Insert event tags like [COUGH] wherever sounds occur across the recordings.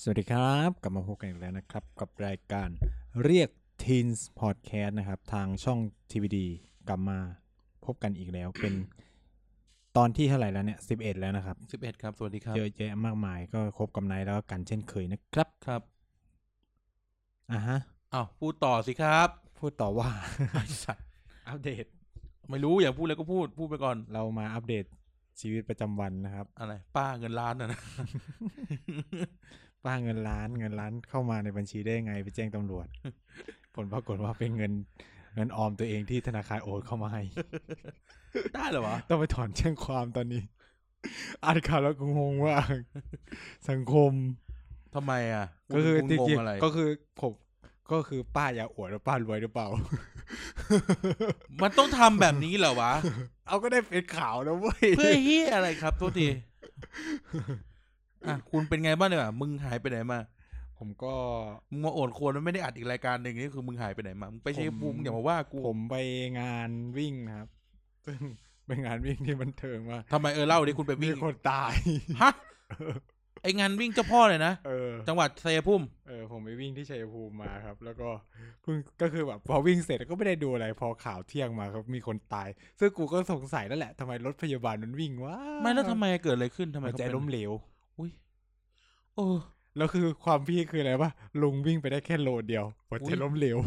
สวัสดีครับ กลับมาพบกันอีกแล้วนะครับ กับรายการเรียก Teens Podcast นะครับ ทางช่อง TVD กลับมาพบกันอีกแล้ว เป็นตอนที่เท่าไหร่แล้วเนี่ย 11 แล้วนะครับ สิบเอ็ดครับ สวัสดีครับ เยอะแยะมากมายก็ครบกับไนายแล้วก็กันเช่นเคยนะครับ ครับ อ่ะฮะ อ้าวพูดต่อสิ [LAUGHS] ครับ พูดต่อว่า ไอ้สัตว์ อัปเดต ไม่รู้อยากพูดอะไรก็พูดพูดไปก่อน เรามาอัปเดตชีวิตประจำวันนะครับ [LAUGHS] อะไร ป้าเงินล้านนะนะ [LAUGHS] ป้าเงินล้านเงินล้านเข้ามาในบัญชีได้ยังไงไปแจ้งตำรวจ [LAUGHS] ผลปรากฏว่าเป็นเงินเงินออมตัวเองที่ธนาคารโอนเข้ามาให้ ได้เหรอวะ ต้องไปถอนแจ้งความตอนนี้ [LAUGHS] อ่านข่าวแล้วกูงงว่าก [LAUGHS] สังคม ทำไมอ่ะ ก็คือ ณ จ ง ริง งอะไร ๆก็คือผมก็คือป้าอย่าอวดว่าป้ารวยหรือเปล่า มันต้องทำแบบนี้เหรอ [LAUGHS] วะ [LAUGHS] เอาก็ได้เป็นข่าวนะเว้ย เพื่อเฮียอะไรครับโทษทีอ่ะคุณเป็นไงบ้างเนี่ยมึงหายไปไหนมา ผมก็ มึงมาโอดควรมันไม่ได้อัดอีกรายการหนึ่งนี่คือมึงหายไปไหนมามึงไปเชฟบูมอย่ามาว่ากู ผมไปงานวิ่งนะครับซึ่ง [LAUGHS] เป็นงานวิ่งที่บันเทิงมาก ทำไมเออเล่าดิคุณไป มี วิ่ง คนตาย [LAUGHS] ฮะไองานวิ่งเจ้าพ่อเลยนะ เออ จังหวัดชัยภูมิ เออผมไปวิ่งที่ชัยภูมิมาครับ แล้วก็เพิ่งก็คือแบบพอวิ่งเสร็จก็ไม่ได้ดูอะไรพอข่าวเที่ยงมาครับมีคนตาย ซึ่งกูก็สงสัยแล้วแหละทำไมรถพยาบาลมันวิ่งวะ ไม่แล้วทำไมเกิดอะไรขึ้นทำไม หัว เขา ใจ เป็น ล้มเหลว อุ้ยเออ แล้วคือความพี่คืออะไรวะลุงวิ่งไปได้แค่โลเดียวหัวใจ อุ๊ย ล้มเหลว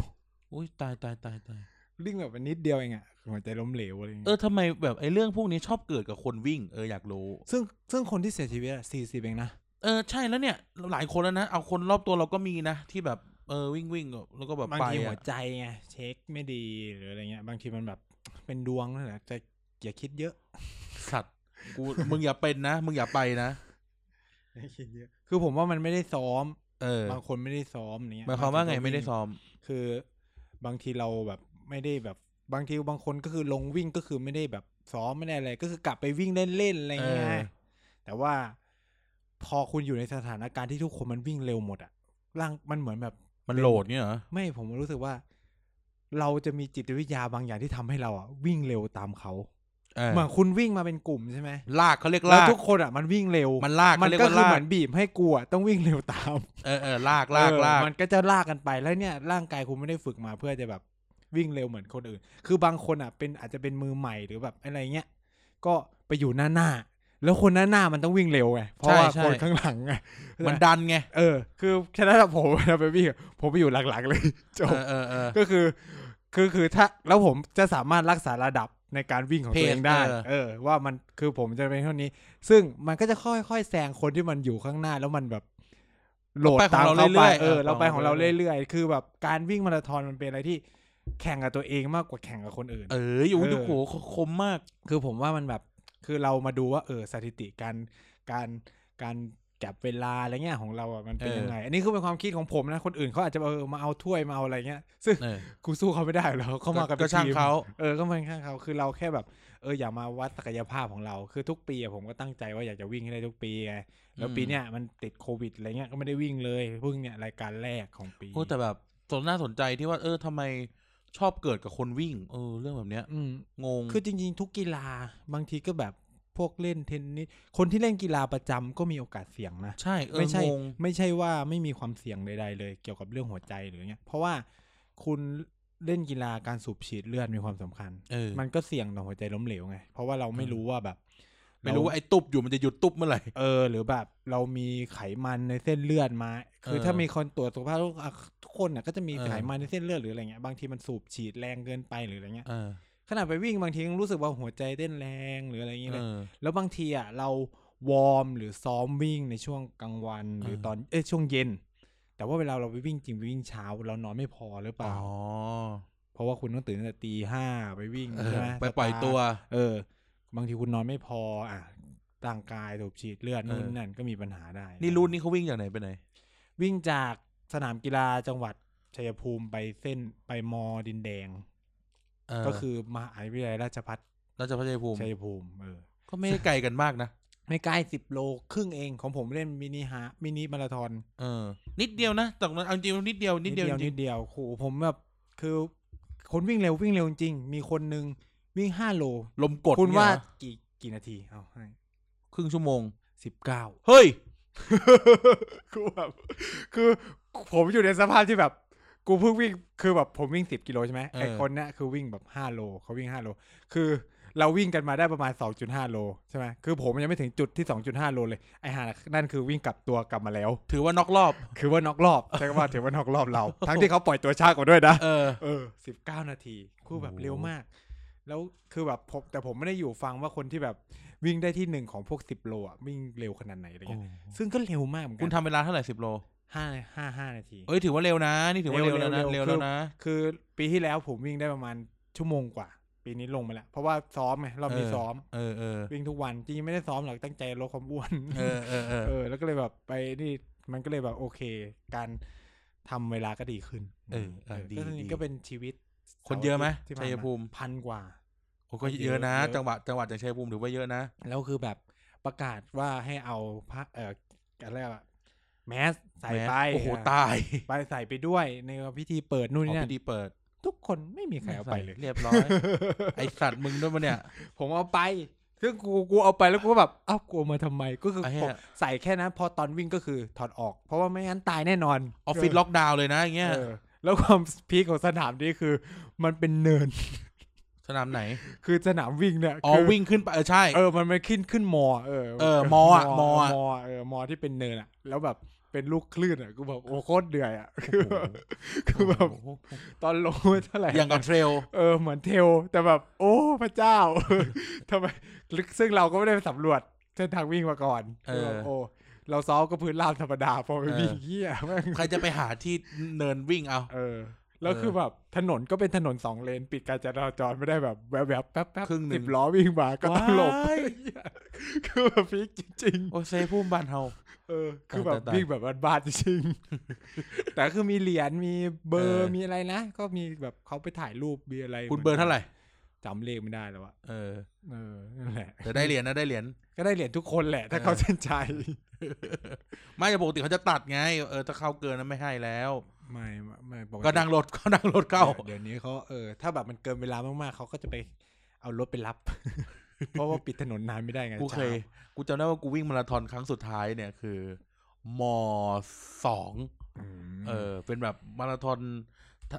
อุ้ยตายตายตายตาย วิ่งแบบนิดเดียวเองอะหัวใจล้มเหลวอะไร เอ เงี้ อย ทำไมแบบไอ้เรื่องพวกนี้ชอบเกิดกับคนวิ่งเอออยากรู้ ซึ่งซึ่งคนที่เสียชีวิตอะสี่สิบเองนะ เออใช่แล้วเนี่ย หลายคนแล้วนะ เอาคนรอบตัวเราก็มีนะ ที่แบบเออวิ่งวิ่งแล้วก็แบบ บาง ไป ทีหั อะ วใจไงเช็คไม่ดีหรืออะไรเงี้ย บางทีมันแบบเป็นดวงนั่นแหละจะอย่าคิดเยอะ สัตว์กูมึงอย่าเป็นนะ มึงอย่าไปนะ อย่าคิดเยอะ คือผมว่ามันไม่ได้ซ้อม เออบ างคนไม่ได้ซ้อมอย่งเงี้ย หมายความว่าไง บทีก็ ไม่ได้ซ้อม คือบางทีเราแบบไม่ได้แบบบางทีบางคนก็คือลงวิ่งก็คือไม่ได้แบบซ้อมไม่ได้อะไรก็คือกลับไปวิ่งเล่นๆอะไร เอ เงี้ อ ยแต่ว่าพอคุณอยู่ในสถานการณ์ที่ทุกคนมันวิ่งเร็วหมดอะร่างมันเหมือนแบบ มันโหลดเนี่ยเหรอ ไม่ผมรู้สึกว่า เราจะมีจิตวิทยาบางอย่างที่ทำให้เราอะวิ่งเร็วตามเขา เออ เหมือนคุณวิ่งมาเป็นกลุ่มใช่ไหม ลากเขาเรียก แล้ว ลาก ทุกคนอะมันวิ่งเร็ว มันลาก มั เขา น เรียก ก็ ว่า คือ ลา เหมื ก อนบีบให้กลัวต้องวิ่งเร็วตาม เออเออลากลาก เออ ลาก มันก็จะลากกันไปแล้วเนี่ย ร่างกายคุณไม่ได้ฝึกมาเพื่อจะแบบวิ่งเร็วเหมือนคนอื่น คือบางคนอ่ะเป็นอาจจะเป็นมือใหม่หรือแบบอะไรเงี้ย ก็ไปอยู่หน้าหน้า แล้วคนหน้าหน้ามันต้องวิ่งเร็วไง เพราะว่าคนข้างหลังไง มันดันไง เออ คือฉะนั้นอะผมเวลา [LAUGHS] ไปวิ่งอะผมไปอยู่หลังๆเลย [LAUGHS] จบ เออเออเออ [LAUGHS] ก็คือ คือคือถ้าแล้วผมจะสามารถรักษาระดับในการวิ่งของตัวเองได้ เพจเออ เออ ว่ามันคือผมจะเป็นเท่านี้ ซึ่งมันก็จะค่อยๆแซงคนที่มันอยู่ข้างหน้าแล้วมันแบบโหลดตามเขาไปเออ เราไปของเราเรื่อยๆ คือแบบการวิ่งมาราธอนมันเป็นอะไรที่แข่งกับตัวเองมากกว่าแข่งกับคนอื่น เอออยู่ เออ ดูโหคมมาก คือผมว่ามันแบบคือเรามาดูว่าเออสถิติการการการแก็บเวลาอะไรเงี้ยของเราอ่ะมันเป็น เออ ยังไง อันนี้คือเป็นความคิดของผมนะคนอื่นเขาอาจจะเออมาเอาถ้วยมาเอาอะไรเงี้ย ซึ่ง เออ กูสู้เขาไม่ได้แล้วเขามากันเป็ ก็ น ช่าง ทีม เขา เออ ก็เป็นข้างเขาคือเราแค่แบบ เออ อย่ามาวัดศักยภาพของเรา คือทุกปีอะผมก็ตั้งใจว่าอยากจะวิ่งให้ได้ทุกปีไง แล้ว อืม ปีเนี้ยมันติดโควิดอะไรเงี้ย ก็ไม่ได้วิ่งเลย เพิ่งเนี่ยรายการแรกของปี โอ้แต่แบบสนน่าสนใจที่ว่า เออทำไมชอบเกิดกับคนวิ่ง เออ เรื่องแบบเนี้ย อืม งง คือจริง ๆ ทุกกีฬา บางทีก็แบบพวกเล่นเทนนิส คนที่เล่นกีฬาประจำก็มีโอกาสเสี่ยงนะ ใช่เออ ไม่ใช่ งง ไม่ใช่ว่าไม่มีความเสี่ยงใด ๆ เลย เกี่ยวกับเรื่องหัวใจหรืออย่างเงี้ย เพราะว่าคุณเล่นกีฬาการสูบฉีดเลือดมีความสำคัญ เออ มันก็เสี่ยงต่อหัวใจล้มเหลวไง เพราะว่าเราไม่รู้ว่าแบบ ไม่รู้ว่าไอ้ตุบอยู่มันจะหยุดตุบเมื่อไหร่ เออหรือแบบเรามีไขมันในเส้นเลือดมา คือ เออ ถ้ามีคนตรวจสุขภาพทุกอ่ะทุกคนน่ะก็จะมี เออ ไขมันในเส้นเลือดหรืออะไรเงี้ยบางทีมันสูบฉีดแรงเกินไปหรืออะไรเงี้ย เออ ขนาดไปวิ่งบางทียังรู้สึกว่าหัวใจเต้นแรงหรืออะไรอย่างเงี้ย เอ เลย อ แล้วบางทีอ่ะเราวอร์มหรือซ้อมวิ่งในช่วงกลางวันหรือ เออ ตอนเอ้ยช่วงเย็น แต่ว่าเวลาเราไปวิ่งจริงไปวิ่งเช้า เรานอนไม่พอหรือเป อ๋ ล่า อ เพราะว่าคุณต้องตื่นตั้งแต่ตีห้าไปวิ่ง เออ ใช่ไหม ไปปล่อย ตาร์ท ตัว เออ บางทีคุณนอนไม่พอ อ่ะร่างกายถูกฉีดเลือดนู่น เออ นั่นก็มีปัญหาได้ นี่รุ่นนี้เขาวิ่งจากไหนไปไหน วิ่งจากสนามกีฬาจังหวัดชัยภูมิไปเส้นไปมอดินแดง เออ ก็คือมหาวิทยาลัยราชพัฒ ราชพัฒชัยภูมิ ชัยภูมิเออ ก็ไม่ได้ไกลกันมากนะ ไม่ใกล้สิบโลครึ่งเองของผมเล่นมินิฮามินิมาราธอน เออ นิดเดียวนะแต่ตรงนั้นเอาจริงนิดเดียวนิดเดียวจริ นิ ง ดเดียวครูผมแบบคือ คนวิ่งเร็ววิ่งเร็วจริงมีคนหนึ่งวิ่งห้าโล ๆลมกด คุณ เนี่ย ว่า เหรอ กี่กี่นาทีเอาให้ ครึ่งชั่วโมง สิบเก้า เฮ้ย คือแบบ [LAUGHS] คือผมอยู่ในสภาพที่แบบ กูเพิ่งวิ่งคือแบบผมวิ่งสิบกิโลใช่ไหม เออ ไอคนเนี้ยคือวิ่งแบบห้าโลเขาวิ่งห้าโล คือเราวิ่งกันมาได้ประมาณสองจุดห้าโลใช่ไหมคือผมยังไม่ถึงจุดที่สองจุดห้าโลเลยไอหานั่นคือวิ่งกลับตัวกลับมาแล้ว ถือว่านอกรอบ คือว่านอกรอบใช่ว่าถือว่านอกรอบ [LAUGHS] เรา ทั้งที่เขาปล่อยตัวช้ากว่าด้วยนะ เออ เออสิบเก้านาที คือแบบ โอ้โห เร็วมาก แล้วคือแบบผมแต่ผมไม่ได้อยู่ฟังว่าคนที่แบบวิ่งได้ที่หนึ่งของพวกสิบโลอ่ะวิ่งเร็วขนาดไหนอะไรเงี้ย ซึ่งก็เร็วมากเหมือน คุ กั ณ น ทำเวลาเท่าไหร่สิบโล ห้าห้าห้านาที เอ้ยถือว่าเร็วนะ นี่ถือว่าเร็วแล้วนะ เร็ เร็ ว ว เร็ว แล้วนะ คือปีที่แล้วผมวิ่งได้ประมาณชั่วโมงกว่า ปีนี้ลงมาแล้ว เพราะว่าซ้อมไงเรามี เออ ซ้อม เออเออ วิ่งทุกวันจริงๆไม่ได้ซ้อมหรอกตั้งใจลดความอ้วน เออเออเออ เออ แล้วก็เลยแบบไปนี่มันก็เลยแบบโอเค การทำเวลาก็ดีขึ้น เออเออดี ก็ที ดี นี้ก็เป็นชีวิต คนเยอะไหม ที่ผ่า ชั นาย ภูมิ พันกว่า โอ้ก็เยอะนะ เยอะ จังหวัดจังหวัดจากชัยภูมิถือว่าเยอะนะ แล้วคือแบบประกาศว่าให้เอาผ้าเอออะไรวะแมสใส่ แม้ ไป โอ้โห ะ ตาย ไปใส่ไปด้วยในพิธีเปิดนู่น เอา นี่นั่ พิ น ธีเปิด ทุกคนไม่มีใครเอาไปเลย เรียบ [LAUGHS] ร้อย ไอสัตว์มึงด้วยมันเนี่ย ผมเอาไป ซึ่งกูกูเอาไปแล้วกูก็แบบอ้าวกูเอามาทำไม ก็คือ ไอ้เหี้ย ผมใส่แค่นั้นพอตอนวิ่งก็คือถอดออก เพราะว่าไม่งั้นตายแน่นอน ออฟฟิศล็อกดาวน์เลยนะอย่างเงี้ย เออแล้วความพีคของสนามนี้คือ มันเป็นเนิ [LAUGHS] น สนามไหน คือสนามวิ่งเนี่ย อ๋อ คื วิ่งขึ้นไปเออใช่ เออมันมันขึ้นขึ้นมอ เออ เออมออะมออะ มอเออมอที่เป็นเนินอะแล้วแบบเป็นลูกคลื่นอะกูแบบโอ้โคตรเดือยอะ [LAUGHS] คือโอ้โห แบบคือแบบ โอ้โห ตอนลงไม่เท่าไหร่ อย่างกับเทรล เออเหมือนเทลแต่แบบ โอ้พระเจ้า [LAUGHS] ทำไมลึกซึ่งเราก็ไม่ได้ไปสำรวจเส้นทางวิ่งมาก่อน เออ แบบโอ้เราซ้อมก็พื้นราบธรรมดาพอไปวิ่งเหี้ย [LAUGHS] แม่ง ใครจะไปหาที่เนินวิ่งเอา เออ แล้วคือแบบถนนก็เป็นถนนสองเลน ปิดการจราจรไม่ได้แบบแวบๆแป๊บแป๊บ ครึ่งหนึ่ง สิบล้อวิ่งมาก็ต้องหลบ ว้าย คือแบบพีคจริง โอ้ยชัยภูมิบ้านเฮา ๆเออ คือแบบ ตายตาย วิ่งแบบบ้านๆจริงๆ [LAUGHS] แต่คือมีเหรียญมีเบอ เอ ร์ อ มีอะไรนะ ก็มีแบบเขาไปถ่ายรูปมีอะไร คุณเบอร์เท่าไหร่ จำเลขไม่ได้แล้วอะ เออ เออนั่นแหละ แต่ได้เหรียญนะได้เหรียญ ก็ได้เหรียญทุกคนแหละ ถ้า เออ เขาเส้นใจ ไม่แต่ปกติเขาจะตัดไง เออถ้าเข้าเกินนั้นไม่ให้แล้ว ไม่ไม่ไม่ปติ ก็นั่งรถ [LAUGHS] ก็นั่งรถเข้า เดี๋ยวนี้เขาเออถ้าแบบมันเกินเวลามากๆเขาก็จะไปเอารถไปรับ [LAUGHS] เพราะว่าปิดถนนนานไม่ได้ไง กูเคย ช้า กูจำได้ว่ากูวิ่งมาราธอนครั้งสุดท้ายเนี่ยคือมสอง อืม เออ เป็นแบบมาราธอน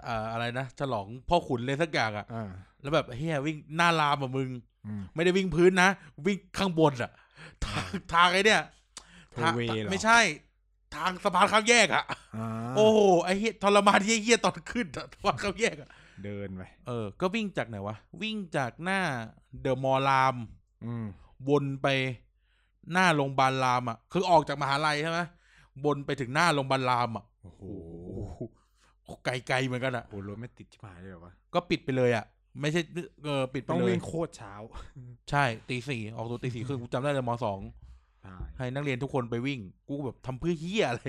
เอ่ออะไรนะฉลองพ่อขุนเลยสักอย่างอะ อ่า แล้วแบบเฮียวิ่งหน้ารามอะมึง อืม ไม่ได้วิ่งพื้นนะ วิ่งข้างบนอะทางทางไอ้เนี่ยทาง Two way เหรอ ไม่ใช่ ทางสะพานข้ามแยกอะ อ่า โอ้โหไอ้เฮียทรมานเฮียๆตอนขึ้นอะ [LAUGHS] สะพานข้ามแยกอะ เดินไป เออ ก็วิ่งจากไหนวะวิ่งจากหน้าเดอะมอลราม อืม วนไปหน้าโรงพยาบาลรามอ่ะ คือออกจากมหาลัยใช่ไหมวนไปถึงหน้าโรงพยาบาลรามอ่ะ โอ้โห โอ้โหไกลๆเหมือนกันอ่ะ โอ้โหรถไม่ติดชิบหายเลยเหรอวะ ก็ปิดไปเลยอ่ะ ไม่ใช่เออปิดไป ต้อง เลย วิ่งโคตรเช้า ใช่ตีสี่ออกตัวตีสี่คือกูจำได้เลยมสอง ใช่ ให้นักเรียนทุกคนไปวิ่ง กูแบบทำเพื่อเฮียอะไร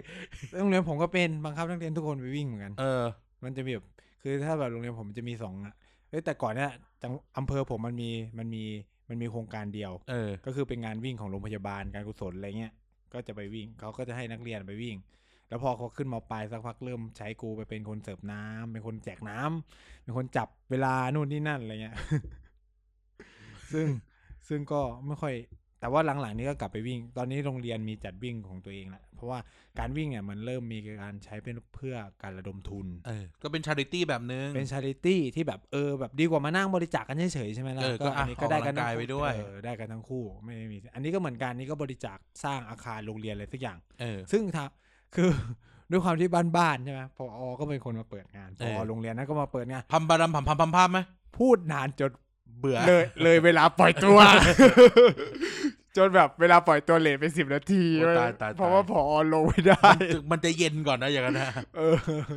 โรงเรียนผมก็เป็นบังคับนักเรียนทุกคนไปวิ่งเหมือนกัน เออ มันจะมีแบบคือถ้าแบบโรงเรียนผมจะมีสองอ่ะเอ้ยแต่ก่อนเนี่ยจังอำเภอผมมันมีมันมีมันมีโครงการเดียว เออ ก็คือเป็นงานวิ่งของโรงพยาบาลการกุศลอะไรเงี้ย ก็จะไปวิ่งเขาก็จะให้นักเรียนไปวิ่ง แล้วพอเขาขึ้นมาปลายสักพักเริ่มใช้กูไปเป็นคนเสิร์ฟน้ำเป็นคนแจกน้ำเป็นคนจับเวลานู่นนี่นั่นอะไรเงี้ย [LAUGHS] ซึ่งซึ่งก็ไม่ค่อย แต่ว่าหลังๆนี้ก็กลับไปวิ่ง ตอนนี้โรงเรียนมีจัดวิ่งของตัวเองละเพราะว่าการวิ่งเนี่ยมันเริ่มมีการใช้เป็นเพื่อการระดมทุน เออ ก็เป็นชาริตี้แบบนึง เป็นชาริตี้ที่แบบเออแบบดีกว่ามานั่งบริจาคกันเฉยๆใช่ไหมล่ะ เออก็ อั อ่ะ นี้ ออก ก็ได้กัน กำลังกาย ทั้งคู่ ไปด้วย เออได้กันทั้งคู่ไม่มีอันนี้ก็เหมือนกันอันนี่ก็บริจาคสร้างอาคารโรงเรียนอะไรสักอย่าง เออ ซึ่งถ้าคือ [LAUGHS] ด้วยความที่บ้านๆใช่ไหมพอก็เป็นคนมาเปิดงานพ เอ อ อ โรงเรียนนั้นก็มาเปิดงาน พัมบารัมพัมพัมพัมพัมไหม พูดนานจน เบื่อ เลยเลยเวลาปล่อยตัว [LAUGHS] จนแบบเวลาปล่อยตัวเลทไปสิบนาที โอ้ เว้ย ตายตาย เพราะ ตาย ว่าพอลงไม่ได้ มันจะมันจะเย็นก่อนนะอย่างนั้นนะ เออ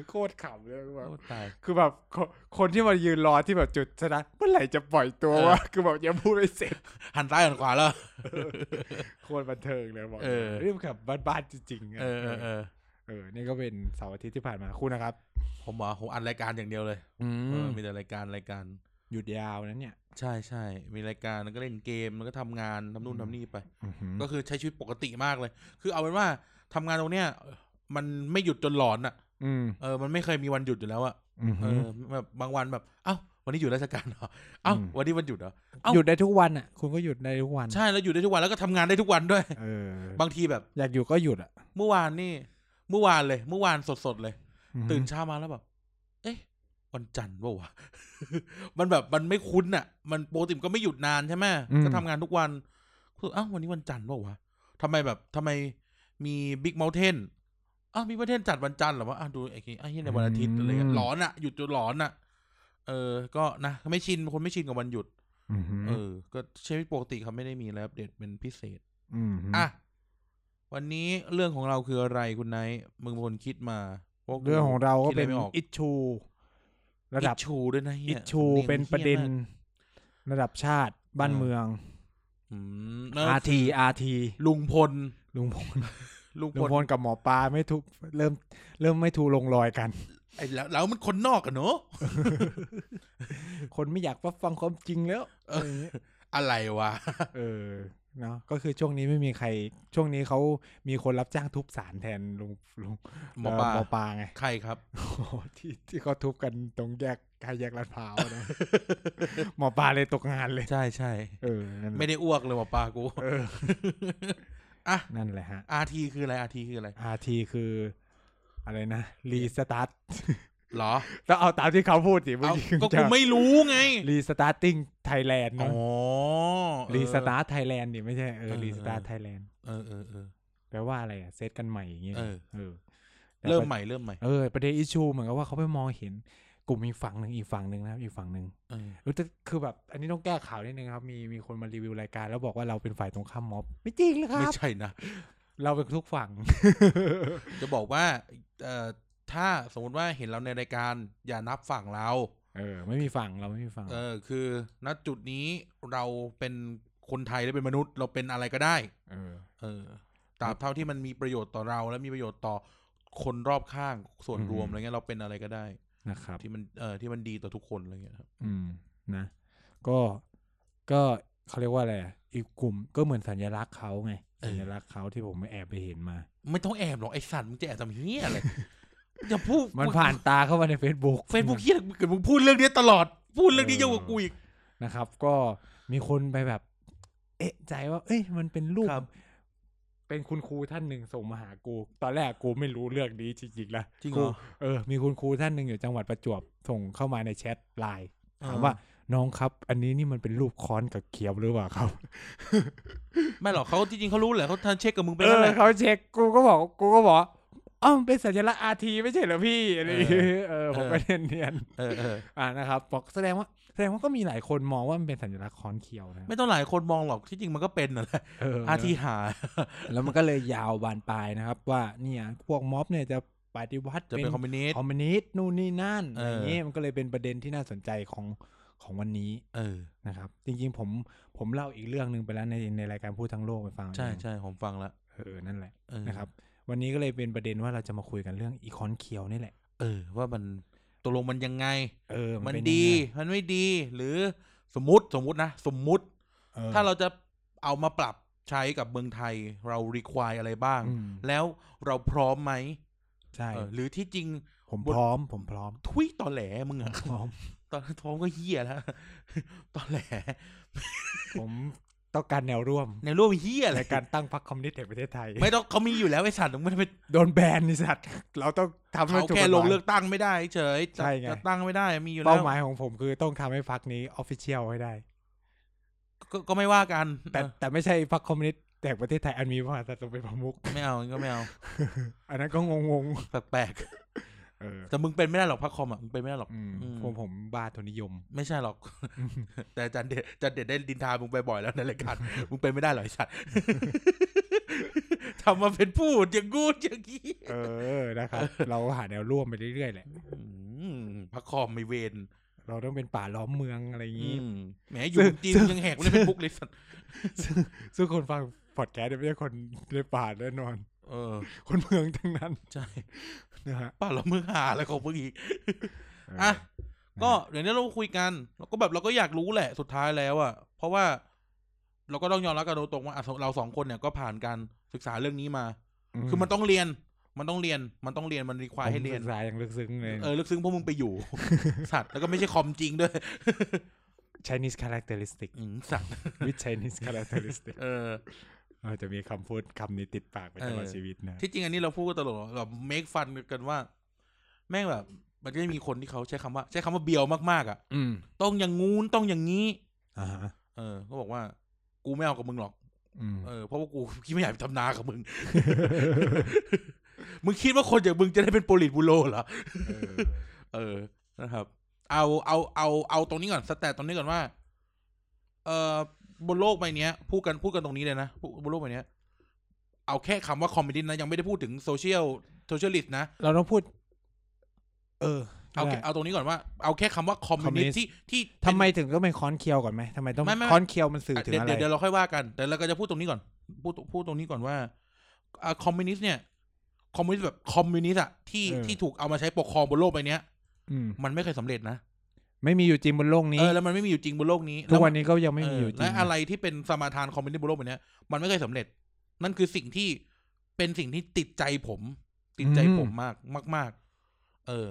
โคตรขำเลยแบบ โอ้ตาย คือแบบคคนที่มายืนรอที่แบบจุดชนะเมื่อไหร่จะปล่อยตัว เออ วะคือแบบยังพูดไม่เสร็จ หันซ้ายหันขวาแล้ว [LAUGHS] โคตรบันเทิงเลยบอก เออ เรื่องกับบ้านๆจริงๆะ เออเออเออ เออนี่ก็เป็นเสาร์อาทิตย์ที่ผ่านมาคุณนะครับ ผมเหรอ่ะผมอัดรายการอย่างเดียวเลย เออมีแต่รายการรายการ หยุดยาวนะเนี่ย ใช่ใช่มีรายการแล้วก็เล่นเกมแล้วก็ทำงานทำนู่น อืม ทำนี่ไป ก็คือใช้ชีวิตปกติมากเลย คือเอาเป็นว่าทำงานตรงเนี้ยมันไม่หยุดจนหลอนอ่ะ อืม เออมันไม่เคยมีวันหยุดอยู่แล้วอ่ะ อืม เออแบบบางวันแบบ เอ้า วันนี้อยู่ราชการเหรอเอ้า อืม วันนี้วันหยุดเหรอ เอ้า หยุดได้ทุกวันอ่ะ คุณก็หยุดได้ทุกวัน ใช่แล้วอยู่ได้ทุกวันแล้วก็ทำงานได้ทุกวันด้วย เออบ างทีแบบ อยากอยู่ก็หยุดอ่ะ เมื่อวานนี่ เมื่อวานเลย เมื่อวานสดๆเลย อืม ตื่นเช้ามาแล้วแบบ เอ๊ะ วันจันทร์เปล่าวะ [LAUGHS] มันแบบมันไม่คุ้นอ่ะ มันปกติมันก็ไม่หยุดนานใช่ไหมก็ทำงานทุกวันคืออ้าววันนี้วันจันทร์เปล่าวะทำไมแบบทำไมมีบิ๊กเมลเทนอ้าวบิ๊กเมลเทนจัดวันจันทร์เหรอวะอ้าวดูไอ้ทีไอ้เหี้ยในวันอาทิตย์อะไรเงี้ยหลอนอ่ะหยุดจนหลอนอ่ะ เออ ก็นะไม่ชินคนไม่ชินกับวันหยุด อืมฮึ เออ ก็ชีวิตปกติเขาไม่ได้มีแล้วอัปเดตเป็นพิเศษ มฮึ อ่ะวันนี้เรื่องของเราคืออะไรคุณไนท์มึงเป็นคนคิดมาพวกกู เรื่องของเราก็ คิดะ เป็ ไ นอิชชู ระดับ อิชชูด้วยนะเหี้ อิ ย ชชู สำยง เป็นประเด็น หี้ยมาก ระดับชาติบ้านเมือง อืมนั่นก็ RT คือ RT ลุงพล ลุงพล ลุง ลุงพล พลกับหมอปลาไม่ทุเริ่มเริ่มไม่ทูลงรอยกัน [LAUGHS] ไอ้แล้วแล้วมันคนนอกอะเนอะ คนไม่อยากรับฟังความจริงแล้วอะไรอย่างเงี้ย อะไรวะ เออ เนาะก็คือช่วงนี้ไม่มีใคร ช่วงนี้เขามีคนรับจ้างทุบสารแทนลุงลุง หมอปลา เหมอปลาไง [LAUGHS] ใครครับ โอ้โหที่ที่เขาทุบกันตรงแยกกายแยกลาดพร้าวนะ [LAUGHS] หมอปลาเลยตกงานเลย ใช่ใช่ เออ นั่นแห ไม่ ละ ได้อ้วกเลยหมอปลากู เออ อ่ะ นั่นแหละฮะ อาทีคืออะไรอาทีคืออะไร RT คืออะไรนะ รีสตาร์ท [LAUGHS] เหรอ ต้องเอาตามที่เขาพูดสิเมื่อ เอา กี้ ก็ จะ กูไม่รู้ไง รีสตาร์ติ้งไทยแลนด์ อ๋อ เนาะ เออ รีสตาร์ทไทยแลนด์นี่ไม่ใช่เอ เอ อ อ รีสตาร์ท เออ ไทยแลนด์ เออเออเออ แปลว่าอะไรอะเซตกันใหม่อย่างเงี้ย เออ เออ เริ่มใหม่เริ่มใหม่ เออประเด็นอิชูเหมือนกับว่าเขาไปมองเห็นกลุ่มอีกฝั่งหนึ่งอีกฝั่งหนึ่งนะครับอีกฝั่งหนึ่ง เออ รู้แต่คือแบบ อันนี้ต้องแก้ข่าวนิดนึงครับ มีมีคนมารีวิวรายการ แล้วบอกว่าเราเป็นฝ่ายตรงข้ามม็อบ ไม่จริงเลยค ไม่ รับ ใช่นะ เราเป็นทุกฝั่ง จะบอกว่าเอ่อถ้าสมมติว่าเห็นเราในรายการอย่านับฝั่งเรา เออ ไม่มีฝั่งเราไม่มีฝั่ง เออคือณจุดนี้เราเป็นคนไทยและเป็นมนุษย์ เราเป็นอะไรก็ได้ เออ เออตราบเท่าที่มันมีประโยชน์ต่อเรา และมีประโยชน์ต่อคนรอบข้างส่วนรวม อืม อะไรเงี้ยเราเป็นอะไรก็ได้ นะครับ ที่มันเอ่อที่มันดีต่อทุกคนอะไรเงี้ยครับ อืมนะ ก็ก็เขาเรียกว่าอะไรอะอีกกลุ่มก็เหมือนสัญลักษณ์เขาไง เออ สัญลักษณ์เขาที่ผมไม่แอบไปเห็นมา ไม่ต้องแอบหรอกไอสัตว์มึงจะแอบทำเฮี้ยอะไร [LAUGHS] อย่าพูด มันผ่านตาเข้ามาใน Facebook เฟซบุ๊กเฮี้ยเกิดมึงพูดเรื่องนี้ตลอด พูดเรื่องนี้เยอะกว่ากูอีก นะครับ ก็มีคนไปแบบ เอ๊ะใจว่า เอ้ยมันเป็นรูป ครับ เป็นคุณครูท่านหนึ่งส่งมาหากู ตอนแรกกูไม่รู้เรื่องนี้จริงๆนะ จริงเหร กู อ เออ มีคุณครูท่านหนึ่งอยู่จังหวัดประจวบส่งเข้ามาในแชทไลน์ถามว่าน้องครับ อันนี้นี่มันเป็นรูปค้อนกับเขียวหรือเปล่าครับ ไม่หรอกเขาจริงๆเขารู้แหละเขาทันเช็คกับมึงไป เอ แล้ว อ แหละ เขาเช็คกูก็บอกกูก็บอกอ้าวมันเป็นสัญลักษณ์อาทีไม่ใช่เหรอพี่อะไรอย่างเงี้ยเออผมก็เนียน เออเออ ๆอ่านะครับบอกแสดงว่าแสดงว่าก็มีหลายคนมองว่ามันเป็นสัญลักษณ์ค้อนเขียวนะ ไม่ต้องหลายคนมองหรอกที่จริงมันก็เป็นน่ะแหละ เออ อาทีหา [LAUGHS] แล้วมันก็เลยยาวบานปลายนะครับ ว่าเนี่ยพวกม็อบเนี่ยจะปฏิวัติ จะเป็ เป็น น คอมมิวนิสต์ คอมมิวนิสต์นู่นนี่นั่น เออะออไรอย่างเงี้ยมันก็เลยเป็นประเด็นที่น่าสนใจของของวันนี้ เออ นะครับ จริงๆผมผมเล่าอีกเรื่องหนึ่งไปแล้วในในรายการพูดทั้งโลกไปฟังเอา ใช่ เอง ใช่ผมฟังละ เออนั่นแหละ เออ นะครับ วันนี้ก็เลยเป็นประเด็นว่าเราจะมาคุยกันเรื่องอีคอนเคียวนี่แหละ เออ ว่ามันตกลงมันยังไง เออ มัน เป็น ดี ยังไง มันไม่ดี หรือสมมติสมมตินะ สมมุติ ออ ถ้าเราจะเอามาปรับใช้กับเมืองไทยเรา require อะไรบ้าง อืม แล้วเราพร้อมไหม ใช่ เออหรือที่จริง ผม บน พร้อมผมพร้อม ทุยตอแหลมึงอะ [LAUGHS] พร้อม ตอนท้องก็เหี้ยแล้ว [LAUGHS] ตอแหล ผมต้องการแนวร่วม ในรูปเหี้ยอะไร ในการตั้งพรรคคอมมิวนิสต์แห่งประเทศไทย ไม่ต้องเขามีอยู่แล้วไอ้สัตว์มึงไม่ต้องไป โดนแบนนี่สัตว์เราต้องทำให้ เขา ถูก แค่ ฎห ล มาย งเลือกตั้งไม่ได้เฉยจะ ใช่ไง จะตั้งไม่ได้มีอยู่แล้ เป้าว หมายของผมคือต้องทำให้พรรคนี้ออฟฟิเชียลให้ได้ ก็ก็ไม่ว่ากัน แต่ เออ แต่ไม่ใช่พรรคคอมมิวนิสต์แต่ประเทศไทยอันมีพระมหากษัตริย์ทรงเป็นประมุข ไม่เอาก็ไม่เอา อันนั้นก็งงง แปลก ๆเออ ๆแต่มึงเป็นไม่ได้หรอกพักคอมอ่ะมึงเป็นไม่ได้หรอก อืม อืม ผมผมบ้าทุนนิยม ไม่ใช่หรอก แต่อาจันเด็ดอาจันเด็ดได้ดินทามึงไปบ่อยแล้วในราย [LAUGHS] การ มึงเป็นไม่ได้หรอกไอ้สัตว์ [LAUGHS] ทำมาเป็นพูดอย่างกูดอย่างนี้ เออนะครับ เราหาแนวร่วมไปเรื่อยๆแหละ อืมพักคอมไม่เวน เราต้องเป็นป่าล้อมเมืองอะไรอย่าง อื นี้ มแหมอยู่จีนมึงยังแหกไม่ได้เป็นบุ๊กเลยสัตว์ ซึ่งคนฟังพอดแคสต์เนี่ยไม่ใช่คนในป่าแน่นอน เออ คนเมืองทั้งนั้น ใช่ นะฮะ ป่าเรามึงหาอะไรของมึงอีก เ อ่ะ ก็เดี๋ยวนี้เราคุยกันเราก็แบบเราก็อยากรู้แหละสุดท้ายแล้วอะเพราะว่า เราก็ต้องยอมรับกันตรงๆว่าอ่ะเราสองคนเนี่ยก็ผ่านการศึกษาเรื่องนี้มา คือมันต้องเรียน มันต้องเรียนมันต้องเรียนมันรีควายให้เรียน ผมศึกษาอย่างลึกซึ้งเลย เออลึกซึ้งพวกมึงไปอยู่ [LAUGHS] สัตว์แล้วก็ไม่ใช่คอมจริงด้วย Chinese characteristic อืมสัตว์ with Chinese characteristic เออ เออจะมีคำพูดคำนี้ติดปากไปตลอด เออ ชีวิตนะ ที่จริงอันนี้เราพูดกันตลกแบบเมคฟันกันว่า แม่งแบบ มันก็จะมีคนที่เขาใช้คำว่า ใช้คำว่าเบียวมากๆอ่ะ อืม ต้องอย่างงู้นต้องอย่างนี้ อ่าฮะ เออเขาบอกว่า กูไม่เอากับมึงหรอก อืม เออเพราะว่ากู [LAUGHS] พี่ไม่อยากไปทำนากับมึง [LAUGHS] มึงคิดว่าคนอย่างมึงจะได้เป็นโปลิตบูโรเหรอ เออ เออ นะครับ เอา เอา เอา เอาตรงนี้ก่อน สแตทตรงนี้ก่อนว่า เอ่อ บนโลกใบเนี้ย พูดกัน พูดกันตรงนี้เลยนะพูดบนโลกใบเนี้ย เอาแค่คำว่าคอมเมดี้นะ ยังไม่ได้พูดถึงโซเชียล โซเชียลิสต์นะ เราต้องพูด เออ เอาแค่ ได้ เอาตรงนี้ก่อนว่า เอาแค่คำว่าคอมมิวนิส Communist ต์ที่ที่ ทำไม เป็น ถึงต้องเป็นค้อนเคียวก่อนไหมทำไมต้อง ไม่ไม่ ค้อนเคียวมันสื่อ อ่ะ ถึง เดี๋ยว อะไร เดี๋ยวเดี๋ยวเราค่อยว่ากัน แต่เราก็จะพูดตรงนี้ก่อน พูดพูดตรงนี้ก่อนว่าอ่าคอมมิวนิสต์เนี่ย คอมมิวนิสต์แบบคอมมิวนิสต์อะที่ที่ถูกเอามาใช้ปกครองบนโลกใบเนี้ย อืม มันไม่เคยสำเร็จนะ ไม่มีอยู่จริงบนโลกนี้ เออ แล้วมันไม่มีอยู่จริงบนโลกนี้ ทุกวันนี้ก็ยังไม่มีอยู่จริ และ ง อะไรที่เป็นสมาทานคอมมิวนิสต์บนโลกแบบเนี้ยมันไม่เคยสำเร็จ นั่นคือสิ่งที่เป็นสิ่งที่ติดใจผม ติดใจผมมากมากมากๆเออ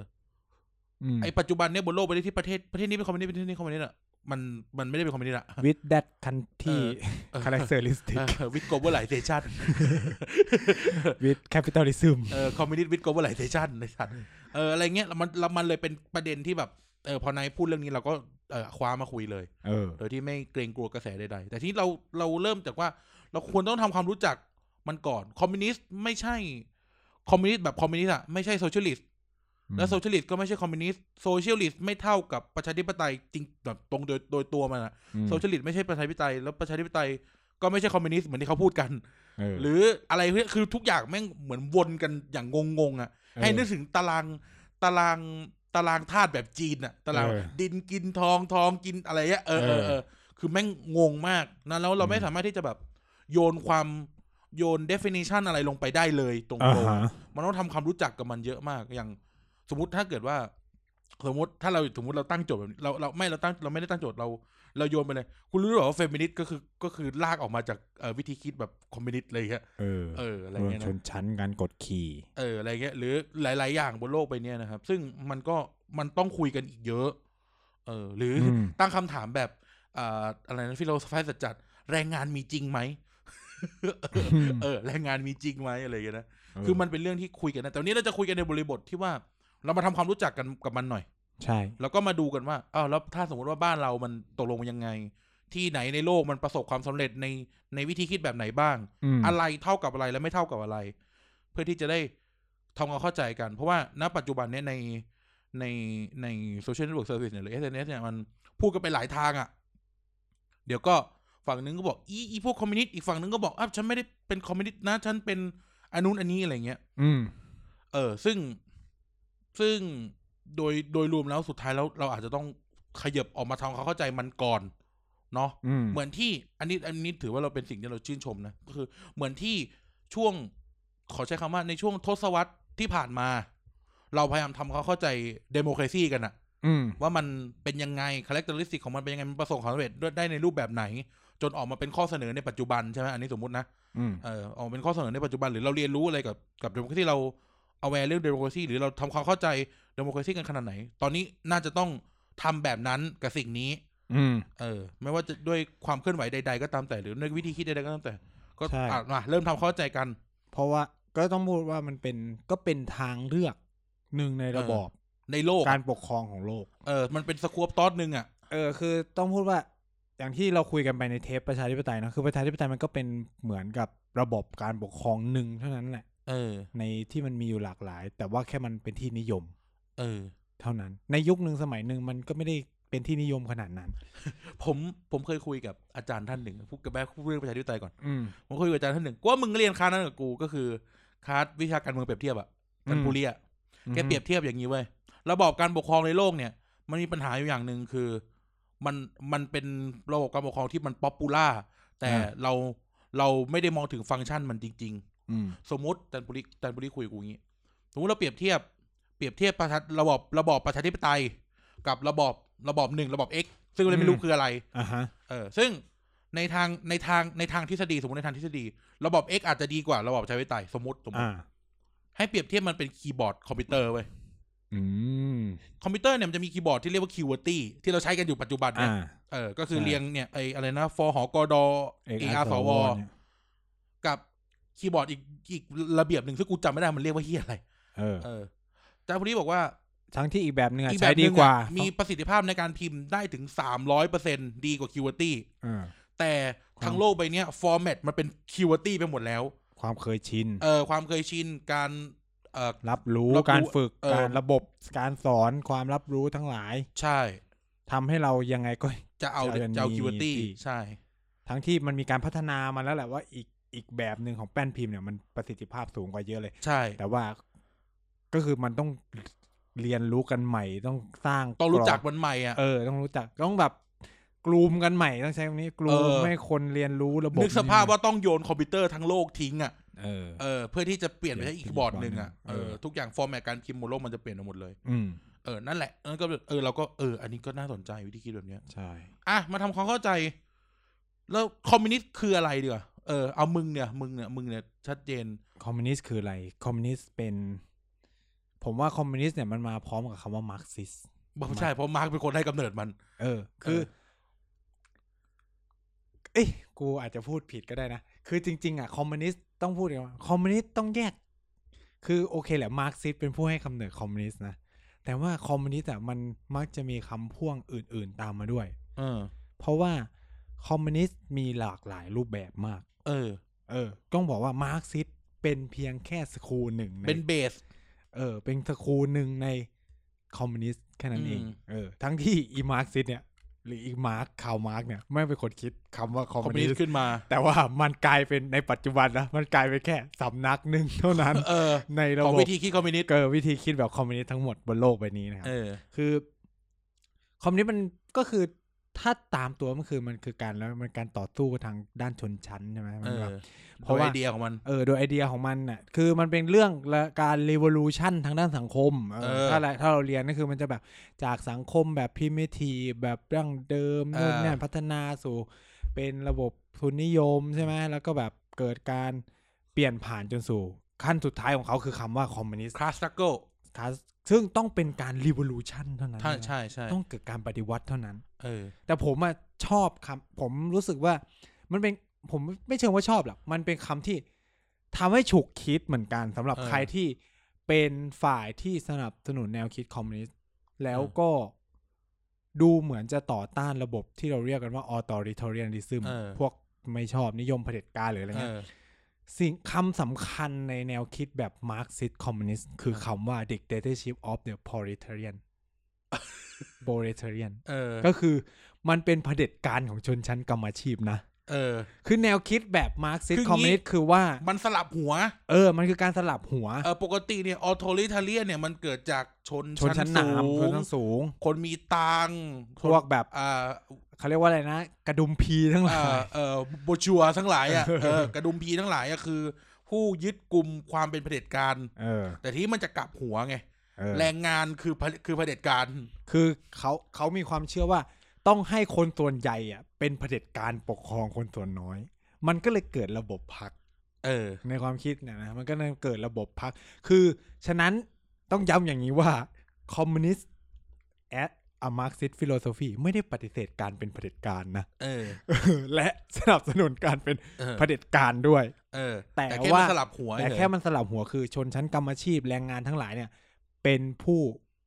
อืม ไอปัจจุบันเนี่ยบนโลกไปได้ที่ประเทศประเทศนี้เป็นคอมมิวนิสต์ประเทศนี้คอมมิวนิสต์อ่ะมันมันไม่ได้เป็นคอมมิวนิสต์ละ with that country เออ characteristic [LAUGHS] วิดโกลบอลไลเซชัน with capitalism [LAUGHS] เออคอมมิวนิสต์วิดโกลบอลไลเซชันในสัตว์เอออะไรเงี้ยแล้วมันแล้วมันเลยเป็นประเด็นที่แบบเออพอนายพูดเรื่องนี้เราก็เออคว้ามาคุยเลย เออ โดยที่ไม่เกรงกลัวกระแสใดๆ แต่ทีนี้เราเราเริ่มจากว่า เราควรต้องทำความรู้จักมันก่อน คอมมิวนิสต์ไม่ใช่ คอมมิวนิสต์แบบคอมมิวนิสต์อะไม่ใช่โซเชียลิสต์ และโซเชียลิสต์ก็ไม่ใช่คอมมิวนิสต์ โซเชียลิสต์ไม่เท่ากับประชาธิปไตยจริงแบบตรงโดยโดยตัวมันอะโซเชียลิสต์ไม่ใช่ประชาธิปไตย แล้วประชาธิปไตยก็ไม่ใช่คอมมิวนิสต์เหมือนที่เขาพูดกัน หรืออะไรเงี้ยคือทุกอย่างแม่งเหมือนวนกันอย่างงงๆอะ ให้นึกถึงตารางตารางตารางธาตุแบบจีนอะตาราง เออ ดินกินทองทองกินอะไรเงี้ยเออเออเอ เอ อ อ คือแม่งงงมากนะแล้วเรา อืม ไม่สามารถที่จะแบบโยนความโยน definition อะไรลงไปได้เลยตรง อ่า ๆ ฮะ มันต้องทำความรู้จักกับมันเยอะมากอย่าง สมมติถ้าเกิดว่า สมมติถ้าเราสมมติเราตั้งโจทย์แบบนี้เราเราไม่เราตั้งเราไม่ได้ตั้งโจทย์เรา เราโยนไปเลย คุณรู้หรือเปล่าว่าเฟมินิสต์ก็คือก็คือลากออกมาจากเอ่อวิธีคิดแบบคอมมิวนิสต์เลยฮะ เออ เอออะไร รวม เงี้ย ช นะ นชั้นการกดขี่ เอออะไรเงี้ยหรือหลาย ๆ อย่างบนโลกไปเนี่ยนะครับ ซึ่งมันก็มันต้องคุยกันอีกเยอะ เออ หรืออ ม ตั้งคำถามแบบอ่าอะไรนะฟิโลสฟายสัจจัดแรงงานมีจริงไหม เออ แรงงานมีจริงไหมอะไรเงี้ยนะคือมันเป็นเรื่องที่คุยกันนะแต่วันนี้เราจะคุยกันในบริบทที่ว่า เรามาทำความรู้จักกันกับมันหน่อย ใช่ แล้วก็มาดูกันว่าอ้าวแล้วถ้าสมมติว่าบ้านเรามันตกลงยังไง ที่ไหนในโลกมันประสบความสำเร็จในในวิธีคิดแบบไหนบ้าง ม อะไรเท่ากับอะไรและไม่เท่ากับอะไร เพื่อที่จะได้ทำความเข้าใจกัน เพราะว่าณปัจจุบันเนี่ยในในในโซเชียลเน็ตเวิร์กเซอร์วิสเนี่ยหรือ SNS เนี่ยมันพูดกันไปหลายทางอะ่ะ เดี๋ยวก็ฝั่งหนึงก็บอกอีอีพวกคอมมิวนิสต์อีกฝั่งหนึงก็บอกอ้าวฉันไม่ได้เป็นคอมมิวนิสต์นะ ฉันเป็นอันนู้นอันนี้อะไรเงี้ย อืม เออ ซึ่งซึ่งโดยโดยรวมแล้วสุดท้ายแล้วเราอาจจะต้องขยับออกมาทำความเข้าใจมันก่อนเนาะ อืม เหมือนที่อันนี้อันนี้ถือว่าเราเป็นสิ่งที่เราชื่นชมนะก็คือเหมือนที่ช่วงขอใช้คำว่าในช่วงทศวรรษที่ผ่านมา เราพยายามทำเขามเข้าใจเดโมคราซีกันอะ อืม ว่ามันเป็นยังไงคาแรคเตอริสติกของมันเป็นยังไงมันประสบความสำเร็จได้ในรูปแบบไหน จนออกมาเป็นข้อเสนอในปัจจุบันใช่ไหมอันนี้สมมตินะ อืม เออออกมาเป็นข้อเสนอในปัจจุบันหรือเราเรียนรู้อะไรกับกับเดโมคราซีเราเอาแวร์เรื่องเดโมคราซีหรือเราทำความเข้าใจเดโมคราซีกันขนาดไหน ตอนนี้น่าจะต้องทำแบบนั้นกับสิ่งนี้ อืม เออไม่ว่าจะด้วยความเคลื่อนไหวใด ๆ ก็ตามแต่หรือด้วยวิธีคิดใดๆก็ตามแต่ ก็ ใช่ อ่ะมาเริ่มทำเข้าใจกัน เพราะว่าก็ต้องพูดว่ามันเป็นก็เป็นทางเลือกหนึ่งในระบอบ ในโลก การปกครองของโลก เออมันเป็นสควอปตอสหนึ่งอ่ะ เออคือต้องพูดว่าอย่างที่เราคุยกันไปในเทปประชาธิปไตยนะคือประชาธิปไตยมันก็เป็นเหมือนกับระบบการปกครองหนึ่งเท่านั้นแหละ เออ ในที่มันมีอยู่หลากหลาย แต่ว่าแค่มันเป็นที่นิยม เออ เท่านั้น ในยุคหนึ่งสมัยหนึ่งมันก็ไม่ได้เป็นที่นิยมขนาดนั้น ผมผมเคยคุยกับอาจารย์ท่านหนึ่งพูดกับแม่พูดเรื่องประชาธิปไตยก่อน อืม ผมคุยกับอาจารย์ท่านหนึ่งกูว่ามึงก็เรียนคลาสนั้นกับกูก็คือคลาสวิชาการเมืองเปรียบเทียบอ่ะกันพูเรียแกเปรียบเทียบอย่างนี้เว้ยระบอบการปกครองในโลกเนี่ย มันมีปัญหาอยู่อย่างหนึ่งคือมันมันเป็นระบบการปกครองที่มันป๊อปปูล่าแต่ อ่า เราเราไม่ได้มองถึงฟังก์ชันมันจริง ๆ อืม สมมติจันบุรีจันบุรีคุยกับกูอย่างนี้สมมติเราเปรียบเทียบ เปรียบเทียบประชาระบอบระบอบประชาธิปไตย กับระบอบระบอบหนึ่งระบอบ X ซึ่งเราไม่รู้ อืม คืออะไร อ่าฮะ เออ ซึ่งในทางในทางในทางทฤษฎีสมมติในทางทฤษฎี ระบอบ X อาจจะดีกว่าระบอบประชาธิปไตยสมมติสมมติ อ่า ให้เปรียบเทียบมันเป็นคีย์บอร์ดคอมพิวเตอร์เว้ย อืม คอมพิวเตอร์เนี่ยมันจะมีคีย์บอร์ดที่เรียกว่าคิวเวอร์ตี้ที่เราใช้กันอยู่ปัจจุบันเนี่ย อ่า เออ ก็คือ ใช่ เรียงเนี่ยไออะไรนะฟอหอกอดอ เอก เอ อา อา ร์ ร์ส ส ว ว กับคีย์บอร์ดอีกอีกระเบียบหนึ่งซึ่งกูจำไม่ได้มันเรียกว่าเฮียอะไร เออ เอออาจารย์พนี้บอกว่า ทั้งที่อีกแบบหนึ่งอะ อีกแบ ใช้ บห ดี นึ่ง กว่า อะมีประสิทธิภาพในการพิมพ์ได้ถึงสามร้อยเปอร์เซ็นดีกว่าคิวเวอร์ตี้ เออ แต่ทั้คงวาม โลกใบเนี้ยฟอร์แมตมันเป็นคิวเวอร์ตี้ไปหมดแล้ว ความเคยชิน เออความเคยชินการเออ รับรู้ รับรู้ การฝึก เออ การระบบการสอนความรับรู้ทั้งหลาย ใช่ ทำให้เรายังไงก็ จะเอา จะเอาอัน จะเอา นี้ คิวเวอร์ตี้ ที่ ใช่ ทั้งที่มันมีการพัฒนามาแล้วแหละว่าอีกอีกแบบหนึ่งของแป้นพิมพ์เนี่ยมันประสิทธิภาพสูงกว่าเยอะเลย ใช่ แต่ว่าก็คือมันต้องเรียนรู้กันใหม่ต้องสร้าง ต้องรู้จัก รอบ มันใหม่อ่ะ เออ ต้องรู้จักต้องแบบกลูมกันใหม่ต้องใช้คำนี้กลู เอ ม อ ให้คนเรียนรู้ระบบ นึกสภาพว่าต้องโยนคอมพิวเตอร์ทั้งโลกทิ้งอ่ะ เออ เออเพื่อที่จะเปลี่ยนไป เปลี่ยใช้น อีกบอร์ดหนึ่งอ่ะ เป็นอีกบอร์ดหนึ่ง เออ เออ ทุกอย่างฟอร์แมตการพิมพ์บนโลกมันจะเปลี่ยนไปหมดเลย อืม เออนั่นแหละนั่นก็เออเราก็เอออันนี้ก็น่าสนใจวิธีคิดแบบเนี้ย ใช่ อ่ะมาทำความเข้าใจ แล้วคอมมิวนิสต์คืออะไรดีกว่าเออเอามึงเนี่ยมึงเนี่ยมึงเนี่ยชัดเจน คอมมิวนิสต์คืออะไรคอมมิวนิสต์เป็น ผมว่าคอมมิวนิสต์เนี่ยมันมาพร้อมกับคำว่ามาร์กซิส บอกไม่ใช่เพราะมาร์กเป็นคนให้กำเนิดมัน เออ คือ เอ้ยกูอาจจะพูดผิดก็ได้นะ คือจริง ๆ อ่ะ คอมมิวนิสต์ต้องพูดอย่างว่าคอมมิวนิสต์ต้องแยก คือโอเคแหละ มาร์กซิสต์เป็นผู้ให้กำเนิดคอมมิวนิสต์นะ แต่ว่าคอมมิวนิสต์อ่ะมันมักจะมีคำพ่วงอื่น ๆ ตามมาด้วย เออ เพราะว่าคอมมิวนิสต์มีหลากหลายรูปแบบมาก เออ เออ ต้องบอกว่ามาร์กซิสต์เป็นเพียงแค่สคูลหนึ่งใน เป็นเบส เออ เป็นสคูลหนึ่งในคอมมิวนิสต์แค่นั้นเอง อืม เออ ทั้งที่อีมาร์กซิสเนี่ย หรืออีมาร์กคาวมาร์กเนี่ย ไม่เป็นคนคิดคำว่าคอม คอม มิว มิว นิสนิส ต์ ต์ขึ้นมา แต่ว่ามันกลายเป็นในปัจจุบันนะ มันกลายเป็นแค่สำนักหนึ่งเท่านั้น เออ ในระ ของ บบ วิธีคิดคอมมิวนิสต์ เกิดวิธีคิดแบบคอมมิวนิสต์ทั้งหมดบนโลกใบนี้นะครับ เออ คือ คอมมิวนิสต์มันก็คือถ้าตามตัวมันคือมันคือการแล้วมันการต่อสู้ทางด้านชนชั้นใช่ไหมมั เอน อ แบบ เพ เพ ราะ ราะ ไอ ว่า เดียของมัน เออโดยไอเดียของมันน่ะคือมันเป็นเรื่องละการ revolution ทางด้านสังคมเออ เออ ถ้าเราถ้าเราเรียนก็คือมันจะแบบจากสังคมแบบ primitive แบบดั้งเดิม เออ นู่นนี่พัฒนาสู่เป็นระบบทุนนิยมใช่ไหมแล้วก็แบบเกิดการเปลี่ยนผ่านจนสู่ ขั้นสุดท้ายของเขาคือคำว่าคอมมิวนิสต์ คลาสตักเกิล ซึ่งต้องเป็นการ revolution เท่านั้น ถ้า นะ ใช่ใช่ ต้องเกิดการปฏิวัติเท่านั้น เออ แต่ผมอะชอบคำผมรู้สึกว่ามันเป็นผมไม่เชิงว่าชอบหรอกมันเป็นคำที่ทำให้ฉุกคิดเหมือนกันสำหรับ เออ ใครที่เป็นฝ่ายที่สนับสนุนแนวคิดคอมมิวนิสต์แล้วก็ดูเหมือนจะต่อต้านระบบที่เราเรียกกันว่า authoritarianism เออ พวกไม่ชอบนิยมเผด็จการหรืออะไร เอ เงี้ย อ สิ่งคำสำคัญในแนวคิดแบบ Marxist Communist คือคำว่า dictatorship of the [LAUGHS] proletarian proletarian เออ ก็คือมันเป็นเผด็จการของชนชั้นกรรมอาชีพนะ เออ คือแนวคิดแบบมาร์กซิส คืองี้ คอมมิวนิสต์คือว่า มันสลับหัว เออ มันคือการสลับหัว เออ ปกติเนี่ยออโทริทาเลียเนี่ยมันเกิดจากชน ชนชั้นหนามชนชั้นสูง คนมีตังค์ พวกแบบ อ่า เขาเรียกว่าอะไรนะ กระดุมพีทั้งหลา อ่าย [LAUGHS] เออโบชัวทั้งหลายอ่ะ เออกระดุมพีทั้งหลายอ่ะคือ ผู้ยึดกลุ่มความเป็นเผด็จการ เออ แต่ที่มันจะกลับหัวไง เออ แรงงานคือเผดคือเผด็จการ คือเขาเขามีความเชื่อว่า ต้องให้คนส่วนใหญ่อะเป็นเผด็จการปกครองคนส่วนน้อย มันก็เลยเกิดระบบพัก เออ ในความคิดเนี่ยนะมันก็เลยเกิดระบบพัก คือ ฉะนั้นต้องย้ำอย่างนี้ว่าคอมมิวนิสต์แอดอามาร์กซิสฟิโลโซฟีไม่ได้ปฏิเสธการเป็นเผด็จการนะ [LAUGHS] เออ และสนับสนุนการเป็น เออ เผด็จการด้วย เออ แต่ แต่แค่ ว่า มันสลับหัว แต่ เฉย แค่มันสลับหัวคือชนชั้นกรรมอาชีพแรงงานทั้งหลายเนี่ย เป็นผู้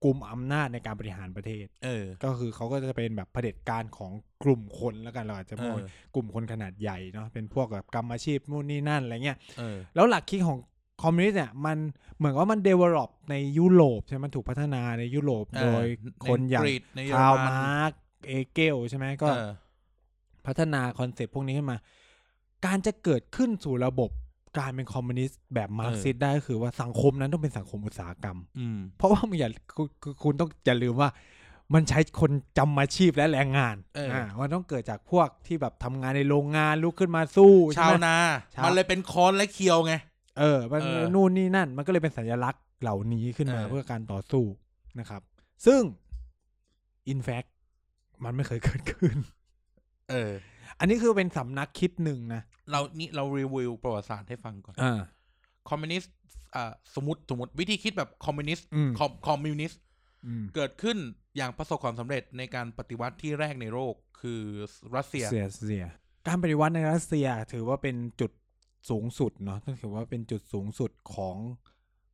กลุ่มอำนาจในการบริหารประเทศ เออ ก็คือเขาก็จะเป็นแบบเผด็จการของกลุ่มคนแล้วกันเราอาจจะมอง เออ กลุ่มคนขนาดใหญ่เนาะเป็นพวกแบบกรรมอาชีพนู่นนี่นั่นอะไรเงี้ย เออ แล้วหลักคิดของคอมมิวนิสต์เนี่ยมันเหมือนว่ามัน develop ในยุโรปใช่ไหมมันถูกพัฒนาในยุโรป เออ โดยคนอย่าง ในกรีซในเยอร คาว มัน มาร์กเอเกลใช่ไหมก็ เออ พัฒนาคอนเซปต์พวกนี้ขึ้นมา การจะเกิดขึ้นสู่ระบบการเป็นคอมมิวนิสต์แบบมาร์กซิสต์ได้ก็คือว่าสังคมนั้นต้องเป็นสังคมอุตสาหกรรม อืม เพราะว่ามึงอย่าคุณคุณคุณต้องอย่าลืมว่า มันใช้คนจำอาชีพและแรงงาน เอออ่ มันต้องเกิดจากพวกที่แบบทำงานในโรงงานลุกขึ้นมาสู้ใช่ ชาว ไหม นา ชาว มันเลยเป็นคอนและเคียวไง เออ มัน เออ นู่นนี่นั่น มันก็เลยเป็นสัญลักษณ์เหล่านี้ขึ้นมา เออ เพื่อการต่อสู้นะครับ ซึ่ง in fact มันไม่เคยเกิดขึ้น [LAUGHS] เออ อันนี้คือเป็นสำนักคิดหนึ่งนะ เรานี่เรารีวิวประวัติศาสตร์ให้ฟังก่อน อ่า คอมมิวนิสต์อ่าสมมติสมมติวิธีคิดแบบคอมมิวนิสต์ อืม คอมคอมมิวนิสต์ อืม เกิดขึ้นอย่างประสบความสำเร็จในการปฏิวัติที่แรกในโลกคือรัสเซีย เสียเสีย การปฏิวัติในรัสเซียถือว่าเป็นจุดสูงสุดเนาะต้องถือว่าเป็นจุดสูงสุดของ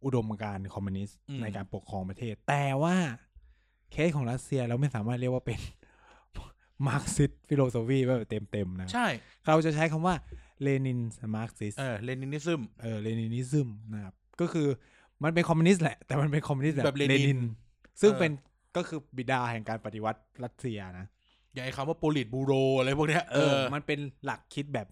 อุดมการณ์คอมมิวนิสต์ อืม ในการปกครองประเทศ แต่ว่าเคสของรัสเซียเราไม่สามารถเรียกว่าเป็น [LAUGHS] มาร์กซิสฟิโลโซฟีแบบเต็มๆนะ ใช่ เราจะใช้คำว่าเลนินมาร์กซิส เออเลนินิซึม เออเลนินิซึมนะครับก็คือมันเป็นคอมมิวนิสต์แหละ แต่มันเป็นคอมมิวนิสต์แบ แบบ บ เล เลนิน นิน ซึ่ง เออ เป็นก็คือบิดาแห่งการปฏิวัติรัสเซียนะ อย่าใช้คำว่าโปลิตบูโรอะไรพวกเนี้ยเออ มันเป็นหลักคิดแบบ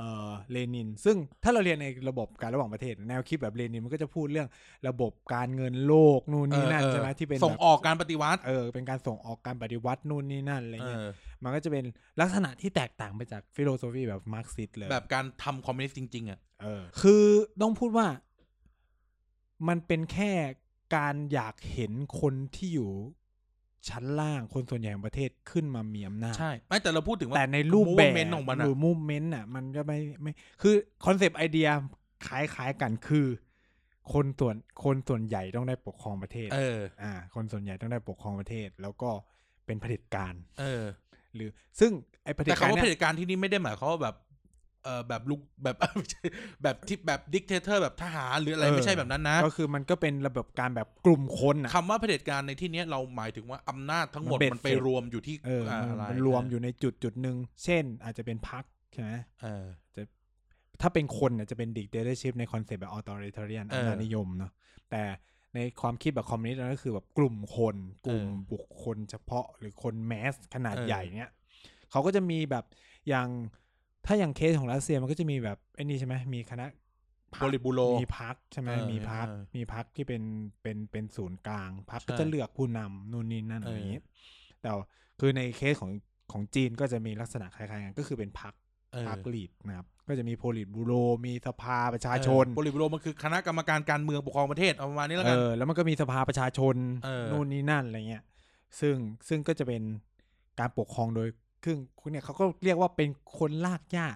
เออเลนิน ซึ่งถ้าเราเรียนในระบบการระหว่างประเทศ แนวคิดแบบเลนินมันก็จะพูดเรื่องระบบการเงินโลกนู่นนี่นั่น เออ ใช่ไหมที่เป็น ส่ง แบบ ออกการปฏิวัติ เออเป็นการส่งออกการปฏิวัตินู่นนี่นั่นอะไร เอ เงี้ย อ มันก็จะเป็นลักษณะที่แตกต่างไปจากฟิโลโซฟีแบบมาร์กซิสเลย แบบการทำคอมมิวนิสต์จริงๆอ่ะ เออคือต้องพูดว่ามันเป็นแค่การอยากเห็นคนที่อยู่ชั้นล่างคนส่วนใหญ่ของประเทศขึ้นมามีอำนาจ ใช่ไม่แต่เราพูดถึงว่า แต่ในรูปแบบ movement ของมันอะ หรือมูเมนต์อ่ะ มันก็ไม่ไม่คือคอนเซปต์ไอเดียคล้ายๆกันคือ คนส่วนคนส่วนใหญ่ต้องได้ปกครองประเทศ เออ อ่า คนส่วนใหญ่ต้องได้ปกครองประเทศ แล้วก็เป็นเผด็จการ เออ หรือซึ่งไอเผด็จ แต่ การ คำว่า เนี่ เผ ย ด็จการที่นี่ไม่ได้หมายความว่าแบบ เออแบบลุกแบบ [LAUGHS] แบบที่แบบดิกเตอร์แบบทหารหรืออะไรไม่ใช่แบบนั้นนะ ก็คือมันก็เป็นระบบการแบบกลุ่มคนอ่ะ คำว่าเผด็จการในที่เนี้ยเราหมายถึงว่าอำนาจทั้งหมด มันเบ็ด มันไป เสร็จ รวมอยู่ที่ เออ อะ มัน ไร มันรวมอยู่ในจุดจุดหนึ่ง เช่น อาจจะเป็นพักใช่ไหม เออ ถ้าเป็นคนน่ะจะเป็นดิกเตอร์ชิพในคอนเซปต์แบบออโตเรเทเรียน เออ อำนาจนิยมเนาะแต่ในความคิดแบบคอมมิวนิสต์นั่นก็คือแบบกลุ่มคน กลุ่ม เออ บุคคลเฉพาะหรือคนแมสขนาด เออ ใหญ่เนี้ยเขาก็จะมีแบบอย่างถ้าอย่างเคสของรัสเซียมันก็จะมีแบบไอ้นี่ใช่ไหมมีคณะพร บ รค ริบูโร มีพักใช่ไหม เออ มีพัก เออ มีพักที่เป็นเป็นเป็นศูนย์กลางพัก ใช่ ก็จะเลือกผู้นำนู่นนี่นั่น เอ อะ อ ไร อ อย่างนี้ แต่ว่าคือในเคสของของจีนก็จะมีลักษณะคล้ายๆกันก็คือเป็นพัก เออ พักลีดนะครับ ก็จะมีโพลิตบูโร มีสภาประชาชน เออบริบูโรมันคือคณะกรรมการการเมืองปกครองประเทศเอาประมาณนี้แล้ว เอ กัน อแล้วมันก็มีสภาประชาชน เออ นู่นนี่นั่นอะไรเงี้ยซึ่งซึ่งก็จะเป็นการปกครองโดยซึ่งคุณเนี่ยเขาก็เรียกว่าเป็นคนลากหญ้า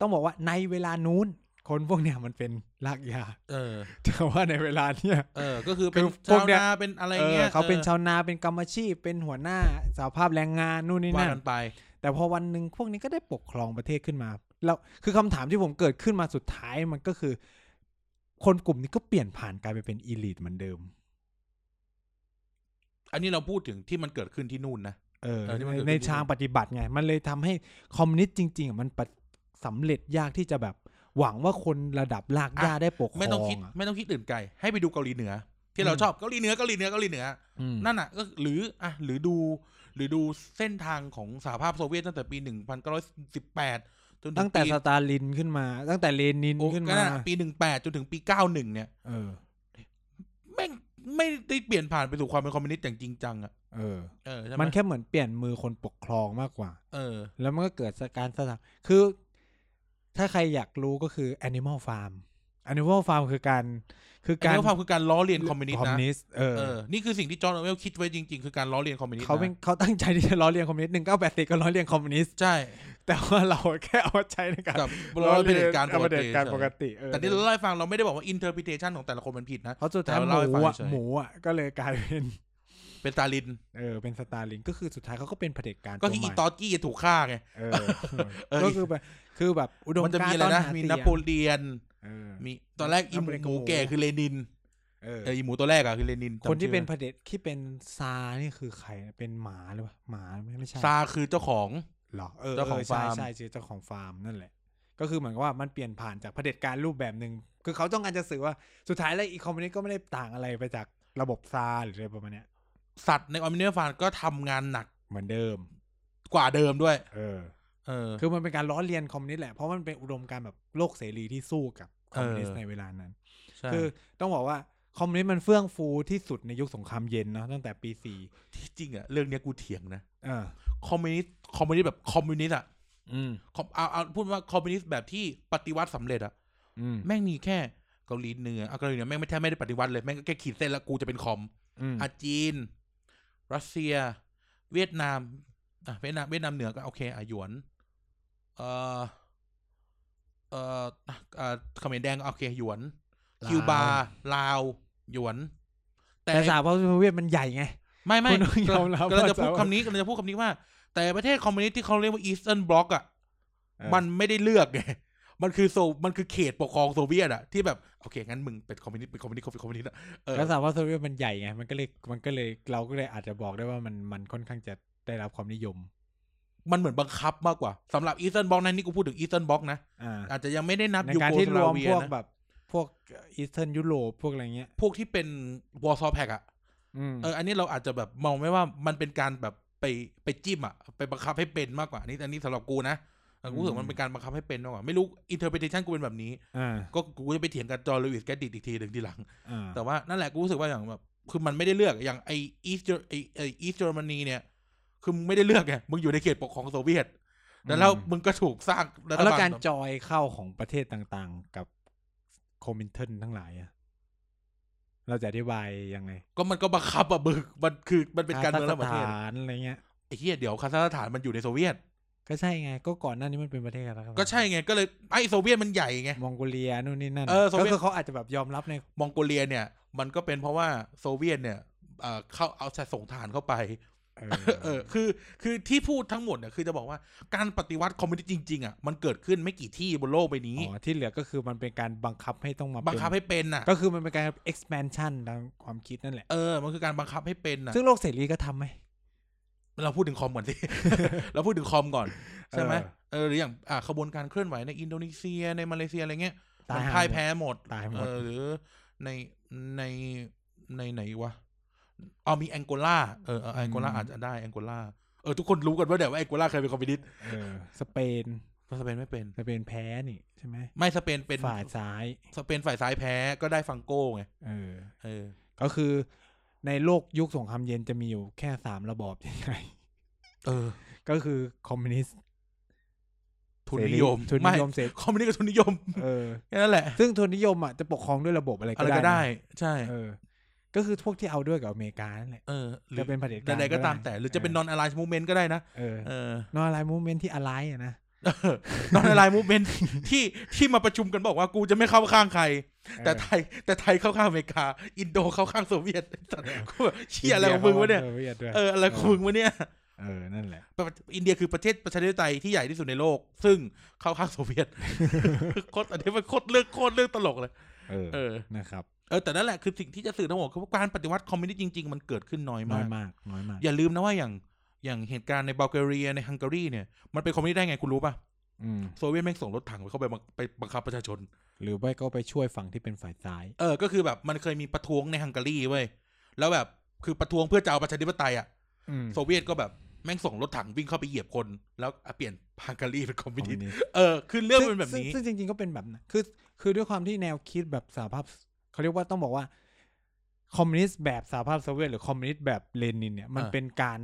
ต้องบอกว่าในเวลานู้นคนพวกเนี่ยมันเป็นลากหญ้า [LAUGHS] เออ แต่ว่าในเวลาเนี่ย เออ ก็คือเป็น คือพว ชาก ว เนี้ย นาเป็นอะไรเงี้ย เขาเป็นชาวนาเป็นกรรมอาชีพเป็นหัวหน้าสหภาพแรงงานนู่นนี่ ว่า นั่น กันไป แต่พอวันหนึ่งพวกนี้ก็ได้ปกครองประเทศขึ้นมา แล้วคือคำถามที่ผมเกิดขึ้นมาสุดท้ายมันก็คือ คนกลุ่มนี้ก็เปลี่ยนผ่านกลายไปเป็นอีลิทเหมือนเดิม อันนี้เราพูดถึงที่มันเกิดขึ้นที่นู่นนะ เออ เออที่มัน ใน เกิดขึ้น ในทางปฏิบัติไง มันเลยทำให้คอมมิวนิสต์จริงๆอ่ะมันปะสำเร็จยากที่จะแบบหวังว่าคนระดับลากย่าได้ปกครอง ไม่ต้องคิด ะ ไม่ต้องคิดอื่นไกล ให้ไปดูเกาหลีเหนือ ที่เรา อืม ชอบเกาหลีเหนือเกาหลีเหนือเกาหลีเหนือ อืม นั่นอ่ะก็หรืออ่ะหรือดูหรือดูเส้นทางของสหภาพโซเวียตตั้งแต่ปีหนึ่งพันเก้าร้อยสิบแปดจนถึ ตั้งแต่ ปี สตาลินขึ้นมา ตั้งแต่เลนิน โอ้ ขึ้น ก็ มา นั่นอะปีหนึ่งแปดจนถึงปีเก้าหนึ่งเนี่ย เออ แม่งไม่ได้เปลี่ยนผ่านไปสู่ความเป็นคอมมิวนิสต์อย่างจริงจังอ่ะ เออ เออใช่ไหม มันแค่เหมือนเปลี่ยนมือคนปกครองมากกว่า เออ แล้วมันก็เกิดการสลับคือ ถ้าใครอยากรู้ก็คือ Animal Farm Animal Farm คือการ คือ การ การ ความคือการล้อเลียนคอมมิวนิสต์นะ ต์เออ เออนี่คือสิ่งที่จอห์นออเวลคิดไว้จริง ๆ คือการล้อเลียนคอมมิวนิสต์ เขาเป็น นะ เขาตั้งใจที่จะล้อเลียนคอมมิวนิสต์หนึ่งเก้าแปดสิก็ล้อเลียนคอมมิวนิสต์ ใช่ แต่ว่าเราแค่เอามาใช้ในการ [LAUGHS] แบบล้อเลียนการป เอา ก มาเด็ ติ การปกติเออ แต่ที่เราเล่าให้ฟังเราไม่ได้บอกว่าอินเทอร์พิเทชันของแต่ละคนมันผิดนะ เพราะสุดท้าย แต่ ห เราเล่าให้ฟั มู ง อ่ะ เฉย หมูอ่ะก็เลยกลายเป็น เป็นตาลิน เออเป็นสตาลินก็คือสุดท้ายเขาก็เป็นเผด็จการ ก็ ตัว ที่ ให อี ม่ ตอสกี้จะถูกฆ่าไง เออ เออ ก็คือแบบคือแบบอุดม มันจะ การ มี ณ์ อะไร ตอน นะ หา มี เสียง นโปเลียน เออ มีตอนแรกอีหมู แล้วเป็น หหมูมูแก่คือเลนิน เออ เอออีหมูตัวแรกอะคือเลนินจำ คนที่ ชื่อ เป็นเผด็จที่เป็นซาร์นี่คือใครนะเป็นหมาหรือเปล่าหมาไม่ไม่ใช่ ซาคือเจ้าของ เหรอเออ เจ้าของ ใช่ ฟาร์ม ใช่ชื่อเจ้าของฟาร์มนั่นแหละ ก็คือเหมือนกับว่ามันเปลี่ยนผ่านจากเผด็จการรูปแบบหนึ่งคือเขาต้องการจะสื่อว่าสุดท้ายแล้วอีคอมมิวนิสต์ก็ไม่ได้ต่างอะไรไปจากระบบซาร์หรืออะไรประมาณเนี้ย สัตว์ในออมนิเนียฟานก็ทำงานหนัก เหมือนเดิม กว่าเดิมด้วย เออ เออ คือมันเป็นการล้อเลียนคอมมิวนิสต์แหละเพราะมันเป็นอุดมการณ์แบบโลกเสรีที่สู้กับคอมมิวนิสต์ เออ ในเวลานั้น ใช่ คือต้องบอกว่าคอมมิวนิสต์มันเฟื่องฟูที่สุดในยุคสงครามเย็นเนาะตั้งแต่ปีสี่ ที่จริงอะเรื่องเนี้ยกูเถียงนะ เออ คอมมิวนิสต์คอมมิวนิสต์แบบคอมมิวนิสต์อะ อืม คอมเอาเอาพูดว่าคอมมิวนิสต์แบบที่ปฏิวัติสำเร็จอะ อืม แม่งมีแค่เกาหลีเหนือเอาเกาหลีเหนือแม่งไม่แทบไม่ได้ปฏิวัติเลยแม่งก็แค่ขีดเส้นแล้วกูจะเป็นคอม อืม อาจีน รัสเซีย เวียดนามอ่ะเวียดนามเวียดนามเหนือก็โอเคอ่ะหยวน เอ่อเอ่ออ่ะอ่ะเขมรแดงก็โอเคหยวน คิวบาร์ลาว หยวน แต่ แต่สหภาพโซเวียตมันใหญ่ไง ไม่ไม่ คุณต้องยอมรับ กำลังจะพูด ว่า คำนี้กำลังจะพูดคำนี้ว่า แต่ประเทศคอมมิวนิสต์ที่เขาเรียกว่าอีสเทิร์นบล็อกอ่ะ เออ มันไม่ได้เลือกไง มันคือโซ มันคือเขตปกครองโซเวียตอะที่แบบโอเคงั้นมึงเป็นคอมมิวนิสต์เป็นคอมมิวนิสต์เป็นคอมมิวนิสต์อะเออ แล้วสหภาพโซเวียตมันใหญ่ไง มันก็เลยมันก็เลยเราก็เลยอาจจะบอกได้ว่ามันมันค่อนข้างจะได้รับความนิยม มันเหมือนบังคับมากกว่าสำหรับอีสเทิร์นบล็อกนั้นนี่กูพูดถึงอีสเทิร์นบล็อกนะ อ่า อาจจะยังไม่ได้นับ ใน ยู การ โก ที่ ส ร ลาว ม เวีย พวก นะ แบบพวกอีสเทิร์นยุโรปพวกอะไรเงี้ย พวกที่เป็นวอร์ซอแพกอะ อืม เอออันนี้เราอาจจะแบบมองไม่ว่ามันเป็นการแบบไปไปจิ้มอะไปบังคับให้เป็นมากกว่าอันนี้อันนี้สำหรับกูนะเออกูรู้สึกมันเป็นการบังคับให้เป็นมากกว่าไม่รู้อินเทอร์ e t เ t ชันกูเป็นแบบนี้ อ่า ก็กูจะไปเถียงกับจอร์ลวิสแกดดิตอีกทีหนึ่งทีหลัง อ่า แต่ว่านั่นแหละกูรู้สึกว่าอย่างแบบคือมันไม่ได้เลือกอย่างไออีสไอไออีสเยอรมนีเนี่ย คือมึงไม่ได้เลือกไงมึงอยู่ในเขตปกครองโซเวียตแล้วแล้วมึงก็ถูกสร้างฐบ แล้วการ ต่อ จอยเข้าของประเทศต่างๆ กับคอมมินเทนทั้งหลายอะเราจะอธิบายยังไง ก็มันก็บังคับอะบึกมันคือมันเป็นการเมืองระหว่างประเทศ คซัคสถานอะไรเงี้ย ไอ้เหี้ยเดี๋ยวคาซัคสถานมันอยู่ในโซเวียต ก็ใช่ไง ก็ก่อนหน้านี้มันเป็นประเทศกันแล้ว ก็ใช่ไงก็เลยไอ้โซเวียตมันใหญ่ไง มองโกเลียนู่นนี่นั่น เออโซเวี ก็ ยต คือเขาอาจจะแบบยอมรับใน มองโกเลียเนี่ย มันก็เป็นเพราะว่าโซเวียตเนี่ยเอ่อเข้าเอาส่งฐานเข้าไป เอ เออคือคือที่พูดทั้งหมดเนี่ยคือจะบอกว่าการปฏิวัติคอมมิวนิสต์จริงๆอ่ะมันเกิดขึ้นไม่กี่ที่บนโลกใบนี้ อ๋อที่เหลือก็คือมันเป็นการบังคับให้ต้องมา บังคับ เป็น ให้เป็นน่ะ ก็คือมันเป็นการ expansion ทางความคิดนั่นแหละ เออ มันคือการบังคับให้เป็นน่ะ ซึ่งโลกเสรีก็ทำไหม เราพูดถึงคอมก่อนสิ [LAUGHS] เราพูดถึงคอมก่อน ใช่ไหม เออ เออหรืออย่างอ่ะขบวนการเคลื่อนไหวในอินโดนีเซียในมาเลเซียอะไรเงี้ยมัน ห พ่าย หมด แพ้หมด ตายหมด เออหรือในในในไหนวะเอามีแองโกลาเออแองโกลาอาจจะได้แองโกลาเออทุกคนรู้กันว่าเดี๋ยวว่าแองโกลาเคยเป็นคอมมิวนิสต์ เออสเปน สเปนไม่เป็น สเปนแพ้นี่ใช่ไหม ไม่สเปนเป็น ฝ่ายซ้าย สเปนฝ่ายซ้ายแพ้ก็ได้ฟังโก้ไง เออ เออ ก็คือในโลกยุคสงครามเย็นจะมีอยู่แค่สามระบอบใหญ่ เออ ๆ [LAUGHS] ก็คือคอมมิวนิสต์ ทุนนิยม ทุนนิ ไม่ ยมเสรี คอมมิวนิสต์กับทุนนิย [LAUGHS] ม เออ แค่นั้นแหละ ซึ่งทุนนิยมอ่ะจะปกครองด้วยระบบอะไร อะไร ก็ ก็ ได้ ได้ใช่ นะเออ ก็คือพวกที่เอาด้วยกับอเมริกานั่นแหละ เออหรือ จะเป็นเผด็จการ ใดๆก็ตามแต่ หรือจะเป็น non aligned movement ก็ได้นะ เออ เออน [LAUGHS] อนอะไรมูเมนที่อะไรอะนะ non aligned movement ที่ที่มาประชุมกันบอกว่ากูจะไม่เข้าข้างใคร แต่ไทยแต่ไทยเข้าข้างอเมริกา อินโดเข้าข้างโซเวียตสัตว์กูแบบเชี่ยอะไรของมึงวะเนี่ย ออวีดด้วย เอออะไรของมึงวะเนี่ย เออนั่นแหละ อินเดียคือประเทศประชาธิปไตยที่ใหญ่ที่สุดในโลก ซึ่งเข้าข้างโซเวียต [LAUGHS] โคตรอันนี้มันโคตรเรื่องโคตรเรื่องตลกเลย เออ เออ นะครับ เออแต่นั่นแหละคือสิ่งที่จะสื่อทั้งหมดคือว่าการปฏิวัติคอมมิวนิสต์จริงๆมันเกิดขึ้นน้อย น้ มา อก ยมากน้อยมาก อย่าลืมนะว่าอย่างอย่างเหตุการณ์ในบัลแกเรียในฮังการีเนี่ยมันเป็นคอมมิวนิสต์ได้ไงคุณรู้ป่ะ อืม โซเวียตแม่งส่งรถถังไปเข้าไปบังไปบังคับประชาชน หรือไม่ก็ไปช่วยฝั่งที่เป็นฝ่ายซ้าย เออ ก็คือแบบมันเคยมีประท้วงในฮังการีเว้ย แล้วแบบคือประท้วงเพื่อจะเอาประชาธิปไตยอ่ะ อืม โซเวียตก็แบบแม่งส่งรถถังวิ่งเข้าไปเหยียบคน แล้วอ่ะเปลี่ยนฮังการี [LAUGHS] เป็นคอคมอ มิ ม วนิ มิวสต์ นิสต์ เออ คือเรื่องมันแบบ ซึ่ง นี้ ซึ่งซึ่งจริงๆก็เป็นแบบนั้นคือ คือด้วยความที่แนวคิดแบบสหภาพเขาเรียกว่าต้องบอกว่า คอมมิวนิสต์แบบสหภาพโซเวียตหรือคอมมิวนิสต์แบบเลนินเนี่ยมัน อ่า เป็นการ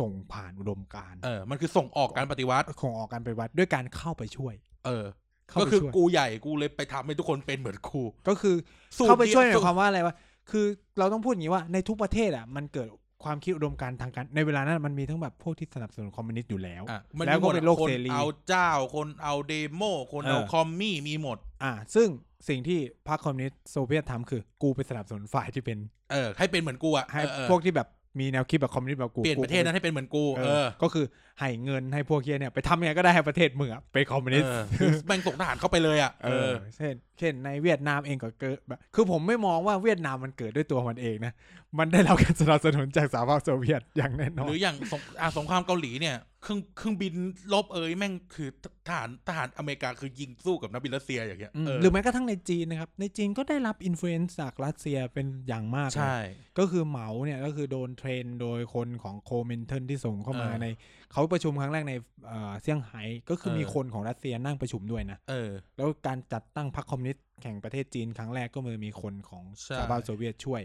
ส่งผ่านอุดมการณ์ เออ มันคือส่งออกการปฏิวัติ ของออกการไปฏิวัดด้วยการเข้าไปช่วย เออ เข้า ก็ ไป คือ ช่วย กูใหญ่กูเลยไปทำให้ทุกคนเป็นเหมือนกู ก็คือ สูตร เข้าไปช่วยห ที่ มายความว่าอะไรวะ คือเราต้องพูดอย่างนี้ว่าในทุกประเทศอ่ะมันเกิดความคิดอุดมการณ์ทางการ ในเวลานั้นมันมีทั้งแบบพวกที่สนับสนุนคอมมิวนิสต์อยู่แล้ว อ่ะมัน แล้วมีห ก็ มด เป็น อะ โลก คน เสรี เอาเจ้าคนเอาเดโมคนเอา เออ คอมมี่มีหมด อ่า ซึ่งสิ่งที่พรรคคอมมิวนิสต์โซเวียตทำคือ กูไปสนับสนุนฝ่ายที่เป็น เออ ให้เป็นเหมือนกูอ่ะ ให้ เออเออ พวกที่แบบมีแนวคิดแบบคอมมิวนิสต์แบบกู เปลี่ยนประเทศนั้นให้เป็นเหมือนกู เอ เอ อ อ ก็คือให้เงินให้พวกเฮียเนี่ยไปทำยังไงก็ได้ให้ประเทศมึงอ่ะเป็นคอมมิวนิสต์ เออคือแบ่งส่งทหารเข้าไปเลยอ่ะ เอ เอ อ อ เช่น เช่น ในเวียดนามเองก็เกิดแบบคือผมไม่มองว่าเวียดนามมันเกิดด้วยตัวมันเองนะ มันได้รับการสนับสนุนจากสหภาพโซเวียตอย่างแน่นอ ห น รืออย่างสงอ่ะสงครามเกาหลีเนี่ยเครื่องเครื่องบินลบเอ้ยแม่งคือทหารทหารอเมริกาคือยิงสู้กับนักบินรัสเซียอย่างเงี้ย อืม เออ หรือแม้กระทั่งในจีนนะครับ ในจีนก็ได้รับอิ f ฟ u e n c e จากรัสเซียเป็นอย่างมาก ใช่ นะก็คือเหมาเนี่ยก็คือโดนเทรนโดยคนของโคเมนเทนที่ส่งเข้ามา เออ ใน เขาประชุมครั้งแรกในเอ่อเซี่ยงไฮ้ก็คือ เออ มีคนของรัสเซียนั่งประชุมด้วยนะ เออ แล้วการจัดตั้งพรรคคอมมิวนิสต์แห่งประเทศจีนครั้งแรกก็มือมีคนของ ใช่ สหภาพโซเวียตช่วย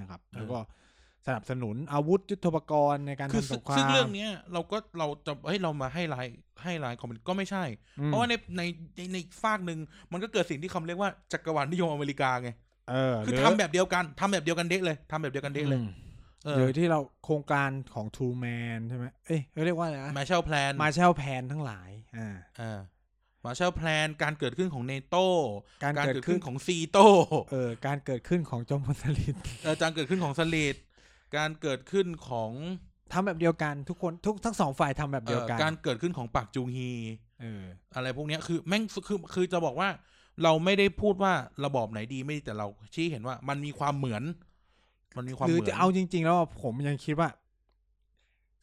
นะครับ เออ แล้วก็สนับสนุนอาวุธยุทโธปกรณ์ในการ คือ ทำส ซึ่ง งคราม ซึ่งเรื่องเนี้ยเราก็เราจะเฮ้ยเรามาให้ลายให้ลายคอมมิวนิสต์ก็ไม่ใช่ อืม เพราะว่าในในในในอีกฝากหนึ่งมันก็เกิดสิ่งที่คำเรียกว่าจักรวรรดินิยมอเมริกาไง เออ คือ หรื ทำแบบเดียวกันทำแบบเดียวกันเด็กเลยทำแบบเดียวกันเด็กเลย อืม เอ หรือ อ ที่เราโครงการของทูแมนใช่ไหมเอ้ยเขาเรียกว่าอะไรนะ มาเชลแพลน มาเชลแพนทั้งหลาย อ่า อ่า มาเชลแพลนการเกิดขึ้นของเนโต การ การ เกิด เกิด ขึ้ ขึ้ น นของซีโต เออการเกิดขึ้นของจอม [LAUGHS] พลสฤษดิ์ เออการเกิดขึ้นของสลิดการเกิดขึ้นของ ทำแบบเดียวกันทุกคนทุกทั้งสองฝ่ายทำแบบ เอ่ เดียว อ กัน การเกิดขึ้นของปากจูงฮี เออ อะไรพวกเนี้ยคือแม่งคือคือจะบอกว่า เราไม่ได้พูดว่าระบอบไหนดีไม่ดีแต่เราชี้เห็นว่ามันมีความเหมือน มันมีความ ห เห รือ มือ จะ น เอาจริง ๆ แล้วอะผมยังคิดว่า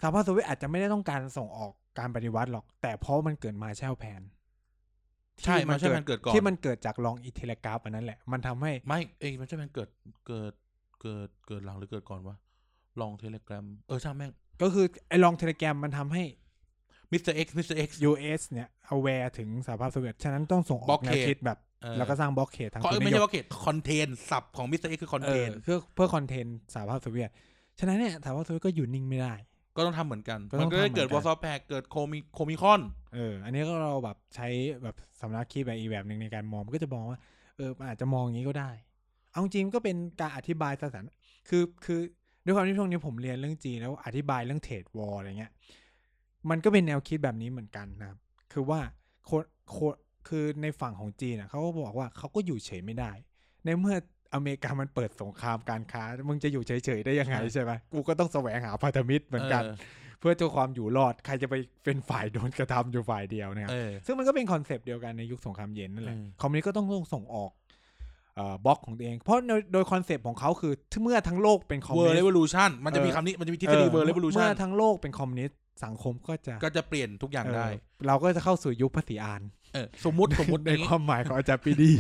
สหภาพโซเวียตอาจจะไม่ได้ต้องการส่งออกการปฏิวัติหรอก แต่เพราะมันเกิดมาแช่แผน ใช่มันใช่มันเกิดก่อน ที่มันเกิดจากลองอิเทเลกราฟอันนั้นแหละ มันทำให้ ไม่เอ้ยมันใช่มันเกิดเกิดเกิดเกิดหลังหรือเกิดก่อนวะลองเทเลกราเออช่างแม่ง ก็คือไอ้ลองเทเลกราฟมันทำให้ มิสเตอร์เอ็กซ์มิสเตอร์เอ็กซ์ US เนี่ย aware ถึงสหภาพโซเวียตฉะนั้นต้องส่งออกแนว Blockade คิดแบบ เออ แล้วก็สร้างบล็อกเขตทาง ขอ ตัวนนไม่โย ใช่ บาย ว่าเขตคอนเทนสับของมิสเตอร์เอ็กซ์คือคอน เอ เท อน เพื่อเพื่อคอนเทนสหภาพโซเวียตฉะนั้นเนี่ยสหภาพโซเวียตก็อยู่นิ่งไม่ได้ ก็ต้องทำเหมือนกัน ก็ต้ มั อง นก็ได้เกิด ทำเหมื ว อ อน ล กัน ซอแพกเกิดโคมิโคมิคอน เออ อันนี้ก็เราแบบใช้แบบสำนักคิดแบบอีกแบบหนึ่งในการมองมันก็จะมองว่า เออมันอาจจะมองอย่างนี้ก็ได้ เอาจริงๆมันก็เป็นการอธิบายสถานคือคือด้วยความที่ช่วงนี้ผมเรียนเรื่องจีนแล้วอธิบายเรื่องเทรดวอร์อะไรเงี้ย มันก็เป็นแนวคิดแบบนี้เหมือนกันนะครับ คือว่าคนคนคือในฝั่งของจีนอ่ะเขาก็บอกว่าเขาก็อยู่เฉยไม่ได้ ในเมื่ออเมริกามันเปิดสงครามการค้า มึงจะอยู่เฉยๆได้ยังไง เออ ใช่ไหมกูก็ต้องแสวงหาพันธมิตรเหมือนกัน เพื่อตัวความอยู่รอดใครจะไปเป็นฝ่ายโดนกระทำอยู่ฝ่ายเดียวนะครับ เออ ซึ่งมันก็เป็นคอนเซปต์เดียวกันในยุคสงครามเย็นนั่นแหละ อืม คอมมิวนิสต์ก็ต้องส่งออกเอ่อบล็อกของตัวเอง เพราะโดยโดยคอนเซปต์ของเขาคือเมื่อทั้งโลกเป็นคอม เว มิวอร์ นิ เร สต์ วลูชันมันจะมี เออ คำนี้มันจะมีทฤษฎีเวอร์เรวลูชั เมื่อน ทั้งโลกเป็นคอมมิวนิสต์สังคมก็จะ ก็จะเปลี่ยนทุกอย่างได้ เออเราก็จะเข้าสู่ยุคภาษี [LAUGHS] อาน เออสมมติสมมติ ใน นี้ ความหมายของอาจารย์ปรีดี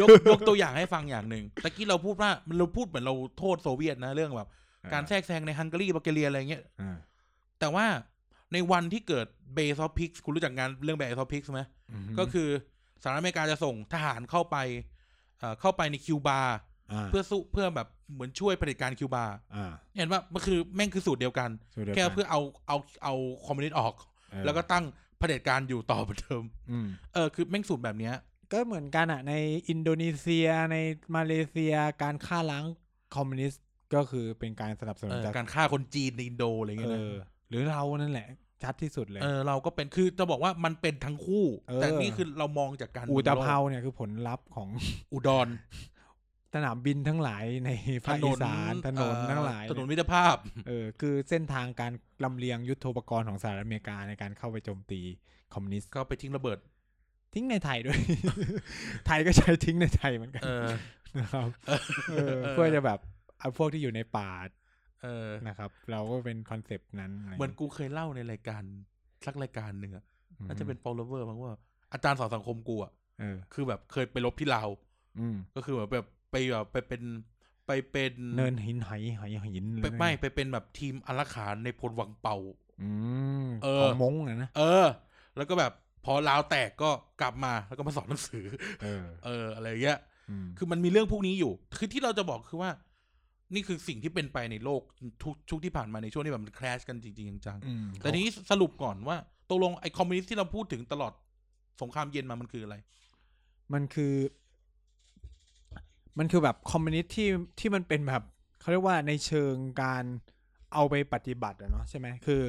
ยกยกตัวอย่างให้ฟังอย่างหนึ่งตะกี้เราพูดว่ามันเราพูดเหมือนเราโทษโซเวียตนะเรื่องแบบ การแทรกแซงในฮังการีบัลแกเรียอะไรเงี้ย อ่า แต่ว่าในวันที่เกิดเบย์ซอฟพิกคุณรู้จักงานเรื่องเบย์ซอฟพิกไหมก็คือสหรัฐอเมริกาจะส่งทหารเข้าไปเอ่อเข้าไปในคิวบา า เพื่อสู้เพื่อแบบเหมือนช่วยเผด็จการคิวบา อ่า เห็นว่ามันคือแม่งคือสูตรเดียวกัน ส่วนเดียว แค่ กัน เพื่อเอาเอาเอาคอมมิวนิสต์ออก เออ แล้วก็ตั้งเผด็จการอยู่ต่อเหมือนเดิม อืม เออคือแม่งสูตรแบบเนี้ย ก็เหมือนกันอ่ะ ในอินโดนีเซียในมาเลเซียการฆ่าล้างคอมมิวนิสต์ก็คือเป็นการสนับสนุ เอน อ จาก การฆ่าคนจีนในอินโดอะไรเงี้ย เอ นะ อหรือเรานั่นแหละ ชัดที่สุดเลย เออเราก็เป็นคือจะบอกว่ามันเป็นทั้งคู่ เออ แต่นี่คือเรามองจากการ อูตะเภา โลก เนี่ยคือผลลัพธ์ของ อุดร สนามบินทั้งหลายในภาคอีสานถนนทั้งหลาย เอ่อถนนมิตรภาพ เออคือเส้นทางการลำเลียงยุทโธปกรณ์ของสหรัฐอเมริกาในการเข้าไปโจมตีคอมมิวนิสต์ ก็ไปทิ้งระเบิด ทิ้งในไทย [LAUGHS] ด้วย ไทยก็ใช้ทิ้งในไทยเหมือน [LAUGHS] กัน เออ นะครับเออ เออ เพื่อจะแบบเอาพวกที่อยู่ในป่า เออ นะครับ เราก็เป็นคอนเซปต์นั้น เหมือนกูเคยเล่าในรายการสักรายการหนึ่งอะ อืม น่าจะเป็น follower มั้งว่าอาจารย์สอนสังคมกูอะ เออ คือแบบเคยไปลบที่ลาว อืม ก็คือแบบแบบไปแบบไปเป็นไปเป็น เนินหินไหอยหอยหิน ไปไม่ไปเป็นแบบทีมอารักขาในพลวังเป่า อืม เออ ของมงนะนะ เออ แล้วก็แบบพอลาวแตกก็กลับมาแล้วก็มาสอนหนังสือ [LAUGHS] เออ เออ อะไรอย่างเงี้ย อืม คือมันมีเรื่องพวกนี้อยู่ คือที่เราจะบอกคือว่า นี่คือสิ่งที่เป็นไปในโลกทุกทุกที่ผ่านมาในช่วงที่แบบมันแครชกันจริงๆจัง อืม ๆแต่ทีนี้สรุปก่อนว่าตกลงไอ้คอมมิวนิสต์ที่เราพูดถึงตลอดสงครามเย็นมามันคืออะไร มันคือ มันคือแบบคอมมิวนิสต์ที่ที่มันเป็นแบบเขาเรียกว่าในเชิงการเอาไปปฏิบัติอะเนาะใช่ไหมคือ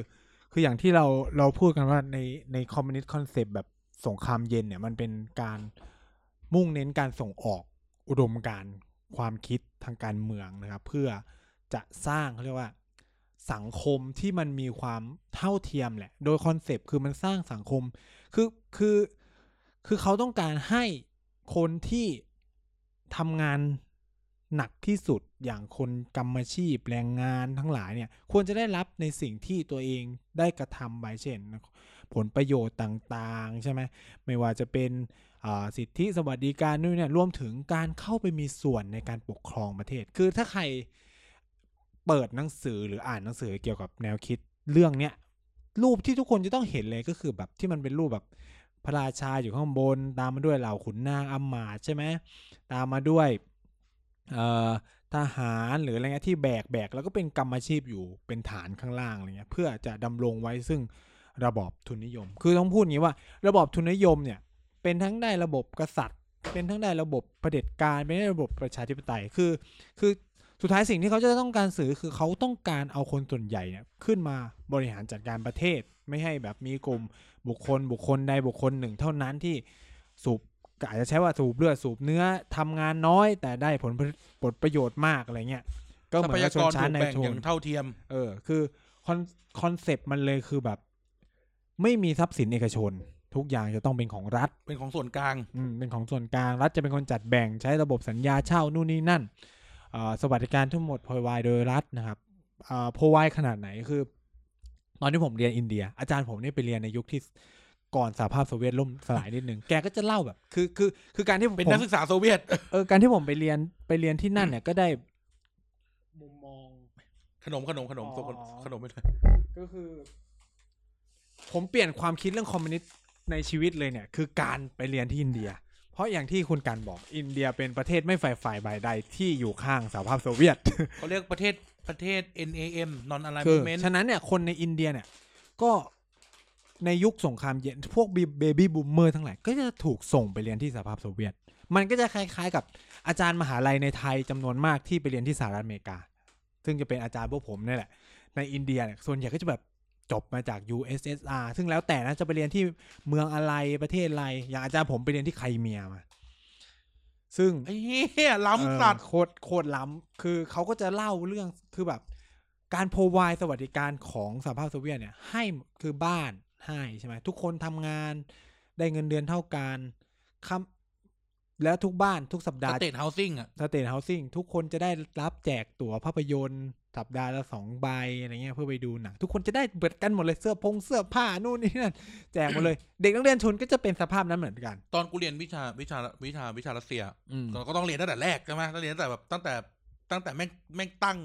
คืออย่างที่เราเราพูดกันว่าในในคอมมิวนิสต์คอนเซปต์แบบสงครามเย็นเนี่ย มันเป็นการมุ่งเน้นการส่งออกอุดมการณ์ความคิดทางการเมืองนะครับ เพื่อจะสร้างเขาเรียกว่า สังคมที่มันมีความเท่าเทียมแหละ โดยคอนเซปต์คือมันสร้างสังคม คือคือคือเขาต้องการให้คนที่ทำงานหนักที่สุดอย่างคนกรรมอาชีพแรงงานทั้งหลายเนี่ย ควรจะได้รับในสิ่งที่ตัวเองได้กระทำไปเช่น ผลประโยชน์ต่างๆ ใช่ไหมไม่ว่าจะเป็นอ่าสิทธิสวัสดิการด้วยเนี่ยรวมถึงการเข้าไปมีส่วนในการปกครองประเทศ คือถ้าใครเปิดหนังสือหรืออ่านหนังสือเกี่ยวกับแนวคิดเรื่องเนี้ยรูปที่ทุกคนจะต้องเห็นเลยก็คือแบบที่มันเป็นรูปแบบพระราชาอยู่ข้างบน ตามมาด้วยเหล่าขุนนางอำมาตย์ใช่ไหมตามมาด้วยเอ่อทหารหรืออะไรเงี้ยที่แบกแบกแล้วก็เป็นกรรมอาชีพอยู่เป็นฐานข้างล่างอะไรเงี้ยเพื่อจะดำรงไว้ซึ่ง ระบอบทุนนิยม คือต้องพูดอย่างนี้ว่า ระบอบทุนนิยมเนี่ย เป็นทั้งได้ระบบกษัตริย์ เป็นทั้งได้ระบบเผด็จการ เป็นได้ระบบประชาธิปไตย คือ คือ สุดท้ายสิ่งที่เขาจะต้องการสื่อคือเขาต้องการเอาคนส่วนใหญ่เนี่ยขึ้นมาบริหารจัดการประเทศ ไม่ให้แบบมีกลุ่มบุคคลบุคคลใดบุคคลหนึ่ง เท่านั้นที่สูบก็อาจจะใช้ว่าสูบเลือดสูบเนื้อทำงานน้อย แต่ได้ผลผลประโยชน์มากอะไรเงี้ยก็เหมือทรัพ น ยา กับช ก น ร ชั้นถูก ใน แบ่ง ช อน ย่างเท่าเทียม เออคือคอนคอนเซปต์มันเลยคือแบบ ไม่มีทรัพย์สินเอกชน ทุกอย่างจะต้องเป็นของรัฐ เป็นของส่วนกลาง อืมเป็นของส่วนกลาง รัฐจะเป็นคนจัดแบ่งใช้ระบบสัญญาเช่านู่นนี่นั่นเอ่อสวัสดิการทั้งหมดพรวายโดยรัฐนะครับเอ่อพรวายขนาดไหนคือ ตอนที่ผมเรียนอินเดีย อาจารย์ผมเนี่ยไปเรียนในยุคที่ก่อนสหภาพโซเวียตล่มสลายนิดหนึ่งแกก็จะเล่าแบบ คือคือคือการที่ผม เป็นนักศึกษาโซเวียต [LAUGHS] เออการที่ผมไปเรียนไปเรียนที่นั่นเนี่ยก็ได้มุมมอง ขนมขนมขนมตัวขนม อ๋อ ขนมไม่ได้ ก็คือ ผมเปลี่ยนความคิดเรื่องคอมมิวนิสต์ในชีวิตเลยเนี่ย คือการไปเรียนที่อินเดีย เพราะอย่างที่คุณการบอกอินเดียเป็นประเทศไม่ฝ่ายฝ่ายใดที่อยู่ข้างสหภาพโซเวียต เขาเรียกประเทศประเทศ NAM non คือ alignment ฉะนั้นเนี่ยคนในอินเดียเนี่ย ก็ในยุคสงครามเย็นพวกเบบี้บูมเมอร์ทั้งหลายก็จะถูกส่งไปเรียนที่สหภาพโซเวียต มันก็จะคล้ายๆ กับอาจารย์มหาลัยในไทยจำนวนมากที่ไปเรียนที่สหรัฐอเมริกา ซึ่งจะเป็นอาจารย์พวกผมเนี่ยแหละ ในอินเดียเนี่ยส่วนใหญ่ก็จะแบบจบมาจาก USSR ซึ่งแล้วแต่นะจะไปเรียนที่เมืองอะไรประเทศอะไร อย่างอาจารย์ผมไปเรียนที่ไครเมียมา ซึ่ง ไอ้เหี้ยล้ำสัตว์ เออโคตรโคตรล้ำคือเขาก็จะเล่าเรื่องคือแบบ การพรวายสวัสดิการของสหภาพโซเวียตเนี่ยให้คือบ้านให้ใช่ไหมทุกคนทำงานได้เงินเดือนเท่ากันคำแล้วทุกบ้านทุกสัปดาห์ สเตทเฮาสิ่งอ่ะ สเตทเฮาสิ่งทุกคนจะได้รับแจกตั๋วภาพยนตร์สัปดาห์ละสองใบอะไรเงี้ยเพื่อไปดูหนังทุกคนจะได้เบิดกันหมดเลยเสื้อพงเสื้อผ้านู่นนี่นั่นแจกหม [LAUGHS] ดเลย เด็กนักเรียนชนก็จะเป็นสภาพนั้นเหมือนกัน ตอนกูเรียนวิชาวิชาวิชาวิชารัสเซีย อืม เราก็ต้องเรียนตั้งแต่แรกใช่ไหมต้องเรียนตั้งแต่แบบตั้งแต่ตั้งแต่แม่งแม่งตั้ง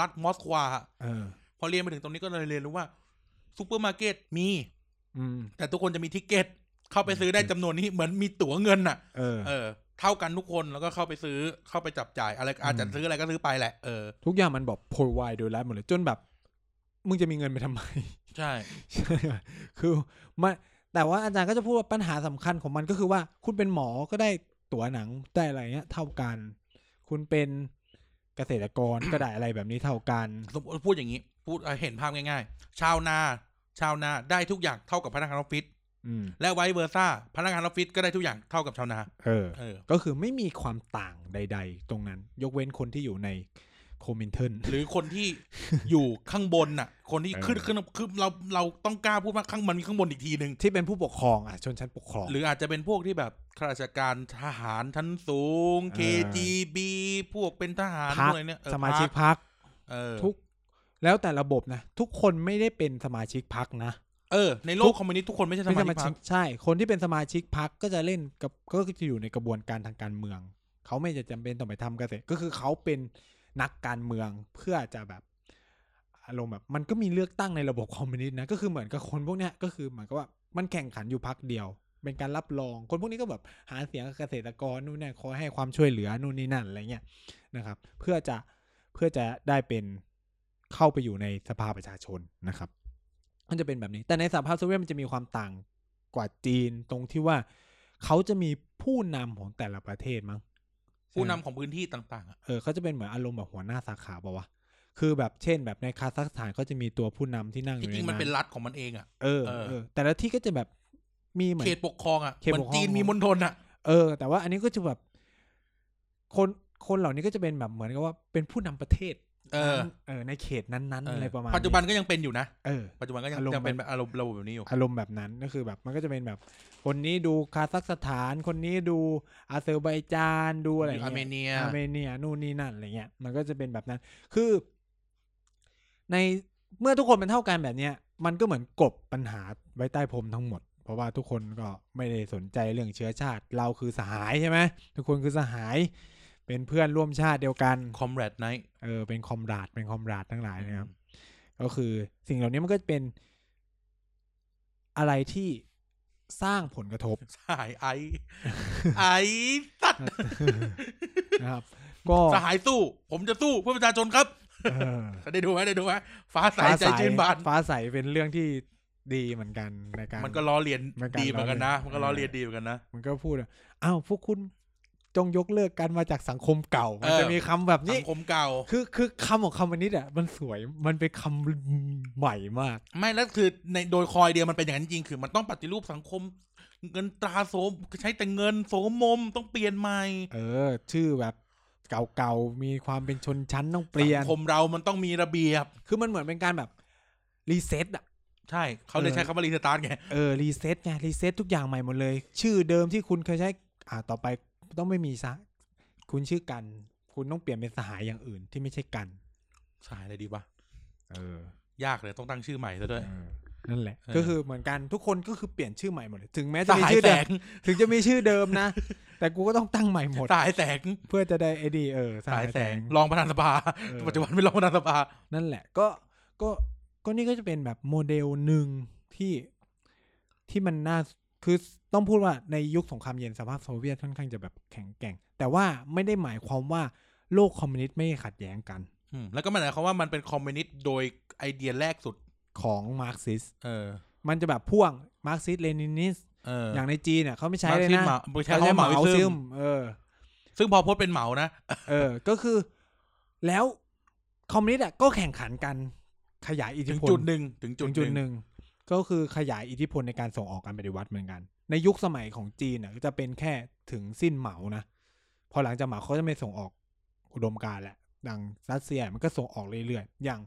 รัฐมอสควา เออ พอเรียนไปถึงตรงนี้ก็เลยเรียนรู้ว่าซูเปอร์มาร์เก็ตมี อืม แต่ทุกคนจะมีทิกเก็ต เข้าไปซื้อได้จำนวนนี้เหมือนมีตั๋วเงินน่ะ เออ เออ เท่ากันทุกคนแล้วก็เข้าไปซื้อเข้าไปจับจ่ายอะไรอาจจะซื้ออะไรก็ซื้อไปแหละเออ ทุกอย่างมันบอก provide โดยรัฐหมดเลยจนแบบ มึงจะมีเงินไปทำไม [LAUGHS] ใช่ ใช่ไหมคือมันแต่ว่าอาจารย์ก็จะพูดว่าปัญหาสำคัญของมันก็คือว่า คุณเป็นหมอก็ได้ตั๋วหนังได้อะไรเงี้ย เท่ากัน คุณเป็นเกษตรกร [COUGHS] ก็ได้อะไรแบบนี้เท่ากัน สมมติพูดอย่างนี้ พูดเห็นภาพง่ายๆ ชาวนา ชาวนาได้ทุกอย่างเท่ากับพนักงานออฟฟิศ อืม และไวเวอร์ซ่าพนักงานออฟฟิศก็ได้ทุกอย่างเท่ากับชาวนา เออ เออ ก็คือไม่มีความต่างใด ๆ ตรงนั้น ยกเว้นคนที่อยู่ในโคมินเทน หรือคน [LAUGHS] ที่อยู่ข้างบนน่ะ คนที่ เออ ขึ้นขึ้นคือเราเราต้องกล้าพูดว่าข้างมันมีข้างบนอีกทีหนึ่ง [COUGHS] ที่เป็นผู้ปกครองอ่ะชนชั้นปกครอง หรืออาจจะเป็นพวกที่แบบข้าราชการทหารชั้นสูง เออ KGB พวกเป็นทหาร พรรคพว กอะไรเนี่ยเออ สมาชิก พรรพรรคค เออ ทุก แล้วแต่ระบบนะทุกคนไม่ได้เป็นสมาชิกพรรคนะ เออในโลกคอมมิวนิสต์ทุกคนไม่ใช่ส ไม่ มา ใช่ ชิกพรรค ใช่ คนที่เป็นสมาชิกพรรคก็จะเล่นกับก็จะอยู่ในกระบวนการทางการเมือง เขาไม่จะจำเป็นต้องไปทำเกษตรก็คือเขาเป็นนักการเมืองเพื่อจะแบบอารมณ์แบบ มันก็มีเลือกตั้งในระบบคอมมิวนิสต์นะก็คือเหมือนกับคนพวกเนี้ยก็คือเหมือนกับว่ามันแข่งขันอยู่พรรคเดียว เป็นการรับรอง คนพวกนี้ก็แบบหาเสียงกับเกษตรกรนู่นนี่คอยให้ความช่วยเหลือนู่นนี่นั่นอะไรเงี้ยนะครับ เพื่อจะเพื่อจะได้เป็นเข้าไปอยู่ในสภาประชาชนนะครับ มันจะเป็นแบบนี้ แต่ในสหภาพโซเวียตมันจะมีความต่างกว่าจีนตรงที่ว่าเขาจะมีผู้นำของแต่ละประเทศมั้ง ผู้นำของพื้นที่ต่างๆอะ เออเขาจะเป็นเหมือนอารมณ์แบบหัวหน้าสาขาป่าวะคือแบบเช่น แบบในคาซัคสถานก็จะมีตัวผู้นำที่นั่งอ ที่ ยู่ จ ใน ริงมัน นั้ เป็น น รัฐของมันเองอ่ะ เออ เออ เออ แต่ละที่ก็จะแบบมีเหมือน เขตปกครองอ่ะ เขต เหมืปอกครนอง จีนมีมณฑลอ่ะ เออ แต่ว่าอันนี้ก็จะแบบ คนคนเหล่านี้ก็จะเป็นแบบเหมือนกับว่าเป็นผู้นำประเทศ เออ นั้นเออ ในเขตนั้นๆ เอออ อะไรประมาณ ปัจจุบันก็ยังเป็นอยู่นะ เออ ปัจจุบันก็ยัง อารมณ์ ยังเป็นแบบอารมณ์ระบบแบบนี้อยู่ อารมณ์แบบนั้นก็คือแบบมันก็จะเป็นแบบ คนนี้ดูคาซัคสถาน คนนี้ดูอาเซอร์ไบจานดูอะไร อาร์เม เงี้ย เนีย อาร์เมเนียนู่นนี่นั่นอะไรเงี้ยมันก็จะเป็นแบบนั้น คือ ในเมื่อทุกคนเป็นเท่ากันแบบเนี้ย มันก็เหมือนกลบปัญหาไว้ใต้พรมทั้งหมด เพราะว่าทุกคนก็ไม่ได้สนใจเรื่องเชื้อชาติ เราคือสหายใช่ไหมทุกคนคือสหาย เป็นเพื่อนร่วมชาติเดียวกัน คอมแรดไนท์ เออเป็นคอมราดเป็นคอมราดทั้งหลายนะครับ ก็คือสิ่งเหล่านี้มันก็เป็นอะไรที่สร้างผลกระ [LAUGHS] ทบ [LAUGHS] สหายไอ [LAUGHS] ไอสัตว์ นะครับ ก็ สหายสู้ ผมจะสู้เพื่อประชาชนครับ เออ ได้ดูไหมได้ดูไหมฟ้าใสใจชื่นบาน ฟ้าใสเป็นเรื่องที่ดีเหมือนกันในการ มันก็ล้อเลียน มันการ ดีเหมือนกันนะ ล้อเลียน มันก็ล้อเลียนดีเหมือนกันนะ มันก็พูดว่าอ้าวพวกคุณ จงยกเลิกการมาจากสังคมเก่า มันจะ เออ มีคำแบบ สั นี้ งคมเก่า คือคือคำของคำวันนี้อ่ะมันสวยมันเป็นคำใหม่มาก ไม่แล้วคือในโดยคอยเดียวมันเป็นอย่างนั้นจริงคือ มันต้องปฏิรูปสังคม เงินตราโสมใช้แต่เงินโสมมต้องเปลี่ยนใหม่ เออ ชื่อแบบเก่าๆ มีความเป็นชนชั้นต้องเปลี่ยน สังคมเรามันต้องมีระเบียบ คือมันเหมือนเป็นการแบบรีเซ็ตอ่ะ ใช่เขาเลย เออ ใช้คำว่ารีสตาร์ทไง เออรีเซ็ตไงรีเซ็ตทุกอย่างใหม่หมดเลย ชื่อเดิมที่คุณเคยใช้ อ่าต่อไปต้องไม่มีซะ คุณชื่อกัน คุณต้องเปลี่ยนเป็นสหายอย่างอื่นที่ไม่ใช่กัน สายอะไรดีวะ เออย ากเลยต้องตั้งชื่อใหม่ซะด้วย นั่นแหละ เออ ก็คือเหมือนกันทุกคนก็คือเปลี่ยนชื่อใหม่หมดเลยถึงแม้จะ สา มี ย ชื่อ แส เดิม ง ถึงจะมีชื่อเดิมนะ แต่กูก็ต้องตั้งใหม่หมด สายแสง เพื่อจะได้ไอดีเออ สายแสง หย รองประธานสภา เออ ปัจจุบันเป็นรองประธานสภา นั่นแหละก็ก็ก็นี่ก็จะเป็นแบบโมเดลหนึ่งที่ที่มันน่าคือต้องพูดว่าในยุคสงครามเย็นสภาพโซเวียตค่อนข้างจะแบบแข็งแกร่ง แต่ว่าไม่ได้หมายความว่าโลกคอมมิวนิสต์ไม่ขัดแย้งกัน อืมแล้วก็หมายความว่ามันเป็นคอมมิวนิสต์โดยไอเดียแรกสุด ของมาร์กซิส เออ มันจะแบบพ่วงมาร์กซิสเลนินิส เออ อย่างในจีนเนี่ยเขาไม่ใช้เลยนะ มาร์กซิสต์เหมาใช้ เขาใช้คำว่าเห เห มา มา ซึ ซึ ม มเออ ซึ่งพอโพสต์เป็นเหมานะ เออ ก็คือแล้วคอมมิวนิสต์อะก็แข่งขันกันขยายอิทธิ ถึง พล จุดหนึ่งถึงจุ ถึ ด งจุด ห ห นึ่ง นึ่งก็คือขยายอิทธิพลในการส่งออกการปฏิวัติเหมือนกัน ในยุคสมัยของจีนน่ะก็จะเป็นแค่ถึงสิ้นเหมานะ พอหลังจากเหมาเขาจะไม่ส่งออกอุดมการณ์แหละดังรัสเซียมันก็ส่งออกเรื่อยๆ อย่าง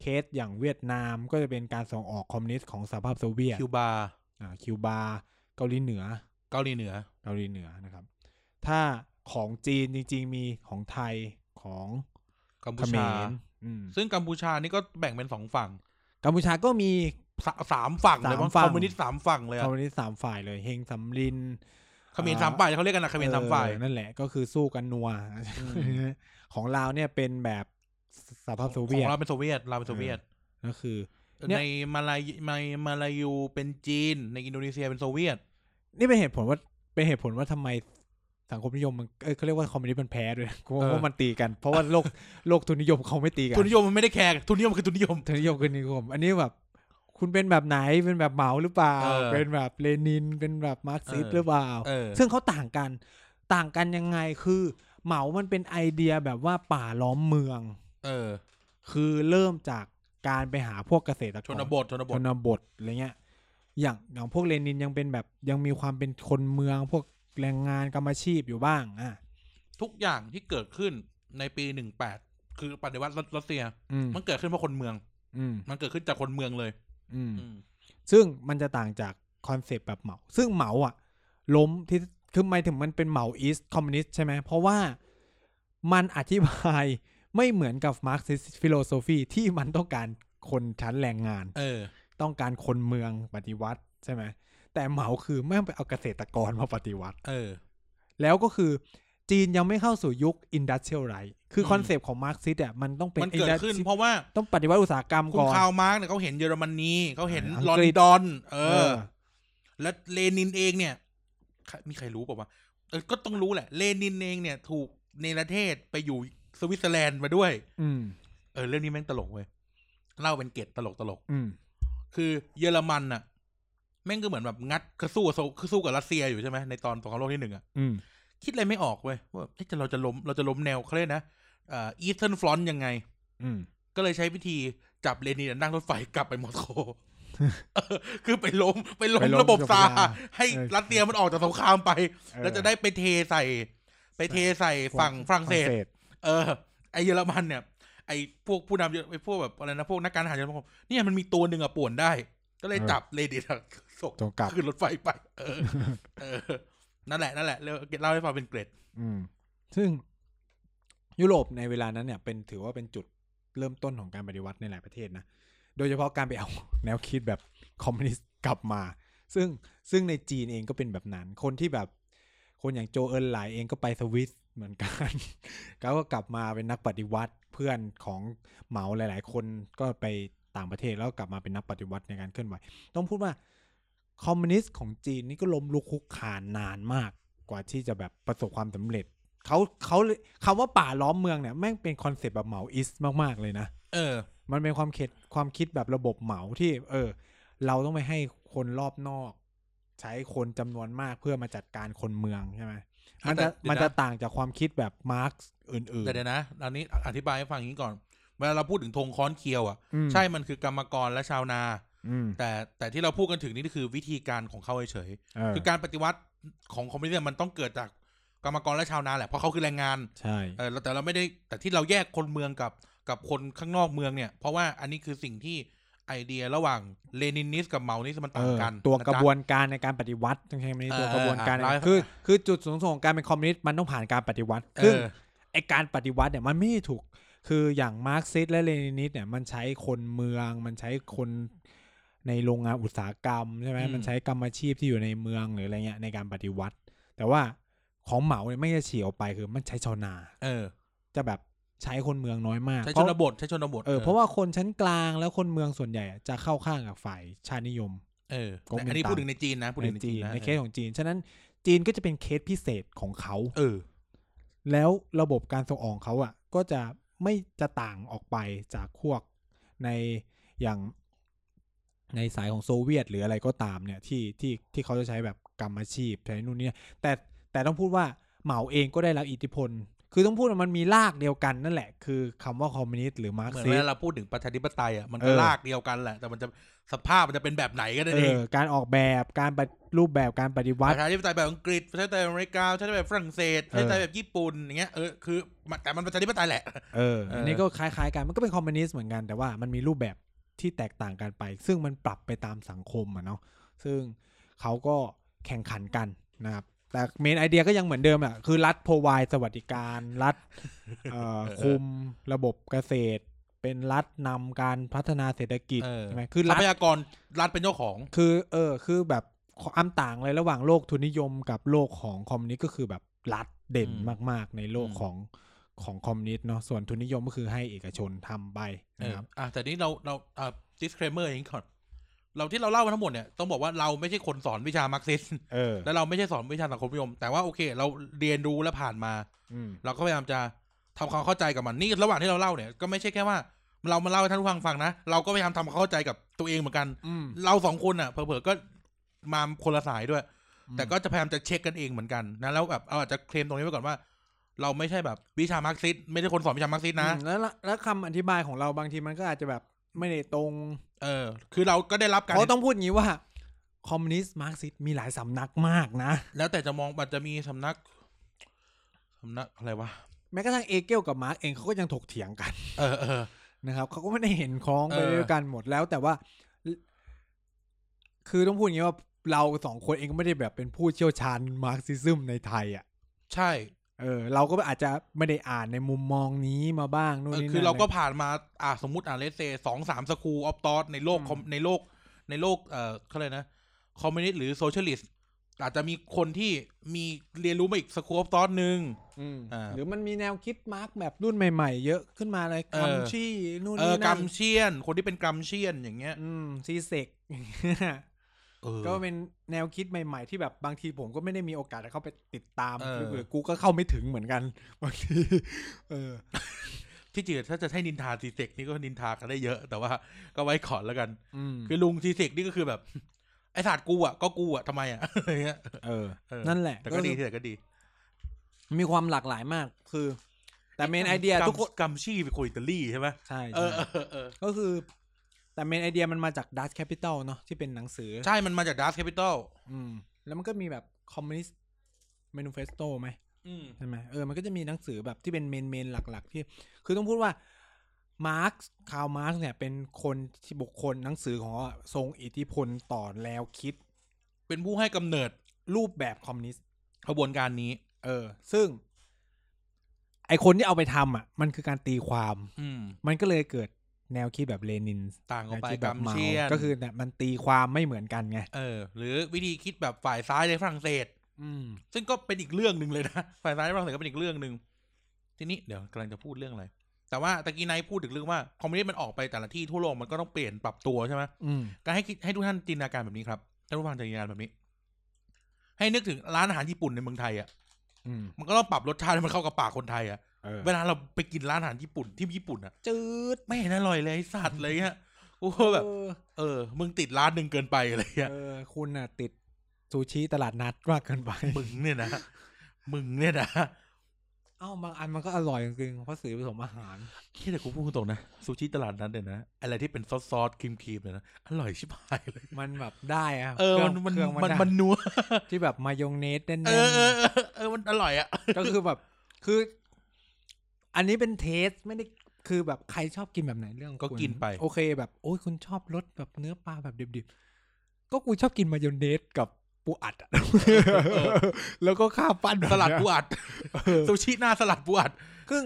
เคสอย่างเวียดนามก็จะเป็นการส่งออกคอมมิวนิสต์ของสหภาพโซเวียต คิวบา อ่าคิวบาเกาหลีเหนือ เกาหลีเหนือ เกาหลีเหนือนะครับ ถ้าของจีนจริงๆ มีของไทยของ กัม เข พู ม ชาร อืม ซึ่งกัมพูชานี่ก็แบ่งเป็นสองฝั่ง กัมพูชาก็มี สาสามฝั่งเลสายม มั้ง ฝั่ ค ง อมมิวนิสต์สามฝั่งเลย ค อะ อมมิวนิสต์สามฝ่ายเลยเฮงสำลิน เขมรสามฝ่ายเขาเรียกกันนะเขมรสามฝ่าย เออนั่นแหละก็คือสู้กันนัว อืม ของลาวเนี่ยเป็นแบบสหภาพโซ ข เวีย อ ต งเราเป็นโซเวียตเราเป็นโซเวียต ก็คือ เนี่ย ในมาลายในมาลายูเป็นจีน ในอินโดนีเซียเป็นโซเวียต นี่เป็นเหตุผลว่าเป็นเหตุผลว่าทำไมสังคมนิยมมันเอ้ยเขาเรียกว่าคอมมิวนิสต์มันแพ้ด้วย [LAUGHS] กูว่า เออ ว่ามันตีกัน เพราะว่าโลกโลกทุนนิยมเขาไม่ตีกัน ทุนนิยมมันไม่ได้แคร์ทุนนิยมคือทุนนิยม ทุนนิยมคือนิยม อันนี้แบบ คุณเป็นแบบไหนเป็นแบบเหมาหรือเปล่า เออ เป็นแบบเลนินเป็นแบบมาร์กซิส เออ หรือเปล่า เออ ซึ่งเขาต่างกันต่างกันยังไงคือ เหมามันเป็นไอเดียแบบว่าป่าล้อมเมือง เออ คือเริ่มจากการไปหาพวกเกษตรก ช ร นบทชนบ ช ท นบทอะไรเงี้ย อย่างอย่างพวกเลนินยังเป็นแบบยังมีความเป็นคนเมืองพวกแรงงานกรรมอาชีพอยู่บ้างอ่ะ ทุกอย่างที่เกิดขึ้นในปีหนึ่งแปดคือปฏิวัติรัสเซีย อืม มันเกิดขึ้นเพราะคนเมือง อืม มันเกิดขึ้นจากคนเมืองเลย อืม อืม ซึ่งมันจะต่างจากคอนเซปต์แบบเหมา ซึ่งเหมาอ่ะ ล้มที่คือหมายถึงมันเป็นเหมาอีสคอมมิวนิสต์ใช่ไหมเพราะว่ามันอธิบายไม่เหมือนกับมาร์กซิสฟิโลโซฟีที่มันต้องการคนชั้นแรงงาน เออ ต้องการคนเมืองปฏิวัติใช่ไหมแต่เหมาคือแม่งไปเอาเกษตรกรมาปฏิวัติ เออ แล้วก็คือจีนยังไม่เข้าสู่ยุคอินดัสเทรียลไรคืออ ม คอนเซปต์ของมาร์กซิสอ่ะมันต้องเป็น มันเกิดขึ้น industrial- เพราะว่า ต้องปฏิวัติอุตสาหกรรม คุณ ก่อน คาวมาร์กเนี่ยเขาเห็นเยอรมนีเขาเห็น อัง ลอน กฤษ ดอน เอ เอ อ อ และเลนินเองเนี่ยใครมีใครรู้เปล่าวะเออก็ต้องรู้แหละ เลนินเองเนี่ยถูกเนรเทศไปอยู่สวิตเซอร์แลนด์มาด้วย อืม เออเรื่องนี้แม่งตลกเว้ยเล่าเป็นเกตตลกตลก อืม ๆคือเยอรมันน่ะ แม่งก็เหมือนแบบงัดคือสู้กับโซคือสู้กับรัสเซียอยู่ใช่ไหมในตอนสงครามโลกที่หนึ่งอะ อืม คิดอะไรไม่ออกเว้ยว่าเอ๊ะจะเราจะล้มเราจะล้มแนวเขาเรียกนะเอ่อีสเทิร์นฟลอนยังไง อืม ก็เลยใช้วิธีจับเลนินนั่งรถไฟกลับไปมอสโก [LAUGHS] เออคือไปล้มไปล้ม ไปล้ม ระบบซาร์ ระบบซาร์ ให้ เออ รัสเซียมันออกจากสงครามไป เออ แล้วจะได้ไปเทใส่ ไปเทใส่ฝั่งฝรั่งเศส เออ ไอเยอรมันเนี่ย ไอพวกผู้นำเยอรไอพวกแบบอะไรนะพวกนักการทหารเยอรมันเนี่ยมันมีตัวหนึ่งอะป่วนได้ ก็เลย เออ จับเลดิทส่ง ตรงกลับ ขึ้นรถไฟไป เออ เออ นั่นแหละนั่นแหละเล่าเล่าให้ฟังเป็นเกรด อืม ซึ่งยุโรปในเวลานั้นเนี่ยเป็นถือว่าเป็นจุดเริ่มต้นของการปฏิวัติในหลายประเทศนะ โดยเฉพาะการไป [LAUGHS] เอา แนวคิดแบบคอมมิวนิสต์กลับมา ซึ่งซึ่งในจีนเองก็เป็นแบบนั้น คนที่แบบ คนอย่างโจเอิร์นไหลเองก็ไปสวิสเหมือนกัน [LAUGHS] เขาก็กลับมาเป็นนักปฏิวัติเพื่อนของเหมาหลาย ๆ คนก็ไปต่างประเทศแล้วก็กลับมาเป็นนักปฏิวัติในการเคลื่อนไหว ต้องพูดว่าคอมมิวนิสต์ของจีนนี่ก็ล้มลุกคลุกคลานนานมากกว่าที่จะแบบประสบความสำเร็จ เขาเขาคำว่าป่าล้อมเมืองเนี่ยแม่งเป็นคอนเซปต์แบบเหมาอิสต์มากๆเลยนะ เออ มันเป็นความคิดความคิดแบบระบบเหมาที่ เออ เราต้องไปให้คนรอบนอก ใช้คนจำนวนมากเพื่อมาจัดการคนเมืองใช่ไหม มันจะ แต่เดี๋ยวนะ มันจะต่างจากความคิดแบบมาร์กอื่น แต่เดี๋ยวนะอันนี้อธิบายให้ฟังอย่างนี้ก่อน เวลาเราพูดถึงธงค้อนเคียวอ่ะ ๆอืม ใช่มันคือกรรมกรและชาวนา อืม แต่แต่ที่เราพูดกันถึงนี่คือวิธีการของเขาเฉย เออ ๆคือการปฏิวัติของคอมมิวนิสต์เนี่ยมันต้องเกิดจากกรรมกรและชาวนาแหละเพราะเขาคือแรงงาน ใช่ เออแล้วแต่เราไม่ได้แต่ที่เราแยกคนเมืองกับกับคนข้างนอกเมืองเนี่ย เพราะว่าอันนี้คือสิ่งที่ไอเดียระหว่างเลนินนิสต์กับเหมานิสต์มัน เอ ต่าง อ กัน ตัวน กระ จ๊ บวนการในการปฏิวัติต้องใช่ไหม เออ ตัวกระบวนการ เออเออ คือคือจุดสูงสุดของการเป็นคอมมิวนิสต์มันต้องผ่านการปฏิวัติ เอ ซึ่ง อ ไอการปฏิวัติเนี่ยมันไม่ได้ถูก คืออย่างมาร์กซิสและเลนินิสต์เนี่ยมันใช้คนเมือง มันใช้คนในโรงงานอุตสาหกรรมใช่ไหม อืม มันใช้กรรมอาชีพที่อยู่ในเมืองหรืออะไรเงี้ยในการปฏิวัติ แต่ว่าของเหมาเนี่ยไม่จะเฉียวไปคือมันใช้ชาวนา เออ จะแบบใช้คนเมืองน้อยมาก ใช้ เพ ช ราะ นบทใช้ชนบท เออเพราะว่าคนชั้นกลางแล้วคนเมืองส่วนใหญ่อะจะเข้าข้างกับฝ่ายชาตินิยม เออ ก็มี อันนี้พูดถึงในจีนนะพูด ใน ถึงใน จี จี น นนะ ในเคสของจีนฉะนั้นจีนก็จะเป็นเคสพิเศษของเขา เออ แล้วระบบการส่งออกของเขาอ่ะ ก็จะไม่จะต่างออกไปจากพวกในอย่างในสายของโซเวียตหรืออะไรก็ตามเนี่ยที่ที่ที่เขาจะใช้แบบกรรมอาชีพใช้นู่นนี่แต่แต่ต้องพูดว่าเหมาเองก็ได้รับอิทธิพล คือต้องพูดว่ามันมีรากเดียวกันนั่นแหละ คือคำว่าคอมมิวนิสต์หรือมาร์ก เหมือน ซิ เว ส ลาเราพูดถึงประชาธิปไตยอ่ะมัน เอ ก็ อ ลากเดียวกันแหละ แต่มันจะสภาพมันจะเป็นแบบไหนกันนั่น เอ เอง อการออกแบบการปฏิรูปแบบการปฏิ ป วัติ ระชาธิปไตยแบบอังกฤษประชาธิปไตยแบบอเมริกาประชาธิปไตยแบบฝรั่งเศสประชาธิปไตยแบบญี่ปุ่นอย่างเงี้ยเออคือมันแต่มันประชาธิปไตยแหละ เออ อันนี้ก็คล้ายๆกัน มันก็เป็นคอมมิวนิสต์เหมือนกัน แต่ว่ามันมีรูปแบบที่แตกต่างกันไป ซึ่งมันปรับไปตามสังคมอ่ะเนาะ ซึ่งเขาก็แข่งขันกันนะครับ แต่เมนไอเดียก็ยังเหมือนเดิมอ่ะ คือรัฐพ o ว i d e สวัสดิการ รัฐเอ่อ เออ คุมระบบเกษตร เป็นรัฐนำการพัฒนาเศรษฐกิจ เออ ใช่ไหมคือ ทรั รัฐ พยากรรัฐเป็นเจ้าของ คือเออ คือแบบความต่างเลยระหว่างโลกทุนนิยมกับโลกของคอมมิวนิสต์ก็คือแบบรัฐเด่น อืม มากๆ ในโลก อืม ของของคอมมิวนิสต์เนาะส่วนทุนนิยมก็คือให้เอกชนทำไป เอ นะ อ ครับ อ่ะแต่นี้เราเราอ่า disclaimer อย่างนี้ก่อนเราที่เราเล่ามาทั้งหมดเนี่ยต้องบอกว่าเราไม่ใช่คนสอนวิชามาร์กซิสต์ เออ และเราไม่ใช่สอนวิชาสังคมนิยม แต่ว่าโอเค เราเรียนรู้และผ่านมา อืม เราก็พยายามจะทำความเข้าใจกับมันนี่ระหว่างที่เราเล่าเนี่ยก็ไม่ใช่แค่ว่า เรามาเล่าให้ท่านผู้ฟังฟังนะเราก็พยายามทำความเข้าใจกับตัวเองเหมือนกัน อืม เราสองคนอ่ะเผลอๆก็มาคนละสายด้วย แต่ก็จะพยายามจะเช็คกันเองเหมือนกันนะแล้วแบบเอาอาจจะเคลมตรงนี้ไว้ก่อนว่า เราไม่ใช่แบบวิชามาร์กซิสต์ไม่ใช่คนสอนวิชามาร์กซิสต์นะ อืมแล้วละแล้วคำอธิบายของเราบางทีมันก็อาจจะแบบไม่ได้ตรง เออ คือเราก็ได้รับการ เขาะต้องพูดอย่างนี้ว่า คอมมิวนิสต์มาร์กซิสต์มีหลายสำนักมากนะ แล้วแต่จะมองมันจะมีสำนักสำนักอะไรวะ แม้กระทั่งเอเกลกับมาร์กเองเขาก็ยังถกเถียงกัน เออเออ นะครับเขาก็ไม่ได้เห็นคล้องไป เออ ด้วยกันหมดแล้วแต่ว่า คือต้องพูดอย่างนี้ว่าเราสองคนเองก็ไม่ได้แบบเป็นผู้เชี่ยวชาญมาร์กซิซึมในไทยอ่ะ ใช่ เออ เราก็อาจจะไม่ได้อ่านในมุมมองนี้มาบ้างนู่น เออ นี่นั่น คือเราก็ ะไ ผ่านมาอ่ะสมมติอ่ะเลสเซสองสามสกูออฟตอสในโลกคอมในโลกในโลกเอ่อเขาเรียกนะคอมมิวนิสต์หรือโซเชียลิสต์อาจจะมีคนที่มีเรียนรู้มาอีกสกูออฟตอสหนึ่ง อืม อ่า หรือมันมีแนวคิดมาร์กแบบรุ่นใหม่ ๆ เยอะขึ้นมาเลย เออ กัมชี่นู่น เอ นี่ อก นั่ รั น มเชียน คนที่เป็นกรัมเชียนอย่างเงี้ย อืมซีเซก เออ [LAUGHS] ก็เป็นแนวคิดใหม่ ๆ ที่แบบบางทีผมก็ไม่ได้มีโอกาสได้เข้าไปติดตาม เออ คือกูก็เข้าไม่ถึงเหมือนกันบางที [LAUGHS] เออ ที่จริงถ้าจะให้นินทาซีเซกนี่ก็นินทากันได้เยอะ แต่ว่าก็ไว้ก่อนแล้วกัน อืม คือลุงซีเซกนี่ก็คือแบบ ไอศาสตร์กูอ่ะก็กูอ่ะทำไมอ่ะ [LAUGHS] อะไรเงี้ย เออ เออ นั่นแหละ แต่ก็ คือ ดีแต่ก็ดี มีความหลากหลายมากคือ แต่เมนไอเดีย รัม ทุกคน กรัมชี่เป็นคนอิตาลีใช่ไหม ใช่ เอ ใช่ อเออเออ ก็คือ แต่เมนไอเดียมันมาจากดัชแคปิตอลเนาะที่เป็นหนังสือ ใช่มันมาจากดัสแคปิตอล อืม แล้วมันก็มีแบบคอมมิวนิสต์เมนูเฟสโตไหม อืม ใช่ไหมเออมันก็จะมีหนังสือแบบที่เป็นเมนเมนหลัก ๆ ที่ คือต้องพูดว่ามาร์กคาร์มาร์กเนี่ย เป็นคนที่บุคคลหนังสือของเขาอะทรงอิทธิพลต่อแนวคิด เป็นผู้ให้กำเนิด รูปแบบคอมมิวนิสต์ ขบวนการนี้ เออ ซึ่ง ไอคนที่เอาไปทำอ่ะ มันคือการตีความ อืม มันก็เลยเกิดแนวคิดแบบเลนิน ต่างออกไป แนวคิด ก แบ รับ ม เหมา เชียน ก็คือเนี่ยมันตีความไม่เหมือนกันไง เออ หรือวิธีคิดแบบฝ่ายซ้ายในฝรั่งเศส ซึ่งก็เป็นอีกเรื่องหนึ่งเลยนะ [LAUGHS] ฝ่ายซ้ายฝรั่งเศสก็เป็นอีกเรื่องหนึ่งทีนี้เดี๋ยวกำลังจะพูดเรื่องอะไร แต่ว่าตะกี้นายพูดถึงเรื่องว่าคอมมิวนิสต์มันออกไปแต่ละที่ทั่วโลกมันก็ต้องเปลี่ยนปรับตัวใช่ไหม อืม การให้คิดให้ทุกท่านจินตนาการแบบนี้ครับท่านผู้ฟังจินตนาการแบบนี้ ให้นึกถึงร้านอาหารญี่ปุ่นในเมืองไทยอ่ะ อืม มันก็ต้องปรับรสชาติให้มันเข้ากับปากคนไทยอ่ะ เออ เวลาเราไปกินร้านอาหารญี่ปุ่นที่ญี่ปุ่นอ่ะ จืด ไม่เห็นอร่อยเลยไอ้สัตว์เลยฮะกูก็แบบ เออ เออมึงติดร้านหนึ่งเกินไปอะไรเงี้ย เออ คุณน่ะ ติดซูชิตลาดนัดมากเกินไป มึงเนี่ยนะ มึงเนี่ยนะ เอ้าบางอันมันก็อร่อยจริงๆเพราะสื่อผสมอาหาร คิดแต่กูพูดตรงนะซูชิตลาดนั้นเนี่ยนะอะไรที่เป็นซอสซอสครีมครีมเนี่ยนะอร่อยชิบหายเลย มันแบบได้อะ เออ ครื่ มั ง นมัน เครื่อง มัน ได้ มันนัว ที่แบบมายองเนสแน่น เออเออเออเออมันอร่อยอ่ะ ๆก็คือแบบ คือ อันนี้เป็นเทสไม่ได้คือแบบใครชอบกินแบบไหนเรื่องของ ก็ คุณ กินไป โอเคแบบโอ้ยคุณชอบรสแบบเนื้อปลาแบบดิบๆ ก็กูชอบกินมายองเนสกับปูอัดอะ [LAUGHS] เออ แล้วก็ข้าวปั้น สลัดปูอัด เออ ซูชิหน้าสลัดปูอัด ซึ่ง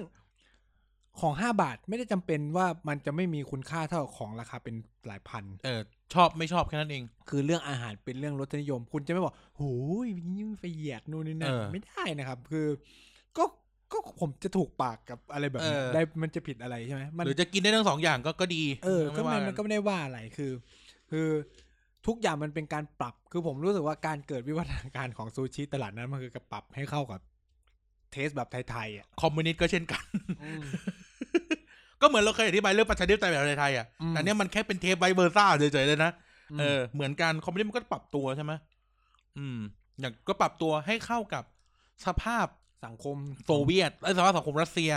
ของห้าบาทไม่ได้จำเป็นว่ามันจะไม่มีคุณค่าเท่าของราคาเป็นหลายพัน เออ ชอบไม่ชอบแค่นั้นเอง คือเรื่องอาหารเป็นเรื่องรสนิยม คุณจะไม่บอกโอ้ยยิ่งไปเหยียดนู่นนี่นั่น เออ ไม่ได้นะครับ คือ ก็ก็ผมจะถูกปากกับอะไรแบบเนี้ย เออ ได้มันจะผิดอะไรใช่ไหมมัน หรือจะกินได้ทั้งสองอย่างก็ก็ดี เออก็ ว่า มันมันก็ไม่ได้ว่าอะไรคือ คือทุกอย่างมันเป็นการปรับ คือผมรู้สึกว่าการเกิดวิวัฒนาการของซูชิตลาดนั้นมันคือการปรับให้เข้ากับเทสแบบไทยๆอ่ะ คอมมิวนิสต์ก็เช่น [LAUGHS] กัน ก็เหมือนเราเคยอธิบายเรื่องประชาธิปไตยแบบไทยๆอ่ะ อืม แต่เนี่ยมันแค่เป็นเทปไบเบอร์ซ่าเฉยๆเลยนะ เออเหมือนกันคอมมิวนิสต์มันก็ปรับตัวใช่ไหมอืม อย่างก็ปรับตัวให้เข้ากับสภาพ สังคม โซเวียตและสภาพสังคมรัสเซีย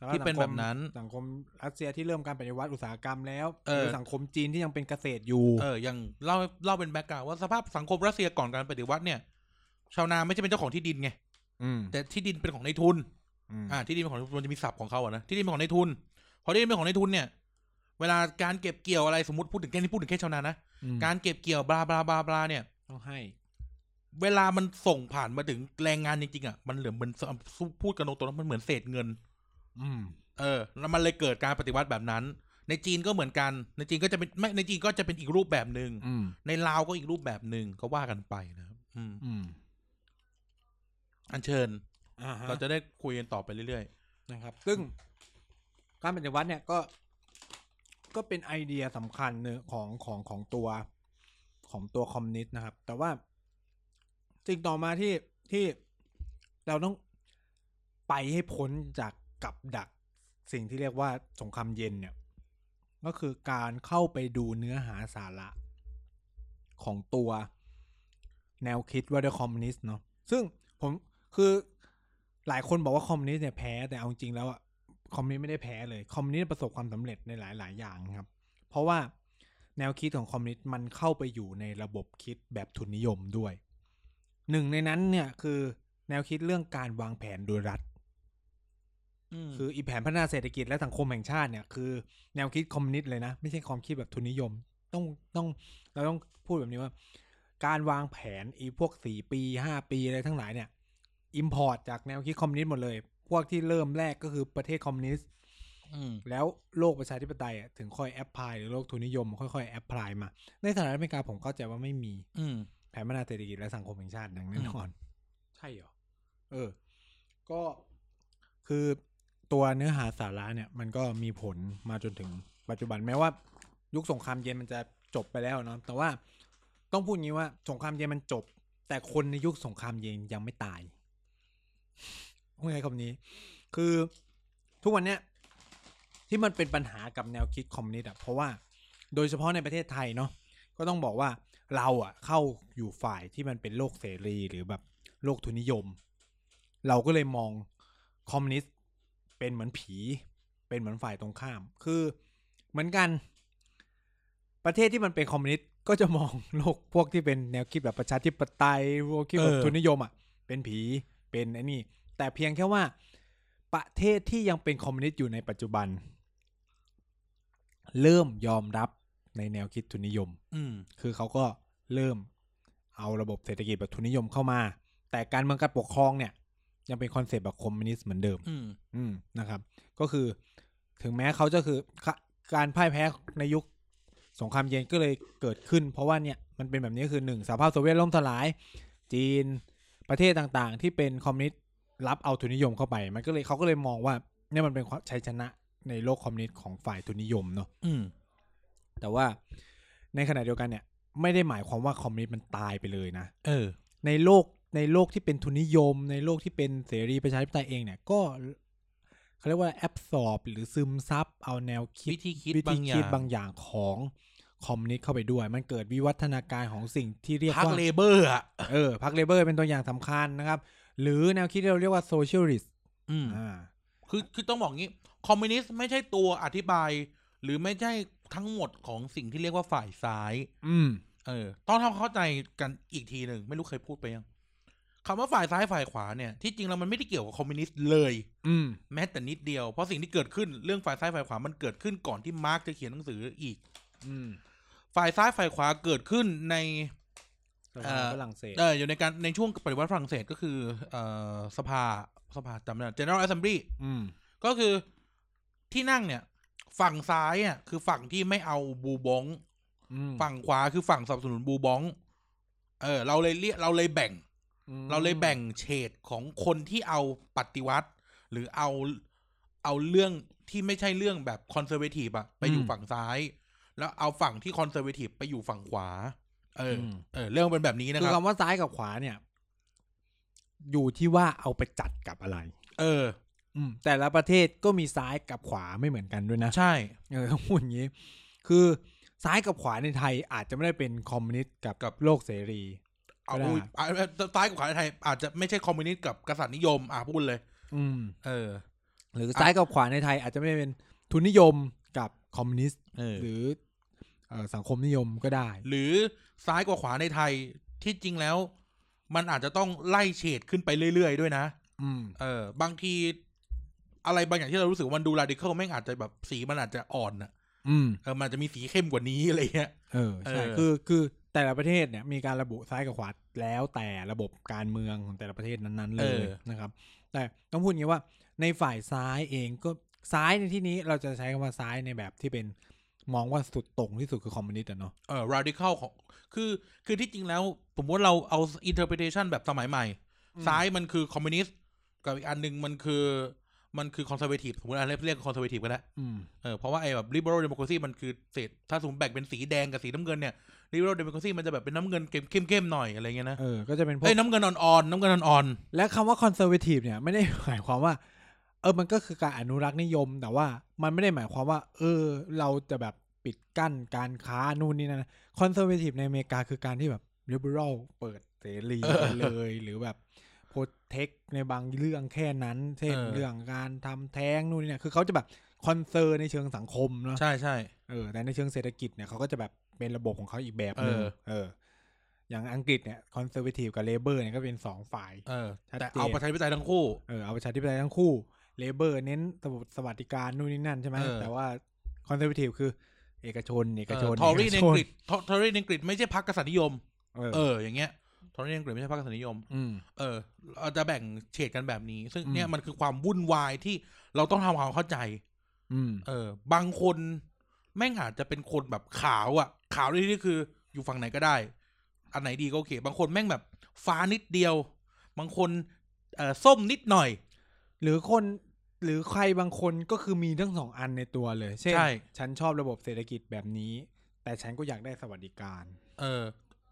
สภาพ ที่เป็น สังคม แบบนั้น สังคมรัสเซียที่เริ่มการปฏิวัติอุตสาหกรรมแล้ว เออ หรือสังคมจีนที่ยังเป็นเกษตรอยู่ เอออย่างเล่าเล่าเป็นแบ็กกราวด์ว่าสภาพสังคมรัสเซียก่อนการปฏิวัติเนี่ย ชาวนาไม่ใช่เป็นเจ้าของที่ดินไง อืม แต่ที่ดินเป็นของในทุน อืม อ่าที่ดินเป็นของมันจะมีศัพท์ของเขาอะนะที่ดินเป็นของในทุนพอที่ดินเป็นของในทุนเนี่ย เวลาการเก็บเกี่ยวอะไรสมมติพูดถึงแค่นี้พูดถึงแค่ชาวนานะ กา การ รเก็บเกี่ยวบลาบลาบลาบลาเนี่ย ต้องให้ เวลามันส่งผ่านมาถึงแรงงานจริงๆอ่ะมันเหลือมันพูดกันตรงๆนะมันเหมือนเศษเงิน อืม เออแล้วมันเลยเกิดการปฏิวัติแบบนั้น ในจีนก็เหมือนกัน ในจีนก็จะเป็นไม่ในจีนก็จะเป็นอีกรูปแบบหนึ่ง อืม ในลาวก็อีกรูปแบบหนึ่งก็ว่ากันไปนะครับอืม อืม อันเชิญ อ่าฮะ เราจะได้คุยกันต่อไปเรื่อย นะครับ ซึ่งการปฏิวัติเนี่ยก็ ก็เป็นไอเดียสำคัญเนอะของของของตัวของตัวคอมมิวนิสต์นะครับ แต่ว่าสิ่งต่อมาที่ที่เราต้องไปให้พ้นจากกับดักสิ่งที่เรียกว่าสงครามเย็นเนี่ย ก็คือการเข้าไปดูเนื้อหาสาระของตัวแนวคิดว่าด้วยคอมมิวนิสต์เนาะซึ่งผมคือหลายคนบอกว่าคอมมิวนิสต์เนี่ยแพ้แต่เอาจริงๆแล้วอะคอมมิวนิสต์ไม่ได้แพ้เลย คอมมิวนิสต์ประสบความสำเร็จในหลาย ๆ อย่างครับ เพราะว่าแนวคิดของคอมมิวนิสต์มันเข้าไปอยู่ในระบบคิดแบบทุนนิยมด้วย หนึ่งในนั้นเนี่ยคือแนวคิดเรื่องการวางแผนโดยรัฐ ๆอืม คืออีแผนพัฒนาเศรษฐกิจและสังคมแห่งชาติเนี่ยคือแนวคิดคอมมิวนิสต์เลยนะ ไม่ใช่ความคิดแบบทุนนิยม ต้องต้องเราต้องพูดแบบนี้ว่า การวางแผนอีพวกสี่ปีห้าปีอะไรทั้งหลายเนี่ยอิมพอร์ตจากแนวคิดคอมมิวนิสต์หมดเลย พวกที่เริ่มแรกก็คือประเทศคอมมิวนิสต์ อืม แล้วโลกประชาธิปไตยอะถึงค่อยแอพพลายหรือโลกทุนนิยมค่อยๆแอพพลายมา ในสหรัฐอเมริกาผมเข้าใจว่าไม่มี อืม แผนพัฒนาเศรษฐกิจและสังคมแห่งชาติอย่างแน่นอน ใช่เหรอ เออ ก็คือตัวเนื้อหาสาระเนี่ย มันก็มีผลมาจนถึงปัจจุบันแม้ว่า ยุคสงครามเย็นมันจะจบไปแล้วเนาะแต่ว่าต้องพูดอย่างนี้ว่าสงครามเย็นมันจบ แต่คนในยุคสงครามเย็นยังไม่ตายพูดง่ายๆคำนี้ คือทุกวันเนี้ยที่มันเป็นปัญหากับแนวคิดคอมมิวนิสต์อะเพราะว่าโดยเฉพาะในประเทศไทยเนาะ ก็ต้องบอกว่าเราอ่ะเข้าอยู่ฝ่ายที่มันเป็นโลกเสรีหรือแบบโลกทุนนิยม เราก็เลยมองคอมมิวนิสต์เป็นเหมือนผี เป็นเหมือนฝ่ายตรงข้าม คือเหมือนกัน ประเทศที่มันเป็นคอมมิวนิสต์ก็จะมองโลกพวกที่เป็นแนวคิดแบบประชาธิปไตยพวกคิดแบบ เออ ทุนนิยมอ่ะเป็นผีเป็นไอ้นี่ แต่เพียงแค่ว่าประเทศที่ยังเป็นคอมมิวนิสต์อยู่ในปัจจุบัน เริ่มยอมรับในแนวคิดทุนนิยม อืม คือเขาก็เริ่มเอาระบบเศรษฐกิจแบบทุนนิยมเข้ามา แต่การเมืองการปกครองเนี่ย ยังเป็นคอนเซปต์แบบคอมมิวนิสต์เหมือนเดิม อืม อืมนะครับ ก็คือถึงแม้เขาจะคือค่ะการพ่ายแพ้ในยุคสงครามเย็นก็เลยเกิดขึ้น เพราะว่าเนี่ยมันเป็นแบบนี้คือหนึ่งสหภาพโซเวียตล่มสลาย จีนประเทศต่างๆ ที่เป็นคอมมิวนิสต์รับเอาทุนนิยมเข้าไป มันก็เลยเขาก็เลยมองว่าเนี่ยมันเป็นความชัยชนะในโลกคอมมิวนิสต์ของฝ่ายทุนนิยมเนาะ อืม แต่ว่าในขณะเดียวกันเนี่ยไม่ได้หมายความว่าคอมมิวนิสต์มันตายไปเลยนะ เออ ในโลกในโลกที่เป็นทุนนิยม ในโลกที่เป็นเสรีประชาธิปไตยเองเนี่ยก็เขาเรียกว่าแอบสอบหรือซึมซับเอาแนวคิด วิธีคิด วิธี บางอย่า คิด ง บางอย่างของคอมมิวนิสต์เข้าไปด้วย มันเกิดวิวัฒนาการของสิ่งที่เรียก พัก ว่า เลเบอร์อ่ะ เออพรรคเลเบอร์เป็นตัวอย่างสำคัญนะครับ หรือแนวคิดที่เราเรียกว่าโซเชียลิสต์ อืม อ่า คือคือต้องบอกงี้ คอมมิวนิสต์ไม่ใช่ตัวอธิบาย หรือไม่ใช่ทั้งหมดของสิ่งที่เรียกว่าฝ่ายซ้าย อืม เออ ต้องทำความเข้าใจกันอีกทีหนึ่งไม่รู้เคยพูดไปยังคำว่าฝ่ายซ้ายฝ่ายขวาเนี่ยที่จริงแล้วมันไม่ได้เกี่ยวกับคอมมิวนิสต์เลย อืม แม้แต่นิดเดียวเพราะสิ่งที่เกิดขึ้นเรื่องฝ่ายซ้ายฝ่ายขวามันเกิดขึ้นก่อนที่มาร์กจะเขียนหนังสืออีก อืม ฝ่ายซ้ายฝ่ายขวาเกิดขึ้นใน สมัยฝรั่งเศส เอออยู่ในการในช่วงปฏิวัติฝรั่งเศสก็คือเอ่อสภาสภาจำไม่ได้ General Assembly อืม ก็คือที่นั่งเนี่ย ฝั่งซ้ายอ่ะคือฝั่งที่ไม่เอาบูบอง อืม ฝั่งขวาคือฝั่งสนับสนุนบูบองเออเราเลยเรียกเราเลยแบ่ง อืม เราเลยแบ่งเฉดของคนที่เอาปฏิวัติ หรือเอาเอาเรื่องที่ไม่ใช่เรื่องแบบคอนเซอร์เวทีฟอะไปอยู่ฝั่งซ้าย แล้วเอาฝั่งที่คอนเซอร์เวทีฟไปอยู่ฝั่งขวา เอออ ม เออเรื่องมันเป็นแบบนี้นะ คื ค อ รับ คำว่าซ้ายกับขวาเนี่ย อยู่ที่ว่าเอาไปจัดกับอะไร เออ อืม แต่ละประเทศก็มีซ้ายกับขวาไม่เหมือนกันด้วยนะ [LAUGHS] ใช่ เออต้องพูดอย่างนี้ คือซ้ายกับขวาในไทยอาจจะไม่ได้เป็นคอมมิวนิสต์กับ กับ โลกเสรี เอา ก็ได้ อุ้ยอ่ะซ้ายกับขวาในไทย อาจจะไม่ใช่คอมมิวนิสต์กับกษัตริย์นิยม อ่ะพูดเลย อืม เออ หรือซ้ายกับขวาในไทย อาจจะไม่ได้เป็นทุนนิยมกับคอมมิวนิสต์ เออ หรือเอ่อสังคมนิยมก็ได้ หรือซ้ายกว่าขวาในไทยที่จริงแล้ว มันอาจจะต้องไล่เฉดขึ้นไปเรื่อยๆด้วยนะ อืม เออบางทีอะไรบางอย่างที่เรารู้สึกว่ามันดูราดิเคิลแม่งอาจจะแบบสีมันอาจจะอ่อนอ่ะ อืม เออมันอาจจะมีสีเข้มกว่านี้อะไรเงี้ย เออใช่ เออ คือคือแต่ละประเทศเนี่ยมีการระบุซ้ายกับขวาแล้วแต่ระบบการเมืองของแต่ละประเทศนั้นๆ เลยนะครับ แต่ต้องพูดอย่างนี้ว่าในฝ่ายซ้ายเองก็ซ้ายในที่นี้เราจะใช้คำว่าซ้ายในแบบที่เป็นมองว่าสุดตรงที่สุดคือคอมมิวนิสต์อะเนาะ เออราดิเคิลของคือคือที่จริงแล้ว ผมว่าเราเอาอินเทอร์ e t เ t ชันแบบสมัยใหม่ ซ้ายมันคือคอมมิวนิสต์กับอีกอันหนึ่งมันคือมันคือคอนเซอร์เวทีฟสมมติอะไรเรียกคอนเซอร์เวทีฟก็ได้ อืม เออเพราะว่าไอ้แบบ liberal democracy มันคือเศษถ้าสมมติแบ่งเป็นสีแดงกับสีน้ำเงินเนี่ย liberal democracy มันจะแบบเป็นน้ำเงินเข้มๆหน่อยอะไรเงี้ยนะ เออ ก็จะเป็นพวก เอ้ยน้ำเงินอ่อนๆน้ำเงินอ่อน และคำว่าคอนเซอร์เวทีฟเนี่ย ไม่ได้หมายความว่า เออมันก็คือการอนุรักษ์นิยม แต่ว่ามันไม่ได้หมายความว่า เออ เราจะแบบปิดกั้นการค้านู่นนี่นั่นคอนเซอร์เวทีฟในอเมริกาคือการที่แบบลิเบอรัลเปิดเสรีไปเลย หรือแบบโปรเทคในบางเรื่องแค่นั้น เช่นเรื่องการทำแท้งนู่นนี่นั่นคือเขาจะแบบคอนเซอร์ในเชิงสังคมเนาะ ๆใช่ใช่ เออแต่ในเชิงเศรษฐกิจเนี่ยเขาก็จะแบบเป็นระบบของเขาอีกแบบหนึง เออ เออ อย่างอังกฤษเนี่ยคอนเซอร์เวทีฟกับเลเบอร์เนี่ยก็เป็นสองฝ่าย เออ ชัด แต่ เจน เอาประชาธิปไตยทั้งคู่ เออเอาประชาธิปไตยทั้งคู่เลเบอร์เน้นระบบสวัสดิการนู่นนี่นั่นใช่ไหม เออ แต่ว่าคอนเซอร์เวทีฟคือเอกชนเอกชน ทอรี่ใน เก อั ช งกฤษทอรี่ในอังกฤษไม่ใช่พรรคกษัตริย์นิยม เออ เอออย่างเงี้ยทอรี่ในอังกฤษไม่ใช่พรรคกษัตริย์นิยม อืม เออเราจะแบ่งเฉดกันแบบนี้ ซึ่ง อืม เนี่ยมันคือความวุ่นวายที่เราต้องทำความเข้าใจ อืม เออ บางคนแม่งอาจจะเป็นคนแบบขาวอ่ะ ขาวในที่นี่คืออยู่ฝั่งไหนก็ได้ อันไหนดีก็โอเค บางคนแม่งแบบฟ้านิดเดียว บางคนเอ่อส้มนิดหน่อย หรือคนหรือใครบางคนก็คือมีทั้งสองอันในตัวเลย เช่น ใช่ ฉันชอบระบบเศรษฐกิจแบบนี้ แต่ฉันก็อยากได้สวัสดิการ เออ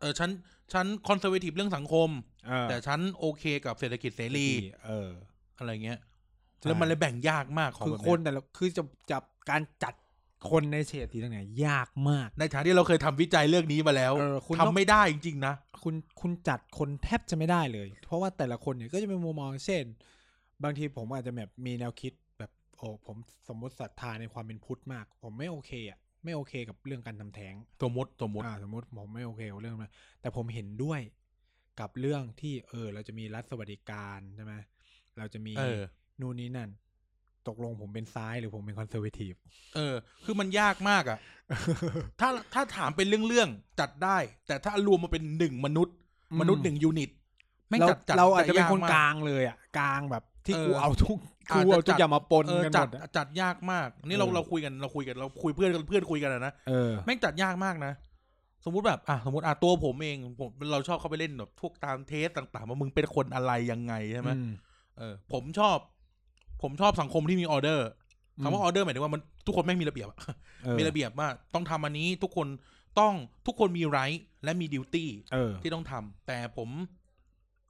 เออฉันฉันคอนเซอร์เวทีฟเรื่องสังคม เออ แต่ฉันโอเคกับเศรษฐกิจเสรี เออ อะไรเงี้ย ใช่ แล้วมันเลยแบ่งยากมากของ คือ แบบ ค เนี้ น ย แต่ละคือจะจับการจัดคนในเฉดสีต่างๆยากมาก ในฐานะที่เราเคยทำวิจัยเรื่องนี้มาแล้ว เออคุณต้ทำอง ไม่ได้จริงๆนะ คุณคุณจัดคนแทบจะไม่ได้เลย เพราะว่าแต่ละคนเนี่ยก็จะมีมุมมองเช่น บางทีผมอาจจะแบบมีแนวคิดแบบโอ้ผมสมมติศรัทธาในความเป็นพุทธมาก ผมไม่โอเคอ่ะไม่โอเคกับเรื่องการทำแท้ง สมมติสมมติ อ่าสมมติผมไม่โอเคกับเรื่องนั้นแต่ผมเห็นด้วยกับเรื่องที่เออ เราจะมีรัฐสวัสดิการใช่ไหมเราจะมี เออ นู่นนี่นั่น ตกลงผมเป็นซ้ายหรือผมเป็นคอนเซอร์เวทีฟ เออ คือมันยาก [LAUGHS] มากอะ่ะ ถ้าถ้าถามเป็นเรื่องๆจัดได้ แต่ถ้ารวมมาเป็นหนึ่งมนุษย์ อืม มนุษย์หนึ่งยูนิตไม่ง เรา จัดจัด เราอาจจะเป็น ย คน ม กลางเลยอ่ะกลางแบบที่ เออ กูเอาทุก อาจ กู จะ เอาทุ จั ก ด อย่างมาปน เออ กันห จั ม ด ดอะ จัดยากมาก นี่เรา เออ เราคุยกันเราคุยกันเราคุยเพื่อนกันเพื่อนคุยกันอะนะ เออ แม่งจัดยากมากนะ สมมติแบบอ่ะสมมติอ่ะตัวผมเองผมเราชอบเข้าไปเล่นแบบพวกตามเทสต่างๆว่ามึงเป็นคนอะไรยังไงใช่ไหม อื เออผมชอบ ผมชอบสังคมที่มีออเดอร์คำว่าออเดอร์หมายถึงว่ามันทุกคนไม่งมีระเบียบอะ เออ มีระเบียบว่าต้องทำอันนี้ทุกคนต้องทุกคนมีไรท์และมีดิวตี้ เออ ที่ต้องทำแต่ผม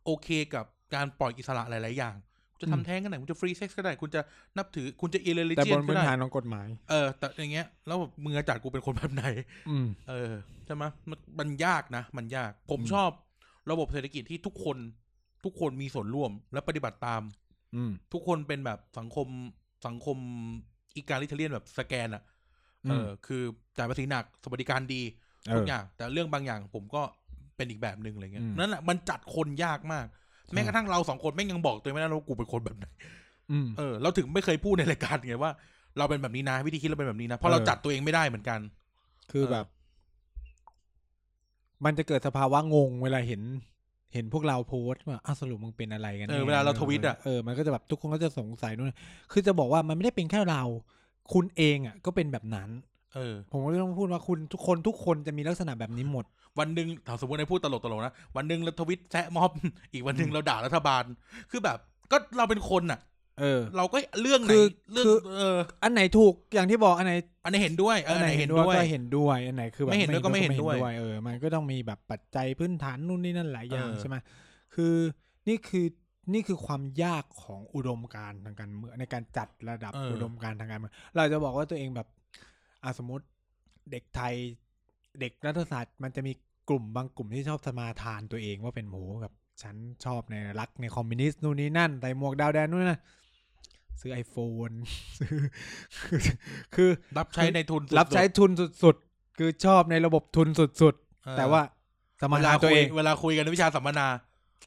โอเคกับการปล่อยอิสระหลาย ๆ อย่างคุณจะทำ อืม แท้งกันไหนคุณจะฟรีเซ็กซ์ก็ได้ คุณจะนับถือคุณจะอิเลลิ แต่ เจี บ ย น น พื้ ก็ น ได้ ฐานของกฎหมาย เออแต่อย่างเงี้ย แล้วแบบมือาจัดกูเป็นคนแบบไหน อืม เออใช่ไหมมันมันยากนะ มันยาก ผม อืม ชอบระบบเศรษฐกิจที่ทุกคน ทุกคนมีส่วนร่วมและปฏิบัติตาม อืม ทุกคนเป็นแบบสังคมสังคมอีการิเทเลียนแบบสแกนอะเอออคือจ่ายภาษีหนักสวัสดิการดี เอ ทุ อ กอย่างแต่เรื่องบางอย่างผมก็เป็นอีกแบบหนึ่งอะไรเงี้ย อืม นั่นแหละมันจัดคนยากมาก แม้กระทั่งเราสองคนแม่งยังบอกตัวเองไม่ได้ว่ากูเป็นคนแบบ [LAUGHS] ไหน อืม เออเราถึงไม่เคยพูดในรายการไงว่า เราเป็นแบบนี้นะวิธีคิดเราเป็นแบบนี้นะเพราะ เออ เราจัดตัวเองไม่ได้เหมือนกัน คือแบบ มันจะเกิดสภาวะงงเวลาเห็น เห็นพวกเราโพสต์ว่าอ้าวสรุปมึงเป็นอะไรกันแน่ เออเวลาเราทวีตอะ เออมันก็จะแบบทุกคนก็จะสงสัยนู่นคือจะบอกว่ามันไม่ได้เป็นแค่เรา คุณเองอ่ะ ก็เป็นแบบนั้น เออ ผมก็ต้องพูดว่าคุณทุกคนทุกคนจะมีลักษณะแบบนี้หมด วันหนึ่งถ้าสมมติในพูดตลกๆนะวันหนึ่งเราทวิตแซะม็อบ [LAUGHS] อีกวันหนึ่งเราด่ารัฐบาล คือแบบ ก็เราเป็นคนน่ะ เออ เราก็เรื่องไหน คือ เรื่อง คือ เออ อันไหนถูกอย่างที่บอกอันไหน อันไหนเห็นด้วยเอออันไหนเห็นด้วย ก็เห็นด้วยอันไหนคือแบบ ไม่เห็นด้วยก็ไม่เห็นด้วย เออ มันก็ต้องมีแบบปัจจัยพื้นฐานนู่นนี่นั่นหลายอย่าง เออ ใช่ไหมคือนี่คือนี่คือความยากของอุดมการณ์ทางการเมืองในการจัดระดับอุดมการณ์ทางการเมืองเราจะบอกว่าตัวเองแบบอ่ะสมมติเด็กไทยเด็กรัฐศาสตร์มันจะมีกลุ่มบางกลุ่มที่ชอบสมาทานตัวเองว่าเป็นโหแบบฉันชอบในรักในคอมมิวนิสต์นู่นนี่นั่นใส่หมวกดาวแดงนู่นนนนะซื้อไอโฟนซื้อ [LAUGHS] คือคือ รับใช้ในทุนสุดๆ รับใช้ทุนสุดๆ คือชอบในระบบทุนสุด เออ ๆ แต่ว่าสม เว ร ลา นาตัว คุ เอย ง เวลาคุยกันในวิชาสัมมนา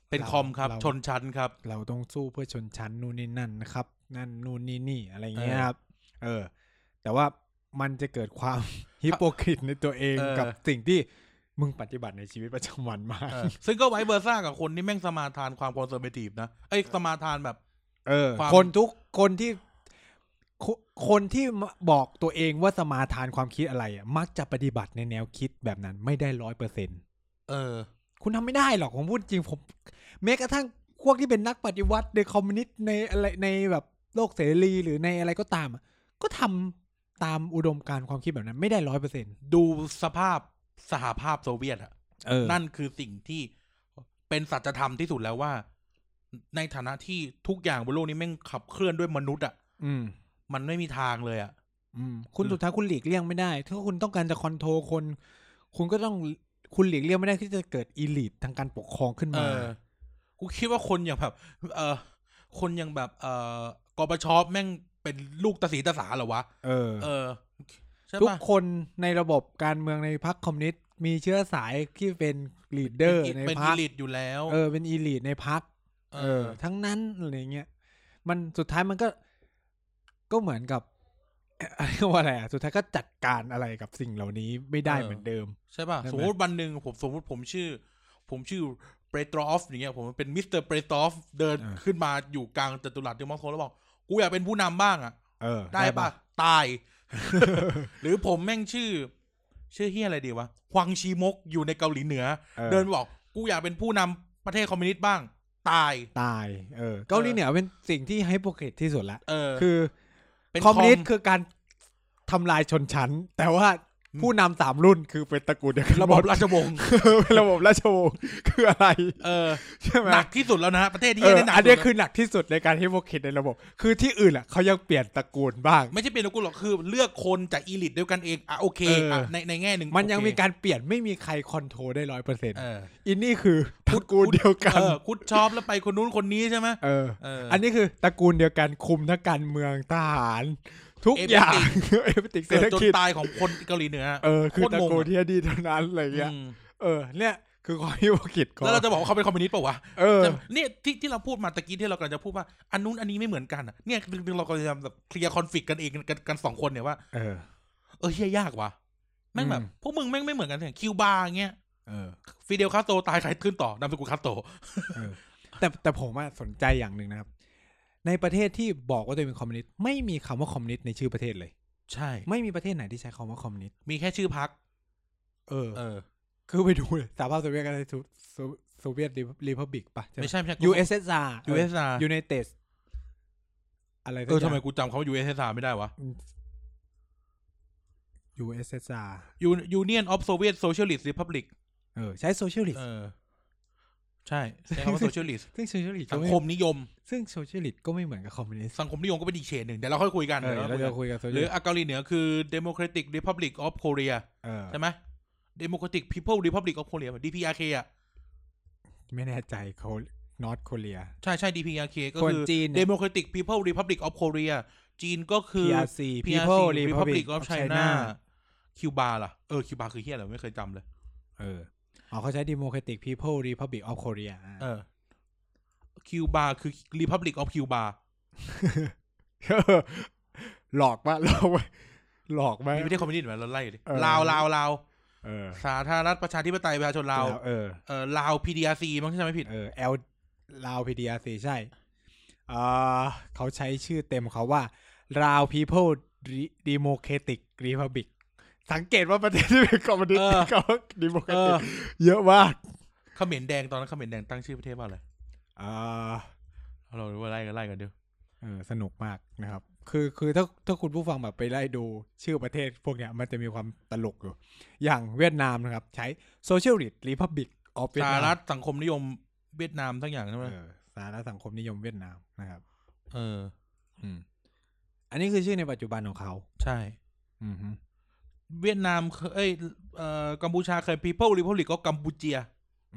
เป็น เรา คอมครับ เรา ชนชั้นครับ เราต้องสู้เพื่อชนชั้นนู่นนี่นั่นนะครับ นั่นนู่นนี่นี่อะไรอย่างเงี้ย เออ ครับ เออ แต่ว่ามันจะเกิดความ [LAUGHS] ฮิปโปคริตในตัวเอง เออ กับสิ่งที่มึงปฏิบัติในชีวิตประจำวันมาก เออซึ่งก็ไว้เบอร์ซ่ากับคนที่แม่งสมาทานความคอนเซอร์เวทีฟนะเอ้ยสมาทานแบบ เออ ความ คนทุกคนที่คคนที่บอกตัวเองว่าสมาทานความคิดอะไรอะมักจะปฏิบัติในแนวคิดแบบนั้นไม่ได้ร้อยเปอร์เซ็นต เออ คุณทำไม่ได้หรอกผมพูดจริงผมแม้กระทั่งพวกที่เป็นนักปฏิวัติในคอมมิวนิสต์ในอะไรในแบบโลกเสรีหรือในอะไรก็ตามอะก็ทำตามอุดมการณ์ความคิดแบบนั้น ไม่ได้ร้อยเปอร์เซ็นต์ ดูสภาพสหภาพโซเวียตอะ เออ นั่นคือสิ่งที่เป็นสัจธรรมที่สุดแล้วว่า ในฐานะที่ทุกอย่างบนโลกนี้แม่งขับเคลื่อนด้วยมนุษย์อ่ะ อืม มันไม่มีทางเลยอ่ะ อืมคุณ อืม สุดท้ายคุณหลีกเลี่ยงไม่ได้ ถ้าคุณต้องการจะคอนโทรลคน คุณก็ต้องคุณหลีกเลี่ยงไม่ได้ที่จะเกิดอีลิททางการปกครองขึ้น เอ มา อ กูคิดว่าคนอย่างแบบ เออคนอย่างแบบ เออกบชอปแม่งเป็นลูกตาสีตาสาเหรอวะ เออ เออ ใช่ ทุก ปะ คนในระบบการเมืองในพรรคคอมมิวนิสต์มีเชื้อสายที่เป็นลีดเดอร์ใน เป็น พร อี รค ลิตอยู่แล้ว เออเป็นอีลิทในพรรค เอ เออ อ ทั้งนั้นอะไรเงี้ยมันสุดท้ายมันก็ก็เหมือนกับ [COUGHS] อะไรยกว่าอะไรอ่ะสุดท้ายก็จัดการอะไรกับสิ่งเหล่านี้ไม่ได้ เออ เหมือนเดิม ใช่ป่ะ ใช่ไหม สมมติวันหนึ่งผมสมมติผมชื่อ ผมชื่อเปรตรอฟอย่างเงี้ยผมเป็นมิสเตอร์เปรตรอฟเดินขึ้นมาอยู่กลางจตุรัสเดมอสโคแล้วบอกกูอยากเป็นผู้นำบ้างอ่ะ เออ ได้ปะตาย [LAUGHS] หรือผมแม่งชื่อ ชื่อเฮียอะไรดีวะฮวังชีมกอยู่ในเกาหลีเหนือ เดิ เดิ น น ไปบอก กูอยากเป็นผู้นำประเทศคอมมิวนิสต์บ้าง ตาย ตาย เออเกาหลีเหนือเป็นสิ่งที่ไฮโปคริตที่สุดละ เออ คือ เป็น คอมมิวนิสต์คือการทำลายชนชั้น แต่ว่าผู้นำสามรุ่นคือเป็นตระกูลเดียวกัน ระบบ หมด ราชวงศ์ [LAUGHS] เออเป็นระบบราชวงศ์คืออะไร เออ ใช่ไหม หนักที่สุดแล้วนะฮะประเทศที่ เออเฮียได้หนัก อัน สุด เนี้ย แล้ว คือหนักที่สุดในการให้โมเคิดในระบบ คือที่อื่นอ่ะเขายังเปลี่ยนตระกูลบ้าง ไม่ใช่เป็นกูหรอกคือ เลือกคนจากอีลิตเดียวกันเองอ่ะโอเค เอออ่ ะในในแง่หนึ่ง มันยัง โอเค มีการเปลี่ยนไม่มีใครคอนโทรลได้ร้อยเปอร์เซ็นต์ เออ อินนี่คือตระกูลเดียวกัน เออคุดชอบแล้วไปคนนู้นคนนี้ใช่ไหม เออ เอออั อันนี้คือตระกูลเดียวกันคุมทั้งการเมืองทหาร ทุกอย่าง เอฟติกเศ เกิ ร ด ษฐ จน กิจ ตายของคนเกาหลีเหนือ เออคือตโตร ระ งง กูล อะ ที่ดีเท่านั้นอะไรเงี้ย อืม เออ เนี่ยคือความฮิโมคิดของ แล้วเราจะบอกว่าเขาเป็นคอมมิวนิสต์เปล่าวะ เออ ใช่ไหมเนี่ยที่ที่เราพูดมาตะกี้ที่เรากำลังจะพูดว่าอันนู้นอันนี้ไม่เหมือนกันอะเนี่ยดึงๆเราก็จะแบบเคลียร์คอนฟ lict กันเองกันกันสองคนเนี่ยว่า เออ เออเฮียยากว่ะแม่งแบบ อืม พวกมึงแม่งไม่เหมือนกันเนี่ยคิวบาร์เงี้ย เออ ฟิเดลคาสโตตายใครขึ้นต่อนามสกุลคาสโต เออแต่แต่ผมอะสนใจอย่างหนึ่งนะครับ ในประเทศที่บอกว่าตัวเองเป็นคอมมิวนิสต์ไม่มีคำว่าคอมมิวนิสต์ในชื่อประเทศเลย ใช่ ไม่มีประเทศไหนที่ใช้คำว่าคอมมิวนิสต์ มีแค่ชื่อพัก เออ เออ คือไปดูเลยสหภาพโซเวียตกันเลยโซเวียตรีพับบิกปะใช่ไหม ไม่ใช่ไม่ใช่ USSR USSR United อะไรสัก เออ อ ทำไม ย่าง กูจำคำว่า USSR ไม่ได้วะ USSR Un- Union of Soviet Socialist Republic เออใช้ socialist เออ ใช่ใช้คำว่า socialist ซึ่ง socialist ก็ สัง ไม่ คมนิยม ซึ่ง socialist ก็ไม่เหมือนกับ communist สังคมนิยมก็เป็นอีกเฉดหนึ่งเดี๋ยวเราค่อยคุยกัน เออเราเดี๋ยวเรา จะ ค่อยคุยกัน คุยกับ หรือ socialist อ่ะเกาหลีเหนือคือ Democratic Republic of Korea เออ ใช่ไหม Democratic People Republic of Korea ป่ะ DPRK อ่ะ ไม่แน่ใจเขา นอตโคเรีย ใช่ใช่ DPRK ก็ คน คือ จีนเนี่ย Democratic People Republic of Korea จีนก็คือ PRC PRC People Republic Republic of of China China คิวบาล่ะ เออคิวบาคือเฮียอะไรไม่เคยจำเลย เอออ๋อเขาใช้ Democratic People Republic of Korea อ่า เออคิวบาคือ Republic of คิวบา [LAUGHS] หลอกปะหลอกปะหลอกไหม มีประเทศคอมมิวนิสต์ไหมเราไล่ดิ เออ ลาวลาวลาว เออ สาธารณรัฐประชาธิปไตยประชาชนลาว เออ เออลาว PDRC มั้งถ้าจำไม่ผิด เออ L ลาว PDRC ใช่อ่าเขาใช้ชื่อเต็มเขาว่าลาว People Re- Democratic Republic สังเกตว่าประเทศที่เป็นคอมมิวนิสต์ เออ เขาดิโมค เอ ติ อก เยอะมาก เขมรแดงตอนนั้นเขมรแดงตั้งชื่อประเทศว่าอะไร อ่า เอาเราไล่กันไล่กันเดี๋ยว เออสนุกมากนะครับ คือคือถ้าถ้าคุณผู้ฟังแบบไปไล่ดูชื่อประเทศพวกเนี้ยมันจะมีความตลกอยู่ อย่างเวียดนามนะครับ ใช้ Social Republic of สห Vietnam รัฐสังคมนิยมเวียดนามทั้งอย่างใช่ไหม เออสาระสังคมนิยมเวียดนามนะครับ เออ อืม อันนี้คือชื่อในปัจจุบันของเขา ใช่ อือฮึ เวียดนามเคยเอ้ยเอ่อกัมพูชาเคย People Republic ก็กัมพูเจีย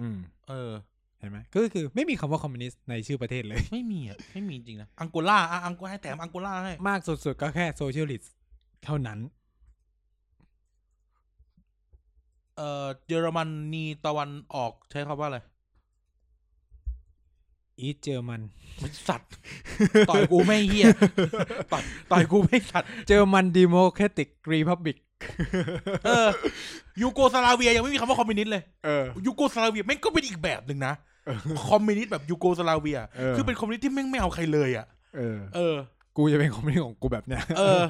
อืม เออ เห็นไหมก็คือไม่มีคำว่าคอมมิวนิสต์ในชื่อประเทศเลย [LAUGHS] ไม่มีอ่ะ ไม่มีจริงนะอังโกลาอ่ะอังโกลาให้แถมอังโกลาให้ มากสุดๆก็แค่โซเชียลิสต์เท่านั้น เอ่อเยอรมนีตะวันออกใช้คำว่าอะไร อีเจอร์มัน มันสัตว์ ต่อยกูไม่เฮียต่อยต่อยกูไม่สัตว์ เจอร์มันดิโมแครติกรีพับบิก เออ ยูโกสลาเวียยังไม่มีคำว่าคอมมิวนิสต์เลย เออ ยูโกสลาเวียแม่งก็เป็นอีกแบบหนึ่งนะ คอมมิวนิสต์แบบยูโกสลาเวีย เออ คือเป็นคอมมิวนิสต์ที่แม่งไม่เอาใครเลยอ่ะ เออ เออ กูจะเป็นคอมมิวนิสต์ของกูแบบเนี้ย [LAUGHS] เออ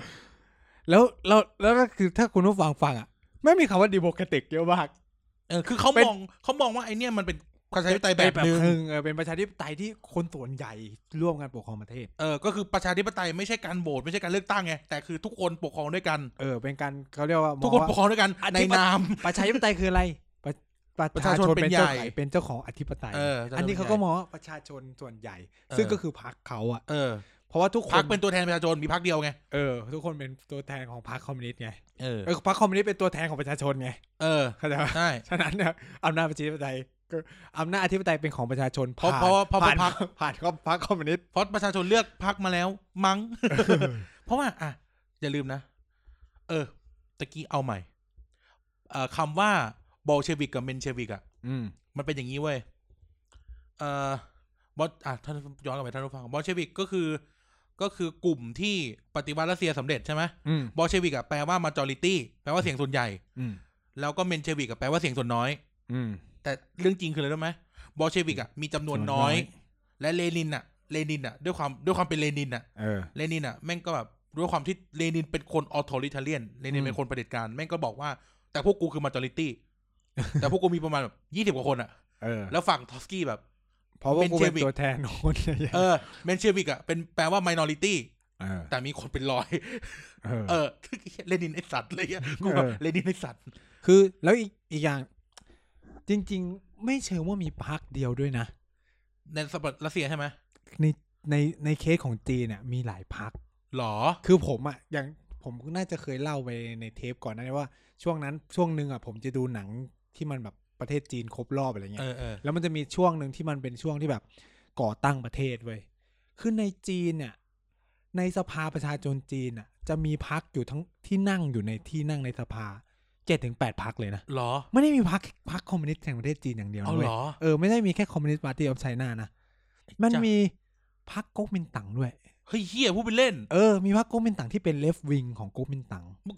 แล้วแล้วแล้วก็คือถ้าคุณผู้ฟังฟังอ่ะ ไม่มีคำว่าดิโมแครติกเยอะมาก เออ คือเขา เป็น มองเขามองว่าไอเนี่ยมันเป็นประชาธิปไตยแบบหนึ่ง เออเป็นประชาธิปไตยที่คนส่วนใหญ่ร่วมกันปกครองประเทศ เออ ก็คือประชาธิปไตยไม่ใช่การโหวตไม่ใช่การเลือกตั้งไง แต่คือทุกคนปกครองด้วยกัน เออ เป็นการเขาเรียกว่าม ทุ อก ง คน ว่า ปกครองด้วยกัน อธิ ใน ปไตย นาม ประชาธิปไตยคืออะไร ประ ป ประ ระ ชา ชา ช ช น น เป็น เป็น ใหญ่ เจ้าของเป็นเจ้าของอธิปไตย เออประชาชน นนี้เขา เป็นใหญ่ ก็มองว่าประชาชนส่วนใหญ่ ซึ่ง เออ ก็คือพรรคเขาอะ เออ เพราะว่าทุกค พันกเป็นตัวแทนประชาชนมีพักเดียวไง เออทุกคนเป็นตัวแทนของพรรคคอมมิวนิสต์ไง เออ เออพรรคคอมมิวนิสต์เป็นตัวแทนของประชาชนไง เออ เข้าใจปะ ใช่ ฉะนั้นเนี่ยอำนาจประชาธิปไตยก็อำนาจอธิปไตยเป็นของประชาชน เพราะ ผ่น เพราะว่าเพราะ ผ่าน พรรค ผ่านก็พรรคคอมมิวนิสต์ เพราะประชาชนเลือกพักมาแล้ว มั้ง เพราะว่า อ่ะ อย่าลืมนะ เออ ตะกี้เอาใหม่ เอ่อคำว่าบอลเชวิกกับเมนเชวิกอะ อืม มันเป็นอย่างนี้เว้ย เอ่อบอสอ่ะท่านย้อนกลับไปท่านผู้ฟัง บอลเชวิกก็คือ ก็คือกลุ่มที่ปฏิวัติรัสเซียสำเร็จใช่ไหม อืม บอลเชวิกอะแปลว่า majority แปลว่าเสียงส่วนใหญ่ อืม แล้วก็เมนเชวิกอะแปลว่าเสียงส่วนน้อย อืม แต่เรื่องจริงคืออะไรรู้ไหมบอลเชวิกอะมีจำนวน จำนวนน้ น้อ อย ย และเลนินอะเลนินอะด้วยความด้วยความเป็นเลนินอะ เออ เลนินอะแม่งก็แบบด้วยความที่เลนินเป็นคนออโตริเทเลียนเลนิน อืม เป็นคนเผด็จการแม่งก็บอกว่า แต่พวกกูคือ [LAUGHS] majority แต่พวกกูมีประมาณแบบยี่สิบกว่าคนอะ เออ แล้วฝั่งทอสกี้แบบ เพราะว่ากูเป็น เบนเจวิก ตัวแทนของคนใหญ่ เออเมนเชวิกอ่ะเป็นแปลว่า minority เออ แต่มีคนเป็นร้อย [LAUGHS] เออ เออ [LAUGHS] เลนินไอสัตว์เลย [LAUGHS] อ่ะกูแบบ เออ เลนินไอสัตว์ คือแล้วอีกอีกอย่าง จริง ๆ ไม่เชิงว่ามีพักเดียวด้วยนะ ในสหรัฐรัสเซียใช่ไหม ในในในเคสของจีนเนี่ยมีหลายพัก หรอ คือผมอะอย่างผมน่าจะเคยเล่าไปในเทปก่อนหนานี้ว่าช่วงนั้นช่วงหนึ่งอะผมจะดูหนังที่มันแบบประเทศจีนครบรอบอะไร เอ เงี้ย อเออ แล้วมันจะมีช่วงหนึ่งที่มันเป็นช่วงที่แบบก่อตั้งประเทศเว้ยคือในจีนเนี่ย ในสภาประชาชนจีนอะจะมีพักอยู่ทั้งที่นั่งอยู่ในที่นั่งในสภาเจ็ดถึงแปดพักเลยนะ หรอ ไม่ได้มีพรรคพรรคคอมมิวนิสต์แห่งประเทศจีนอย่างเดียวนะ เอา เว้ ห ย รอ เออไม่ได้มีแค่คอมมิวนิสต์ปาร์ตี้ออฟไชน่านะ มัน จ้ะ มีพรรคก๊กมินตั๋งด้วย เฮ้ยเฮียพูดไปเล่น เออมีพรรคก๊กมินตั๋งที่เป็นเลฟวิงของก๊กมิน [LAUGHS] ตั๋ง มึง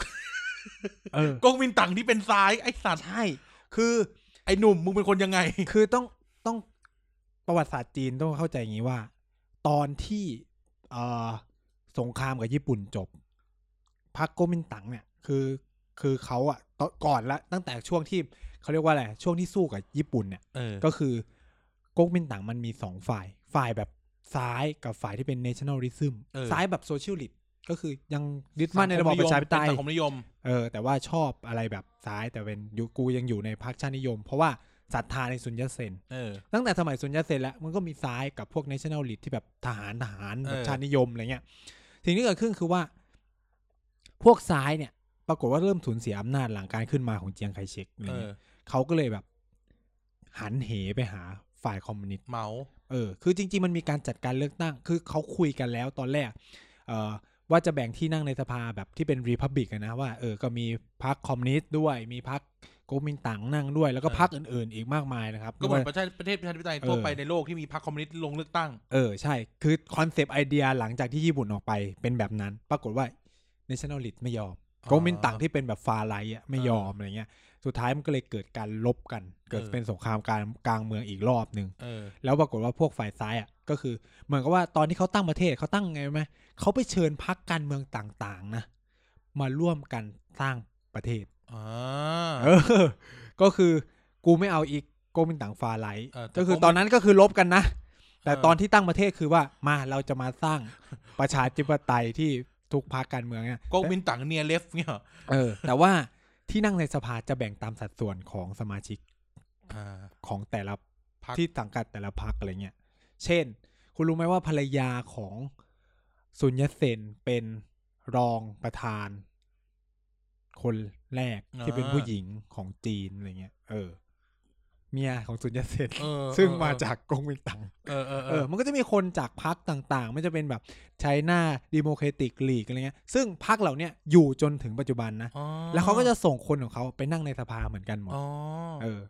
เออ กงวินตังที่เป็นซ้ายไอสัตว์ ใช่ คือ ไอหนุ่มมึงเป็นคนยังไง คือต้องต้องประวัติศาสตร์จีนต้องเข้าใจอย่างนี้ว่า ตอนที่เออสงครามกับญี่ปุ่นจบพรรคก๊กมินตั๋งเนี่ย คือคือเขาอะตอนก่อนละตั้งแต่ช่วงที่เขาเรียกว่าอะไรช่วงที่สู้กับญี่ปุ่นเนี่ย เออ ก็คือก๊กมินตั๋งมันมีสองฝ่าย ฝ่ายแบบซ้ายกับฝ่ายที่เป็น nationalism เออ ซ้ายแบบโซเชียลิสต์ก็คือยังยึดมั่นในระบอบประชาธิปไตย สังคมนิยม เออแต่ว่าชอบอะไรแบบซ้ายแต่เป็นอยู่กูยังอยู่ในพรรคชาตินิยม เพราะว่าศรัทธาในสุญญาเซน เออ ตั้งแต่สมัยสุญญาเซนแล้วมันก็มีซ้ายกับพวก nationalist ที่แบบทหารทหารแบบ เออ ชาตินิยมอะไรเงี้ยสิ่งที่เกิดขึ้นคือว่า พวกซ้ายเนี่ย ปรากฏว่าเริ่มสูญเสียอำนาจหลังการขึ้นมาของเจียงไคเชกอะไร เอ เงี้ย อ เขาก็เลยแบบ หันเหไปหา ฝ่ายคอมมิวนิสต์ เมา เออคือจริง ๆ มันมีการจัดการเลือกตั้ง คือเขาคุยกันแล้วตอนแรกเอ่อว่าจะแบ่งที่นั่งในสภาแบบที่เป็นรีพับบิกนะว่าเออก็มีพรรคคอมมิวนิสต์ด้วย มีพรรคโกมินตั๋งนั่งด้วย แล้วก็พรรคอื่นๆ อีกมากมายนะครับ ก็เหมือนประเทศประเทศประชาธิปไตยทั่วไปในโลกที่มีพรรคคอมมิวนิสต์ลงเลือกตั้ง เออใช่ คือคอนเซปต์ไอเดียหลังจากที่ญี่ปุ่นออกไปเป็นแบบนั้น ปรากฏว่า nationalist ไม่ยอม อ๋อ โกมินตั๋งที่เป็นแบบฟาไลท์อะไม่ยอมอะไรเงี้ย สุดท้ายมันก็เลยเกิดการลบกัน เกิด เออ เป็นสงครามกลางกลางเมืองอีกรอบหนึ่ง เออ แล้วปรากฏว่าพวกฝ่ายซ้ายอ่ะก็คือ เหมือนกับว่าตอนที่เขาตั้งประเทศเขาตั้งไงรู้ไหมเขาไปเชิญพักการเมืองต่างๆนะมาร่วมกันสร้างประเทศ อ่า เออ ก็คือกูไม่เอาอีกโกมินต่างฟาไลท์ เออแต่ ก็คือ โกมิน ตอนนั้นก็คือลบกันนะ แต่ เออ ตอนที่ตั้งประเทศคือว่ามาเราจะมาส [LAUGHS] ร้างประชาธิปไตยที่ทุกพักการเมืองเนี่ย โก็มินตั๋งเนียเลฟเนี่ยเหรอ เออ แต่ว่าที่นั่งในสภาจะแบ่งตามสัดส่วนของสมาชิก อ่า ของแต่ละ พรรค ที่สังกัดแต่ละพักอะไรเงี้ย เช่น คุณรู้ไหมว่าภรรยาของสุญญเซนเป็นรองประธาน คนแรกที่เป็นผู้หญิงของจีนอะไรเงี้ย เออ เมียของสุญญเซน เออ ซึ่ง เออ มาจากกงมินตัง เออเออ เอ เอ อ อ มันก็จะมีคนจากพรรคต่างๆ ไม่จะเป็นแบบไชน่าดิโมเครติกลีกอะไรเงี้ย ซึ่งพรรคเหล่าเนี้ยอยู่จนถึงปัจจุบันนะ อ๋อ แล้วเขาก็จะส่งคนของเขาไปนั่งในสภาเหมือนกันหมด อ๋อ เออ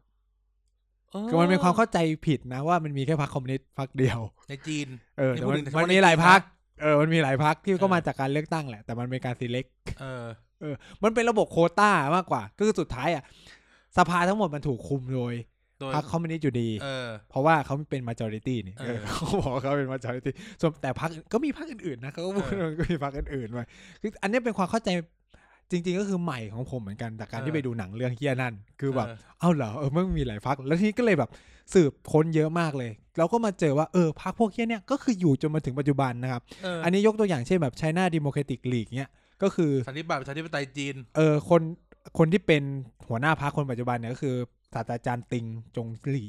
คือมันเป็นความเข้าใจผิดนะว่ามันมีแค่พรรคคอมมิวนิสต์พรรคเดียว ในจีน เออแต่ พูด มัน ถึงแต่เฉ มันพาะใน มีหลาย จีนนะ พรรคเออมันมีหลายพรรคที่ เอ ก็ อ มาจากการเลือกตั้งแหละ แต่มันเป็นการ select เออ เออ มันเป็นระบบโควต้ามากกว่า ก็คือสุดท้ายอ่ะสภาทั้งหมดมันถูกคุมโดย โดย พรรคคอมมิวนิสต์อยู่ดี เออ เพราะว่าเขาเป็น majority นี่ เออ เออเขาบอกว่าเขาเป็น majority ส่วนแต่พรรคก็มีพรรคอื่นๆนะเขาก็พูด เออ ว่าก็มีพรรคอื่นๆมาคืออันเนี้ยเป็นความเข้าใจจริง ๆ ก็คือใหม่ของผมเหมือนกันจากการ เออ ที่ไปดูหนังเรื่องเฮียนั่นคือแบบ เ เอ้าเหรอเออมันมีหลายพักแล้วทีนี้ก็เลยแบบสืบค้นเยอะมากเลยเราก็มาเจอว่าเออพักพวกเนี้ยเนี่ยก็คืออยู่จนมาถึงปัจจุบันนะครับ เออ อันนี้ยกตัวอย่างเช่นแบบ China Democratic League เนี่ยก็คือ สันนิบาตประชาธิปไตยจีน เออคนคนที่เป็นหัวหน้าพักคนปัจจุบันเนี่ยก็คือศาสตราจารย์ติงจงหลี่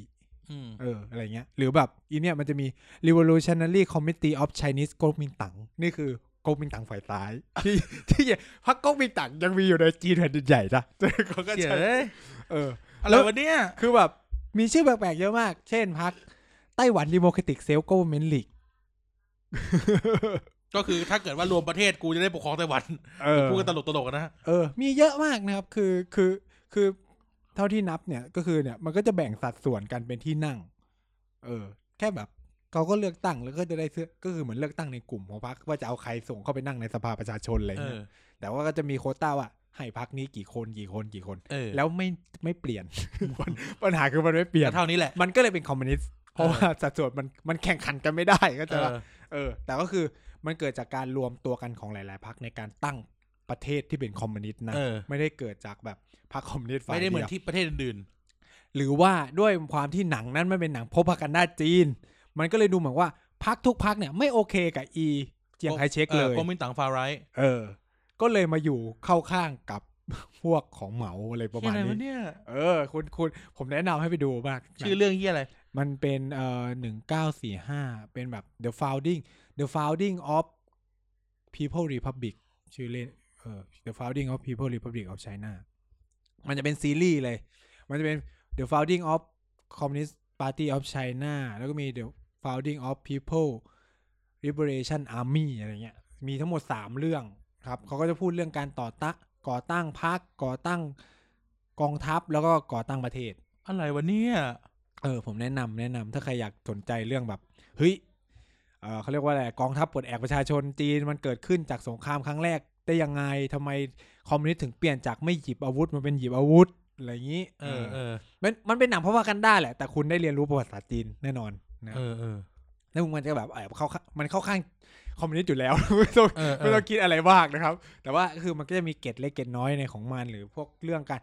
อืม เอออะไรเงี้ยหรือแบบอีเนี่ยมันจะมี Revolutionary Committee of Chinese ก๊กมินตั๋งนี่คือก๊กมินตั๋งฝ่ายซ้าย [LAUGHS] ที่ที่พรรคก๊กมินตั๋งยังมีอยู่ในจีนแผ่นดินใหญ่นะ [LAUGHS] เขาก็ เจ๋ ใช้ ย เออ อะไรวะเนี่ย คือแบบมีชื่อแปลกๆเยอะมาก เช่นพักไต้หวันดิโมครติกเซลโกเมนลิก ก็คือถ้าเกิดว่ารวมประเทศกูจะได้ปกครองไต้หวัน เออ พูดกันตลกตลกๆนะฮะ เออ มีเยอะมากนะครับ คือคือคือเท่าที่นับเนี่ยก็คือเนี่ยมันก็จะแบ่งสัดส่วนกันเป็นที่นั่ง เออ แค่แบบเขาก็เลือกตั้งแล้วก็จะได้เสื้อก็คือเหมือนเลือกตั้งในกลุ่มของพรรคว่าจะเอาใครส่งเข้าไปนั่งในสภาประชาชนอะไร เอ เงี้ อ ยแต่ว่าก็จะมีโควต้าว่าให้พรรคนี้กี่คนกี่คนกี่คน เออ แล้วไม่ไม่เปลี่ยน [LAUGHS] ปัญหาคือมันไม่เปลี่ยน แต่เท่านี้แหละ มันก็เลยเป็นคอมมิวนิสต์เพราะ เออ ว่าสัดส่วนมันมันแข่งขันกันไม่ได้ก็ เอ จะ อ เออ แต่ก็คือมันเกิดจากการรวมตัวกันของหลาย ๆพรรคในการตั้งประเทศที่เป็นคอมมิวนิสต์นะ เออ ไม่ได้เกิดจากแบบพรรคคอมมิวนิสต์ฝ่าย ไม่ได้เหมื เดี อย น ว ที่ประเทศอื่น หรือว่าด้วยความที่หนังนั้นไม่เป็นหนังพบพักันด้าจีน มันก็เลยดูเหมือนว่าพรรคทุกพรรคเนี่ยไม่โอเคกับอีเจียงไคเชก ๆเอ เล อย ก็มินตั๋งฟาไรท์ เออ ก็เลยมาอยู่เข้าข้างกับ พวกของเหมาอะไรประ เหี้ย มาณ อะไรวะ นี้ เนี่ย เออ คุณคุณผมแนะนำให้ไปดูมาก ชื่อเรื่องเฮียอะไร มันเป็นเอ่อหนึ่งเก้าสี่ห้าเป็นแบบ the founding the founding of people republic ชื่อเล่นเอ่อ the founding of people republic of China มันจะเป็นซีรีส์เลย มันจะเป็น the founding of communist party of China แล้วก็มี the founding of people liberation army อะไรเงี้ย มีทั้งหมด 3 เรื่องครับ เขาก็จะพูดเรื่องการต่อตะก่อตั้งพรรคก่อตั้งกองทัพแล้วก็ก่อตั้งประเทศ อะไรวะเนี่ย เออผมแนะนำแนะนำถ้าใครอยากสนใจเรื่องแบบเฮ้ยเอ่อเขาเรียกว่าอะไรกองทัพปลดแอกประชาชนจีนมันเกิดขึ้นจากสงครามครั้งแรกได้ยังไงทำไมคอมมิวนิสต์ถึงเปลี่ยนจากไม่หยิบอาวุธมาเป็นหยิบอาวุธอะไรอย่างนี้ เออเออ มันมันเป็นหนังพระวากันด้าแหละ แต่คุณได้เรียนรู้ประวัติศาสตร์จีนแน่นอนนะ เออเออ แล้วมันจะแบบเอ่อเข้าข้างมันเข้าข้างคอมมิวนิสต์อยู่แล้ว [LAUGHS] ไม่ต้อง เออเอ ไม่ อ ต้องคิดอะไรมากนะครับ แต่ว่าคือมันก็จะมีเกร็ดเล็กเกร็ดน้อยในของมันหรือพวกเรื่องการ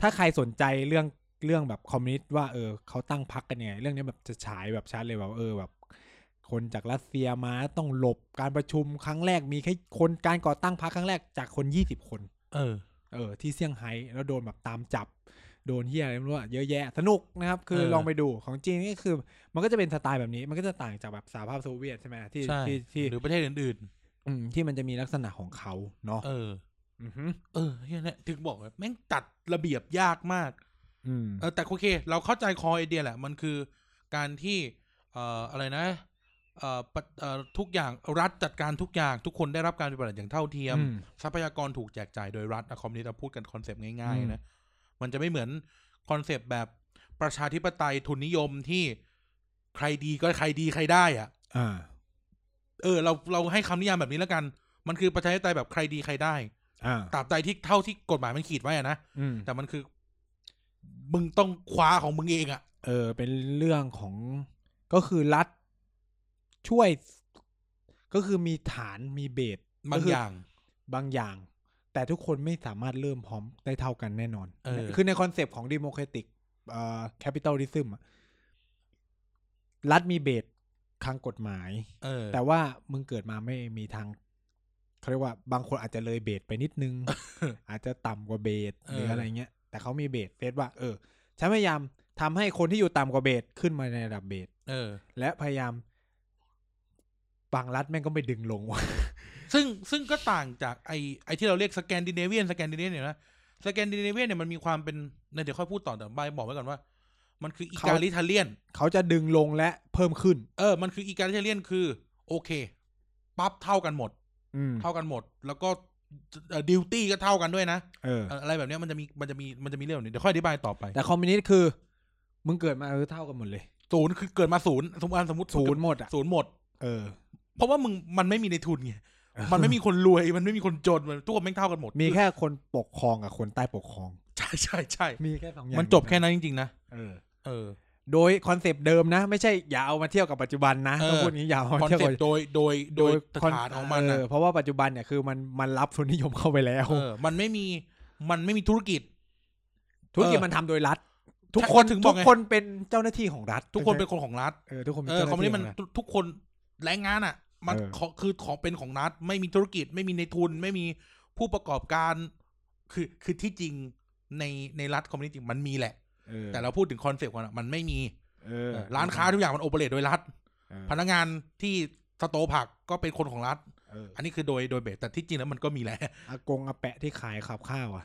ถ้าใครสนใจเรื่องเรื่องแบบคอมมิวนิสต์ว่าเออเขาตั้งพรรคกันยังไง เรื่องนี้แบบจะฉายแบบชัดเลยแบบเออแบบ คนจากรัสเซียมาต้องหลบการประชุมครั้งแรกมีแค่คนการก่อตั้งพรรคครั้งแรกจากคนยี่สิบคน เออ เออที่เซี่ยงไฮ้แล้วโดนแบบตามจับ โดนเฮียอะไรไม่รู้อะเยอะแยะ สนุกนะครับ คือ เออ ลองไปดูของจีนก็คือ มันก็จะเป็นสไตล์แบบนี้ มันก็จะต่างจากแบบสหภาพโซเวียตใช่ไหมที่ ใช่ ที่ที่ หรือประเทศอื่น อืมที่มันจะมีลักษณะของเขาเนาะ ๆเออ อือหือ เออเฮียเนี่ยถึงบอกว่าแม่งจัดระเบียบยากมาก อืม เออแต่โอเค เราเข้าใจคอไอเดียแหละ มันคือ การที่เอ่ออะไรนะเอ่อปะเอ่อทุกอย่างรัฐจัดการทุกอย่างทุกคนได้รับการปฏิบัติอย่างเท่าเทียม อืม ทรัพยากรถูกแจกจ่ายโดยรัฐอะคอมมิวนิสต์อะพูดกันคอนเซปต์ง่าย อืม ๆนะ มันจะไม่เหมือนคอนเซปต์แบบประชาธิปไตยทุนนิยมที่ใครดีก็ใครดีใครได้อะ อ่า เออเราเราให้คำนิยามแบบนี้แล้วกัน มันคือประชาธิปไตยแบบใครดีใครได้ อ่า ตราบใดที่เท่าที่กฎหมายมันขีดไว้อะนะ อืม แต่มันคือ มึงต้องคว้าของมึงเองอะ เออ เป็นเรื่องของก็คือรัฐช่วย ก็คือมีฐานมีเบส บาง ก็คื อย่าง บางอย่าง แต่ทุกคนไม่สามารถเริ่มพร้อมได้เท่ากันแน่นอน เออ คือในคอนเซปต์ของดิโมครติกเอ่อแคปิตอลิซึมรัฐมีเบสทางกฎหมาย เออ แต่ว่ามึงเกิดมาไม่มีทางเขาเรียกว่าบางคนอาจจะเลยเบสไปนิด [LAUGHS] นึง อาจจะต่ำกว่าเบสหรือ เอออ อะไรเงี้ย แต่เขามีเบสเฟซว่า เออฉันพยายามทำให้คนที่อยู่ต่ำกว่าเบสขึ้นมาในระดับเบส เออ และพยายามบางรัฐแม่งก็ไปดึงลงว่ะ [LAUGHS] ซึ่งซึ่งก็ต่างจากไอไอที่เราเรียกสแกนดิเนเวียนสแกนดิเนเวียนเนี่ยนะสแกนดิเนเวียนเนี่ยมันมีความเป็นเนี่ยเดี๋ยวค่อยพูดต่อแต่ใบายบอกไว้ก่อนว่า มันคืออี เขา กาลิทาเลียน เขาจะดึงลงและเพิ่มขึ้น เออ มันคืออีกาลิทาเลียนคือโอเคปั๊บเท่ากันหมด อืม เท่ากันหมด แล้วก็ดิวตี้ก็เท่ากันด้วยนะ เออ เอ่ออะไรแบบเนี้ยมันจะมีมันจะมีมันจะมีเรื่องแบบนี้เดี๋ยวค่อยอธิบายต่อไป แต่คอมมิวนิสต์คือ มึงเกิดมาเออเท่ากันหมดเลย ศูนย์คือเกิดมาศูนย์สมมติสมมติ ศูนย์หมดอ่ะ ศูนย์หมด เออ เพราะว่ามึงมันไม่มีในทุนไงมันไม่มีคนรวยมันไม่มีคนจนมันทุกคนแม่งเท่ากันหมด มีแค่คนปกครองกับคนใต้ปกครอง ใช่ใช่ใช่ มีแค่สองอย่าง มันจบแค่นั้นจริงๆนะ เออ เออ โดยคอนเซปต์เดิมนะ ไม่ใช่อย่าเอามาเที่ยวกับปัจจุบันนะ เออ ต้องพูดงี้อย่าเอามา คอน เที่ยว เซ็ กั ป บ ต์โดยโดยโดย ค ฐานของมันนะเเพราะว่าปัจจุบันเนี่ยคือมันมันรับทุนนิยมเข้าไปแล้ว เออ มันไม่มีมันไม่มีธุรกิจ ธุรกิจ เออ มันทำโดยรัฐ ทุก ใช่ คน ถึงบ ทุ อก ก ไง คนเป็นเจ้าหน้าที่ของรัฐ ทุกคนเป็นคนของรัฐ เออทุกคนเป็น เออ เจ้าห คอม น้า มิวนิส ที่ของต์มันรัฐ ทุกทุกคนแรงงานอ่ะ มัน เออ ขอคือของเป็นของรัฐ ไม่มีธุรกิจ ไม่มีในทุน ไม่มีผู้ประกอบการ คือคือที่จริงในในรัฐคอมมิวนิสต์จริงมันมีแหละ เออ แต่เราพูดถึงคอนเซ็ปต์มันอะมันไม่มี เออ เออร้านค้าทุกอย่างมันโอเปเรตโดยรัฐ เออ พนักงานที่สโตร์ผักก็เป็นคนของรัฐ เออ อันนี้คือโดยโดยเบสแต่ที่จริงแล้วมันก็มีแหละ [LAUGHS] อากงอาแปะที่ขายขับข้าวอ่ะ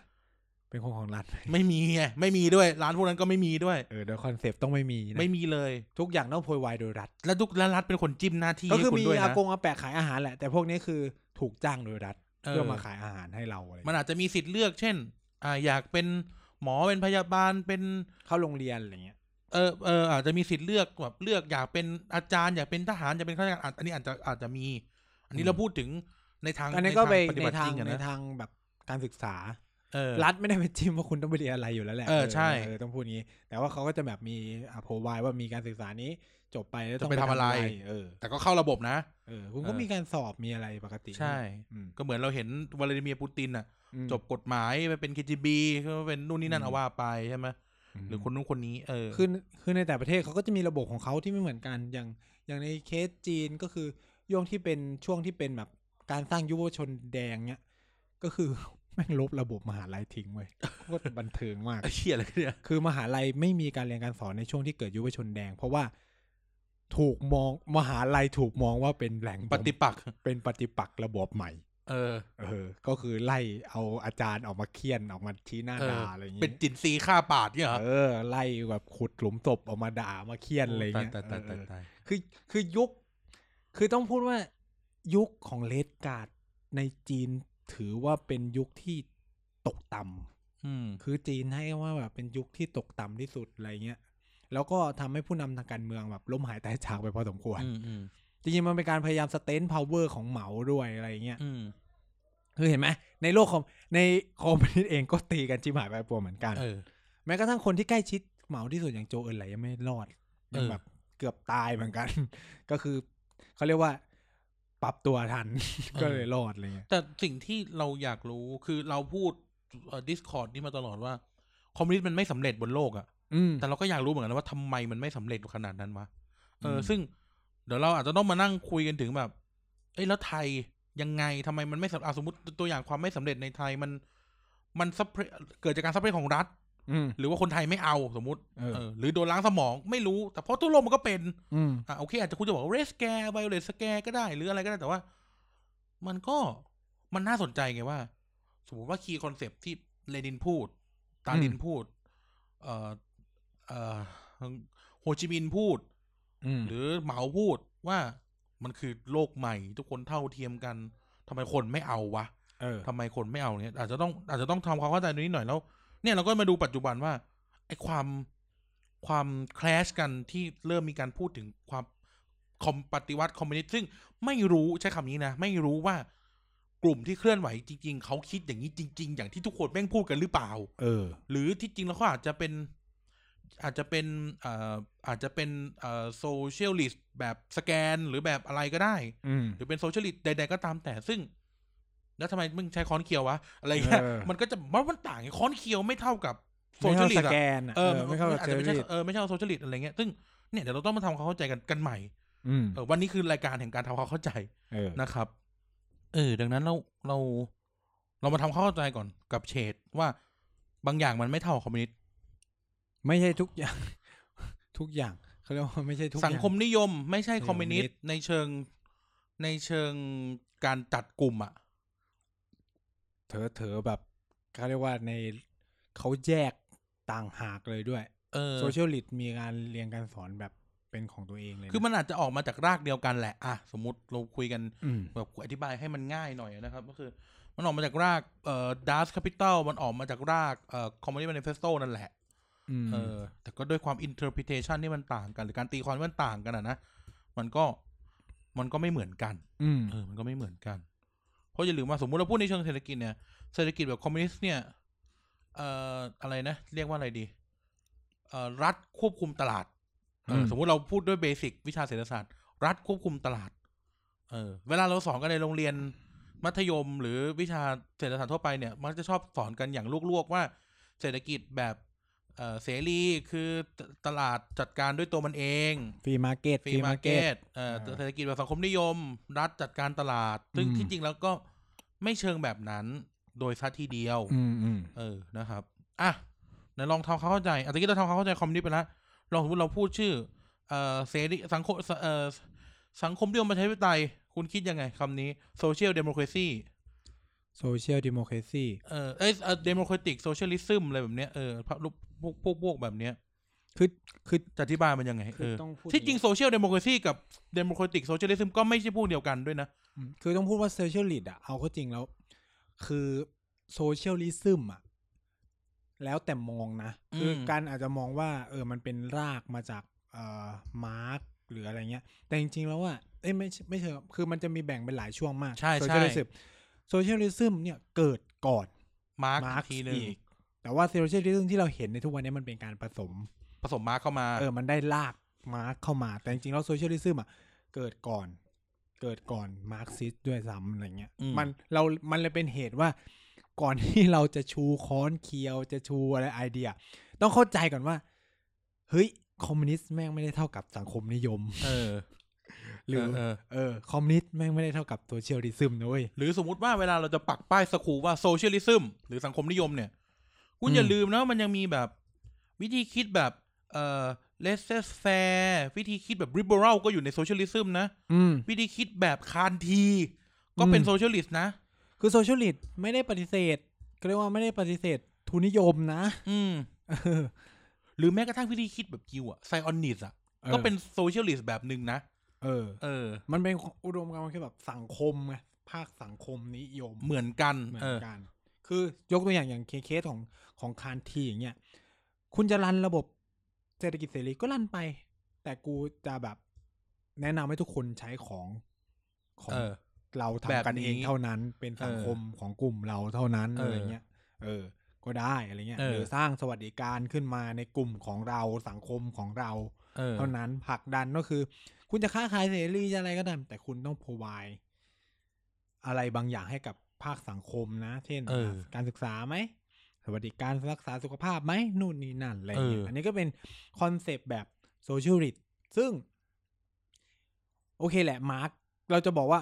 เป็นคนของรัฐไหม ไม่มีไงไม่มีด้วย ร้านพวกนั้นก็ไม่มีด้วย เออโดยคอนเซปต์ต้องไม่มีนะ ไม่มีเลย ทุกอย่างต้องโพยวายโดยรัฐ แล้วทุกแล้วรัฐเป็นคนจิ้มหน้าที่ ก็คือ ให้คุ มี ณด้วย อา นะ กงอาแปะขายอาหารแหละแต่พวกนี้คือถูกจ้างโดยรัฐ เอ เพื่อ อ มาขายอาหารให้เราอะไร มันอาจจะมีสิทธิ์เลือกเช่น อ่าอยากเป็นหมอเป็นพยาบาลเป็น เข้าโรงเรียนอะไรเงี้ย เออเอออาจจะมีสิทธิ์เลือกแบบเลือกอยากเป็นอาจารย์อยากเป็นทหารอยากเป็นข้าราชการอ่ะอันนี้อาจจะอาจจะมี อันนี้เราพูดถึงในทาง อันนี้ก็ไป ปฏิ ใน บัติ ทางจริงอะ ใน นะ ทางแบบการศึกษา เออ รัฐไม่ได้ไปจิ้มว่าคุณต้องไปเรียนอะไรอยู่แล้วแหละ เออใช่ เออต้องพูดงี้ แต่ว่าเขาก็จะแบบมีอ่ะโพวายว่ามีการศึกษานี้ จบไปแล้ว จะ ต้อง ไปทำอะไร เออ แต่ก็เข้าระบบนะ เออคุณก็ เออ มีการสอบมีอะไรปกติ ใช่ อืม ก็เหมือนเราเห็นวลาดิเมียร์ปูตินอ่ะ อืม จบกฎหมายไปเป็นเคจีบีเป็นนู่นนี่นั่นเอาว่าไปใช่ไหมหรือคนนู้นคนนี้เออ คือคือในแต่ประเทศเขาก็จะมีระบบของเขาที่ไม่เหมือนกันอย่างอย่างในเคสจีนก็คือโยงที่เป็นช่วงที่เป็นแบบการสร้างยุวชนแดงเนี้ยก็คือ [LAUGHS] แม่งลบระบบมหาลัยทิ้งเว้ยโคตรบันเทิงมาก ไอ้เหี้ยอะไรเนี่ย คือมหาลัยไม่มีการเรียนการสอนในช่วงที่เกิดยุวชนแดง เพราะว่าถูกมองมหาลัยถูกมองว่าเป็นแหล่ง ปฏิปักษ์ เป็นปฏิปักษ์ระบบใหม่ เออ เออ ก็คือไล่เอาอาจารย์ออกมาเคี่ยนออกมาชี้หน้า เออ ด่าอะไรอย่างงี้ เป็นจินซีฆ่าปาดเนี่ยเหรอ เออ ไล่แบบขุดหลุมศพออกมาด่ามาเคี่ยนอะไรอย่างเงี้ย ตายตาย เอ ตาย อ ตาย คือคือยุค คือต้องพูดว่ายุคของเลดการ์ดในจีนถือว่าเป็นยุคที่ตกต่ำ อืม คือจีนให้ว่าแบบเป็นยุคที่ตกต่ำที่สุดอะไรเงี้ย แล้วก็ทำให้ผู้นำทางการเมืองแบบล้มหายตายจากไปพอสมควร อืมอืม จริงๆมันเป็นการพยายามสเตนพาวเวอร์ของเหมาด้วยอะไรเงี้ย อืม คือเห็นไหมในโลกของในคอมมิวนิสต์เองก็ตีกันจิมหายไปปัวเหมือนกัน เออ แม้กระทั่งคนที่ใกล้ชิดเหมาที่สุดอย่างโจเอินไหลยังไม่รอดยัง เออ แบบเกือบตายเหมือนกัน [LAUGHS] ก็คือเขาเรียกว่าปรับตัวทัน [LAUGHS] ก็เลยรอดอะไรเงี้ย แต่สิ่งที่เราอยากรู้คือเราพูดดิสคอร์ดนี่มาตลอดว่า คอมมิวนิสต์มันไม่สำเร็จบนโลกอะ อืม แต่เราก็อยากรู้เหมือนกันนะว่าทำไมมันไม่สำเร็จขนาดนั้นวะเอออ ม ซึ่งเดี๋ยวเราอาจจะต้องมานั่งคุยกันถึงแบบ เอ้ยแล้วไทยยังไงทำไมมันไม่สำอ่ะสมมติตัวอย่างความไม่สำเร็จในไทยมันมัน suppress เกิดจากการซัพพลายของรัฐ อืม หรือว่าคนไทยไม่เอาสมมติ เออ เออหรือโดนล้างสมองไม่รู้ แต่เพราะทั่วโลกมันก็เป็น อืม อ่ะโอเค อาจจะคุณจะบอกเรสแกร์ไวโอเลสแกร์ก็ได้ หรืออะไรก็ได้แต่ว่า มันก็มันน่าสนใจไงว่า สมมติว่าคีย์คอนเซปที่เลนินพูด ตาลินพูด เอ่อเอ่อโฮจิมินห์พูด อืม หรือเหมาพูดว่ามันคือโลกใหม่ ทุกคนเท่าเทียมกันทำไมคนไม่เอาวะ เออ ทำไมคนไม่เอาเนี่ยอาจจะต้องอาจจะต้องทำความเข้าใจตรงนี้หน่อยแล้ว เนี่ยเราก็มาดูปัจจุบันว่าไอ้ความความคลชกันที่เริ่มมีการพูดถึงความคอมปฏิวัติคอมมิวนิสต์ซึ่งไม่รู้ใช้คำนี้นะ ไม่รู้ว่ากลุ่มที่เคลื่อนไหวจริง ๆ เขาคิดอย่างนี้จริง ๆ อย่างที่ทุกคนแม่งพูดกันหรือเปล่า เออ หรือที่จริงแล้วเขาอาจจะเป็น อาจจะเป็นเอ่ออาจจะเป็นเอ่อโซเชียลิสต์แบบสแกนหรือแบบอะไรก็ได้ อืม หรือเป็นโซเชียลิสต์ใด ๆ ก็ตามแต่ซึ่ง แล้วทำไมมึงใช้ค้อนเคียววะ อะไรเงี้ย เออ มันก็จะมันมันต่างไงค้อนเคียวไม่เท่ากับโซ ไม่ เชีย เข้า ลิส ส ต์อะ แกนอะ เออ ไม่เข้า มั กับ นอาจ เจ จะ อ ไม่ใช่ รี่ เออไม่ใช่โซเชียลิสต์อะไรเงี้ยซึ่งเนี่ยเดี๋ยวเราต้องมาทำความเข้าใจกันกันใหม่ อืม เออวันนี้คือรายการแห่งการทำความเข้าใจ เออ นะครับ เออ ดังนั้นเราเรา เรามาทำความเข้าใจก่อนกับเฉดว่าบางอย่างมันไม่เท่าคอมมิวนิสต์ ไม่ใช่ทุกอย่าง [LAUGHS] ทุกอย่างเขาเรียกว่าไม่ใช่ทุกอย่า สังคมนิยมไม่ใช่ ไม่ใช่ คอมมิวนิสต์ในเชิงในเชิงการจัดกลุ่มอ่ะ เถอเถอๆแบบเขาเรียกว่าในเขาแยกต่างหากเลยด้วย เออ โซเชียลลิตมีการเรียนการสอนแบบเป็นของตัวเองเลยะ คือมันอาจจะออกมาจากรากเดียวกันแหละ อ่ะ สมมติเราคุยกัน อืม แบบอธิบายให้มันง่ายหน่อยนะครับ ก็คือ มันออกมาจากรากเอ่อดัสแคปิตอลมันออกมาจากรากเอ่อคอมม u นิ m ต์แมนิเฟสโตนั่นแหละ อืม เออ แต่ก็ด้วยความอินเทอร์พิเทชันที่มันต่างกัน หรือการตีความที่มันต่างกันอ่ะนะ มันก็มันก็ไม่เหมือนกัน อืม เออ มันก็ไม่เหมือนกัน เพราะอย่าลืมว่าสมมติเราพูดในเชิงเศรษฐกิจเนี่ย เศรษฐกิจแบบคอมมิวนิสต์เนี่ย เอ่อ อะไรนะ เรียกว่าอะไรดี เอ่อ รัฐควบคุมตลาด เออสมมุติเราพูดด้วยเบสิกวิชาเศรษฐศาสตร์ รัฐควบคุมตลาด เออ เวลาเราสอนกันในโรงเรียนมัธยมหรือวิชาเศรษฐศาสตร์ทั่วไปเนี่ย มันจะชอบสอนกันอย่างลวกๆว่า เศรษฐกิจแบบเอ่อเสรีคือตตลาดจัดการด้วยตัวมันเอง ฟรีมาร์เก็ต ฟรีมาร์เก็ตเอ่อ อ่า เศรษฐกิจแบบสังคมนิยม รัฐจัดการตลาด ซึ่ง อืม ที่จริงแล้วก็ไม่เชิงแบบนั้นโดยซะทีเดียว อืมอืม เออ นะครับ อ่ะไหนลองทำความเข้าใจอาจจะกี้เราทำความเข้าใจคอมมิวนิสต์ไปแล้วลองสมมติเราพูดชื่อ เอ่อ เสรีสังคม เอ่อ สังคมนิยมประชาธิปไตย คุณคิดยังไงคำนี้โซเชียลเดโมคร c ซี โซเชียลดิโมครซี เอ่อ เอ้ยเดโมครติกโซเชียลิซึมอะไรแบบเนี้ย เออพวกพวกพวกพวกแบบเนี้ย คือคือ จะอธิบายมันยังไง คื เอ อ อ ต้องพูด ที่จริงโซเชียลเดโมคร c ซีกับเดโมครติกโซเชียลิซึมก็ไม่ใช่พวกเดียวกันด้วยนะ อืมคือต้องพูดว่าโซเชียลลิตอ่ะเอาเข้าจริงแล้ว คือโซเชียลิซึมอ่ะ แล้วแต่มองนะ คืออ ม การอาจจะมองว่า เออมันเป็นรากมาจากเอ่อมาร์กหรืออะไรเงี้ย แต่จริงๆแล้วว่าเอ้ยไม่ใช่ไม่เชิงคือมันจะมีแบ่งเป็นหลายช่วงมาก ใช่ โซ ใช่ เชียลิซึมโซเชียลิซึมเนี่ยเกิดก่อน มาร์ก Marx ทีหนึ่ง อีก แต่ว่าโซเชียลิซึมที่เราเห็นในทุกวันนี้มันเป็นการผสม ผสมมาร์กเข้ามา เออ มันได้ลากมาร์กเข้ามา แต่จริงๆ แล้วโซเชียลิซึมอ่ะ เกิดก่อน เกิดก่อนมาร์กซิสด้วยซ้ำอะไรเงี้ย อืม มัน เรา มันเลยเป็นเหตุว่า ก่อนที่เราจะชูค้อนเคียว จะชูอะไรไอเดีย ต้องเข้าใจก่อนว่า เฮ้ย คอมมิวนิสต์แม่งไม่ได้เท่ากับสังคมนิยม เออ หรือ เเออ เออ คอมมิวนิสต์แม่งไม่ได้เท่ากับโซเชียลิซึมนะเว้ย หรือสมมติว่าเวลาเราจะปักป้ายสกูว่าโซเชียลิซึมหรือสังคมนิยมเนี่ย คุณ อืม อย่าลืมนะว่ามันยังมีแบบวิธีคิดแบบเอ่อเลสเซสแฟร์วิธีคิดแบบริเบอรัลก็อยู่ในโซเชียลิซึมนะ อืม วิธีคิดแบบคานที ก็เป็น อืม โซเชียลิสต์นะ คือโซเชียลิสต์ไม่ได้ปฏิเสธก็เรียกว่าไม่ได้ปฏิเสธทุนนิยมนะ อืม เออ หรือแม้กระทั่งวิธีคิดแบบยิวอะไซออนิสอะก็เป็นโซเชียลิสต์แบบหนึ่งนะ เออ เออ มันเป็นอุดมการณ์คือแบบสังคมไงภาคสังคมนิยม เหมือนกัน เหมือ เอน อ กัน คือยกตัวอย่างอย่างเคสของของคานทีอย่างเงี้ยคุณจะรันระบบเศรษฐกิจเสรีก็รันไป แต่กูจะแบบแนะนำให้ทุกคนใช้ของของ เออ เราทำกันเองเท่านั้น เป็นสังคมของกลุ่มเราเท่านั้น เอออ อะไรเงี้ย เออ ก็ได้อะไรเงี้ย เออ หรือสร้างสวัสดิการขึ้นมาในกลุ่มของเราสังคมของเรา เออ เท่านั้นผลักดันก็คือ คุณจะค้าขายเสรีจะอะไรก็ตามแต่คุณต้อง provide อะไรบางอย่างให้กับภาคสังคมนะ เช่น เออ การศึกษาไหมสวัสดิการรักษาสุขภาพไหมนู่นนี่นั่นอะไรอย่างเงี้ เอย ออั อันนี้ก็เป็นคอนเซปต์แบบโซเชียลิตซึ่ง โอเคแหละมาร์กเราจะบอกว่า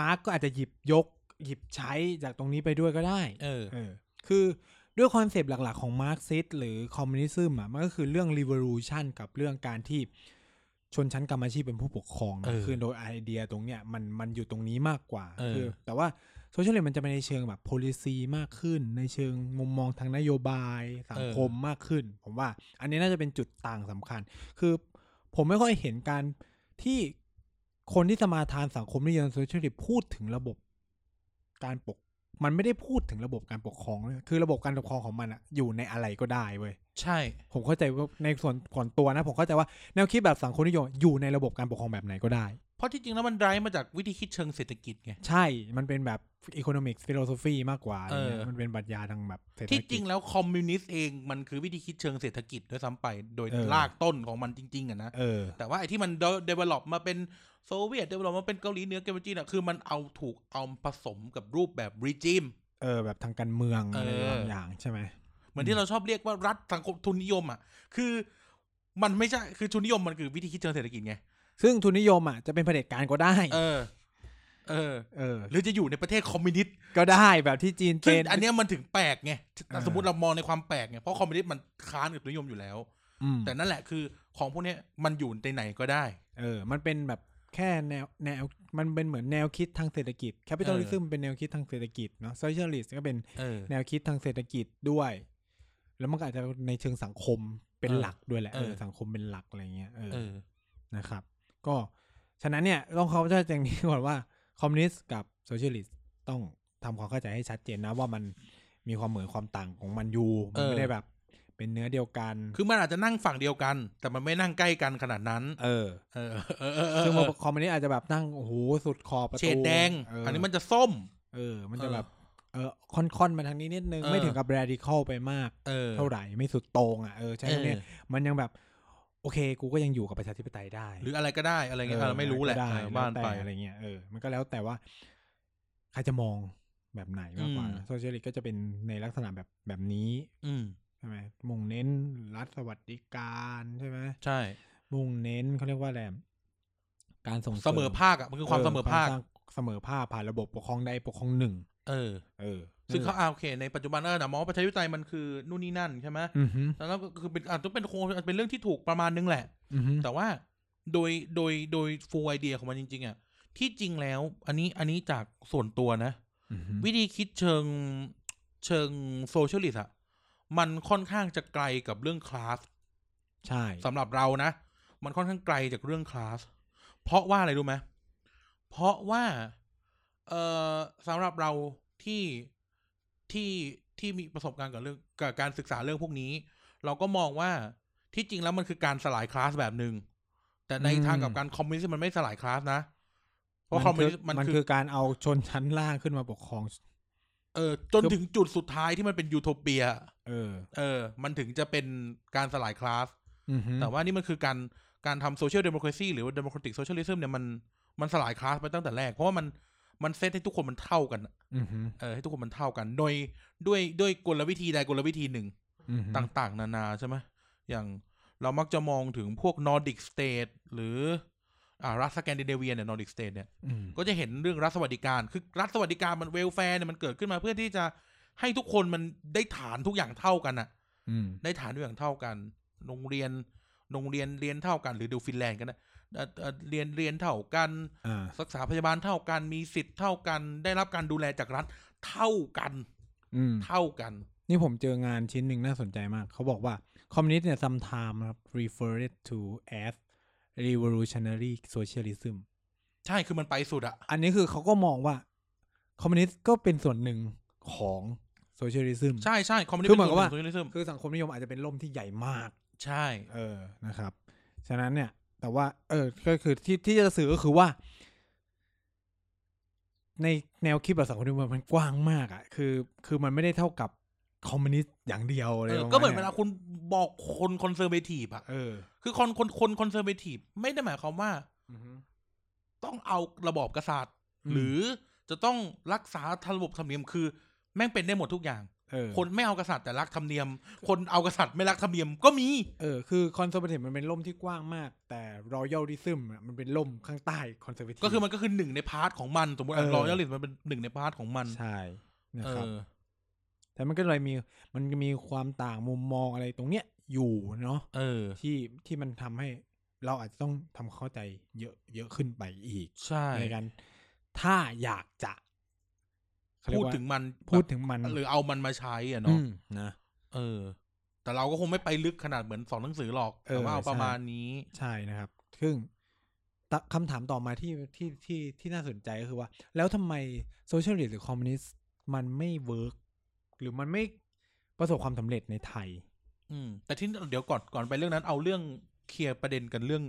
มาร์กก็อาจจะหยิบยก หยิบใช้จากตรงนี้ไปด้วยก็ได้ เออ เออคือด้วยคอนเซปต์หลักๆของมาร์กซิสหรือคอมมิวนิซึมอ่ะมันก็คือเรื่อง revolution กับเรื่องการที่ชนชั้นกรรมอาชีพเป็นผู้ปกครองนะ เออ คือโดยไอเดียตรงเนี้ยมันมันอยู่ตรงนี้มากกว่า เออ คืแต่ว่าโซเชียลเลมันจะไปในเชิงแบบ policy มากขึ้น ในเชิงมุมมองทางนโยบายสังคมมากขึ้น ผมว่า อันนี้น่าจะเป็นจุดต่างสำคัญ คือ ผมไม่ค่อยเห็นการที่คนที่สมาทานสังคมนิยมโซเชียลิพูดถึงระบบการปก มันไม่ได้พูดถึงระบบการปกครองเลยคือระบบการปกครองของมันอะอยู่ในอะไรก็ได้เว้ย ใช่ ผมเข้าใจว่าในส่วนก่อนตัวนะ ผมเข้าใจว่าแนวคิดแบบสังคมนิยมอยู่ในระบบการปกครองแบบไหนก็ได้ เพราะที่จริงแล้วมันไดรฟ์มาจากวิธีคิดเชิงเศรษฐกิจไง ใช่ มันเป็นแบบอีโคโนมิกส์ฟิโลโซฟีมากกว่าอะไรเงี้ย เออ มันเป็นปรัชญาทางแบบเศรษฐกิจ ที่จริงแล้วคอมมิวนิสต์เองมันคือวิธีคิดเชิงเศรษฐกิจด้วยซ้ำไป โดย เออ ลากต้นของมันจริงๆอะนะ เออ แต่ว่าไอ้ที่มันเดเวล็อปมาเป็นโซเวียตเดเวล็อปมาเป็นเกาหลีเหนือเกาหลีจีนอะคือมันเอาถูกเอาผสมกับรูปแบบรีจิม เออ แบบทางการเมือง เอออ อะไรบางอย่างใช่ไหม เหมือนที่เราชอบเรียกว่ารัฐสังคมทุนนิยมอ่ะ คือมันไม่ใช่ คือทุนนิยมมันคือวิธีคิดเชิงเศรษฐกิจไง ซึ่งทุนนิยมอ่ะจะเป็นเผด็จการก็ได้ เออ เออ เออ หรือจะอยู่ในประเทศคอมมิวนิสต์ ก็ได้แบบที่จีน ซึ่ เป็ ง น อันเนี้ยมันถึงแปลกไง เออ สมมติเรามองในความแปลกไง เพราะคอมมิวนิสต์มันค้านกับทุนนิยมอยู่แล้ว อืม แต่นั่นแหละคือของพวกเนี้ยมันอยู่ในไหนก็ได้ เออ มันเป็นแบบแค่แนวแนวมันเป็นเหมือนแนวคิดทางเศรษฐกิจแคปิตอลิซึมเป็นแนวคิดทางเศรษฐกิจเนาะโซเชียลิสต์ก็เป็น เออ แนวคิดทางเศรษฐกิจด้วย แล้วมันก็อาจจะในเชิงสังคมเป็น เออ หลักด้วยแหละเอ เอ อ อ สังคมเป็นหลักอะไรเงี้ยเออ เออ นะครับ ก็ฉะนั้นเนี่ยต้องเข้าใจอย่างนี้ก่อนว่าคอมมิวนิสต์กับโซเชียลิสต์ต้องทำความเข้าใจให้ชัดเจนนะว่ามันมีความเหมือนความต่างของมันอยู่มันไม่ เออ ได้แบบ เป็นเนื้อเดียวกัน คือมันอาจจะนั่งฝั่งเดียวกัน แต่มันไม่นั่งใกล้กันขนาดนั้น เออ เออ เออเออเออ ซึ่งคอมมิวนิสต์อาจจะแบบนั่งโอ้โหสุดขอบประตู เฉดแดง เออ อั อั นนี้มันจะส้ม เออ มันจะแบบเออค่อนๆมาทางนี้นิดนึง เออ ไม่ถึงกับแรดิคอลไปมาก เออ เท่าไหร่ไม่สุดโตรงอ่ะเออใช่ เออ คำนี้มันยังแบบ โอเค กูก็ยังอยู่กับประชาธิปไตยได้ หรืออะไรก็ได้ อะไรเงี้ยเออไม่รู้แหละ ก็ได้ เออบ้าน แล้วแต่ ไป อะไรเงี้ยเออมันก็แล้วแต่ว่า ใครจะมองแบบไหนมากกว่า อืม โซเชียลิสก็จะเป็นในลักษณะแบบแบบนี้ อืม ใช่ไหมมุ่งเน้นรัฐสวัสดิการใช่ไหม ใช่ มุ่งเน้นเขาเรียกว่าอะไรการส่งริ เสมอภาคอ่ะมันคือความเสมอภาค ควสร้งเสมอภาคผ่านระบบปกครองใดปกครองหนึ่ง เออ เออ ซึ่งเขาอ่าโอเค ในปัจจุบันเออนะมองว่าประชาธิปไตยมันคือนู่นนี่นั่นใช่ไหม อือฮึ แล้วก็คือเป็นอาจจะเป็นโครงเป็นเรื่องที่ถูกประมาณนึงแหละ อือฮึ แต่ว่าโดยโดยโดยฟูไอเดียของมันจริง ๆ อ่ะ ที่จริงแล้ว อันนี้อันนี้จากส่วนตัวนะ อือฮึ วิธีคิดเชิงเชิงโซเชียลิสต์อ่ะ มันค่อนข้างจะไกลกับเรื่องคลาส ใช่ สำหรับเรานะ มันค่อนข้างไกลจากเรื่องคลาส เพราะว่าอะไรรู้ไหมเพราะว่าเออสำหรับเราที่ที่ที่มีประสบการณ์กับเรื่องกับการศึกษาเรื่องพวกนี้ เราก็มองว่าที่จริงแล้วมันคือการสลายคลาสแบบหนึง่งแต่ในทางกลับการคอมมิวนิสต์มันไม่สลายคลาสนะ เพราะคอมมิวนิสต์มัน มัน คื คือ อการเอาชนชั้นล่างขึ้นมาปกครอง เออจนถึงจุดสุดท้ายที่มันเป็นยูโทเปีย เออ เออ มันถึงจะเป็นการสลายคลาส อือฮึ แต่ว่านี่มันคือการการทำโซเชียลเดโมคร c y หรือว่าเดโมคร a ติกโซเชียลิซึมเนี่ยมันมันสลายคลาสไปตั้งแต่แรก เพราะว่ามันมันเซตให้ทุกคนมันเท่ากันอะ อือฮึ เออให้ทุกคนมันเท่ากัน โดยด้วยด้วยกลวิธีใดกลวิธีหนึ่ง อือฮึ ต่างๆ นานาใช่ไหมอย่างเรามักจะมองถึงพวกนอร์ดิกสเตทหรืออ่ารัฐสแกนดิเนเวียเนี่ยนอร์ดิกสเตทเนี่ย อืม ก็จะเห็นเรื่องรัฐสวัสดิการคือรัฐสวัสดิการมันเวลแฟร์เนี่ยมันเกิดขึ้นมาเพื่อที่จะให้ทุกคนมันได้ฐานทุกอย่างเท่ากันอะ อืม ได้ฐานอย่างเท่ากัน โรงเรียน โรงเรียนเรียนเท่ากัน หรือดูฟินแลนด์กันนะเอ่อเอ่อเรียนเรียนเท่ากัน อ่า รักษาพยาบาลเท่ากัน มีสิทธิ์เท่ากัน ได้รับการดูแลจากรัฐเท่ากัน อืม เท่ากัน นี่ผมเจองานชิ้นหนึ่งน่าสนใจมาก เขาบอกว่าคอมมิวนิสต์เนี่ย sometimes นะครับ referred to as revolutionary socialism ใช่ คือมันไปสุดอะ อันนี้คือเขาก็มองว่า คอมมิวนิสต์ก็เป็นส่วนหนึ่งของ socialism ใช่ใช่คอมมิวนิส คือต์เหมือนกับว่า ป็ส่นหงของ socialism คือสังคมนิยมอาจจะเป็นล่มที่ใหญ่มาก ใช่ เออ นะครับ ฉะนั้นเนี่ย แต่ว่า เออ ก็คือที่ที่จะสื่อก็คือว่า ในแนวคิดแบบสังคมนิยมมันกว้างมากอะ่ะ คือ คือมันไม่ได้เท่ากับคอมมิวนิสต์อย่างเดียวอะไร เอ ประ อ มาณ ก็เหมือนเว นี้ย ลาคุณบอกคนคอนเซอร์เวทีฟอะ เออ คือคนคนคนคอนเซอร์เวทีฟไม่ได้หมายความว่า อือฮึ ต้องเอาระบอบกษัตริย์ อืม หรือจะต้องรักษาระบบธรรมเนียม คือ แม่งเป็นได้หมดทุกอย่าง เออ คนไม่เอากษัตริย์แต่รักธรรมเนียม คนเอากษัตริย์ไม่รักธรรมเนียมก็มี เออ คือคอนเซอร์เวทีฟมันเป็นล่มที่กว้างมาก แต่รอยัลดิซึมมันเป็นล่มข้างใต้คอนเซอร์เวทีฟ ก็คือมันก็คือหนึ่งในพาร์ทของมัน สมมติ เออ รอยัลลิสมันเป็นหนึ่งในพาร์ทของมัน ใช่นะ เอ ครับ อ แต่มันก็เลยมี มันมีความต่างมุมมองอะไรตรงเนี้ยอยู่เนาะ เออ ที่ที่มันทำให้เราอาจจะต้องทำความเข้าใจเยอะเยอะขึ้นไปอีก ใช่ ในการถ้าอยากจะเขาเรีย พู ก ด ว่า ถึงมัน พูดถึงมัน แบบหรือเอามันมาใช้อ่ะ อื เนาะ มนะ เออ แต่ แต่เราก็คงไม่ไปลึกขนาดเหมือนสอนหนังสือหรอก เออ แต่ว่าเอา ใช่ ประมาณนี้ ใช่นะครับ ซึ่งตะคำถามต่อมาที่ที่ที่ที่น่าสนใจก็คือว่า แล้วทำไมโซเชียล i s t หรือคอมมิวนิสต์มันไม่เวิร์กหรือมันไม่ประสบความสำเร็จในไทย อืม แต่ที่เดี๋ยวก่อนก่อนไปเรื่องนั้นเอาเรื่องเคลียร์ประเด็นกันเรื่อง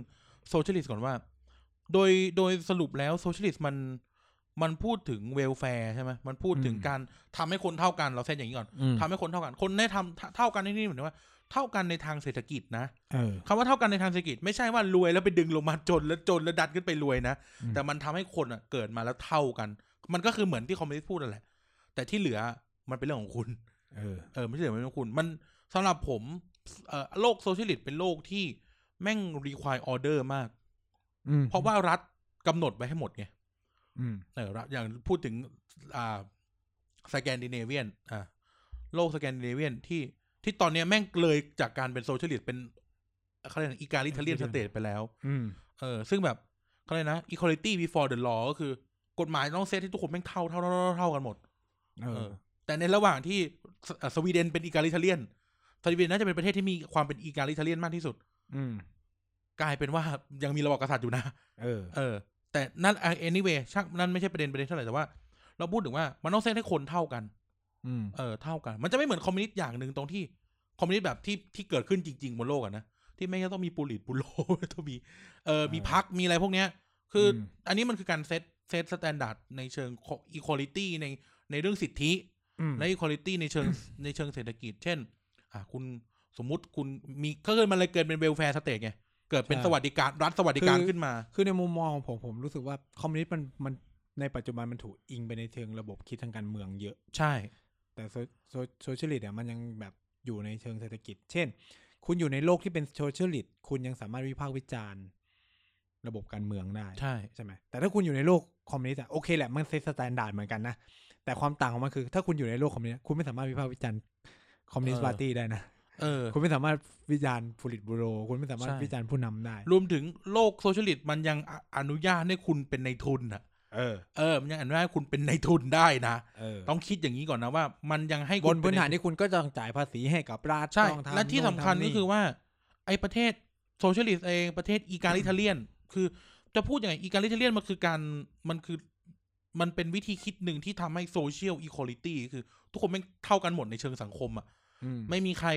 โซเชียลิสต์ก่อนว่า โดยโดยสรุปแล้วโซเชียลิสต์มันมันพูดถึงเวลแฟร์ใช่ไหมมันพูดถึง อืม การทำให้คนเท่ากันเราเซนอย่างนี้ก่อน อืม ทำให้คนเท่ากัน คนได้ทำเท่ากันในที่นี่เหมือนว่า เท่ากันในทางเศรษฐกิจนะ เออ คำว่าเท่ากันในทางเศรษฐกิจไม่ใช่ว่ารวยแล้วไปดึงลงมาจนแล้วจนแล้วดัดขึ้นไปรวยนะ อืม แต่มันทำให้คนอ่ะเกิดมาแล้วเท่ากัน มันก็คือเหมือนที่คอมมิวนิสต์พูดนั่นแหละแต่ที่เหลือมันเป็นเรื่องของคุณ เออ เออไม่ใช่เหมือนคุณ มันสำหรับผมเอ่อโลกโซเชียลิสต์เป็นโลกที่แม่งรีควายออเดอร์มาก อืม เพราะว่ารัฐกำหนดไว้ให้หมดไง อืม เออรัฐอย่างพูดถึงอ่าสแกนดิเนเวียนอ่าโลกสแกนดิเนเวียนที่ที่ตอนเนี้ยแม่งเลยจากการเป็นโซเชียลิสต์เป็นเขาเรียกอีกาลิทเลียนสเตทไปแล้ว อืม เออซึ่งแบบเขาเรียกนะ equality before the law ก็คือกฎหมายต้องเซตให้ทุกคนแม่งเท่าเท่าเท่าเท่าเท่ากันหมด เอ เอ อ อแต่ในระหว่างที่สอ่ะสวีเดนเป็นอีกาลิเทเลียน สวีเดนน่าจะเป็นประเทศที่มีความเป็นอีกาลิเทเลียนมากที่สุด อืม กลายเป็นว่ายังมีระบอบกษัตริย์อยู่นะ เออ เออ แต่นั่นอ่ะ anyway ช่างนั่นไม่ใช่ประเด็นประเด็นเท่าไหร่แต่ว่า เราพูดถึงว่ามันต้องเซตให้คนเท่ากัน อืม เออเท่ากัน มันจะไม่เหมือนคอมมิวนิสต์อย่างหนึ่งตรงที่คอมมิวนิสต์แบบที่ที่เกิดขึ้นจริงๆบนโลกอะนะที่ไม่ต้องมีปูริต [LAUGHS] ปูโล ต้องมีเออมี อ่า พักมีอะไรพวกเนี้ย คืออ ม อันนี้มันคือการเซตเซตสแตนดาร์ดในเชิงอีควอลิตี้ในในเรื่องสิทธิ อืม และ equality ในเชิ [COUGHS] ง ในเชิงเศรษฐกิจ เช่น อ่ะคุณสมมุติคุณมีก็เกิดมันเลยเกิดเป็นเวลแฟร์สเตทไง เกิดเป็นสวัสดิการรัฐสวัสดิการขึ้นมา คือในมุมมองของผมผมรู้สึกว่าคอมมิวนิสต์มันมันในปัจจุบันมันถูกอิงไปในเชิงระบบคิดทางการเมืองเยอะ ใช่ แต่โซโซโซเชียลิสต์เนี่ยมันยังแบบอยู่ในเชิงเศรษฐกิจ เช่น คุณอยู่ในโลกที่เป็นโซเชียลิสต์คุณยังสามารถวิพากษ์วิจารณ์ ระบบการเมืองได้ ใช่ ใช่ไหมแต่ถ้าคุณอยู่ในโลกคอมมิวนิสต์อะโอเคแหละมันเซตสแตนดาร์ดเหมือนกันนะ แต่ความต่างของมันคือ ถ้าคุณอยู่ในโลกคอมมิวนิสต์คุณไม่สามารถวิพากษ์วิจารณ์คอมมิวนิสต์ เออ ปาร์ตี้ได้นะ เออ คุณไม่สามารถวิจารณ์ผลิตบูโร คุณไม่สามารถ ใช่ วิจารณ์ผู้นำได้ รวมถึงโลกโซเชียลิสต์มันยังออนุญาตให้คุณเป็นในทุนอ่ะ เออ เออ มันยังอนุญาตให้คุณเป็นในทุนได้นะ เออ ต้องคิดอย่างนี้ก่อนนะว่า มันยังให้ บ คุ น ณ พื้น เป็ ฐานที่คุณก็จะต้องจ่ายภาษีให้กับรัฐ ใช่ ต้องทำ และที่ นู่ สำ น คัญ ทำ ก็ นี่ คือว่า ไอ้ประเทศโซเชียลิสต์เองประเทศอีกาลิเทเลียน คือจะพูดยังไงอีกาลิเทเลียนมันคือการมันคือ มันเป็นวิธีคิดหนึ่งที่ทำให้โซเชียลอีควอลิตี้คือ ทุกคนไม่งเท่ากันหมดในเชิงสังคมอ่ะ อืม ไม่มีใคร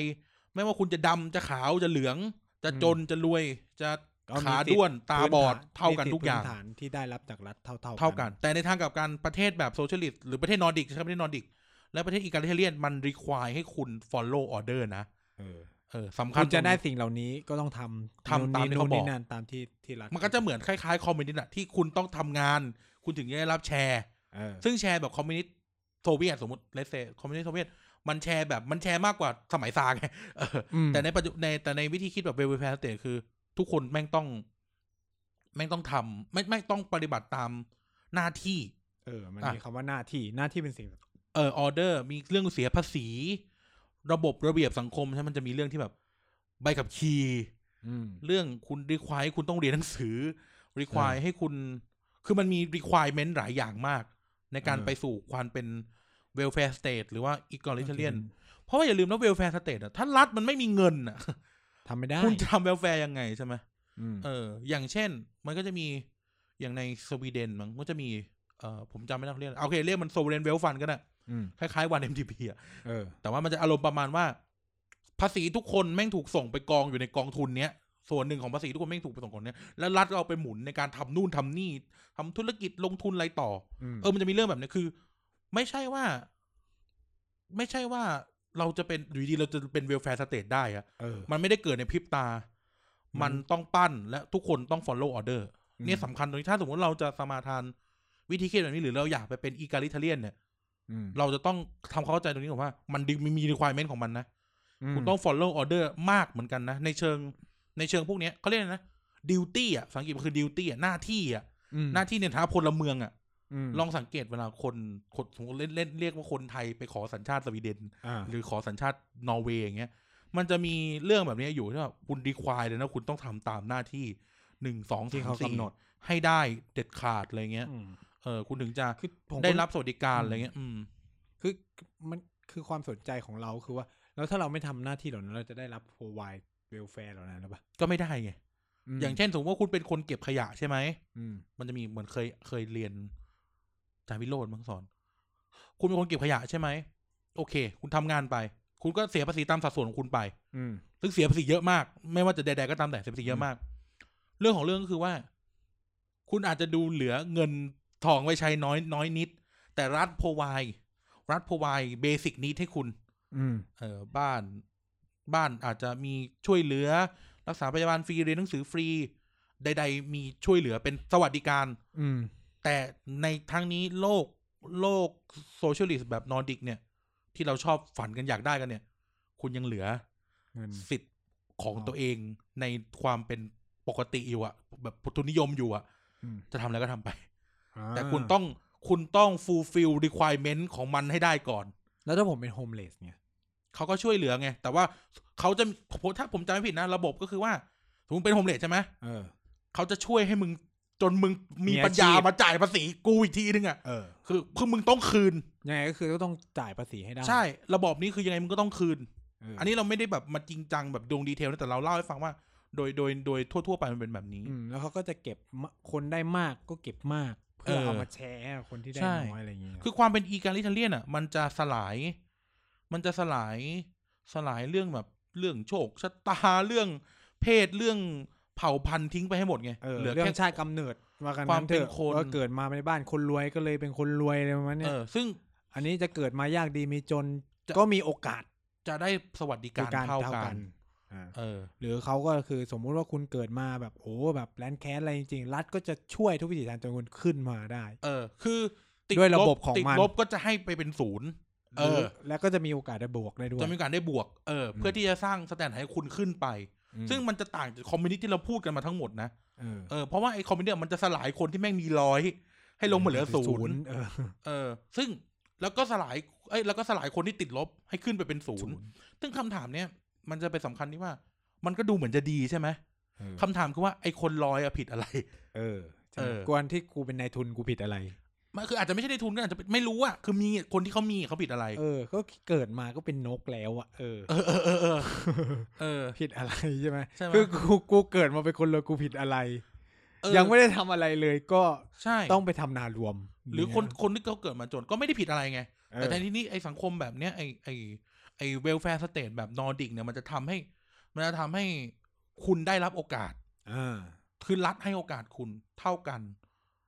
ไม่ว่าคุณจะดำจะขาวจะเหลือง จะจนจะรวย จะ ก็มี ขา สิทธิ์ ด้วนตาบอด พื้นฐน เท่ากัน สิทธิ์ ทุกอย่าง พื้นฐานที่ได้รับจากรัฐเท่าๆ เท่ากัน แต่ในทางกลับการประเทศแบบโซเชียลิสต์หรือประเทศนอร์ดิกใช่ไหมประเทศนอร์ดิกและประเทศอีกาลิเทเลียนมันรีควายให้คุณ follow order นะ เออ เออสำคั คุ ญ ณจะได้ ตรงนี้ สิ่งเหล่านี้ก็ต้องทำ ทำตามที่ นู่น เขาบ นี่ อก นั่นตามที่ที่รัฐ มันก็จะเหมือนคล้ายๆคอมมิวนิสต์อะที่คุณต้องทำงาน คุณถึงจะได้รับแชร์ เออ ซึ่งแชร์แบบคอมมิวนิสต์โซเวียตสมมติเลเซคอมมิวนิสต์โซเวียตมันแชร์แบบมันแชร์มากกว่าสมัยซาร์ไงเออ อืม แต่ในปัจจุในแต่ในวิธีคิดแบบเวลแฟร์สเตทคือ ทุกคนแม่งต้อง แม่งต้องทำไม่ไม่ต้องปฏิบัติตามหน้าที่ เออ มัน อ่ะ มีคำว่าหน้าที่หน้าที่เป็นสิ่ง เออออเดอร์ มีเรื่องเสียภาษี ระบบระเบียบสังคมใช่ไหมมันจะมีเรื่องที่แบบใบขับขี่ อืม เรื่องคุณ require คุณต้องเรียนหนังสือ เอ require อ ให้คุณ คือมันมี requirement หลายอย่างมาก ในการ เออ ไปสู่ความเป็น welfare state หรือว่า egalitarian เพราะว่าอย่าลืมนะ welfare state อะถ้ารัฐมันไม่มีเงินอะ ทำไม่ได้ คุณจะทำ welfare ยังไงใช่ไหม อืม เออ อย่างเช่น มันก็จะมีอย่างในสวีเดนมันก็จะมี เออผมจำไม่ได้เขาเรียกอะไรโอเค เรียกมัน sovereign wealth fund ก็ได้ อืม คล้ายๆวัน MTP อะ เออ แต่ว่ามันจะอารมณ์ประมาณว่า ภาษีทุกคนแม่งถูกส่งไปกองอยู่ในกองทุนเนี้ย ส่วนหนึ่งของภาษีทุกคนแม่งถูกไปส่งกองเนี้ยแล้วรัฐก็เอาไปหมุนในการทำนู่นทำนี่ทำธุรกิจลงทุนอะไรต่อ อืม เออมันจะมีเรื่องแบบเนี้ยคือ ไม่ใช่ว่า ไม่ใช่ว่าเราจะเป็นอยู่ดีเราจะเป็นเวลแฟร์สเตทได้อะ เออ มันไม่ได้เกิดในพริบตา มั มัน นต้องปั้นและทุกคนต้อง follow order เนี่ย อืม สำคัญตรงนี้ถ้าสมมติเราจะสมาทานวิธีคิดแบบนี้หรือเราอยากไปเป็นอีกาลิเทเลียนเนี่ย อืม เราจะต้องทำความเข้าใจตรงนี้ก่อนว่า มันดึงมีมี requirement ของมันนะ คุณต้อง follow order มากเหมือนกันนะ ในเชิงในเชิงพวกเนี้ยเขาเรียกอะไรนะ duty อ่ะภาษาอังกฤษมันคือ duty อ่ะหน้าที่อ่ะ อืม หน้าที่ในฐานะพลเมืองอ่ะ ม ลองสังเกตเวลาคนคนสมมติเล่นเล่นเรียกว่าคนไทยไปขอสัญชาติสวีเดน อ่า หรือขอสัญชาตินอร์เวย์อย่างเงี้ย มันจะมีเรื่องแบบเนี้ยอยู่ที่แบบคุณดีควายเลยนะ คุณต้องทำตามหน้าที่หนึ่งสอง ที่ สาม เขา สี่ กำหนด ให้ได้เด็ดขาดอะไรเงี้ย อืม เออคุณถึงจะ คือผมก็ ได้รับสวัสดิการอะไรเงี้ย อืม คือมันคือความสนใจของเราคือว่า แล้วถ้าเราไม่ทำหน้าที่เหล่านั้นเราจะได้รับโ o วายเวลแฟร์เหล่านั้นหรือเปล่า ก็ไม่ได้ไง ม อย่างเช่นสมมติว่าคุณเป็นคนเก็บขยะใช่ไหม อืม มันจะมีเหมือนเคยเคยเรียนอาจารย์วิโรจน์มังสอน คุณเป็นคนเก็บขยะใช่ไหม โอเค คุณทำงานไป คุณก็เสียภาษีตามสัดส่วนของคุณไป อืม ซึ่งเสียภาษีเยอะมาก ไม่ว่าจะใดๆก็ตามแต่เสียภาษีเยอะมาก เรื่องของเรื่องก็คือว่า คุณอาจจะดูเหลือเงินทองไว้ใช้น้อยน้อยนิด แต่รัฐพวายรัฐพวายเบสิกนี้ให้คุณ อืม เออบ้านบ้านอาจจะมีช่วยเหลือ รักษาพยาบาลฟรีเรียนหนังสือฟรี ใด ๆ มีช่วยเหลือเป็นสวัสดิการ อืม แต่ในทางนี้โลกโลกโซเชียลิสต์แบบนอร์ดิกเนี่ย ที่เราชอบฝันกันอยากได้กันเนี่ย คุณยังเหลือ เงิน สิทธิ์ของ อ๋อ ตัวเองในความเป็นปกติอยู่อะแบบทุนนิยมอยู่อะ อืม จะทำอะไรก็ทำไป อ่า แต่คุณต้องคุณต้อง fulfill requirement ของมันให้ได้ก่อน แล้วถ้าผมเป็นโฮมเลสเนี่ย เขาก็ช่วยเหลือไง แต่ว่าเขาจะผมถ้าผมจำไม่ผิดนะ ระบบก็คือว่าสมมติเป็นโฮมเลสใช่ไหม เออ เขาจะช่วยให้มึงจนมึงมี มีอาชีพ ปัญญามาจ่ายภาษีกูอีกทีนึงอ่ะ เออ คือคือมึงต้องคืน ยังไงก็คือก็ต้องจ่ายภาษีให้ได้ ใช่ ระบบนี้คือยังไงมึงก็ต้องคืน เออ อันนี้เราไม่ได้แบบมาจริงจังแบบดวงดีเทลนะแต่เราเล่าให้ฟังว่า โดยโดยโดยทั่วๆไปมันเป็นแบบนี้ อืมแล้วเขาก็จะเก็บมะคนได้มากก็เก็บมาก เพื่อ เออ เอามาแชร์ให้คนที่ได้ ใช่ น้อยอะไรอย่างเงี้ย คือความเป็นอีการิทเลียนอ่ะ มันจะสลาย มันจะสลาย สลายเรื่องแบบเรื่องโชคชะตาเรื่องเพศเรื่องเผ่าพันธุ์ทิ้งไปให้หมดไง เออ ลือ เรื่อ แค่ งชาติกำเนิดว่ากัน ความ ถอะ เป็นคน ว่าเกิดมาในบ้านคนรวยก็เลยเป็นคนรวยอะไรประมาณเนี้ เอยอซึ่ง อันนี้จะเกิดมายากดีมีจน จะ ก็มีโอกาส จะได้สวัสดิ คื กา อ ร การ เท่า เท่า กั กัน นอ่า เออ หรือเขาก็คือสมมุติว่าคุณเกิดมาแบบโอ้แบบแรนแคสอะไรจริงๆ รัฐก็จะช่วยทุกวิถีทางจนคุณขึ้นมาได้ เออ คือติด ด้วยระ ล บบของ ติด มัน ลบก็จะให้ไปเป็นศูนย์ เอ หรือ แล้วก็จะมีโอกาสได้บวกได้ด้วย จะมีการได้บวก เออ เพื่อที่จะสร้างสแตนดาร์ดให้คุณขึ้นไป อืม ซึ่งมันจะต่างจากคอมมิวนิสต์ที่เราพูดกันมาทั้งหมดนะ เออ เออ เพราะว่าไอ้คอมมิวนิสต์มันจะสลายคนที่แม่งมีร้อย ให้ลงมาเหลือศูนย์ เออ เออ ซึ่งแล้วก็สลาย เอ้ย แล้วก็สลายคนที่ติดลบให้ขึ้นไปเป็นศูนย์ ซึ่งคำถามเนี้ยมันจะไปสำคัญที่ว่า มันก็ดูเหมือนจะดีใช่ไหม เออ คำถามคือว่าไอ้คนร้อยอะผิดอะไร เออใช่ไหม เออ กวนที่กูเป็นนายทุนกูผิดอะไร มันคืออาจจะไม่ใช่ในทุนก็อาจจะไม่รู้อะคือมีคนที่เขามีเขาผิดอะไร เออ ก็เกิดมาก็เป็นนกแล้วอ่ะเออ เออเออเออเออเออ ผิดอะไรใช่ไหม ใช่ไหม คือกูกูเกิดมาเป็นคนรวยกูผิดอะไร เออ ยังไม่ได้ทำอะไรเลยก็ ใช่ ต้องไปทำนารวม หรือคนคนที่เขาเกิดมาจนก็ไม่ได้ผิดอะไรไง เออ แต่ในที่นี้ไอสังคมแบบเนี้ยไอไอไอเวลแฟร์สเตทแบบนอร์ดิกเนี่ยมันจะทำให้ มันจะทำให้คุณได้รับโอกาส อ่า คือรัฐให้โอกาสคุณเท่ากัน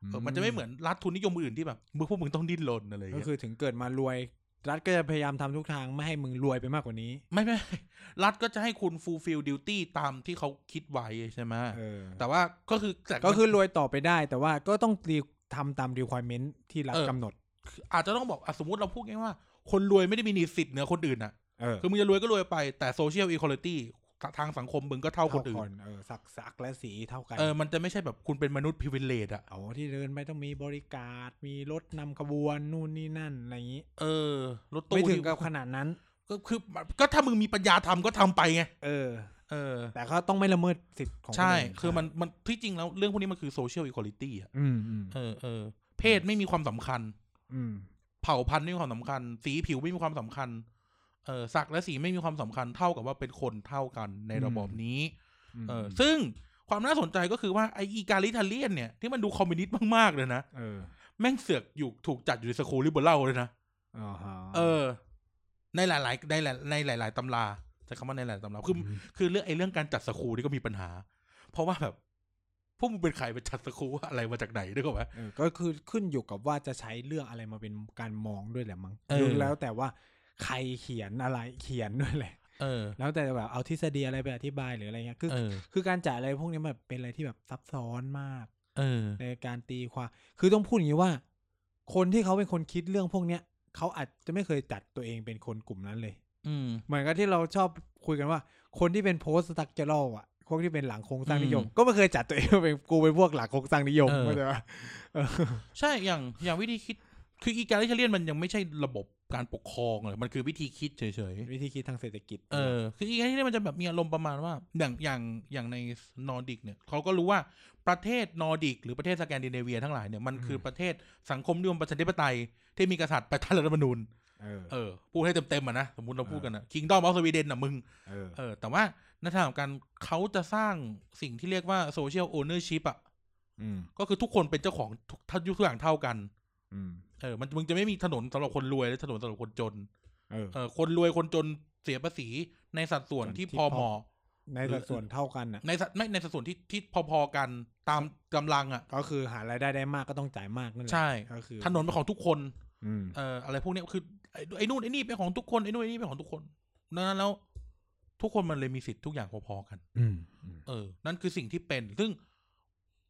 เออมันจะไม่เหมือนรัฐทุนนิยมอื่นที่แบบมึงพวกมึงต้องดิ้นรนอะไรอย่าง ก็ เงี้ย คือถึงเกิดมารวย รัฐก็จะพยายามทำทุกทางไม่ให้มึงรวยไปมากกว่านี้ ไม่ไม่ รัฐก็จะให้คุณฟูลฟิลดิวตี้ตามที่เขาคิดไว้ใช่ไหม เออ แต่ว่าก็คือแต่ ก็คือรวยต่อไปได้แต่ว่าก็ต้องรีทำตาม requirement ที่รัฐ เออ กำหนด อาจจะต้องบอกอะสมมติเราพูดง่ายๆว่า คนรวยไม่ได้มีนิสิทธิ์เหนือคนอื่นอ่ะ เออ คือมึงจะรวยก็รวยไปแต่โซเชียลอีค a ล i ตี้ทางสังคมมึงก็เท่าคนอื่น เออสักสักและสีเท่ากัน เออ มันจะไม่ใช่แบบคุณเป็นมนุษย์พิเวเลตอ่ะ เอาที่เดินไปต้องมีบริการมีรถนำขบวนนู่นนี่นั่นอะไรอย่างนี้ เออ รถตู้ ไม่ถึง ที่ กับขนาดนั้น ก็คือก็ถ้ามึงมีปัญญาทำก็ทำไปไง เออ เออ แต่ก็ต้องไม่ละเมิดสิทธิ์ของน ใช่ น คือมันมันที่จริงแล้วเรื่องพวกนี้มันคือโซเชียลอีค a ล i ตี้อ่ะ อืมอืม เออเออเพศไม่มีความสำคัญ อืม เผ่าพันธุ์ไม่มีความสำคัญ สีผิวไม่มีความสำคัญ เออสักและสีไม่มีความสำคัญเท่ากับว่าเป็นคนเท่ากันในระบอบนี้ ม เออซึ่งความน่าสนใจก็คือว่าไออีการิทาเลียนเนี่ยที่มันดูคอมมิวนิสต์มากๆเลยนะ เออ แม่งเสือกอยู่ถูกจัดอยู่ในสคูลิเบอรัลเลยนะ อ๋อฮะ เออ ในหลายๆในหลายในหลาย ๆตำราใช้คำว่าในหลายๆตำราคืออคือเรื่องไอ้เรื่องการจัดสคูลนี่ก็มีปัญหา เพราะว่าแบบพวกมึงเป็นใครไปจัดสคูลอะไรมาจากไหนด้วยก็ว่า เออก็คือขึ้นอยู่กับว่าจะใช้เรื่องอะไรมาเป็นการมองด้วยแหละมั้ง เออ ดูแล้วแต่ว่าใครเขียนอะไรเขียนด้วยแหละ เออ แล้วแต่แบบเอาทฤษฎีอะไรไปอธิบายหรืออะไรเงี้ย คือ เออ คือการจ่ายอะไรพวกนี้มันเป็นอะไรที่แบบซับซ้อนมาก เออ ในการตีความคือต้องพูดอย่างนี้ว่า คนที่เขาเป็นคนคิดเรื่องพวกเนี้ยเขาอาจจะไม่เคยจัดตัวเองเป็นคนกลุ่มนั้นเลย อืม เหมือนกับที่เราชอบคุยกันว่า คนที่เป็นโพสต์สตั๊กเจอรัลอ่ะพวกที่เป็นหลังโครงสร้างนิยม อืม ก็ไม่เคยจัดตัวเองว่าเป็นกูเป็นพวกหลังโครงสร้างนิยม เออ เข้าใจปะเออ ใช่อย่างอย่างวิธีคิด คืออีการิทาเลียนมันยังไม่ใช่ระบบการปกครองเลยมันคือวิธีคิดเฉยๆ วิธีคิดทางเศรษฐกิจ เออคืออีกอย่างที่มันจะแบบมีอารมณ์ประมาณว่า อย่างอย่างอย่างในนอร์ดิกเนี่ยเขาก็รู้ว่าประเทศนอร์ดิก หรือประเทศสแกนดิเนเวียทั้งหลายเนี่ยมันคือประเทศสังคมนิยมประชาธิปไตยที่มีกษัตริย์ประธานรัฐธรรมนูญ เออ เออพูดให้เต็มๆอ่ะนะ สมมติเราพูดกันนะคิงดอมออฟสวีเดนอ่ะมึง เออ เออ แต่ว่าในทางของการเขาจะสร้างสิ่งที่เรียกว่าโซเชียลโอเนอร์ชิพอ่ะ อืม ก็คือทุกคนเป็นเจ้าของทุกทุกอย่างเท่ากัน อืม เออ มันมึงจะไม่มีถนนสำหรับคนรวยและถนนสำหรับคนจน เออ เออ คนรวยคนจนเสียภาษีในสัดส่วน ส่วน ที่ ที่ พอ พอ เหมาะ ในสัดส่วนเท่ากันอ่ะ ในสัดไม่ในสัดส่วนที่ที่พอๆกันตามกำลังอ่ะ ก็คือหารายได้ได้มากก็ต้องจ่ายมากนั่นแหละ ใช่ ก็คือ ถนนเป็นของทุกคน อืม เอ่ออะไรพวกเนี้ยคือไอ้ไอ้นู่นไอ้นี่เป็นของทุกคนไอ้นู่นไอ้นี่เป็นของทุกคนดังนั้นแล้ว ทุกคนมันเลยมีสิทธิ์ทุกอย่างพอๆกัน อืมอืม เออ นั่นคือสิ่งที่เป็น ซึ่ง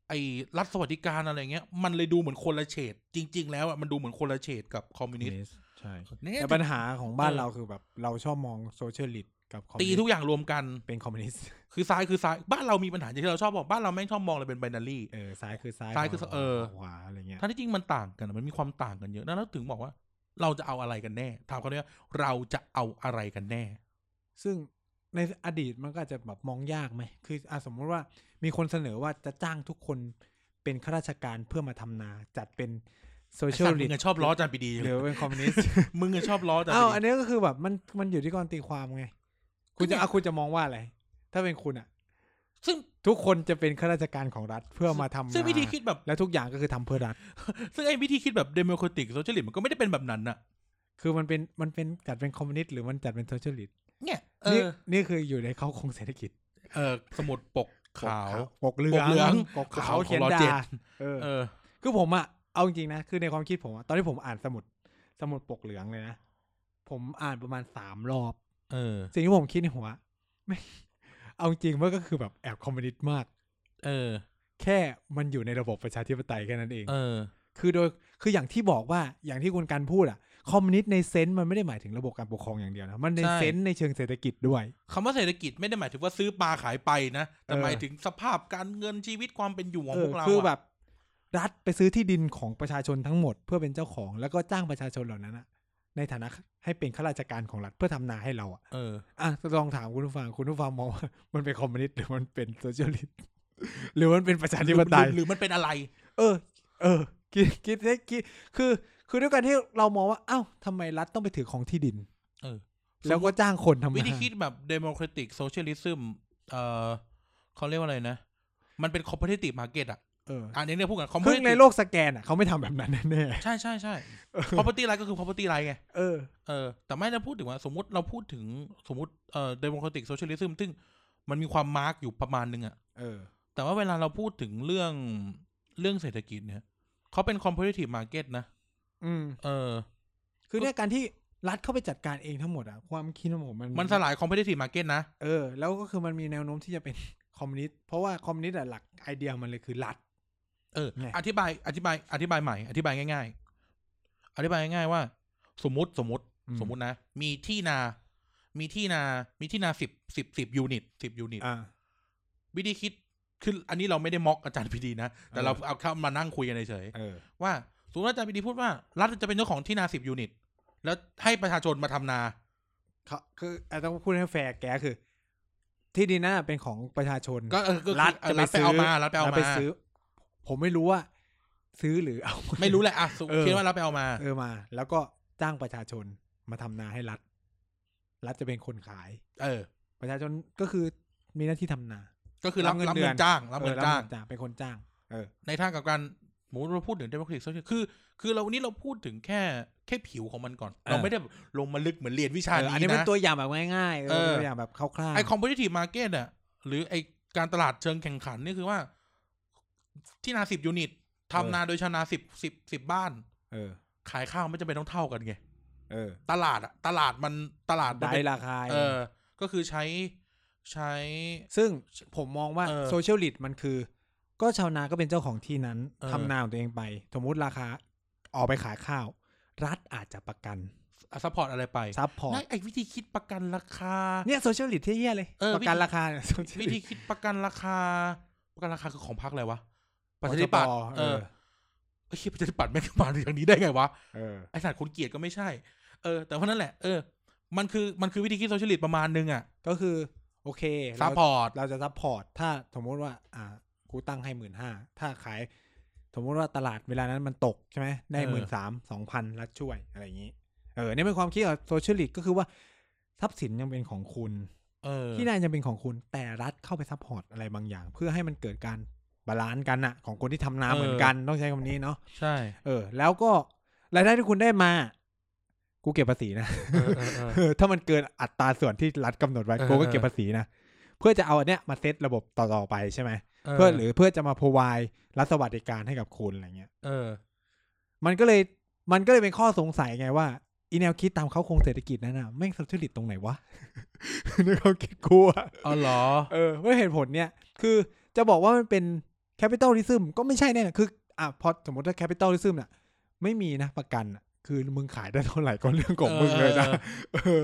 ไอ้รัฐสวัสดิการอะไรเงี้ย มันเลยดูเหมือนคนละเฉดจริง ๆ แล้วอะมันดูเหมือนคนละเฉดกับคอมมิวนิสต์ ใช่ เนี่ย แต่ปัญหาของบ้านเราคือแบบเราชอบมองโซเชียลลิสต์กับคอมมิว ตี นิส ทุก ต์ อย่างรวมกัน เป็นคอมมิวนิสต์ [LAUGHS] คือซ้ายคือซ้าย บ้านเรามีปัญหาอย่างที่เราชอบบอกบ้านเราแม่งชอบมองเลยเป็นไบนารี่ เออซ้ายคือซ้าย ซ้ายคือ ขว เออ ขวาอะไรเงี้ย ทั้งที่จริงมันต่างกันอะมันมีความต่างกันเยอะดังนั้นเราถึงบอกว่า เราจะเอาอะไรกันแน่ ถามเขาเนี่ยเราจะเอาอะไรกันแน่ ซึ่งในอดีตมันก็อาจจะแบบมองยากไหมคืออ่ะสมมุติว่ามีคนเสนอว่าจะจ้างทุกคนเป็นข้าราชการเพื่อมาทำนาจัดเป็นโซ ไอ้ เชียลสัตว์ ลิ มึ สต์งอะชอบล้ออาจานปีดีจัหงเล รือย เป็นคอมมิว [LAUGHS] นิสต์ มึงอะชอบล้ออาจาน อ้าว ปี อัน ดี นี้ก็คือแบบมันมันอยู่ที่การตีความไง คุณ ก็เนี่ จะ ย เอาคุณจะมองว่าอะไร ถ้าเป็นคุณอ่ะ ซึ่ง ทุกคนจะเป็นข้าราชการของรัฐเพื่อมาทำ ซึ่ง นา วิธีคิดแบบ และทุกอย่างก็คือทำเพื่อรัฐ ซึ่งไอ้วิธีคิดแบบเดโมแครติกโซเชียลิสต์มันก็ไม่ได้เป็นแบบนั้นน่ะ คือมันเป็นมันเป็นจัดเป็นคอมมิวนิสต์หรือมันจัดเป็นโซเชียลิสต์ เนี่ยเอ นี่ อ นี่คืออยู่ในเขาโครงเศรษฐกิจ เออสมุดปกขาว ปกเหลื ปกเหลื อ อง ง ปกขา ขาว ว เขียน ของรอ ดา เจ็ด เออ เออ คือผมอ่ะเอาจริงๆนะคือในความคิดผมอะตอนที่ผมอ่านสมุดสมุดปกเหลืองเลยนะผมอ่านประมาณสามรอบ เออ สิ่งที่ผมคิดในหัว [LAUGHS] ไม่งเอาจริงมันก็คือแบบแอบคอมมิวนิสต์มาก เออ แค่มันอยู่ในระบบประชาธิปไตยแค่นั้นเอง เออ คือโดย คืออย่างที่บอกว่า อย่างที่คุณการพูดอ่ะ คอมมิวนิสต์ในเซนส์มันไม่ได้หมายถึงระบบการปกครองอย่างเดียวนะ มันใน ใช่ เซนส์ในเชิงเศรษฐกิจด้วย คำว่าเศรษฐกิจไม่ได้หมายถึงว่าซื้อปลาขายไปนะ แต่ เออ หมายถึงสภาพการเงินชีวิตความเป็นอยู่ของ เอ พ อ วกเรา คือแบ อะ บ รัฐไปซื้อที่ดินของประชาชนทั้งหมดเพื่อเป็นเจ้าของ แล้วก็จ้างประชาชนเหล่านั้นอะในฐานะให้เป็นข้าราชการของรัฐเพื่อทำนาให้เราอะ เออ อ่ะลองถามคุณผู้ฟัง คุณผู้ฟังมองว่า [LAUGHS] มันเป็นคอมมิวนิสต์หรือมันเป็นโซเชียลิสต์ หรือมันเป็นประชาธิปไตย หรือมันเป็นอะไร เออ เออ คิดคิดได้คิด คือ คือด้วยการที่เรามองว่า เอ้าทำไมรัฐต้องไปถือของที่ดิน เออ แล้วก็จ้างคนทำ วิ งาน ธีคิดแบบเดโมแครติกโซเชียลิซึมเออเขาเรียกว่าอะไรนะ มันเป็นคอมเพลติฟมาร์เก็ตอ่ะ เออ อันนี้เนี่ยพูดกันคอมเพล ซึ่ง ติ ในโลกสแกนอ่ะเขาไม่ทำแบบนั้นแน่ ใช่ใช่ใช่ property right ก็คือ property right ไง ๆเออ เออแต่ไม่ได้พูดถึงว่าสมมติเราพูดถึงสมมติเอ่อเดโมแครติกโซเชียลิซึมซึ่งมันมีความมาร์กอยู่ประมาณนึงอะ เออ แต่ว่าเวลาเราพูดถึงเรื่องเรื่องเศรษฐกิจเนี่ยเขาเป็น competitive market นะ อืม เออ คือเนี่ยการที่รัฐเข้าไปจัดการเองทั้งหมดอ่ะ ความคิดของผมมัน มันสลาย competitive market นะ เออ แล้วก็คือมันมีแนวโน้มที่จะเป็น [LAUGHS] คอมมิวนิสต์ เพราะว่าคอมมิวนิสต์อ่ะหลักไอเดียมันเลยคือรัฐ เออ ไง อธิบายอธิบายอธิบายใหม่ อธิบายง่าย ๆ อธิบายง่ายๆว่า สมมติสมมติสมมตินะ มีที่นา มีที่นา มีที่นาสิบสิบสิบยูนิตสิบยูนิต อ่า วิธีคิดคืออันนี้เราไม่ได้ม็อกอาจารย์พีดีนะ แต่ เออ เราเอาเข้ามานั่งคุยกันเฉยๆ เออ ว่าสมมติว่าอาจารย์ปรีดีพูดว่า รัฐจะเป็นเจ้าของที่นาสิบยูนิต แล้วให้ประชาชนมาทำนา เขาคืออาจต้องพูดให้แฟร์แกคือ ที่ดินนั้นอะเป็นของประชาชน ก็เออก็คือ รัฐ เออ จะไปรัฐไป ซื้อ เอามารัฐไปเอา ฐ มา ซื้อ ผมไม่รู้ว่า ซื้อหรือเอา ไม่รู้แหละอ่ะสมมุติ เออ คิดว่ารัฐไปเอามา เออมา แล้วก็จ้างประชาชนมาทำนาให้รัฐ รัฐจะเป็นคนขาย เออ ประชาชนก็คือมีหน้าที่ทำนา ก็คือรับ รับ รับ เงินเดื เงิ อน นจ้างรับเงิน ออ จ้าง จ้างเป็นคนจ้าง เออ ในทางกับการสมมติเราพูดถึง democratic social คือ คือเราวันนี้เราพูดถึงแค่แค่ผิวของมันก่อน เออ เราไม่ได้แบบลงมาลึกเหมือนเรียนวิชา เอออัน นี้ นี้เป็น นะ ตัวอย่างแบบง่ายๆเออ เออ เป็นตัวอย่างแบบคร่าว ไอ้ competitive market อ่ะหรือไอ้การตลาดเชิงแข่งขันนี่คือว่า ที่นาสิบยูนิตทำนาโดยชาวนาสิบสิบสิบบ้าน ๆเออ ขายข้าวไม่จำเป็นต้องเท่ากันไง เออ ตลาดอะตลาดมันตลาดมัน ได้ เป็น ราคา เออ ก็คือใช้ใช้ ซึ่งผมมองว่า เออ โซเชียลลิ t มันคือ ก็ชาวนาก็เป็นเจ้าของที่นั้น เออ ทำนาของตัวเองไป สมมุติราคาออกไปขายข้าว รัฐอาจจะประกัน ซัพพอร์ตอะไรไป ซัพพอร์ต นั่นไอ้วิธีคิดประกันราคา [LAUGHS] เนี่ยโซเชียลลิทที่แย่เลย เออ ประกันราคาเนี่ย social วิ lead ธีคิดประกันราคา ประกันราคาคือของพรรคอะไรวะประชาธิปัตย์เอ เอ อ อ ไอ้ยประชาธิปัตย์แม่งมาอย่างนี้ได้ไงวะ เออ ไอ้สัตว์คนเกลียดก็ไม่ใช่ เออ แต่ว่านั่นแหละเออมันคือมันคือวิธีคิดโซเชียลิสต์ประมาณนึงอะ ก็คือ โอเค ซั เรา พพอร์ต เราจะซัพพอร์ต ถ้าสมมุติว่า อ่า กูตั้งให้หมื่นห้าถ้าขาย สมมุติว่าตลาดเวลานั้นมันตกใช่ไหมได้หมื่นสามสองพันรัฐช่วยอะไรอย่างนี้ เออเนี่ยเป็นความคิดของโซเชียลิตก็คือว่าทรัพย์สินยังเป็นของคุณ เออ ที่นายยังเป็นของคุณแต่รัฐเข้าไปซัพพอร์ตอะไรบางอย่าง เพื่อให้มันเกิดการบาลานซ์กันอะของคนที่ทำนาเหมือนกันต้องใช้คำนี้เนาะ ใช่ เออ แล้วก็รายได้ที่คุณได้มา กูเก็บภาษีนะ เออเออเออ เออ [LAUGHS] ถ้ามันเกินอัตราส่วนที่รัฐกำหนดไว้ เออ กูก็เก็บ เออ ภาษีนะ เพื่อจะเอาอันเนี้ยมาเซตระบบต่อๆไปใช่ไหมเพื่อหรือเพื่อจะมา provide รัฐสวัสดิการให้กับคุณอะไรเงี้ย เออ มันก็เลยมันก็เลยเป็นข้อสงสัยไงว่าอีแนวคิดตามเขาโครงเศรษฐกิจนั้นน่ะแม่งสุจริตตรงไหนวะ [LAUGHS] ในความคิดกูอะ เอาเหรอ เออไม่เห็นผลเนี่ย คือจะบอกว่ามันเป็นแคปิตอลิซึมก็ไม่ใช่แน่นะคืออ่ะพอสมมติว่าแคปิตอลิซึมน่ะ ไม่มีนะประกันน่ะคือมึงขายได้เท่าไหร่ก็เรื่องของมึงเลยนะเออ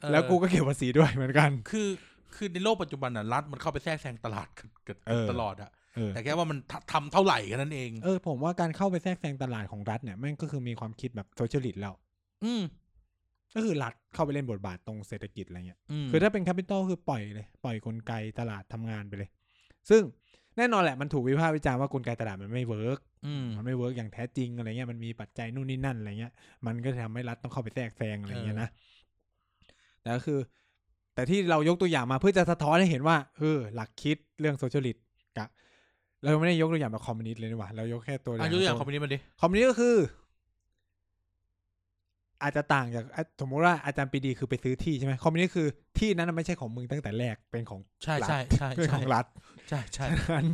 เออ แล้วกูก็เก็บภาษีด้วยเหมือนกัน คือ คือในโลกปัจจุบันอ่ะ รัฐมันเข้าไปแทรกแซงตลาดเกิดเกิด เออ ตลอดอ่ะ เออ แต่แค่ว่ามันทำทำเท่าไหร่แค่นั้นเอง เออ ผมว่าการเข้าไปแทรกแซงตลาดของรัฐเนี่ยแม่งก็คือมีความคิดแบบโซเชียลิสต์แล้ว อืม ก็คือรัฐเข้าไปเล่นบทบาทตรงเศรษฐกิจอะไรเงี้ย อืม คือถ้าเป็นแคปิตอลคือปล่อยเลย ปล่อยกลไกตลาดทำงานไปเลย ซึ่งแน่นอนแหละมันถูกวิพากษ์วิจารณ์ว่ากลไกตลาดมันไม่เวิร์ก อืม มันไม่เวิร์กอย่างแท้จริงอะไรเงี้ยมันมีปัจจัยนู่นนี่นั่นอะไรเงี้ยมันก็ทำให้รัฐต้องเข้าไปแทรกแซงอะไรเงี้ยนะแต่ก็คือ แต่ที่เรายกตัวอย่างมาเพื่อจะสะท้อนให้เห็นว่าเออหลักคิดเรื่องโซเชียลิสต์กะเราไม่ได้ยกตัวอย่างแบบคอมมิวนิสต์เลยนี่หว่าเรายกแค่ตัว อ่ะยกตัวอย่างคอมมิวนิสต์มาดิ คอมมิวนิสต์ก็คือ อาจจะต่างจากอ่ะสมมติว่าอาจารย์ปรีดีคือไปซื้อที่ใช่ไหมคอมมิวนิสต์คือที่นั้นนะไม่ใช่ของมึงตั้งแต่แรกเป็นของ ใช่ รัฐ ใช่ใช่ เรื่อง ใช่ ของรัฐ ใช่ [LAUGHS] ใช่ ฉะนั้น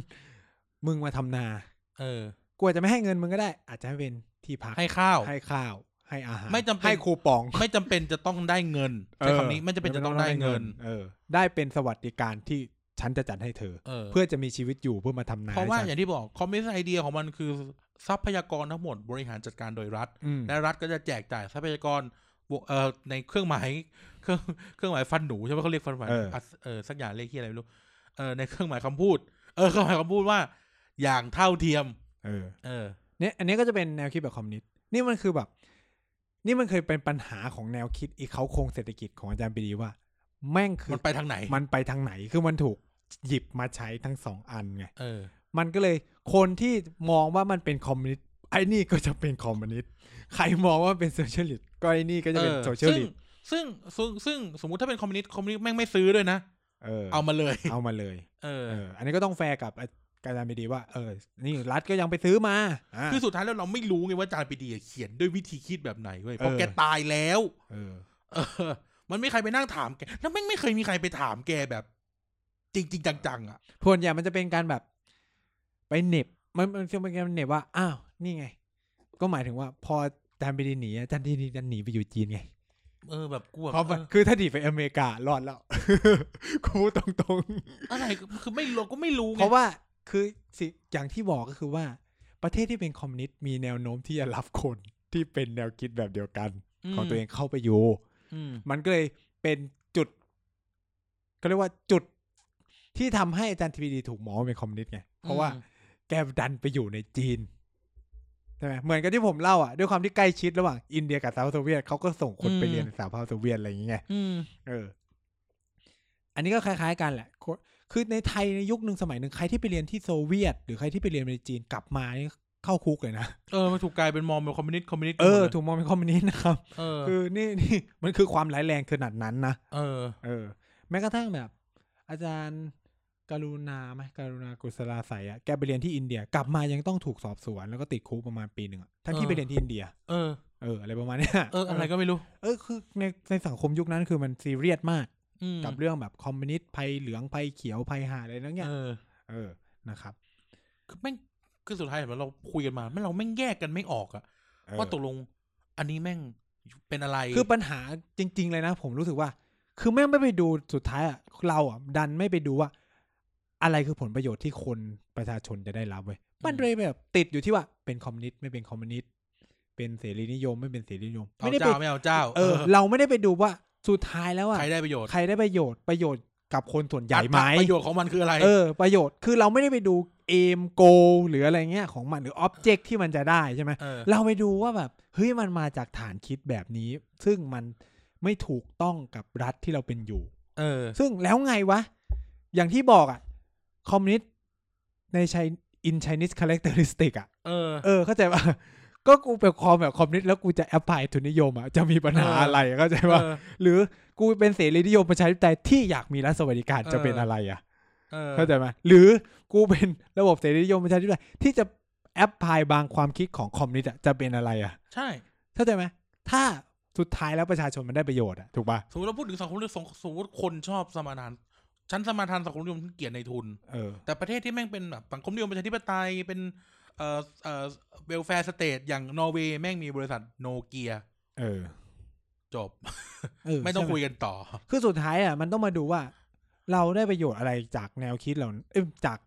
มึงมาทำนา เออ กลัวจะไม่ให้เงินมึงก็ได้ อาจจะให้เป็นที่พัก ให้ข้าว ให้ข้าว ให้อาหาร ไม่จำเป็น ให้คูปอง ไม่จำเป็นจะต้องได้เงินใช้คำนี้ไม่จำเป็นจะต้องได้เงิน เออ ได้เป็นสวัสดิการที่ฉันจะจัดให้เธอ เออ เพื่อจะมีชีวิตอยู่เพื่อมาทำนา เพราะว่า ให้ฉัอน ย่างที่บอกคอมมิวนิสต์ไอเดียของมันคือทรัพยากรทั้งหมดบริหารจัดการโดยรัฐ อืม และรัฐก็จะแจกจ่ายทรัพยากรบวกเอ่อในเครื่องหมาย [LAUGHS] เครื่องเครื่องหมายฟันหนูใช่ไหมเขาเรียกฟันหมายะเออสักอย่างเรียกที่อะไรไม่รู้เออในเครื่องหมายคำพูด เออเครื่องหมายคำพูดว่า อย่างเท่าเทียม เออ เออ เนี่ยอันนี้ก็จะเป็นแนวคิดแบบคอมมิวนิสต์นี่มันคือแบบ นี่มันเคยเป็นปัญหาของแนวคิดอีกเขาโครงเศรษฐกิจของอาจารย์ปรีดีว่า แม่งคือ มันไปทางไหน มันไปทางไหนคือมันถูกหยิบมาใช้ทั้งสองอันไง เออ มันก็เลยคนที่มองว่ามันเป็นคอมมิวนิสต์ไอ้นี่ก็จะเป็นคอมมิวนิสต์ใครมองว่าเป็นโซเชียลิสต์ก็ไอ้นี่ก็จะเป็น ออ โซเชียลิสต์ ซึ่งซึ่งซึ่งซึ่งสมมุติถ้าเป็นคอมมิวนิสต์คอมมิวนิสต์แม่งไม่ซื้อด้วยนะ เออ เอามาเลย เอามาเลย เออ เออ อันนี้ก็ต้องแฟร์กับอาจารย์บีดีว่าเออ นี่รัฐก็ยังไปซื้อมาอ่ะ คือสุดท้ายแล้วเราไม่รู้ไงว่าอาจารย์ปรีดีอะเขียนด้วยวิธีคิดแบบไหนเว้ยเพราะ เออ แกตายแล้ว เออ เออ มันไม่มีใครไปนั่งถามแกแล้วแม่งไม่เคยมีใครไปถามแกแบบ จริงจริงๆจังๆอ่ะ ส่วนใหญ่มันจะเป็นการแบบ ไปเหน็บ มันมันเป็นการเหน็บว่า อ้าว นี่ไง ก็หมายถึงว่า พออาจารย์บีดีหนีอาจารย์บีดีดันหนีไปอยู่จีนไง เออแบบกูแบบ เพราะมัน เออ คือถ้าดีไปอเมริการอดแล้ว [LAUGHS] กูตรงๆ อะไรคือไม่รู้ก็ไม่รู้ไง เพราะว่าคือสิอย่างที่บอกก็คือว่า ประเทศที่เป็นคอมมิวนิสต์มีแนวโน้มที่จะรับคนที่เป็นแนวคิดแบบเดียวกัน ม ของตัวเองเข้าไปอยู่ อืม มันก็เลยเป็นจุดเขาเรียกว่าจุดที่ทำให้อาจารย์ทีวีดีถูกมองว่าเป็นคอมมิวนิสต์ไง เพราะว่าแกดันไปอยู่ในจีนใช่ไหมเหมือนกับที่ผมเล่าอ่ะด้วยความที่ใกล้ชิดระหว่างอินเดียกับสหภาพโซเวียตเขาก็ส่งคนไปเรียนในสหภาพโซเวียตอะไรอย่างเงี้ย อืม เออ อันนี้ก็คล้าย ๆ กันแหละคคือในไทยในยุคหนึ่งสมัยหนึ่งใครที่ไปเรียนที่โซเวียต หรือใครที่ไปเรียนในจีนกลับมานี่เข้าคุกเลยนะ เออมันถูกกลายเป็นมอมเป็นคอมมิวนิสต์คอมมิวนิสต์ เออ ถูก ถูกมองเป็นคอมมิวนิสต์นะครับ เออ คือนี่นี่มันคือความร้ายแรงขนาดนั้นนะ เออ เออ แม้กระทั่งแบบ อาจารย์การุณาไหมการุณากุศลาใสยอะแกไปเรียนที่อินเดีย กลับมายังต้องถูกสอบสวนแล้วก็ติดคุกประมาณปีหนึ่งอะทั้งที่ เออ ไปเรียนที่อินเดีย เออ เออ อะไรประมาณเนี้ย เออ อะไรก็ไม่รู้ เออ คือในในสังคมยุคนั้นคือมันซีเรียสมาก อืม กับเรื่องแบบคอมมิวนิสต์ภัยเหลืองภัยเขียวภัยหาอะไรนั่นเนี่ย เออ เออนะครับ คือแม่งคือสุดท้ายเหมือนเราคุยกันมาแม่งเราแม่งแยกกันไม่ออกอะว่าตกลง อันนี้แม่งเป็นอะไร คือปัญหาจริง ๆ เลยนะ ผมรู้สึกว่า คือแม่งไม่ไปดูสุดท้ายอ่ะเราอ่ะดันไม่ไปดูว่า อะไรคือผลประโยชน์ที่คนประชาชนจะได้รับเว้ยมันเลยแบบติดอยู่ที่ว่าเป็นคอมมิวนิสต์ไม่เป็นคอมมิวนิสต์เป็นเสรีนิยมไม่เป็นเสรีนิยม เอา ไม่ได้ไป เจ้าไม่เอาเจ้า เออ เราไม่ได้ไปดูว่าสุดท้ายแล้วอ่ะ ใครได้ประโยชน์ ใครได้ประโยชน์ประโยชน์กับคนส่วนใหญ่ไหม อัตประโยชน์ของมันคืออะไร เออ ประโยชน์คือเราไม่ได้ไปดูเอมโกหรืออะไรเงี้ยของมันหรืออ็อบเจกที่มันจะได้ใช่ไหม เออ เราไปดูว่าแบบ เฮ้ยมันมาจากฐานคิดแบบนี้ ซึ่งมันไม่ถูกต้องกับรัฐที่เราเป็นอยู่ เออ ซึ่งแล้วไงวะ อย่างที่บอกอะคอมมิวนิสต์ในชัยอินไชนิสคาแรคเตอริสติกอะ เออ เออเข้าใจปะ ก็กูเป็นคอมแบบคอมมิวนิสต์แล้วกูจะแอพพลายทุนนิยมอ่ะจะมีปัญหา เอออ อะไรเข้าใจป่ะ เออ หรือกูเป็นเสรีนิยมประชาธิปไตยที่อยากมีรัฐสวัสดิการ เออ จะเป็นอะไรอ่ะ เออ เข้าใจไหมหรือกูเป็นระบบเสรีนิยมประชาธิปไตยที่จะแอพพลายบางความคิดของคอมมิวนิสต์อะจะเป็นอะไรอ่ะ ใช่ เข้าใจไหมถ้าสุดท้ายแล้วประชาชนมันได้ประโยชน์อ่ะถูกป่ะ สมมติเราพูดถึงสังคมนิยมสมมติคนชอบสมานานฉันสมานทานสังคมนิยมฉันเกลียดในทุน เออ แต่ประเทศที่แม่งเป็นแบบสังคมนิยมประชาธิปไตยเป็นเอ่อเอ่อเวลแฟร์สเตทอย่างนอร์เวย์แม่งมีบริษัทโนเกีย เออ จบ เ ไม่ต้อง ใช่ห คุยกันต่อ คือสุดท้ายอ่ะมันต้องมาดูว่า เราได้ประโยชน์อะไรจากแนวคิดเหล่านั้นเอ้ยจาก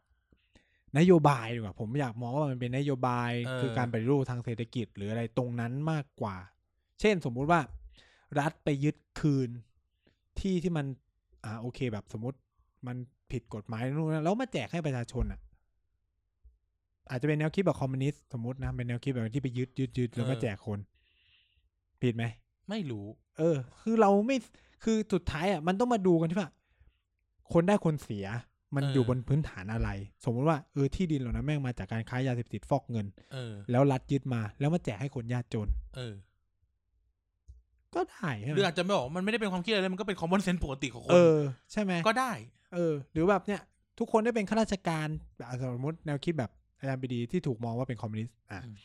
นโยบายดีกว่าผมอยากมองว่ามันเป็นนโยบาย เออ คือการปฏิรูปทางเศรษฐกิจหรืออะไรตรงนั้นมากกว่า เช่นสมมุติว่า รัฐไปยึดคืนที่ที่มัน อ่าโอเคแบบสมมติมันผิดกฎหมายนู่นนนแล้วมาแจกให้ประชาชนอ่ะ อาจจะเป็นแนวคิดแบบคอมมิวนิสต์สมมตินะเป็นแนวคิดแบบที่ไปยึดยึดยึดแล้วมาแจกคน ผิดไหม ไม่รู้ เออ คือเราไม่ คือสุดท้ายอ่ะ มันต้องมาดูกันที่ว่า คนได้คนเสีย มัน เออ อ อ ยู่บนพื้นฐานอะไร สมมุติว่าเออที่ดินเหล่านั้นแม่งมาจากการค้ายาเสพติดฟอกเงิน เออ แล้วรัฐยึดมา แล้วมาแจกให้คนยากจน เออ ก็ได้ใช่ ห ไห รือ ม อาจจะไม่บอกว่ามันไม่ได้เป็นความคิดอะไรเลยมันก็เป็นคอมมอนเซนส์ปกติของค เอน อ ใช่ไหม ก็ได้ เออ หรือแบบเนี้ยทุกคนได้เป็นข้าราชการอ่ะสมมติแนวคิดแบบอาจารย์ปรีดีที่ถูกมองว่าเป็นคอมมิวนิสต์อ่ะ อืม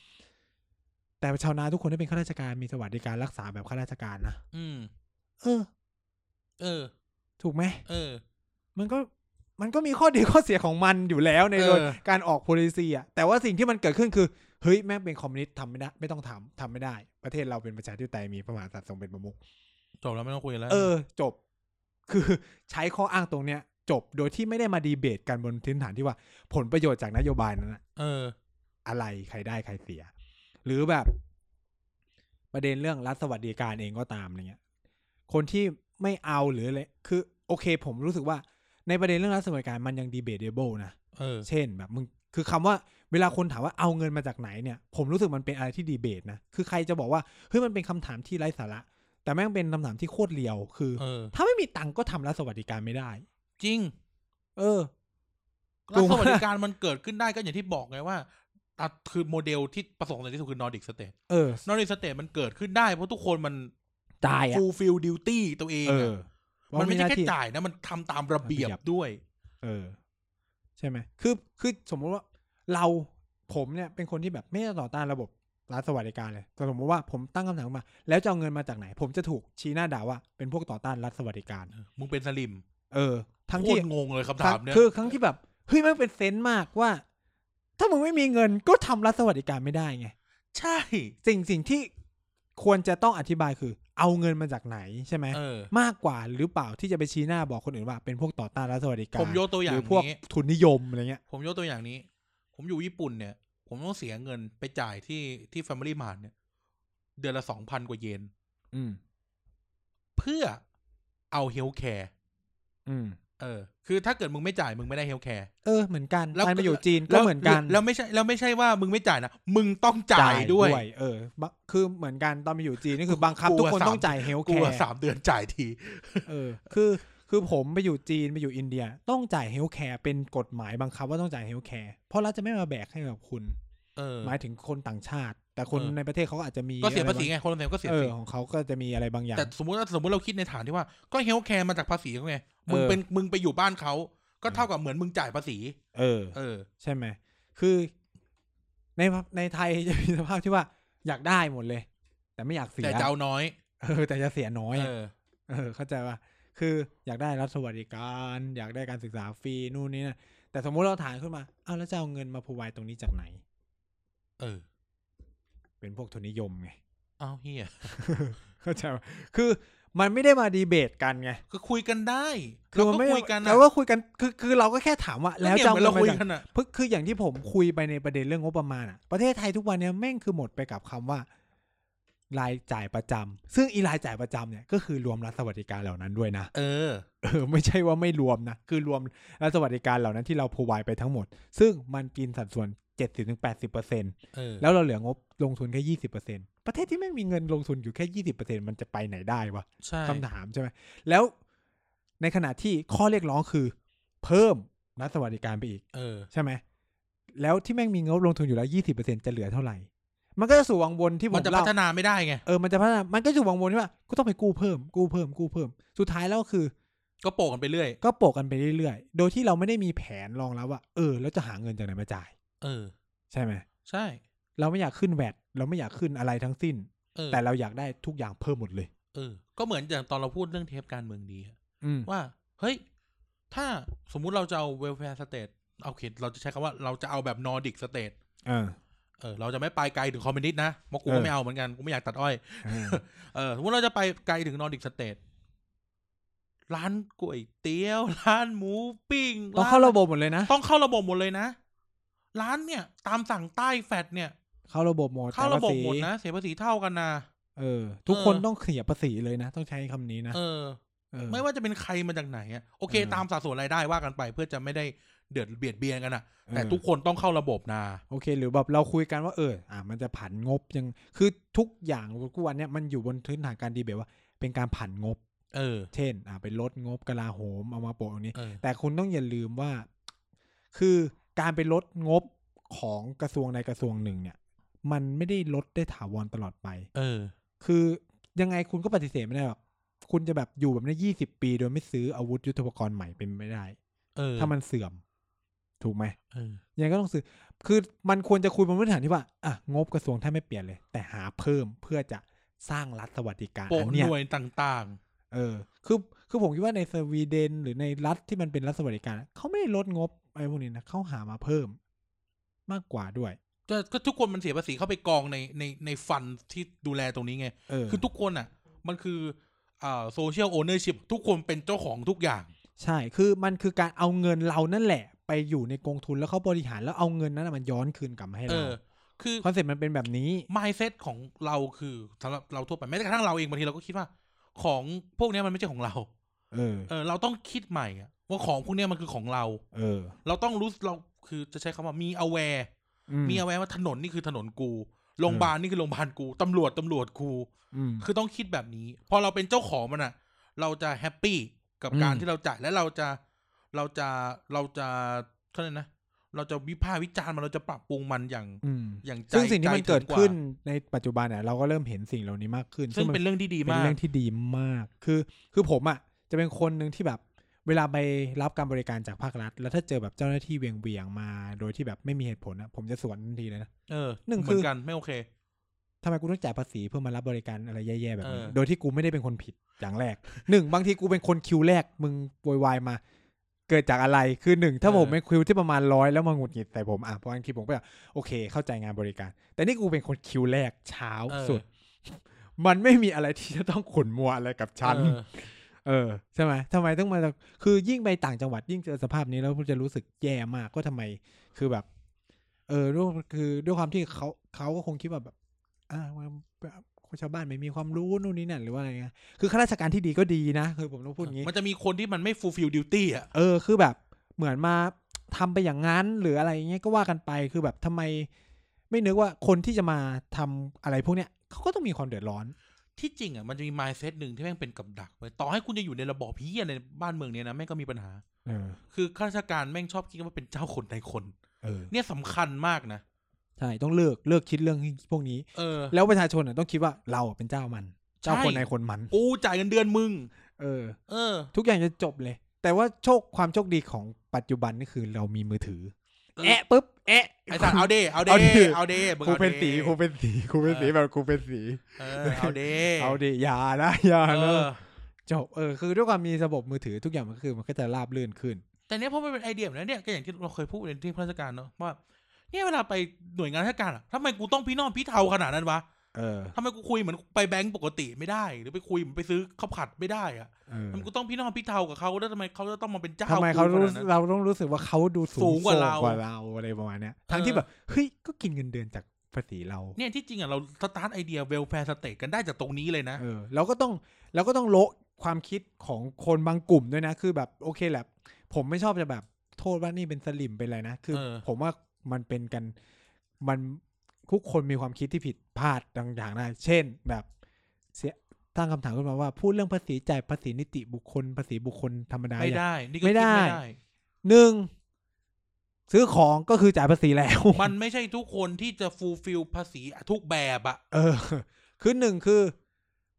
แต่ชาวนาทุกคนได้เป็นข้าราชการมีสวัสดิการรักษาแบบข้าราชการนะ อืม เออ เออ ถูกไหม เออ มันก็มันก็มีข้อดีข้อเสียของมันอยู่แล้วใน เออ โดยการออก policy อ่ะแต่ว่าสิ่งที่มันเกิดขึ้นคือ เฮ้ย แม่งเป็นคอมมิวนิสต์ทำไม่ได้ ไม่ต้องทำทำไม่ได้ ประเทศเราเป็นประชาธิปไตยมีพระมหากษัตริย์ทรงเป็นประมุข จบแล้วไม่ต้องคุยแล้ว เออ จบ คือใช้ข้ออ้างตรงเนี้ย จบโดยที่ไม่ได้มาดีเบตกันบนพื้นฐานที่ว่า ผลประโยชน์จากนโยบายนั้นอะ เออ อะไรใครได้ใครเสีย หรือแบบ ประเด็นเรื่องรัฐสวัสดิการเองก็ตามอะไรเงี้ย คนที่ไม่เอาหรืออะไรคือ โอเค ผมรู้สึกว่า ในประเด็นเรื่องรัฐสวัสดิการมันยังดีเบตเดเบิลนะ เออ เช่นแบบมึงคือคำว่าเวลาคนถามว่าเอาเงินมาจากไหนเนี่ย ผมรู้สึกมันเป็นอะไรที่ดีเบตนะ คือใครจะบอกว่าเฮ้ยมันเป็นคำถามที่ไร้สาระ แต่แม่งเป็นคำถามที่โคตรเลียว คือ เออ ถ้าไม่มีตังค์ก็ทำรัฐสวัสดิการไม่ได้ จริง เออ รัฐ ถูก ส ไหม วัสดิการมันเกิดขึ้นได้ก็อย่างที่บอกไงว่าอ่ะคือโมเดลที่ประสงค์ในที่สุดคือนอร์ดิกสเตท เออน อร์ดิกสเตทมันเกิดขึ้นได้ เพราะทุกคนมัน ตายอ่ะ ฟูลฟิลดิวตี้ตัวเอง เอ อะ อ มันไม่ใช่ว่าหแค่น้าที่ จ่ายนะ มันทำตามระเบียบ ระเบียบ ด้วย เออ ใช่ไหมคือคือสมมุติว่าเราผมเนี่ยเป็นคนที่แบบไม่ได้ต่อต้านระบบรัฐสวัสดิการเลยแต่สมมติว่าผมตั้งคำถามมา แล้วจะเอาเงินมาจากไหน ผมจะถูกชี้หน้าด่าว่าเป็นพวกต่อต้านรัฐสวัสดิการ มึงเป็นสลิม เออ ทั้ง โค ที่ ตรงงเลยคำถามเนี่ย คือครั้งที่แบบเฮ้ยมันเป็นเซนส์มากว่า ถ้ามึงไม่มีเงินก็ทำรัฐสวัสดิการไม่ได้ไง ใช่ สิ่งสิ่งที่ควรจะต้องอธิบายคือ เอาเงินมาจากไหนใช่ไหม เออ มากกว่าหรือเปล่าที่จะไปชี้หน้าบอกคนอื่นว่า เป็นพวกต่อต้านรัฐสวัสดิการ ผมยกตัวอย่า ห ง รือพวก นี้ ทุนนิยมอะไรเงี้ย ผมยกตัวอย่างนี้ ผมอยู่ญี่ปุ่นเนี่ย ผมต้องเสียเงินไปจ่ายที่ที่ Family Mart เนี่ย เดือนละสองพันกว่าเยน อืม เพื่อเอาเฮลท์แคร์ อืม เออ คือถ้าเกิดมึงไม่จ่ายมึงไม่ได้เฮลท์แคร์ เออเหมือนกัน แล้ว การมาอยู่จีนก็ แล้ว เหมือนกัน แล้วแล้วไม่ใช่แล้วไม่ใช่ว่ามึงไม่จ่ายนะ มึงต้องจ่ายด้วย เออบะคือเหมือนกันตอนมาอยู่จีนนี่คือบังคับทุกคนต้องจ่ายเฮลท์แค กู ร์ อะสามเดือนจ่ายที เออ คือ คือผมไปอยู่จีนไปอยู่อินเดีย ต้องจ่ายเฮลท์แคร์เป็นกฎหมายบังคับว่าต้องจ่ายเฮลท์แคร์เพราะรัฐจะไม่มาแบกให้กับคุณ เออ หมายถึงคนต่างชาติ แต่คน เออ ในประเทศเขาก็อาจจะมี ก็เสียภาษี อะไรบ ไง คนเสียก็ าง เสีย เอ ภา อ ษี ของเขาก็จะมีอะไรบางอย่าง แต่สมมติว่าสมมติเราคิดในฐานที่ว่า ก็เฮลท์แคร์มาจากภาษีเขาไง มึง เออ เป็นมึงไปอยู่บ้านเขา ก็เท่ากับเหมือนมึงจ่ายภาษี เออ เออ ใช่ไหม คือในในไทยจะมีสภาพที่ว่าอยากได้หมดเลย แต่ไม่อยากเสีย แต่จะเอาน้อย เออ แต่จะเสียน้อย เอ อะ อ เออเข้าใจป่ะคืออยากได้รัฐสวัสดิการ อยากได้การศึกษาฟรีนู่นนี่นะแต่สมมุติเราถามขึ้นมาอ้าวแล้วจะเอาเงินมาพรวายตรงนี้จากไหน เออ เป็นพวกทุนนิยมไง [LAUGHS] เอาเฮีย เข้าใจป่ะคือมันไม่ได้มาดีเบตกันไง ก็คุยกันได้ คื เรา มั ก็ ไม่ได้ คุยกันนะ แล้วก็คุยกันคือคือเราก็แค่ถามว่า แล้ว เนี่ย จะ เห เอา มืเงิอนนมาเราคุย จาก กันอ่ะ เพิ่งคืออย่างที่ผมคุยไปในประเด็นเรื่องงบประมาณอะประเทศไทยทุกวันเนี้ยแม่งคือหมดไปกับคำว่ารายจ่ายประจำซึ่งอีรายจ่ายประจำเนี่ยก็คือรวมรัฐสวัสดิการเหล่านั้นด้วยนะ เออ เออ [LAUGHS] ไม่ใช่ว่าไม่รวมนะ คือรวมรัฐสวัสดิการเหล่านั้นที่เรา r o ว i d e ไปทั้งหมด ซึ่งมันกินสัดส่วน 70-80% เออ แล้วเราเหลืองบลงทุนแค่ 20%ประเทศที่ไม่มีเงินลงทุนอยู่แค่ 20%มันจะไปไหนได้วะ ใช่ คำถามใช่ไหม แล้วในขณะที่ข้อเรียกร้องคือ เพิ่มรัฐสวัสดิการไปอีก เออ ใช่ไหม แล้วที่แม่งมีงบลงทุนอยู่แล้ว 20%จะเหลือเท่าไหร่ มันก็จะสู่วังวนที่ผ มัน ม จะพั เล่า ฒนาไม่ได้ไง เออมันจะพัฒนามันก็สู่วังวนที่ว่าก็ต้องไปกู้เพิ่ม กู้เพิ่มกู้เพิ่ม สุดท้ายแล้วก็คือ ก็โปะกันไปเรื่อย ก็โปะกันไปเรื่อยๆ โดยที่เราไม่ได้มีแผนรองรับว่า เออ แล้วจะหาเงินจากไหนมาจ่าย เออ ใช่ไหม ใช่ เราไม่อยากขึ้นแวดเราไม่อยากขึ้นอะไรทั้งสิ้น เออ แต่เราอยากได้ทุกอย่างเพิ่มหมดเลย เออ ก็เหมือนอย่างตอนเราพูดเรื่องเทปการเมืองดีอะ อืม ว่า เฮ้ย ถ้าสมมุติเราจะเอาเวลแฟร์สเตทโอเคเราจะใช้คำว่าเราจะเอาแบบนอร์ดิกสเตท เออ เออ เราจะไม่ไปไกลถึงคอมมิวนิสต์นะเพราะกู เอ ก็ อ ไม่เอาเหมือนกัน กูไม่อยากตัดอ้อย เอ [LAUGHS] อ เออสมมติเราจะไปไกลถึงนอร์ดิกสเตทร้านก๋วยเตี๋ยว [LAUGHS] ร้านหมูปิ้ง ต้องเข้าระบบหมดเลยนะ ต้องเข้าระบบหมดเลยนะ ร้านเนี่ย ตามสั่งใต้แฟดเนี่ย เข้าระบบหมด เข้าระบบ จ่ยภษี หมดนะ เสียภาษีเท่ากันนะ เออ ทุก เออ คนต้องเสียภาษีเลยนะ ต้องใช้คำนี้นะ เออ เออ ไม่ว่าจะเป็นใครมาจากไหนอะโอเค เออ ตามสัดส่วนรายได้ว่ากันไป เพื่อจะไม่ได้เดือดเบียดเบียนกันอะ เออ แต่ทุกคนต้องเข้าระบบนะ โอเค หรือแบบเราคุยกันว่าเออ อ่ะมันจะผันงบยัง คือทุกอย่างทุกวันเนี้ยมันอยู่บนพื้นฐานการดีเบตว่า เป็นการผันงบ เออ เช่น อ่ะไปลดงบกลาโหมเอามาโปะตรงนี้ เออ แต่คุณต้องอย่าลืมว่า คือการไปลดงบของกระทรวงในกระทรวงหนึ่งเนี่ย มันไม่ได้ลดได้ถาวรตลอดไป เออ คือยังไงคุณก็ปฏิเสธไม่ได้หรอกคุณจะแบบอยู่แบบนี้ยี่สิบปี โดยไม่ซื้ออาวุธยุทโธปกรณ์ใหม่เป็นไม่ได้ เออ ถ้ามันเสื่อม ถูกไหม เออ ยังไงก็ต้องซื้อ คือมันควรจะคุยบนพื้นฐานที่ว่าอ่ะงบกระทรวงแทบไม่เปลี่ยนเลย แต่หาเพิ่มเพื่อจะสร้างรัฐสวัสดิการ โปะ อัน ห เนี้ย น่วยต่าง เออ คือ คือผมคิดว่าในสวีเดนหรือในรัฐที่มันเป็นรัฐสวัสดิการอะเขาไม่ได้ลดงบอะไรพวกนี้นะเขาหามาเพิ่ม มากกว่าด้วย ๆก็ก็ทุกคนมันเสียภาษีเข้าไปกองในในในฟันที่ดูแลตรงนี้ไง เออ คือทุกคนอ่ะ มันคืออ่าโซเชียลโอเนอร์ชิพทุกคนเป็นเจ้าของทุกอย่าง ใช่ คือมันคือการเอาเงินเรานั่นแหละ ไปอยู่ในกองทุนแล้วเขาบริหารแล้วเอาเงินนั้นนะมันย้อนคืนกลับมาให้ เอ เรา อ คือ คอนเซ็ปต์มันเป็นแบบนี้ ม n ยเซ็ตของเราคือสำหรับเราทั่วไปแม้กระทั่งเราเองบางทีเราก็คิดว่า ของพวกเนี้ยมันไม่ใช่ของเรา เออ เออ เราต้องคิดใหม่อะว่าของพวกเนี้ยมันคือของเรา เออ เราต้องรู้เราคือจะใช้คำว่ามี aware อื มี aware ว่าถนนนี่คือถนนกูโรงพยาบาลนี่คือโรงพยาบาลกูตำรวจตำรวจกู อืม คือต้องคิดแบบนี้ พอเราเป็นเจ้าของมันอะเราจะแฮปปี้กับการ อืม ที่เราจ่ายและเราจะเราจะเราจะเท่านั้นนะ เราจะวิพากษ์วิจารณ์มันเราจะปรับปรุงมันอย่าง อืม อย่างใจ ซึ่งสิ่งที่มัน ใจถึ เกิด ว่า ขึ้นในปัจจุบันเนี่ยเราก็เริ่มเห็นสิ่งเหล่านี้มากขึ้น ซึ่งเป็นเรื่องที่ดี เป็น มาก เรื่องที่ดีมาก คือ คือผมอ่ะ จะเป็นคนหนึ่งที่แบบ เวลาไปรับการบริการจากภาครัฐ แล้วถ้าเจอแบบเจ้าหน้าที่เวียงเวียงๆมา โดยที่แบบไม่มีเหตุผลนะ ผมจะสวนทันทีเลยนะ เออ หนึ่ง เหมือ คื น อ กันไม่โอเค ทำไมกูต้องจ่ายภาษีเพื่อมารับบริการอะไรแย่ๆแบบนี้ เออ โดยที่กูไม่ได้เป็นคนผิดอย่างแรก หนึ่งบางทีกูเป็นคนคิวแรก มึงโวยวายมา เกิดจากอะไร คือหนึ่งถ้าผมเป็นคิวที่ประมาณร้อยแล้วมาหงุดหงิดใส่ผม อ่ะเพราะงั้นคิดผมก็แบบโอเค เข้าใจงานบริการ แต่นี่กูเป็นคนคิวแรกเช้า เออ สุด มันไม่มีอะไรที่จะต้องขุนมัวอะไรกับฉัน เออ เออใช่ไหมทำไมต้องมาคือยิ่งไปต่างจังหวัดยิ่งเจอสภาพนี้แล้วจะรู้สึกแย่มากก็ทำไมคือแบบ เออด้วยคือด้วยความที่เขาเขาก็คงคิดว่าแบบ อ่าคนชาวบ้านไม่มีความรู้นู่นนี่นั่นหรือว่าอะไรเงี้ยคือข้าราชการที่ดีก็ดีนะคือผมต้องพูดอย่างงี้ มันจะมีคนที่มันไม่ fulfill duty อ่ะ เออคือแบบเหมือนมาทำไปอย่างนั้นหรืออะไรอย่างเงี้ยก็ว่ากันไปคือแบบทำไม ไม่นึกว่าคนที่จะมาทำอะไรพวกเนี้ยเขาก็ต้องมีความเดือดร้อน ที่จริงอ่ะมันจะมี mindset หนึ่งที่แม่งเป็นกับดักเว้ยต่อให้คุณจะอยู่ในระบอบพี้ยในบ้านเมืองเนี้ยนะแม่งก็มีปัญหา เออ คือข้าราชการแม่งชอบคิดว่าเป็นเจ้าคนในคน เออ เนี่ยสำคัญมากนะ ใช่ต้องเลิกเลิกคิดเรื่องพวกนี้ เออ แล้วประชาชนน่ะต้องคิดว่าเราอ่ะเป็นเจ้ามัน เจ้าคนในคนมัน กูจ่ายเงินเดือนมึง เออ เออ ทุกอย่างจะจบเลย แต่ว่าโชคความโชคดีของปัจจุบันนี่คือเรามีมือถือ เออ แอะปุ๊บแอะ ไอ้สัตว์เอาเดเอาเด เอาดิ เอาเดมึง ครู อาด เป็นสีครูเป็นสีครูเป็นสีแบบครูเป็นสี เออเอาเด เอาดิอย่านะอย่า เอ นะ อ จบเออคือด้วยความมีระบบมือถือทุกอย่างมันก็คือมันก็จะราบรื่นขึ้น แต่เนี้ยเพราะมันเป็นไอเดียแบบนั้นเนี่ยก็อย่างที่เราเคยพูดในที่ราชการเนอะว่าเนี่ยเวลาไปหน่วยงานราชการอะทำไมกูต้องพี่น้องพี่เทาขนาดนั้นวะ เออ ทำไมกูคุยเหมือนไปแบงก์ปกติไม่ได้ หรือไปคุยเหมือนไปซื้อข้าวผัดไม่ได้อะ เออ ทำไมกูต้องพี่น้องพี่เทากับเขาแล้วทำไมเขาจะต้องมาเป็นเจ้า ทำไมเขา กู รู้ ขนดนั้น เราต้องรู้สึกว่าเขาดูสูง สูงกว่าเรา ส่อะไรประมาณเนี้ยทั้งที่แบบเฮ้ยก็กินเงินเดือนจากภาษีเรา เนี่ยที่จริงอะเราสตาร์ทไอเดียเวลแฟร์สเตทกันได้จากตรงนี้เลยนะ เออเราก็ต้องเราก็ต้องโละความคิดของคนบางกลุ่มด้วยนะ คือแบบโอเคแหละผมไม่ชอบจะแบบโทษว่านี่เป็นสลิมเป็นอะไรนะคือ เออ ผมว่ามันเป็นกันมันทุกคนมีความคิดที่ผิดพลาดต่างๆได้เช่นแบบเสียตั้งคำถามขึ้นมาว่า พูดเรื่องภาษีจ่ายภาษีนิติบุคคล ภาษีบุคคลธรรมดา ไม่ อย่าง ได้ นี่ก็คิ ไม่ ด ได้ ไม่ได้ หนึ่ง ซื้อของก็คือจ่ายภาษีแล้ว มันไม่ใช่ทุกคนที่จะฟูลฟิลภาษีทุกแบบอะ เออ คือหนึ่งคือ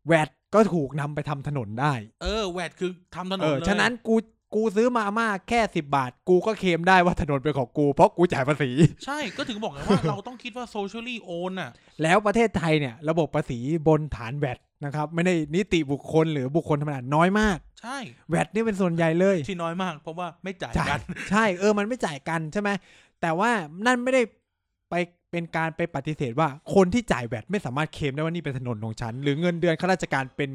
แวดก็ถูกนำไปทำถนนได้ เออแวดคือทำถนน เออ เลย ฉะนั้นกูกูซื้อมาม่าแค่สิบาท กูก็เคลมได้ว่าถนนเป็นของกู เพราะกูจ่ายภาษี [LAUGHS] ใช่ก็ถึงบอกไงว่า [LAUGHS] เราต้องคิดว่าโซเชียลี่โอนอะ แล้วประเทศไทยเนี่ย ระบบภาษีบนฐานแวดนะครับ ไม่ได้นิติบุคคลหรือบุคคลธรรมดาน้อยมาก ใช่ แวดนี่เป็นส่วนใหญ่เลย ที่น้อยมาก เพราะว่าไม่จ่าย จ่าย กัน ใช่เออมันไม่จ่ายกันใช่ไหมแต่ว่านั่นไม่ได้ไปเป็นการไปปฏิเสธว่าคนที่จ่ายแวดไม่สามารถเคลมได้ว่านี่เป็นถนนของฉัน หรือเงินเดือนข้าราชการเป็น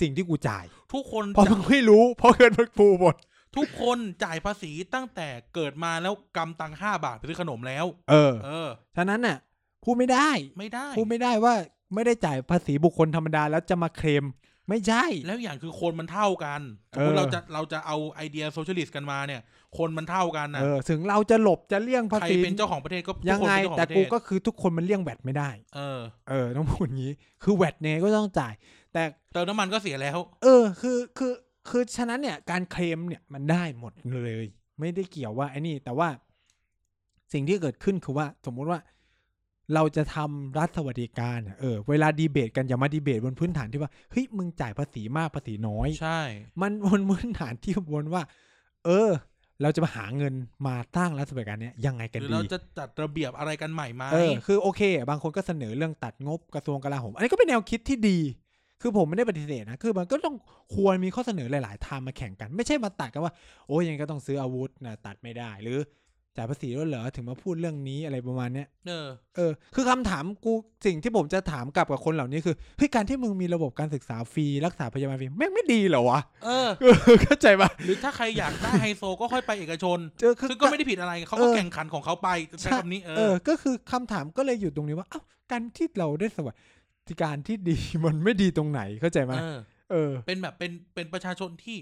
สิ่งที่กูจ่าย ทุกคน เพราะ จ่า มึงไม่รู้เพราะเงินมึงฟูหมด ทุกคนจ่ายภาษีตั้งแต่เกิดมาแล้วกำตังห้าบาทไปซื้อขนมแล้ว เออ เออ ฉะนั้นน่ะพูดไม่ได้ ไม่ได้ พูดไม่ได้ว่าไม่ได้จ่ายภาษีบุคคลธรรมดาแล้วจะมาเคลมไม่ใช่ แล้วอย่างคือคนมันเท่ากันสมมติ เออ เราจะเราจะเอาไอเดียโซเชียลิสต์กันมาเนี่ย คนมันเท่ากันนะ เออถึงเราจะหลบจะเลี่ยงภา ใคร ษี เป็นเจ้าของประเทศก็ทุ ยั ก ง คน ไง เป็นเจ้าของ แต่ ประเท กู ศ ก็คือทุกคนมันเลี่ยงแวดไม่ได้ เออ เออต้องพูดอย่างนี้ คือแวดเนี่ยงไงก็ต้องจ่าย แต่ เติมน้ำมันก็เสียแล้ว เออคือคือคือฉะนั้นเนี่ยการเคลมเนี่ยมันได้หมดเลย ไม่ได้เกี่ยวว่าไอ้นี่ แต่ว่า สิ่งที่เกิดขึ้นคือว่า สมมุติว่า เราจะทำรัฐสวัสดิการเนี่ยเออเวลาดีเบตกันอย่ามาดีเบตบนพื้นฐานที่ว่าเฮ้ยมึงจ่ายภาษีมากภาษีน้อย ใช่ มัน [LAUGHS] บนพื้นฐานที่บนว่า เออ เราจะมาหาเงินมาตั้งรัฐสวัสดิการเนี้ยยังไง ห กัน รือ ดี เราจะจัดระเบียบอะไรกันใหม่ไหม เออคือโอเค บางคนก็เสนอเรื่องตัดงบกระทรวงกลาโหม อันนี้ก็เป็นแนวคิดที่ดี คือผมไม่ได้ปฏิเสธนะ คือมันก็ต้องควรมีข้อเสนอหลาย ๆ ทางมาแข่งกัน ไม่ใช่มาตัดกันว่า โอ้ยยังไงก็ต้องซื้ออาวุธนะตัดไม่ได้ หรือจ่ายภาษีด้วยเหรอถึงมาพูดเรื่องนี้อะไรประมาณเนี้ย เออ เออคือคำถามกูสิ่งที่ผมจะถามกลับกับคนเหล่านี้คือเฮ้ยการที่มึงมีระบบการศึกษาฟรีรักษาพยาบาลฟรีแม่งไม่ดีเหรอวะ เออ เข้าใจปะ หรือถ้าใครอยากได้ไฮโซก็ค่อยไปเอกชน เออคือ ซึ่งก็ไม่ได้ผิดอะไรเขาก็ เออ แข่งขันของเขาไปใช้คำนี้เอ เอ อ อ ก็คือคำถามก็เลยอยู่ตรงนี้ว่า เอ้า การที่เราได้สวัสดิการที่ดี [LAUGHS] มันไม่ดีตรงไหน เข้าใจไหม เออ เออ เป็นแบบเป็นเป็นประชาชนที่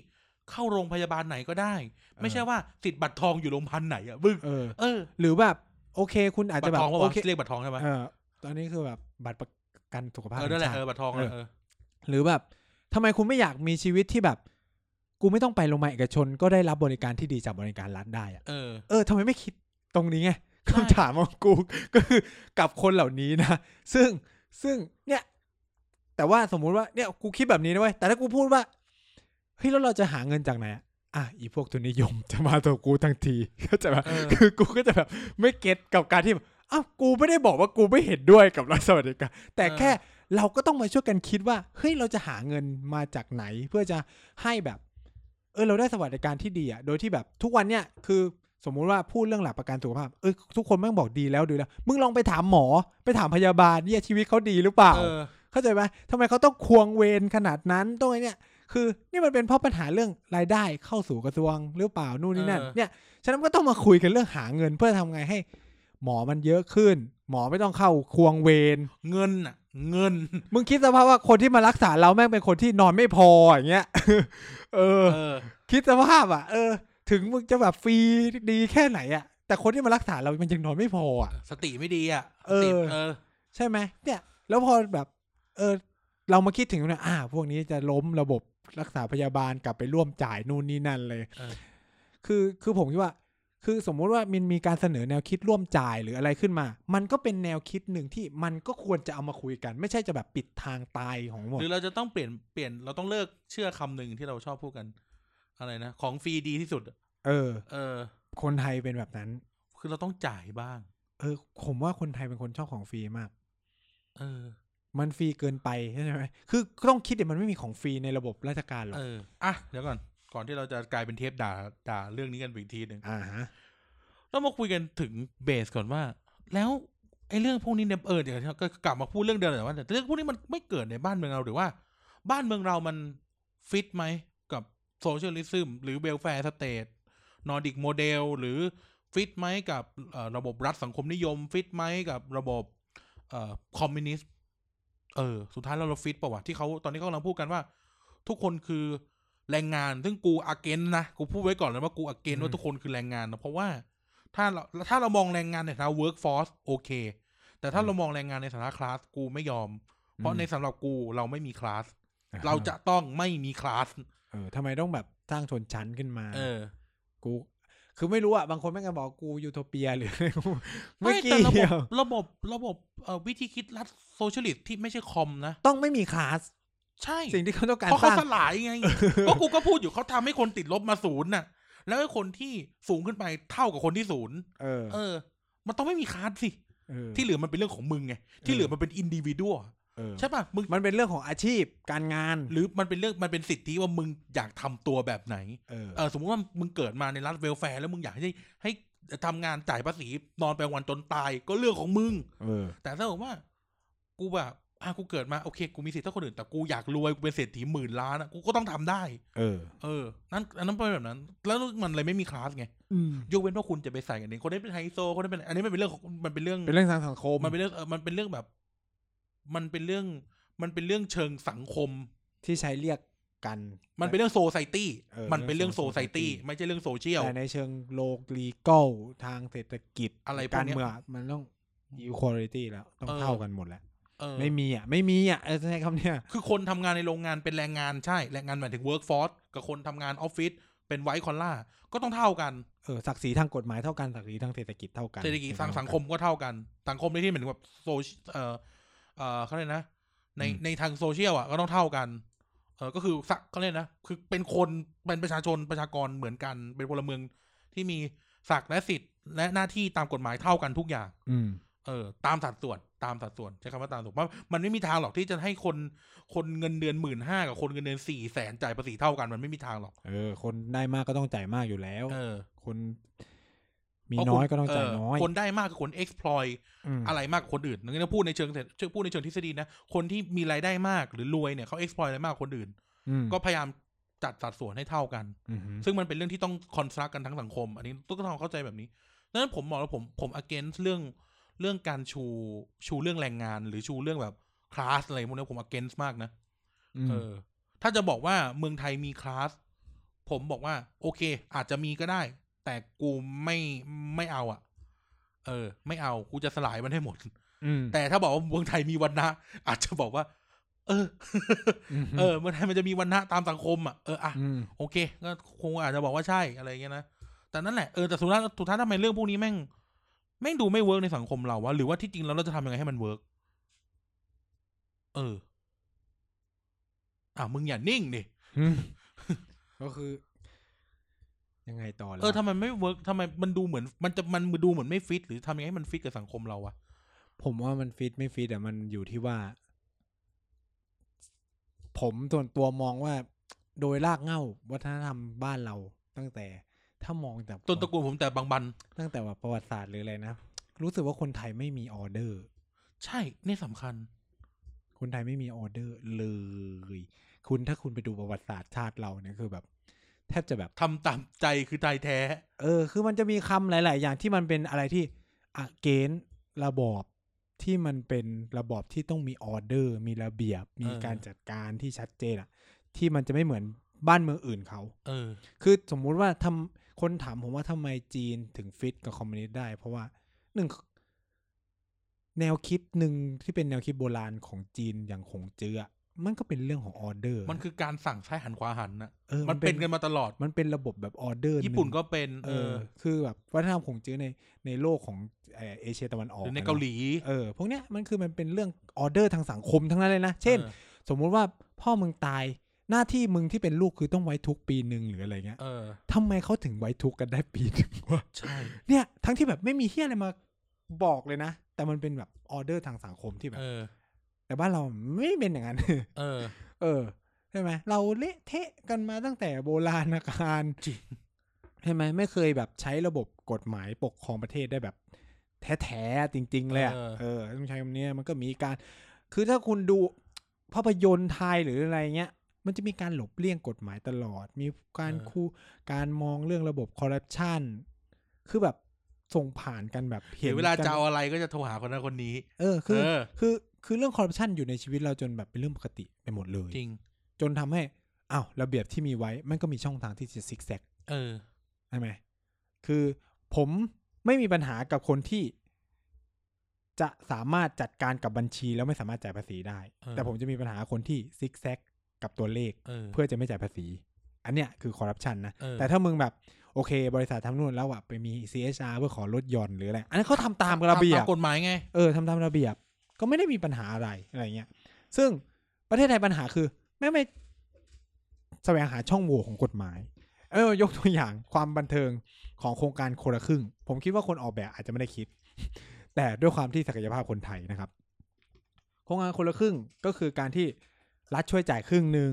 เข้าโรงพยาบาลไหนก็ได้ ไม่ใช่ว่าติดบัตรทองอยู่โรงพยาบาลไหนอ่ะบึ้ง เออ เออ หรือแบบ โอเค คุณอาจ บัต จะ ร แบบ ทองปะ โอ วะ เค เรียกบัตรทองใช่ไหม เออ ตอนนี้คือแบบบัตรประกันสุขภาพ เออนั่นแหละ แห่งชาเออ ติ บัตรทอง เอ เอ อ อ หรือแบบทำไมคุณไม่อยากมีชีวิตที่แบบ กูไม่ต้องไปโรงพยาบาลเอกชน ก็ได้รับบริการที่ดีจากบริการรัฐได้อะ เออ เออทำไมไม่คิดตรงนี้ไง ใช่ คำถามของกู [LAUGHS] ก็คือกับคนเหล่านี้นะ ซึ่งซึ่งเนี่ย แต่ว่าสมมุติว่าเนี่ยกูคิดแบบนี้นะเว้ยแต่ถ้ากูพูดว่าเฮ้ยแล้วเราจะหาเงินจากไหนอะอ่ะอีพวกทุนนิยม [LAUGHS] จะมาตัวกูทั้งที [LAUGHS] เข้าใจปะ เออ คือ [LAUGHS] กูก็จะแบบไม่เก็ตกับการที่แบบอ้าวกูไม่ได้บอกว่ากูไม่เห็นด้วยกับรัฐสวัสดิการแต่แค่เราก็ต้องมาช่วยกันคิดว่าเฮ้ยเราจะหาเงินมาจากไหน เพื่อจะให้แบบ เออเราได้สวัสดิการที่ดีอะโดยที่แบบทุกวันเนี่ยคือสมมุติว่าพูดเรื่องหลักประกันสุขภาพเออทุกคนแม่งบอกดีแล้วดีแล้วมึงลองไปถามหมอ ไปถามพยาบาลเนี่ยชีวิตเขาดีหรือเปล่า เออ เข้าใจไหมทำไมเขาต้องควงเวรขนาดนั้นต้องไอ้เนี่ย คือนี่มันเป็นเพราะปัญหาเรื่องรายได้เข้าสู่กระทรวงหรือเปล่านู่นนี่นั่น เออ เนี่ย ฉะนั้นก็ต้องมาคุยกันเรื่องหาเงินเพื่อทำไงให้ หมอมันเยอะขึ้น หมอไม่ต้องเข้าควงเวร เงินอ่ะ เงิน มึงคิดสภาพว่าคนที่มารักษาเราแม่งเป็นคนที่นอนไม่พออย่างเงี้ย [LAUGHS] เออ เออ คิดสภาพอ่ะ เออ ถึงมึงจะแบบฟรีดีแค่ไหนอ่ะ แต่คนที่มารักษาเรามันยังนอนไม่พออ่ะ สติไม่ดีอ่ะ เออ สติเออ ใช่ไหมเนี่ยแล้วพอแบบ เออ เรามาคิดถึงเนี่ยอ่า พวกนี้จะล้มระบบรักษาพยาบาลกลับไปร่วมจ่ายนู่นนี่นั่นเลย เออ คือคือผมคิดว่า คือสมมุติว่ามันมีการเสนอแนวคิดร่วมจ่ายหรืออะไรขึ้นมา มันก็เป็นแนวคิดหนึ่งที่มันก็ควรจะเอามาคุยกัน ไม่ใช่จะแบบปิดทางตายของหมด หรือเราจะต้องเปลี่ยนเปลี่ยนเราต้องเลิกเชื่อคำหนึ่งที่เราชอบพูดกัน อะไรนะ ของฟรีดีที่สุด เออ เออ คนไทยเป็นแบบนั้น คือเราต้องจ่ายบ้าง เออ ผมว่าคนไทยเป็นคนชอบของฟรีมาก เออ มันฟรีเกินไปใช่ไหมคือต้องคิดเดี๋ยวมันไม่มีของฟรีในระบบราชการหรอก เออ อ่ะ เดี๋ยวก่อน ก่อนที่เราจะกลายเป็นเทปด่าด่าเรื่องนี้กันอีกทีหนึ่ง อ่าฮะ เรามาคุยกันถึงเบสก่อนว่า แล้วไอ้เรื่องพวกนี้เนี่ยเออเดี๋ยวก็กลับมาพูดเรื่องเดิมแต่ว่าเรื่องพวกนี้มันไม่เกิดในบ้านเมืองเราหรือว่า บ้านเมืองเรามันฟิตไหมกับโซเชียลิซึมหรือเวลแฟร์สเตทนอร์ดิกโมเดลหรือฟิตไหมกับเอ่อระบบรัฐสังคมนิยมฟิตไหมกับระบบเอ่อคอมมิวนิสต์เออสุดท้ายเราเราฟิตปะวะที่เขาตอนนี้เขากำลังพูดกันว่า ทุกคนคือแรงงาน ซึ่งกูอาเกนนะ กูพูดไว้ก่อนเลยว่ากูอาเกน อืม ว่าทุกคนคือแรงงานนะเพราะว่าถ้าเราถ้าเรามองแรงงานในฐานะเวิร์กฟอร์สโอเค แต่ถ้าเรามองแรงงานในฐานะคลาสกูไม่ยอม เพราะในสำหรับกูเราไม่มีคลาส เราจะต้องไม่มีคลาส เออทำไมต้องแบบสร้างชนชั้นขึ้นมา เออ กู คือไม่รู้อ่ะ บางคนแม่งก็บอกกูยูโทเปีย [LAUGHS] หรือ ไม่ ไม่ เกี่ แต่ระบ ย บ ว ระบบระบบเอ่อวิธีคิดรัฐโซเชียลิสต์ที่ไม่ใช่คอมนะ ต้องไม่มีคลาส ใช่ สิ่งที่เขาต้องการ เพราะ ส เขา ร้าง สลาย [LAUGHS] ไง ก็กูก็พูดอยู่เขาทำให้คนติดลบมาศูนย์น่ะ แล้วไอ้คนที่สูงขึ้นไปเท่ากับคนที่ศูนย์ เออ เออ มันต้องไม่มีคาร์ดสิ เออ ที่เหลือมันเป็นเรื่องของมึงไง ที่ เออ เหลือมันเป็นอินดิวิดว เออ ใช่ป่ะมึง มันเป็นเรื่องของอาชีพการงาน หรือมันเป็นเรื่องมันเป็นสิทธิว่ามึงอยากทำตัวแบบไหน เออ เออสมมติว่ามึงเกิดมาในรัฐเวลแฟร์แล้วมึงอยากให้ให้ทำงานจ่ายภาษีนอนไปวันจนตายก็เรื่องของมึง เออ แต่ถ้าบอกว่า กูแบบอ่ะกูเกิดมาโอเค กูมีสิทธิ์เท่าคนอื่นแต่กูอยากรวยกูเป็นเศรษฐีหมื่นล้านอะกูก็ต้องทำได้ เออ เออ นั้นอันนั้นเป็นแบบนั้น แล้วมันเลยไม่มีคลาสไง อืม ยกเว้นว่าคุณจะไปใส่กันเองคนนี้เป็นไฮโซคนนี้เป็นอันนี้มันเป็นเรื่องของมันเป็นเรื่อง เป็นเรื่องทางสังคม มันเป็นเรื่องเออมันเป็นเรื่องแบบ มันเป็นเรื่อง มันเป็นเรื่องเชิงสังคม ที่ใช้เรียกกัน มันเป็นเรื่องโซไซตี้ เออ มันเป็นเรื่อง เรื่ โซ อง ไซตี้ society ไม่ใช่เรื่องโซเชียล แต่ในเชิงโลกลีกอลทางเศรษฐกิจ อะไรพวก การ เนี้ย เมืองมันต้อง equality แล้ว ต้อง เออ เท่ากันหมดแล้ว เออ ไม่มีอ่ะ ไม่มีอ่ะเออใช้คำเนี้ย คือคนทำงานในโรงงานเป็นแรงงานใช่ แรงงานหมายถึง workforce กับคนทำงานออฟฟิศเป็นไวท์คอลล่าก็ต้องเท่ากัน เออศักดิ์ศรีทางกฎหมายเท่ากันศักดิ์ศรีทางเศรษฐกิจเท่ากัน เศรษฐกิจทางสังคมก็เท่ากัน สังคมในที่หมายถึงแบบโซเชเอ่อเอ่อเขาเรียกนะ ในในทางโซเชียลอ่ะก็ต้องเท่ากัน เออก็คือสักเขาเรียกนะ คือเป็นคนเป็นประชาชนประชากรเหมือนกัน เป็นพลเมืองที่มีศักดิ์และสิทธิ์และหน้าที่ตามกฎหมายเท่ากันทุกอย่าง อืม เออตามสัดส่วนตามสัดส่วนใช้คำว่าตามสัดส่วนเพราะมันไม่มีทางหรอกที่จะให้คนคนเงินเดือนหมื่นห้ากับคนเงินเดือนสี่แสนจ่ายภาษีเท่ากันมันไม่มีทางหรอก เออ คนได้มากก็ต้องจ่ายมากอยู่แล้ว เออ คนมี เพราะ น้อย คุณ ก็ต้องจ่าย เ น้อย คนได้มากคือคน exploit ม อะไรมากกว่าคนอื่นนั่นก็พูดในเชิงเชิงพูดในเชิงทฤษฎีนะคนที่มีรายได้มากหรือรวยเนี่ยเขา exploit อะไรมากกว่าคนอื่น อืม ก็พยายามจัดสัดส่วนให้เท่ากัน อืม ซึ่งมันเป็นเรื่องที่ต้องคอนสตรักกันทั้งสังคม อันนี้ต้องต้องเข้าใจแบบนี้ดังนั้นผมบอกแล้วผมผม against เรื่องเรื่องการชูชูเรื่องแรงงาน หรือชูเรื่องแบบคลาสอะไรพวกนี้ผม against มากนะ ม เออ ถ้าจะบอกว่าเมืองไทยมีคลาสผมบอกว่า โอเค อาจจะมีก็ได้ แต่กูไม่ไม่เอาอะเออ ไม่เอากูจะสลายมันให้หมด ม แต่ถ้าบอกว่าเมืองไทยมีวันนะ อาจจะบอกว่า เออ ม เออเมืองไทยมันจะมีวันนะตามสังคมอ่ะเอออ่ะ ม โอเคก็คงอาจจะบอกว่าใช่อะไรอย่างเงี้ยนะ แต่นั่นแหละเออแต่สุดท้ายสุดท้ายทำไมเรื่องพวกนี้แม่ง แม่งดูไม่เวิร์กในสังคมเราวะหรือว่าที่จริงแล้วเราจะทำยังไงให้มันเวิร์กเออ อ่ะมึงอย่านิ่งดิ อืมก็คือ ยังไงต่อล่ะ เออทำไมไม่เวิร์กทำไมมันดูเหมือน มันจะมันดูเหมือนไม่ฟิตหรือทำยังไงให้มันฟิตกับสังคมเราวะ ผมว่ามันฟิตไม่ฟิตอ่ะมันอยู่ที่ว่า ผมส่วนตัวมองว่า โดยรากเหง้าวัฒนธรรมบ้านเราตั้งแต่ ถ้ามองแต่ ต้นตระกูลผมแต่บางบัน ตั้งแต่ว่าประวัติศาสตร์หรืออะไรนะรู้สึกว่าคนไทยไม่มีออเดอร์ ใช่ นี่สำคัญ คนไทยไม่มีออเดอร์เลย คุณถ้าคุณไปดูประวัติศาสตร์ชาติเราเนี่ยคือแบบ แทบจะแบบ ทำตามใจคือใจแท้ เออ คือมันจะมีคำหลาย ๆ อย่างที่มันเป็นอะไรที่อะเกนระบอบที่มันเป็นระบอบที่ต้องมีออเดอร์ มีระเบียบ มี เออ การจัดการที่ชัดเจนอะที่มันจะไม่เหมือนบ้านเมืองอื่นเขา เออ คือสมมุติว่าทำคนถามผมว่าทำไมจีนถึงฟิตกับคอมมิวนิสต์ได้ เพราะว่าหนึ่งแนวคิดหนึ่งที่เป็นแนวคิดโบราณของจีนอย่างขงเจืออะมันก็เป็นเรื่องของออเดอร์ มันคือการสั่งซ้ายหันขวาหันนะ ออ มันเป็นกันมาตลอด มันเป็นระบบแบบออเดอร์ ญี่ปุ่นก็เป็น เอ เอ อ อ คือแบบวัฒนธรรมขงเจือในในโลกของเอ่อเอเชียตะวันออ ห ก รือใน อะ เกา นะ หลี เออพวกเนี้ยมันคือมันเป็นเรื่องออเดอร์ทางสังคมทั้งนั้นเลยนะเช่น ออ สมมุติว่าพ่อมึงตายหน้าที่มึงที่เป็นลูกคือต้องไว้ทุกข์ปีหนึ่งหรืออะไรเงี้ย เออ ทำไมเขาถึงไว้ทุกข์กันได้ปีหนึ่งวะ ใช่ เนี่ยทั้งที่แบบไม่มีเฮียอะไรมาบอกเลยนะ แต่มันเป็นแบบออเดอร์ทางสังคมที่แบบ เออ แต่บ้านเราไม่เป็นอย่างนั้น เออ เออใช่ไหมเราเละเทะกันมาตั้งแต่โบราณกาล จริง ใช่ไหมไม่เคยแบบใช้ระบบกฎหมายปกครองประเทศได้แบบ แท้ๆจริง ๆ เลยอะ เออ เออต้องใช้คำนี้มันก็มีการ คือถ้าคุณดูภาพยนตร์ไทยหรืออะไรเงี้ย มันจะมีการหลบเลี่ยงกฎหมายตลอด มีการคู่การมองเรื่องระบบคอร์รัปชันคือแบบส่งผ่านกันแบบ เห็นเวลา กัน จะเอาอะไรก็จะโทรหาคนนั้นคนนี้ เออคือ เออ คือคือเรื่องคอร์รัปชันอยู่ในชีวิตเราจนแบบเป็นเรื่องปกติไปหมดเลย จริง จนทำให้อ้าวระเบียบที่มีไว้ มันก็มีช่องทางที่จะซิกแซก เออ ใช่ไหมคือผมไม่มีปัญหากับคนที่ จะสามารถจัดการกับบัญชีแล้วไม่สามารถจ่ายภาษีได้ เออ แต่ผมจะมีปัญหาคนที่ซิกแซกกับตัวเลข เออ เพื่อจะไม่จ่ายภาษี ไอ อันเนี้ยคือคอร์รัปชันนะ เออ แต่ถ้ามึงแบบโอเค บริษัททำนู่นแล้วอะไปมี CHR เพื่อขอลดหย่อนหรืออะไร อันนั้นเขาทำตามระเบียบ ตามกฎหมายไง เออทำตามระเบียบก็ไม่ได้มีปัญหาอะไรอะไรเงี้ย ซึ่งประเทศไทยปัญหาคือแม่งไม่แสวงหาช่องโหว่ของกฎหมาย เออยกตัวอย่างความบันเทิงของโครงการคนละครึ่ง ผมคิดว่าคนออกแบบอาจจะไม่ได้ [LAUGHS] คิด แต่ด้วยความที่ศักยภาพคนไทยนะครับ โครงการคนละครึ่งก็คือการที่รัฐช่วยจ่ายครึ่งหนึ่ง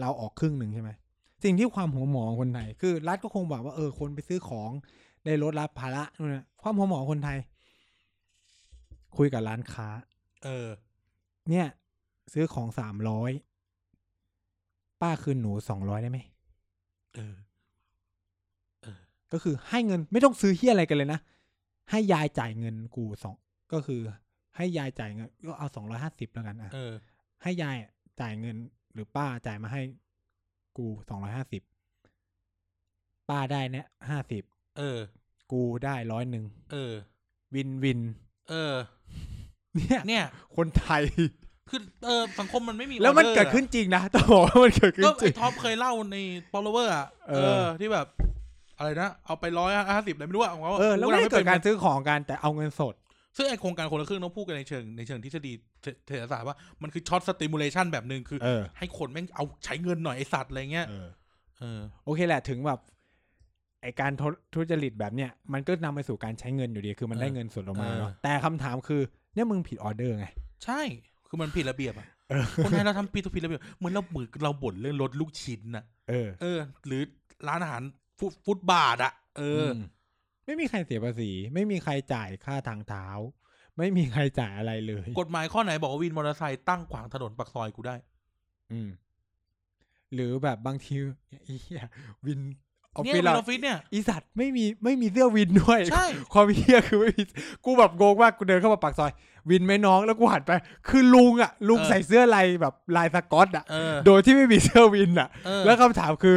เราออกครึ่งหนึ่งใช่ไหมสิ่งที่ความหัวหมอของคนไทยคือ รัฐก็คงบอกว่าเออคนไปซื้อของได้ลดรับภาระนู่นนะความหัวหมอของคนไทย คุยกับร้านค้า เออ เนี่ย ซื้อของสามร้อยป้าคืนหนูสองร้อยได้ไหม เออ ก็คือให้เงินไม่ต้องซื้อเฮียอะไรกันเลยนะ ให้ยายจ่ายเงินกูสองก็คือ ให้ยายจ่ายเงิน ก็เอาสองร้อยห้าสิบแล้วกันอ่ะ เออ ให้ยายจ่ายเงิน หรือป้าจ่ายมาให้กูสองร้อยห้าสิบป้าได้เนี่ยห้าสิบ เออ กูได้ร้อยหนึ่ง เออ วินวิน เออ เนี่ย เนี่ย คนไทย คือเออ สังคมมันไม่มี แล้วมัน order เกิดขึ้นจริงนะต้องบอกว่ามันเกิดขึ้น ก็ จริ ไอ้ ง ท็อปเคยเล่าใน follower อ่ะ เอ เอ อ อ ที่แบบ อะไรนะ เอาไปร้อยห้าสิบอะไรไม่รู้อะของเขา เออแล้วไม่ได้เกิด ป็น การซื้อของกันแต่เอาเงินสด ซึ่งไอโครงการคนละครึ่งต้องพูดกันในเชิงในเชิงทฤษฎีเศรษฐศาสตร์ว่ามันคือช็อตสติมูลเลชันแบบหนึ่งคือ เออ ให้คนแม่งเอาใช้เงินหน่อยไอสัตว์อะไรเงี้ยเออ โอเคแหละถึงแบบไอการทุทุจริตแบบเนี้ยมันก็นำไปสู่การใช้เงินอยู่ดีคือมัน เออ ได้เงินสดออกมา เออ เนาะแต่คำถามคือเนี่ยมึงผิดออเดอร์ไง ใช่คือมันผิดระเบียบอ่ะ เออ คนไทยเราทำผิดทุกผิดระเบียบเหมือนเราเหมือนเราบ่นเรื่องรถลูกชิ้นน่ะ เออ เออ หรือร้านอาหารฟุตฟุตบาทอ่ะเอออ มไม่มีใครเสียภาษี ไม่มีใครจ่ายค่าทางเท้า ไม่มีใครจ่ายอะไรเลย กฎหมายข้อไหนบอกว่าวินมอเตอร์ไซค์ตั้งขวางถนนปากซอยกูได้ อืมหรือแบบบางทีไอ้เหี้ยวินออฟ เนี่ย ฟิศวินอ เรา อฟฟิศเนี่ย อีสัตว์ไม่มีไม่มีเสื้อวินด้วย ใช่ ความเฮี้ยคือไม่มีกูแบบงงว่ากกูเดินเข้ามาปากซอย วินไหม่น้องแล้วกูหันไป คือลุงอ่ะ ลุง เออ ใส่เสื้อลายแบบลายสกอตอ่ะ เออ โดยที่ไม่มีเสื้อวินอ่ะ เออ แล้วคำถามคือ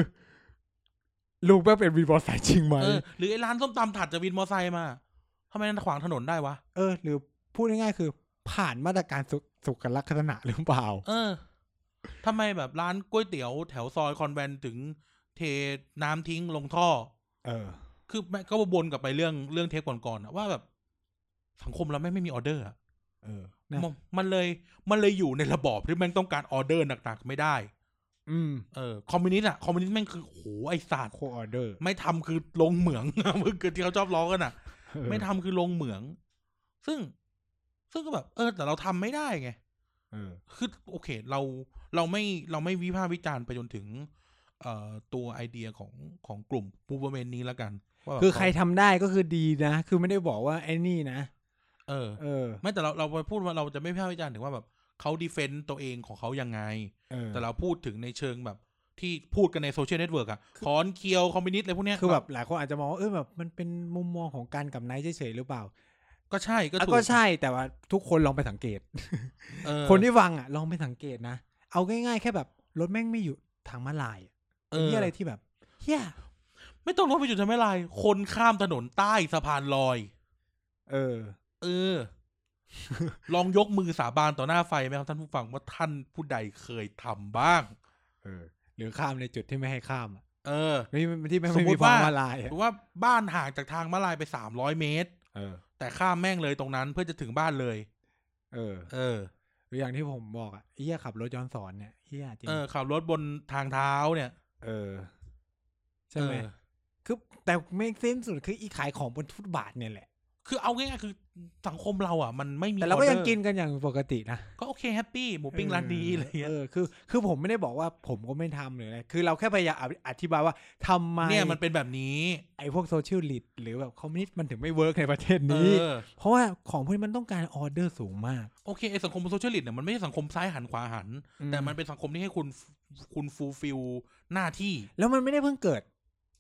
ลุงแม่งเป็นวินมอเตอร์ไซค์จริงไหม เออหรือไอร้านส้มตำถัดจากวินมอเตอร์ไซค์มาทำไมนั่นขวางถนนได้วะ เออ หรือพูดง่ายๆคือ ผ่านมาตรการสุสุขลักษณะหรือเปล่า เออทำไมแบบร้านก๋วยเตี๋ยวแถวซอยคอนแวนต์ถึงเทน้ำทิ้งลงท่อ เออ คือแม่งก็วนกลับไปเรื่องเรื่องเทปก่อนๆอะว่าแบบ สังคมเราไม่งไม่มีออเดอร์อะ เออนะ มันมันเลย มันเลยอยู่ในระบอบที่แม่งต้องการออเดอร์หนักๆไม่ได้ อืม เออคอมมิวนิสต์อะคอมมิวนิสต์แม่งคือโหไอสัตว์ โคออเดอร์ ไม่ทำคือลงเหมือง [LAUGHS] มึงคือที่เขาชอบล้อกันอะ ไม่ทำคือลงเหมือง ซึ่ง ซึ่งก็แบบ เออ แต่เราทำไม่ได้ไง เออ คือโอเค เราเราไม่เราไม่วิพากษ์วิจารณ์ไปจนถึง เอ่อตัวไอเดียของของกลุ่มมูเมนนี้แล้วกันว่าแบบ คือใครทำได้ก็คือดีนะ คือไม่ได้บอกว่าไอ้นี่นะ เออ เออ ไม่แต่เราเราไปพูดว่าเราจะไม่วิพากษ์วิจารณ์ถึงว่าแบบเขาดีเฟนต์ตัวเองของเขายังไง เออ แต่เราพูดถึงในเชิงแบบ ที่พูดกันในโซเชียลเน็ตเวิร์กอะคอนเคียวคอมมิวนิสต์อะไรพวกเนี้ย คือแบบหลายคนอาจจะมองว่าเออแบบมันเป็นมุมมองของการกับไนท์เฉยๆหรือเปล่า ก็ใช่ก็ อ่ะ ถูก ก็ใช่แต่ว่าทุกคนลองไปสังเกต เออ คนที่ฟังอ่ะลองไปสังเกตนะ เอาง่ายๆแค่แบบรถแม่งไม่หยุดทางมาลายอะ เออ เหียอะไรที่แบบเฮีย ไม่ต้องรถไปจุดทำไม่ลายคนข้ามถนนใต้สะพานลอย เออ เอ [LAUGHS] อ ลองยกมือสาบานต่อหน้าไฟไหมครับท่านผู้ฟังว่าท่านผู้ใดเคยทำบ้าง เออ หรือข้ามในจุดที่ไม่ให้ข้ามอะ เออ นี่มันที่ไม่ สม ไม่ มุ มี ติ ทาง ว่า มาลายอะ หรือว่าบ้านห่างจากทางมะลายไปสามร้อยเมตร เออ แต่ข้ามแม่งเลยตรงนั้นเพื่อจะถึงบ้านเลย เออ เออ หรืออย่างที่ผมบอกอ่ะเฮียขับรถย้อนสอนเนี่ยเฮียจริง เออขับรถบนทางเท้าเนี่ย เออใช่ไหม เออ คือแต่เมคเซนสุดคืออีขายของบนฟุตบาทเนี่ยแหละ คือเอาง่ายๆคือสังคมเราอ่ะ มันไม่มี แต่เราก็ยัง ออดอ กินกันอย่างปกตินะ ก็โอเคแฮปปี้หมูปิ้งร้านดีอะไรเงี้ย เออคือ คือผมไม่ได้บอกว่าผมก็ไม่ทำหรืออะไรคือเราแค่พยายามอธิอธิบายว่าทำไม เนี่ยมันเป็นแบบนี้ ไอ้พวกโซเชียลลิทหรือแบบคอมมิวนิสต์มันถึงไม่เวิร์กในประเทศ เอ นี้ อ เพราะว่าของพวกนี้มันต้องการออเดอร์สูงมาก โอเคไอสังคมโซเชียลิสต์เนี่ยมันไม่ใช่สังคมซ้ายหันขวาหัน แต่มันเป็นสังคมที่ให้คุณคุณฟูลฟิลหน้าที่ แล้วมันไม่ได้เพิ่งเกิด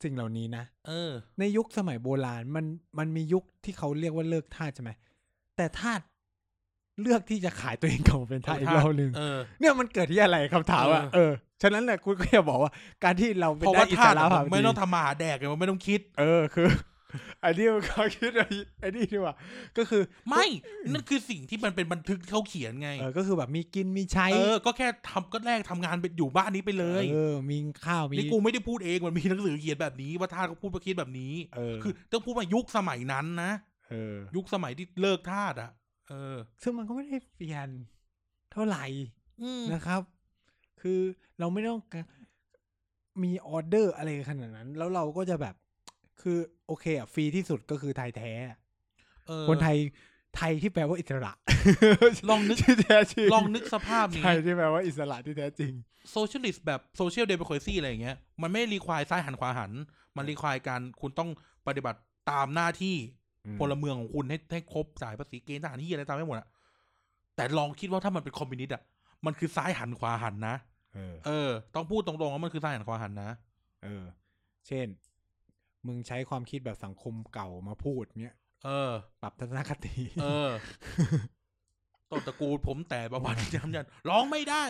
สิ่งเหล่านี้นะ เออ ในยุคสมัยโบราณมันมันมียุคที่เขาเรียกว่าเลิกทาสใช่ไหมแต่ทาสเลือกที่จะขายตัวเองกลับมาเป็นทาสอีกรอบหนึ่ง เออ เนี่ยมันเกิดที่อะไรคำถามอ่ะ เออ เออฉะนั้นแหละคุณก็อย่าบอกว่าการที่เราเป็น เพราะ ได้ ว่า อิ ท่า ส น ระ อะ ผ่าน ไม่ต้อง ดี ทำมาหาแดกเลยมันไม่ต้องคิด เออคือ [LAUGHS] อันนี้มันเขาคิดไอ้ไอ้นี่ดีกว่าก็คือ ไม่นั่นคือสิ่งที่มันเป็นบันทึกที่เขาเขียนไง เออก็คือแบบมีกินมีใช้ เออ ก็แค่ทำก็แรกทำงานไปอยู่บ้านนี้ไปเลย เออมีข้าวมี นี่กูไม่ได้พูดเองมันมีหนังสือเขียนแบบนี้ว่าท่าสเขาพูดประคิดแบบนี้ เออ คือต้องพูดว่ายุคสมัยนั้นนะ เออ ยุคสมัยที่เลิกทาสอ่ะ เออ ซึ่งมันก็ไม่ได้เปลี่ยนเท่าไหร่ อืม นะครับ คือเราไม่ต้องการมีออเดอร์อะไรขนาดนั้น แล้วเราก็จะแบบ คือโอเคอะฟรีที่สุดก็คือไทยแท้อะ เออ คนไทยไทย [LAUGHS] ที่แปลว่าอิสระ ลอง [LAUGHS] นึก ที่แท้จริง ลองนึกสภาพนี้ ไทยที่แปลว่าอิสระที่แท้จริง โซเชียลิสต์แบบโซเชียลเดโมครซีอะไรอย่างเงี้ยมันไม่รีควายซ้ายหันขวาหัน มันรีควายการคุณต้องปฏิบัติตามหน้าที่พลเมืองของคุณให้ให้ครบสายภาษีเกณฑ์ทหารที่อะไรตามให้หมดอะแต่ลองคิดว่าถ้ามันเป็นคอมมิวนิสต์อะมันคือซ้ายหันขวาหันนะ เออ เออ ต้องพูดตรงๆว่ามันคือซ้ายหันขวาหันนะ เออ เช่น มึงใช้ความคิดแบบสังคมเก่ามาพูดเนี้ย เออ ปรับทัศนคติ เออ [LAUGHS] ต้นตระกูลผมแต่ประวัติจำยันร้องไม่ได้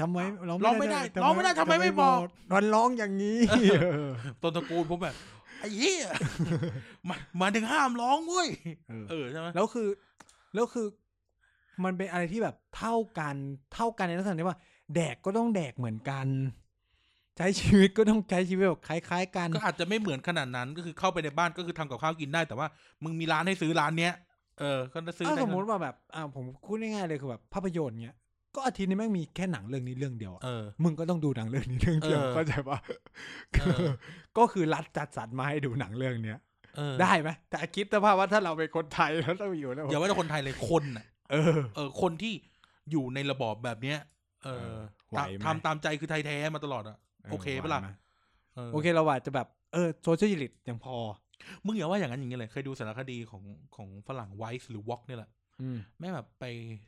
ทำไมร้อง ร้องไม่ได้ร้องไม่ได้ทำไมไม่บอก มันร้องอย่าง [LAUGHS] นี้เออ ต้นตระกูลผมแบบไอ้เหี้ย [LAUGHS] มามาถึงห้ามร้องเว้ย เออ เออใช่ไหม แล้วคือแล้วคือมันเป็นอะไรที่แบบเท่ากันเท่ากันในลักษณะที่ว่า แดกก็ต้องแดกเหมือนกัน ใช้ชีวิตก็ต้องใช้ชีวิตแบบคล้าย ๆ กัน ก็อาจจะไม่เหมือนขนาดนั้น ก็คือเข้าไปในบ้านก็คือทำกับข้าวกินได้แต่ว่า มึงมีร้านให้ซื้อร้านเนี้ยเออก็ซื้อ ถ้า ได้ สมมติว่าแบบอ่าผมพูดง่ายๆเลยคือแบบภาพยนตร์เนี้ยก็อาทิตย์นี้แม่งมีแค่หนังเรื่องนี้เรื่องเดียวอะ เออ มึงก็ต้องดูหนังเรื่องนี้เรื่องเดียว เออ เข้าใจปะ เออ คือก็คือรัฐจัดสรรมาให้ดูหนังเรื่องเนี้ย เออ ได้ไหมแต่คิดสภาพว่าถ้าเราเป็นคนไทยแล้วต้องอยู่แล้ว อย่าว่าแต่คนไทยเลยคนน่ะ เออ เออ คนที่อยู่ในระบอบแบบเนี้ย เอ เอ อ อไหวไหม ทำตามใจคือไทยแท้มาตลอดอ่ะโอเคปะล่ะ ไหวไหม เออ โอเคเราอาจจะแบบเออโซเชียลลิตยังพอ มึงอย่าว่าอย่างนั้นอย่างนี้เลย เคยดูสารคดีของของฝรั่งไวส์หรือวอกเนี่ยแหละ อืม แม่งแบบไป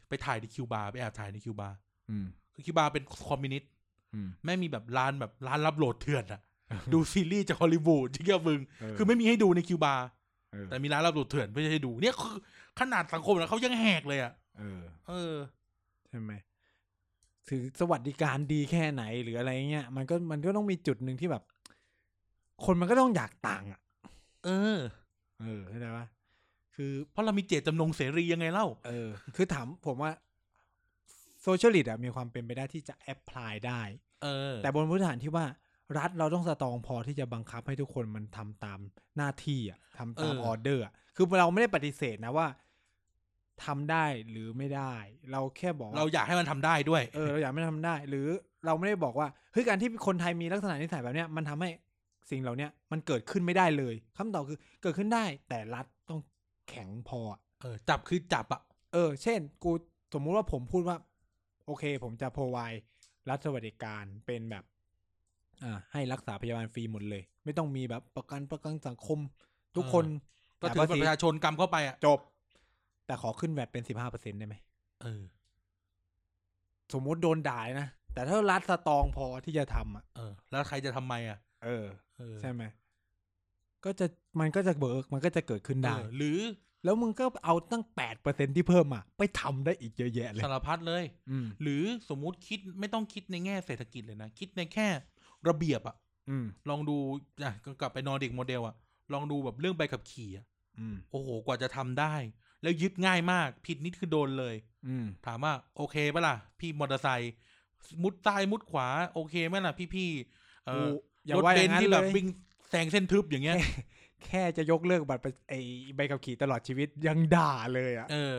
ไปถ่ายในคิวบาร์ไปแอบถ่ายในคิวบาร์ อืม คือคิวบาร์เป็นคอมมิวนิสต์ อืม แม่งมีแบบร้านแบบร้านรับโหลดเถื่อนอะดูซีรีส์จากฮอลลีวูดจริงๆมึง คือไม่มีให้ดูในคิวบาร์ เออ แต่มีร้านรับโหลดเถื่อนเพื่อจะให้ดู เนี่ยคือขนาดสังคมแล้วเขายังแหกเลยอะ เออ เออ ใช่ไหมถือสวัสดิการดีแค่ไหนหรืออะไรเงี้ยมันก็มันก็ต้องมีจุดหนึ่งที่แบบ คนมันก็ต้องอยากต่างอ่ะ เออ เออเข้าใจปะคือ เพราะเรามีเจตจำนงเสรียังไงเล่า เออ คือถามผมว่าโซเชียลิตอะมีความเป็นไปได้ที่จะแอพพลายได้ เออ แต่บนพื้นฐานที่ว่า รัฐเราต้องสตรองพอที่จะบังคับให้ทุกคนมันทำตามหน้าที่อะทำตามออเดอร์อะคือเราไม่ได้ปฏิเสธนะว่าทำได้หรือไม่ได้ เราแค่บอกว่า เราอยากให้มันทำได้ด้วย เออเราอยากไม่ทำได้ หรือเราไม่ได้บอกว่าเฮ้ยการที่คนไทยมีลักษณะนิสัยแบบเนี้ยมันทำให้สิ่งเหล่าเนี้ยมันเกิดขึ้นไม่ได้เลยคำตอบคือเกิดขึ้นได้ แต่รัฐต้องแข็งพออะ เออ จับคือจับอะ เออ เช่น กูสมมุติว่าผมพูดว่า โอเค ผมจะ provide รัฐสวัสดิการเป็นแบบอ่าให้รักษาพยาบาลฟรีหมดเลย ไม่ต้องมีแบบประกันประกันสังคม ทุกคน ก็ถือบัตรประชาชนกำเข้าไปอะ จบ แต่ขอขึ้นแวดเป็นสิบห้าเปอร์เซ็นได้ไหม เออ สมมุติโดนด่าเลยนะแต่ถ้ารัฐสตรองพอที่จะทำอ่ะ เออ แล้วใครจะทำไมอะ เออ เออ ใช่ไหมก็จะมันก็จะเบิกมันก็จะเกิดขึ้นได้ เออหรือ แล้วมึงก็เอาตั้งแปดเปอร์เซ็นที่เพิ่มมาไปทำได้อีกเยอะแยะเลย สารพัดเลย อืม หรือสมมุติคิดไม่ต้องคิดในแง่เศรษฐกิจเลยนะ คิดในแค่ระเบียบอะ อืม ลองดูอ่ะก็กลับไปนอร์ดิกโมเดลอะลองดูแบบเรื่องใบขับขี่อะ อืม โอ้โหกว่าจะทำได้ แล้วยึดง่ายมาก ผิดนิดคือโดนเลย อืม ถามว่าโอเคปะล่ะ พี่มอเตอร์ไซค์มุดซ้ายมุดขวา โอเคไหมล่ะพี่พี่ๆเออ โอ้อย่าร ถ ว่าอ เบน ย่างนั้นซ์ที่แบบ เลย วิ่งแซงเส้นทึบอย่างเงี้ย แค่จะยกเลิกบัตรประไอใบขับขี่ตลอดชีวิตยังด่าเลยอ่ะ เออ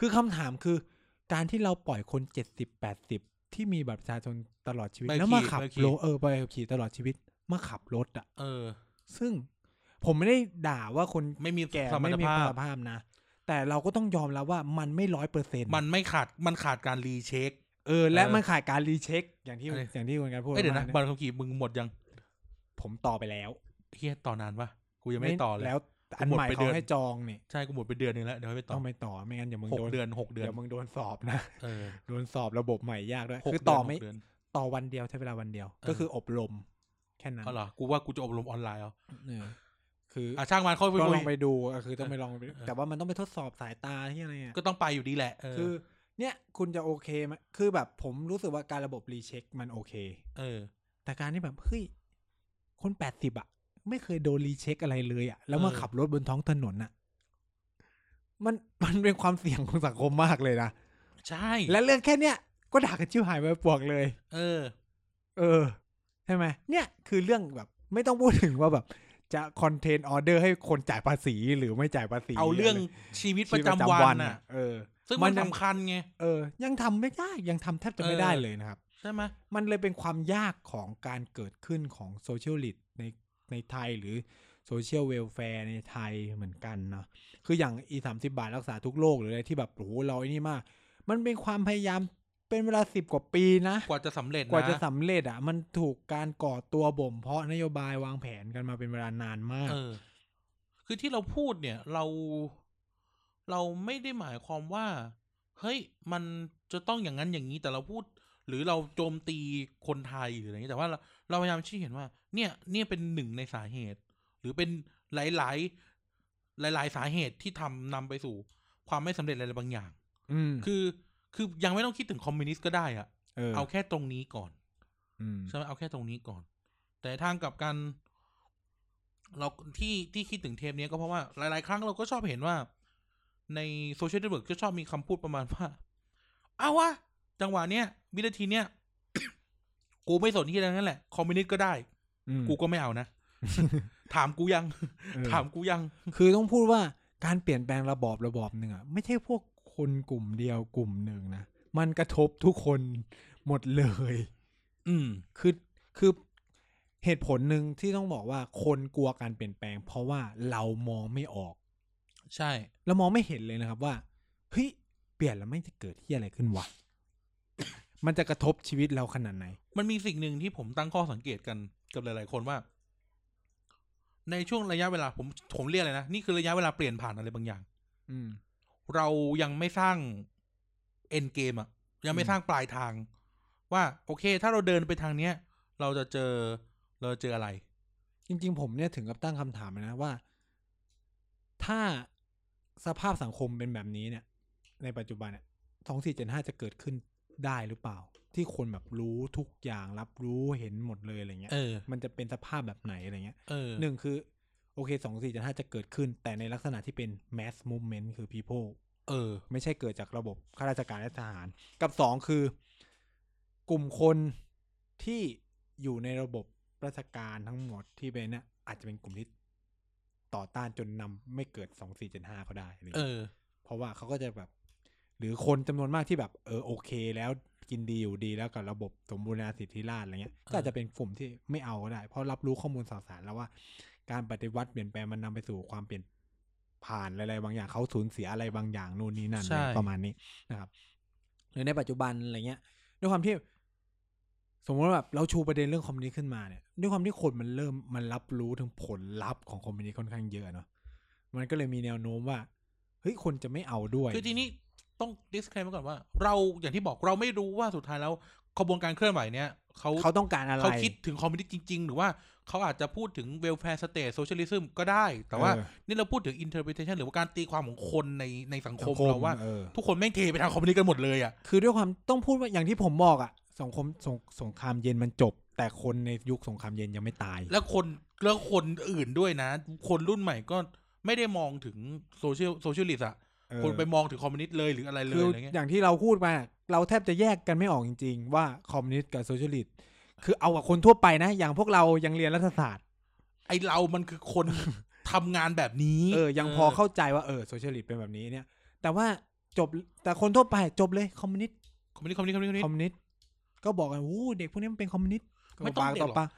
คือคำถามคือ การที่เราปล่อยคนเจ็ดสิบแปดสิบที่มีบัตรประชาชนตลอดชีวิต ใบขับ แล้วมาขับ ขี่ใบขับขี่ รถเออใบขับขี่ตลอดชีวิตมาขับรถอ่ะ เออ ซึ่งผมไม่ได้ด่าว่าคน ไม่มี แก่ สมรร ไม่ ถ มี ภา คุ พ ณภาพนะ แต่เราก็ต้องยอมรับว่ามันไม่ร้อยเปอร์เซ็นต์ มันไม่ขาดมันขาดการรีเช็ค เออและ เออ มันขาดการรีเช็ค อย่างที่ เอออ อย่างที่คุณกันพูด เอ้ยเดี๋ยวนะ มา บัตรขับขี่มึงหมดยัง ผมต่อไปแล้ว เฮียต่อนานปะกูยังไม่ได้ต่อเลย แล้วอัน หมด ใหม่ ไปเดื เขา อน ให้จองนี่ ใช่กูหมดไปเดือนหนึ่งแล้วเดี๋ยวให้ไปต่ ต้ อ องไปต่อไม่งั้นเดี๋ยวมึง หก โดน เดือนหกเดือน เดี๋ยวมึงโดนสอบนะ เออ โดนสอบระบบใหม่ยากด้วย หก คือ เดืน ต่อไม่ หกเดืน ต่อวันเดียวใช้เวลาวันเดียว เออ ก็คืออบรม แค่นั้น เอาเหรอกูว่ากูจะอบรมออนไลน์เอา เออคืออ อ่ะช่างมันค่อยไป ก็ คุ ล ย องไปดูอะคือต้องไปลองไปดู เออ แต่ว่ามันต้องไปทดสอบสายตาที่อะไรอ่ะ ก็ต้องไปอยู่ดีแหละเออ คือ เนี่ยคุณจะโอเคไหมคือแบบผมรู้สึกว่าการระบบรีเช็คมันโอเค เออ แต่การที่แบบเฮ้ยคนแปดสิบอะ ไม่เคยโดนรีเช็คอะไรเลยอะ่ะ แล้วมา เออ ขับรถบนท้องถนนอะ่ะ มันมันเป็นความเสี่ยงของสังคมมากเลยนะ ใช่ และเรื่องแค่เนี้ยก็ด่ากันชิวหายไปปวกเลย เออ เออ ใช่ไหมเนี่ยคือเรื่องแบบ ไม่ต้องพูดถึงว่าแบบ จะคอนเทนออเดอร์ให้คนจ่ายภาษีหรือไม่จ่ายภาษี เอาเรื่อง ะไ ชีวิต ชี ป วิต ระจำวัน น่ น่ะ เออ ซึ่ง มั มัน น ยัง สำคัญไง เออ ยังทำไม่ได้ ยังทำแทบจะไม่ เออ ได้เลยนะครับ ใช่ไหม มันเลยเป็นความยากของการเกิดขึ้นของโซเชียลลิทในในไทยหรือโซเชียลเวลแฟร์ในไทยเหมือนกันเนอะคืออย่างอีสามสิบาทรักษาทุกโรคหรืออะไรที่แบบโอ้โหเราไอ้นี่มาก มันเป็นความพยายามเป็นเวลาสิบกว่าปีนะ กว่าจะสำเร็จน กว่าจะสำเร็จอ่ะ มันถูกการก่อตัวบ่มเพาะนโยบายวางแผนกันมาเป็นเวลานานมาก เออ คือที่เราพูดเนี่ย เรา เราไม่ได้หมายความว่า เฮ้ย มันจะต้องอย่างนั้นอย่างนี้แต่เราพูด หรือเราโจมตีคนไทยหรืออะไรอย่างนี้แต่ว่าเราเราพยายามชี้เห็นว่า เนี่ย เนี่ยเป็นหนึ่งในสาเหตุ หรือเป็นหลาย ๆ หลาย ๆ สาเหตุที่ทำนำไปสู่ ความไม่สำเร็จอะไรบางอย่าง อืม คือ คือยังไม่ต้องคิดถึงคอมมิวนิสต์ก็ได้อะ เออ เอาแค่ตรงนี้ก่อน อืม ใช่ไหมเอาแค่ตรงนี้ก่อน แต่ทางกลับกัน เราที่ที่คิดถึงเทปเนี้ยก็เพราะว่าหลาย ๆ ครั้งเราก็ชอบเห็นว่า ในโซเชียลเน็ตเวิร์กก็ชอบมีคำพูดประมาณว่า เอาวะ จังหวะเนี้ยวินาทีเนี้ย [COUGHS] กูไม่สนที่อะไรนั่นแหละ คอมมิวนิสต์ก็ได้ อืม กูก็ไม่เอานะ [LAUGHS] ถามกูยัง เออ ถามกูยัง คือต้องพูดว่าการเปลี่ยนแปลงระบอบระบอบหนึ่งอะไม่ใช่พวกคนกลุ่มเดียวกลุ่มหนึ่งนะ มันกระทบทุกคนหมดเลย อืม คือคือเหตุผลหนึ่งที่ต้องบอกว่าคนกลัวการเปลี่ยนแปลง เพราะว่าเรามองไม่ออก ใช่ เรามองไม่เห็นเลยนะครับว่าเฮ้ยเปลี่ยนแล้วไม่จะเกิดที่อะไรขึ้นวะ [COUGHS] มันจะกระทบชีวิตเราขนาดไหน มันมีสิ่งหนึ่งที่ผมตั้งข้อสังเกตกันกับหลาย ๆ คนว่า ในช่วงระยะเวลาผมผมเรียกเลยนะ นี่คือระยะเวลาเปลี่ยนผ่านอะไรบางอย่าง อืม เรายังไม่สร้างเอ็นเกมอะยังไม่ อืม สร้างปลายทาง ว่า โอเค ถ้าเราเดินไปทางเนี้ย เราจะเจอเราจะเจออะไร จริงๆ ผมเนี่ยถึงกับตั้งคำถามเลยนะว่า ถ้าสภาพสังคมเป็นแบบนี้เนี่ย ในปัจจุบันเนี่ยสองสี่เจ็ดห้าจะเกิดขึ้นได้หรือเปล่า ที่คนแบบรู้ทุกอย่างรับรู้เห็นหมดเลยอะไรเงี้ย เออ มันจะเป็นสภาพแบบไหนอะไรเงี้ย เออ หนึ่งคือ โอเคสองสี่เจ็ดห้าจะเกิดขึ้น แต่ในลักษณะที่เป็น mass movement คือ people เออ ไม่ใช่เกิดจากระบบข้าราชการและทหาร กับสองคือ กลุ่มคนที่อยู่ในระบบราชการทั้งหมดที่เป็นเนี่ยอาจจะเป็นกลุ่มที่ต่อต้านจนนำไม่เกิดสองสี่เจ็ดห้าก็ได้อะไร เอ เงี้ย อ เพราะว่าเขาก็จะแบบ หรือคนจำนวนมากที่แบบ เออโอเคแล้วกินดีอยู่ดีแล้วกับระบบสมบูรณาสิทธิราชย์อะไรเงี้ยก็อาจจะเป็นกลุ่มที่ไม่เอาก็ได้ เพราะรับรู้ข้อมูลข่าวสารแล้วว่า การปฏิวัติเปลี่ยนแปลงมันนำไปสู่ความเปลี่ยนผ่านอะไรๆบางอย่างเขาสูญเสียอะไรบางอย่างนู่นนี่นั่น ใช่ ประมาณนี้นะครับหรือในปัจจุบันอะไรเงี้ย ด้วยความที่ สมมติว่าแบบเราชูประเด็นเรื่องคอมมิวนิสต์ขึ้นมาเนี่ยด้วยความที่คนมันเริ่มมันรับรู้ถึงผลลัพธ์ของคอมมิวนิสต์ค่อนข้างเยอะเนาะมันก็เลยมีแนวโน้มว่าเฮ้ยคนจะไม่เอาด้วย คือทีนี้ต้อง disclaim ไว้ก่อนว่า เราอย่างที่บอกเราไม่รู้ว่าสุดท้ายแล้วขบวนการเคลื่อนไหวเนี้ยเขา เขาต้องการอะไร เขาคิดถึงคอมมิวนิสต์จริง ๆ หรือว่าเขาอาจจะพูดถึงเวลแฟร์สเต t โซเชียลิซึมก็ได้ แต่ว่า เออ นี่เราพูดถึงอินเทอร์ e พ t a ชันหรือว่าการตีความของคนในในสังค สั ม งคม เราว่า เออ ทุกคนแม่งเทไปทางคอมมิวนิสต์กันหมดเลยอ่ะ คือด้วยความต้องพูดว่าอย่างที่ผมบอกอะสังคมสงสงครามเย็นมันจบ แต่คนในยุคสงครามเย็นยังไม่ตาย แล้วคนแล้วคนอื่นด้วยนะ คนรุ่นใหม่ก็ไม่ได้มองถึงโซเชียลโซเชียลิสต์อ่ะ เออ คนไปมองถึงคอมมิวนิสต์เลยหรืออะไรเล คื ย อ อะไรเงี้ย อย่างที่เราพูดมา เราแทบจะแยกกันไม่ออกจริง ๆ ว่าคอมมิวนิสต์กับโซเชียลิสต์คือเอากับคนทั่วไปนะ อย่างพวกเรายังเรียนรัฐศาสตร์ ไอเรามันคือคน ทำงานแบบนี้ เออ ยังพอเข้าใจว่าเออโซเชียลิสต์เป็นแบบนี้เนี่ย แต่ว่าจบแต่คนทั่วไปจบเลยคอมมิวนิสต์ คอมมิวนิสต์คอมมิวนิสต์คอมมิวนิคสอ ต์ มมิวนิสต์ก็บอกกันโอ้เด็กพวกนี้มันเป็นคอมมิวนิสต์ ไม่ต้องเด็กหรอก ปากต่ปาก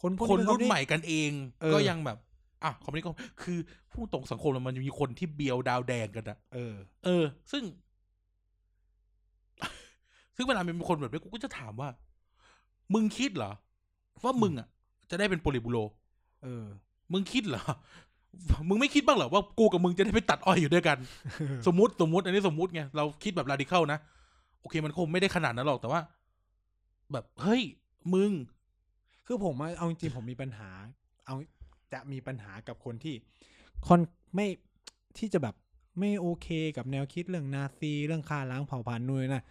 คนพวก คน เป็ รุ่น คอวสต์ ใหม่กันเอง เออ ก็ยังแบบอ่ะคอมมิวนิสต์ก็คือผู้ตรงสังคมมันมีคนที่เบียวดาวแดงกันอ่ะ เออ เออ ซึ่ง ซึ่งเวลามันมีคนแบบนี้กูก็จะถามว่า มึงคิดเหรอ ว่ามึงอ่ะ จะได้เป็นโปลิบูโร เออ มึงคิดเหรอ [LAUGHS] มึงไม่คิดบ้างเหรอว่ากูกับมึงจะได้ไปตัดอ้อยอยู่ [LAUGHS] ด้วยกัน สมมติสมมติ อันนี้สมมติไงเราคิดแบบราดิเคิลนะโอเค มันคงไม่ได้ขนาดนั้นหรอกแต่ว่า แบบเฮ้ย มึง คือผมอะเอาจริงๆผมมีปัญหา เอาจะมีปัญหากับคนที่คอนไม่ที่จะแบบไม่โอเคกับแนวคิดเรื่องนาซีเรื่องฆ่าล้างเผ่าพันธุ์นู่นนนะ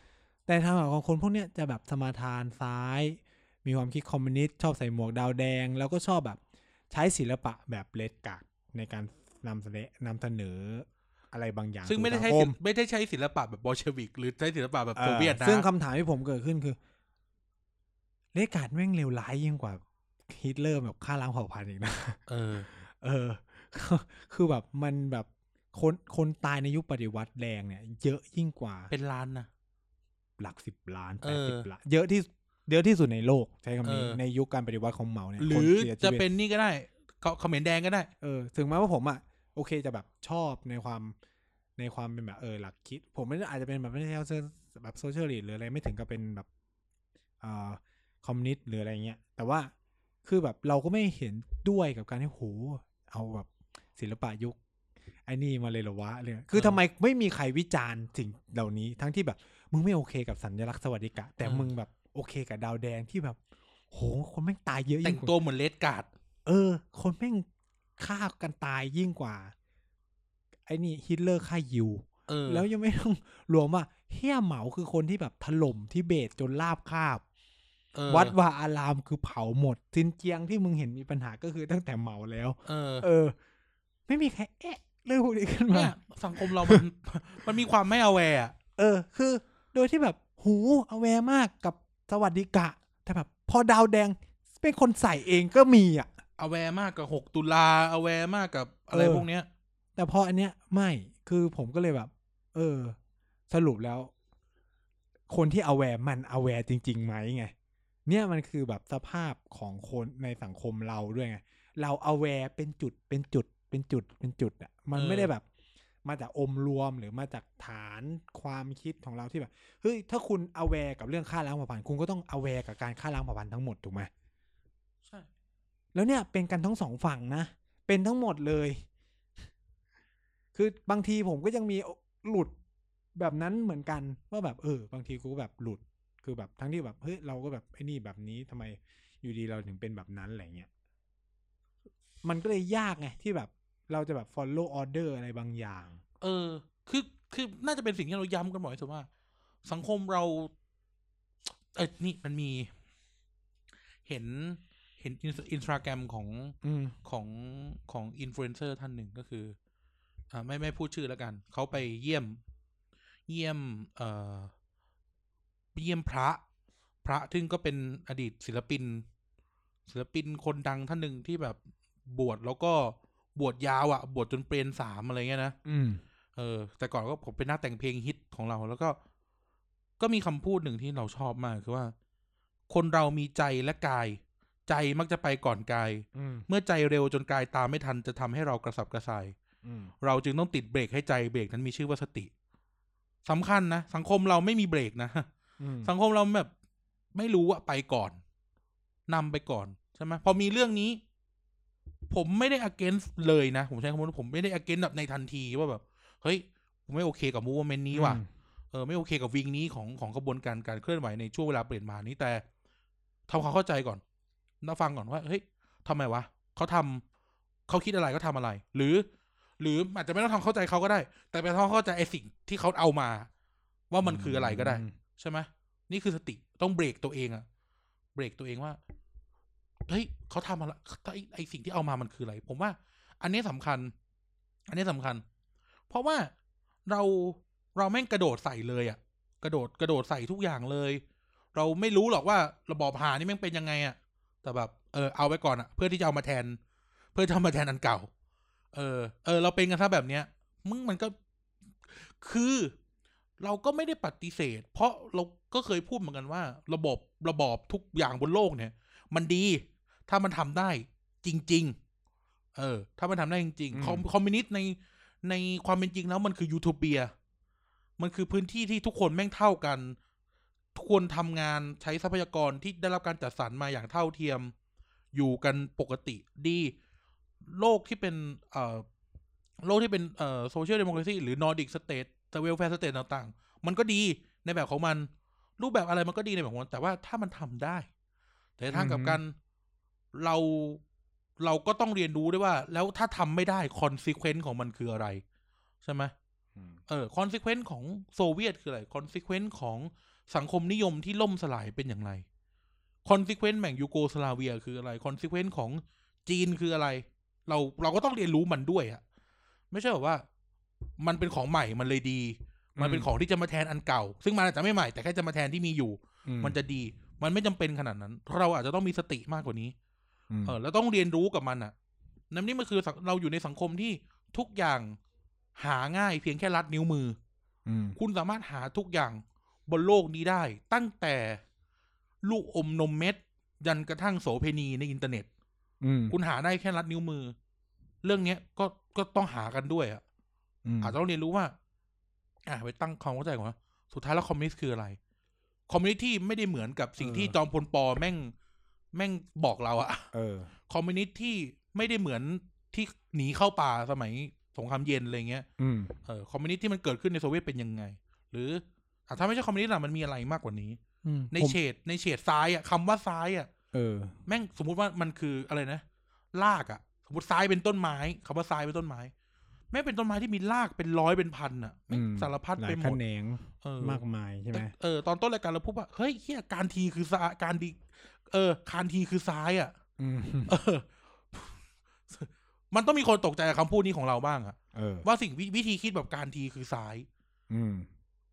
แต่ทางฝั่งของคนพวกเนี้ยจะแบบสมาทานซ้าย มีความคิดคอมมิวนิสต์ชอบใส่หมวกดาวแดง แล้วก็ชอบแบบ ใช้ศิลปะแบบเลดกากในการนำเสนอนำเสนออะไรบางอย่าง ซึ่งไม่ได้ใช้ สู่สังศิลค ป์ไม่ได้ใช้ศิลปะแบบบอลเชวิก หรือใช้ศิลปะแบบ เอ่ โซ อ เวียตนะ ซึ่งคำถามที่ผมเกิดขึ้นคือ เลดกาดแม่งเลวร้ายยิ่งกว่าฮิตเลอร์แบบฆ่าล้างเผ่าพันธุ์อีกนะ [LAUGHS] เออ เออ [LAUGHS] คือแบบมันแบบคนคนตายในยุคปฏิวัติแดงเนี่ย เยอะยิ่งกว่า เป็นล้านนะ หลักสิบล้าน เอ แปด อ สิบล้าน เยอะที่เยอะที่สุดในโลกใช้คำนี้ เออ ในยุคการปฏิวัติของเหมาเนี่ย ห ค รื น อ สียชี จะ วิต เป็นนี่ก็ได้เขาเขมรแดงก็ได้ เออถึงแม้ว่าผมอ่ะโอเคจะแบบชอบในความในความเป็นแบบเออหลักคิด ผมไม่ได้อาจจะเป็นแบบไม่ได้เอาเสื้อแบบโซเชียลลีดหรืออะไรไม่ถึงกับเป็นแบบเอ่อคอมมิวนิสต์หรืออะไรเงี้ย แต่ว่าคือแบบเราก็ไม่เห็นด้วยกับการที่โหเอาแบบศิลปะยุคไอ้นี่มาเลยเหรอวะเลยคือ เออ ทำไมไม่มีใครวิจารณ์สิ่งเหล่านี้ทั้งที่แบบ มึงไม่โอเคกับสัญลักษณ์สวัสดิกะ แต่ เออ มึงแบบโอเคกับดาวแดงที่แบบ โหคนแม่งตายเยอะ แต่ ยิ่งงกว่า ตัวเหมือนเลดการ์ด เออ คนแม่งฆ่ากันตายยิ่งกว่า ไอ้นี่ฮิตเลอร์ฆ่ายิว เออ แล้วยังไม่ต้องรวมว่าเฮียเหมาคือคนที่แบบถล่มทิเบตจนลาบคาบ เออ วัดวาอารามคือเผาหมดซินเจียงที่มึงเห็นมีปัญหาก็คือตั้งแต่เหมาแล้ว เออ เออ ไม่มีใครแอะเรื่องพวกนี้ขึ้นมา เนี่ยสังคมเรา มัน [LAUGHS] มันมีความไม่เอาแวร์ เออ คือโดยที่แบบหูเอาแวมากกับสวัสดิกะ แต่แบบ พอดาวแดงเป็นคนใส่เองก็มีอ่ะ เอาแวร์มากกับหกตุลาเอาแวร์มากกับอะไร เออ พวกเนี้ย แต่พออันเนี้ยไม่คือผมก็เลยแบบ เออ สรุปแล้ว คนที่ aware มัน aware จริงๆไหมไง เนี่ยมันคือแบบสภาพของคนในสังคมเราด้วยไง เรา aware เป็นจุดเป็นจุดเป็นจุดเป็นจุดอะมัน เออ ไม่ได้แบบ มาจากอมรวมหรือมาจากฐานความคิดของเราที่แบบเฮ้ยถ้าคุณ aware กับเรื่องฆ่าล้างเผ่าพันธุ์คุณก็ต้อง aware กับการฆ่าล้างเผ่าพันธุ์ทั้งหมดถูกไหม ใช่ แล้วเนี่ยเป็นกันทั้งสองฝั่งนะ เป็นทั้งหมดเลย คือบางทีผมก็ยังมีหลุดแบบนั้นเหมือนกัน ว่าแบบเออ บางทีกูก็แบบหลุด คือแบบทั้งที่แบบเฮ้ยเราก็แบบไอ้นี่แบบนี้ทำไมอยู่ดีเราถึงเป็นแบบนั้นอะไรเงี้ยมันก็เลยยากไงที่แบบเราจะแบบ follow order อะไรบางอย่าง เออ คือ คือ น่าจะเป็นสิ่งที่เราย้ำกันบ่อยที่สุดว่า สังคมเรา เออนี่มันมี เห็น เห็นอินสตาแกรมของ อืม ของของอินฟลูเอนเซอร์ท่านหนึ่งก็คือ อ่าไม่ไม่พูดชื่อแล้วกัน เขาไปเยี่ยม เยี่ยม เอ่อเยี่ยมพระ พระซึ่งก็เป็นอดีตศิลปิน ศิลปินคนดังท่านหนึ่งที่แบบบวชแล้วก็บวชยาวอะ่ะ บวชจนเปรนสามอะไรเงี้ยนะ อืม เออ แต่ก่อนก็ผมเป็นนักแต่งเพลงฮิตของเรา แล้วก็ ก็มีคำพูดหนึ่งที่เราชอบมากคือว่า คนเรามีใจและกาย ใจมักจะไปก่อนกาย อืม เมื่อใจเร็วจนกายตามไม่ทันจะทำให้เรากระสับกระส่าย อืม เราจึงต้องติดเบรกให้ใจเบรกนั้นมีชื่อว่าสติสำคัญนะสังคมเราไม่มีเบรกนะ อืม สังคมเราแบบ ไม่รู้ว่าไปก่อนนำไปก่อนใช่ไหมพอมีเรื่องนี้ ผมไม่ได้ against เลยนะ ผมใช้คำว่าผมไม่ได้ against แบบในทันทีว่าแบบ เฮ้ยผมไม่โอเคกับ movement นี้ว่ะ เออไม่โอเคกับวิงนี้ของของกระบวนการการเคลื่อนไหวในช่วงเวลาเปลี่ยนมานี้แต่ทำความเข้าใจก่อนนะฟังก่อนว่าเฮ้ยทำไมวะเขาทำเขาคิดอะไรก็ทำอะไร หรือ หรืออาจจะไม่ต้องทำเข้าใจเขาก็ได้ แต่ไปทำเข้าใจไอ้สิ่งที่เขาเอามา ว่ามันคืออะไรก็ได้ ใช่ไหมนี่คือสติต้องเบรกตัวเองอะเบรกตัวเองว่าเฮ้ยเขาทำอะไรไอ้ไอสิ่งที่เอามามันคืออะไร ผมว่า อันนี้สำคัญ อันนี้สำคัญ เพราะว่าเราเราแม่งกระโดดใส่เลยอะกระโดดกระโดดใส่ทุกอย่างเลย เราไม่รู้หรอกว่าระบอบหานี่แม่งเป็นยังไงอะแต่แบบเออเอาไว้ก่อนอะเพื่อที่จะเอามาแทน เพื่อจะเอามาแทนอันเก่า เออ เออ เราเป็นกันซะแบบเนี้ยมึงมันก็คือ เราก็ไม่ได้ปฏิเสธ เพราะเราก็เคยพูดเหมือนกันว่า ระบบระบอบทุกอย่างบนโลกเนี่ย มันดี ถ้ามันทำได้จริง ๆ เออ ถ้ามันทำได้จริงๆคอมคอมมิวนิสต์ในในความเป็นจริงแล้วมันคือยูโทเปีย มันคือพื้นที่ที่ทุกคนแม่งเท่ากัน ทุกคนทำงานใช้ทรัพยากรที่ได้รับการจัดสรรมาอย่างเท่าเทียม อยู่กันปกติดี โลกที่เป็นเอ่อโลกที่เป็นเอ่อโซเชียลเดโมคราซีหรือนอร์ดิกสเตทสเวลแฟร์สเตทต่าง ๆ มันก็ดีในแบบของมัน รูปแบบอะไรมันก็ดีในแบบของมันแต่ว่าถ้ามันทำได้ แต่ในทางกลับกัน เราเราก็ต้องเรียนรู้ด้วยว่า แล้วถ้าทำไม่ได้คอนซีเควนต์ของมันคืออะไร ใช่ไหม อืม เออคอนซิเควนต์ของโซเวียตคืออะไรคอนซิเควนต์ของสังคมนิยมที่ล่มสลายเป็นอย่างไรคอนซิเควนต์แห่งยูโกสลาเวียคืออะไรคอนซิเควนต์ของ จีนคืออะไร เราเราก็ต้องเรียนรู้มันด้วยอะไม่ใช่แบบว่า มันเป็นของใหม่มันเลยดี มันเป็นของที่จะมาแทนอันเก่า ซึ่งมันอาจจะไม่ใหม่แต่แค่จะมาแทนที่มีอยู่ อื มันจะดี มันไม่จำเป็นขนาดนั้น เราอาจจะต้องมีสติมากกว่านี้ ม เออแล้วต้องเรียนรู้กับมันอ่ะนั่นนี่มันคือสังเราอยู่ในสังคมที่ทุกอย่างหาง่ายเพียงแค่รัดนิ้วมือ ม คุณสามารถหาทุกอย่างบนโลกนี้ได้ ตั้งแต่ลูกอมนมเม็ด ยันกระทั่งโสเพณีในอินเทอร์เน็ต อืม คุณหาได้แค่รัดนิ้วมือ เรื่องเนี้ยก็ก็ต้องหากันด้วยอ่ะ ม อาจจะต้องเรียนรู้ว่า อ่าไปตั้งความเข้าใจก่อนว่าสุดท้ายแล้วคอมมิวนิสต์คืออะไร คอมมิวนิสต์ที่ไม่ได้เหมือนกับสิ่งที่จอมพลปอแม่ง แม่งบอกเราอะ [LAUGHS] เออ คอมมิวนิสต์ที่ไม่ได้เหมือนที่หนีเข้าป่าสมัยสงครามเย็นอะไรเงี้ย อืม เออคอมมิวนิสต์ที่มันเกิดขึ้นในโซเวียตเป็นยังไง หรืออ่ะถ้าไม่ใช่คอมมิวนิสต์ล่ะมันมีอะไรมากกว่านี้ อืม ใน ผม เฉดในเฉดซ้ายอะคำว่าซ้ายอะ เออ แม่งสมมุติว่ามันคืออะไรนะรากอะสมมติซ้ายเป็นต้นไม้คำว่าซ้ายเป็นต้นไม้แม่งเป็นต้นไม้ที่มีรากเป็นร้อยเป็นพันอะแม่ง อืม สารพัด หลา ไป ย ห แข มด นง เออ มากมายใช่ไหม แต่เออตอนต้นรายการเราพูดว่าเฮ้ยเฮียการทีคือซ้ายการดีเออการทีคือซ้ายอะ อืม เออ [LAUGHS] มันต้องมีคนตกใจกับคำพูดนี้ของเราบ้างอะ เออ ว่าสิ่งวิวิธีคิดแบบการทีคือซ้าย อืม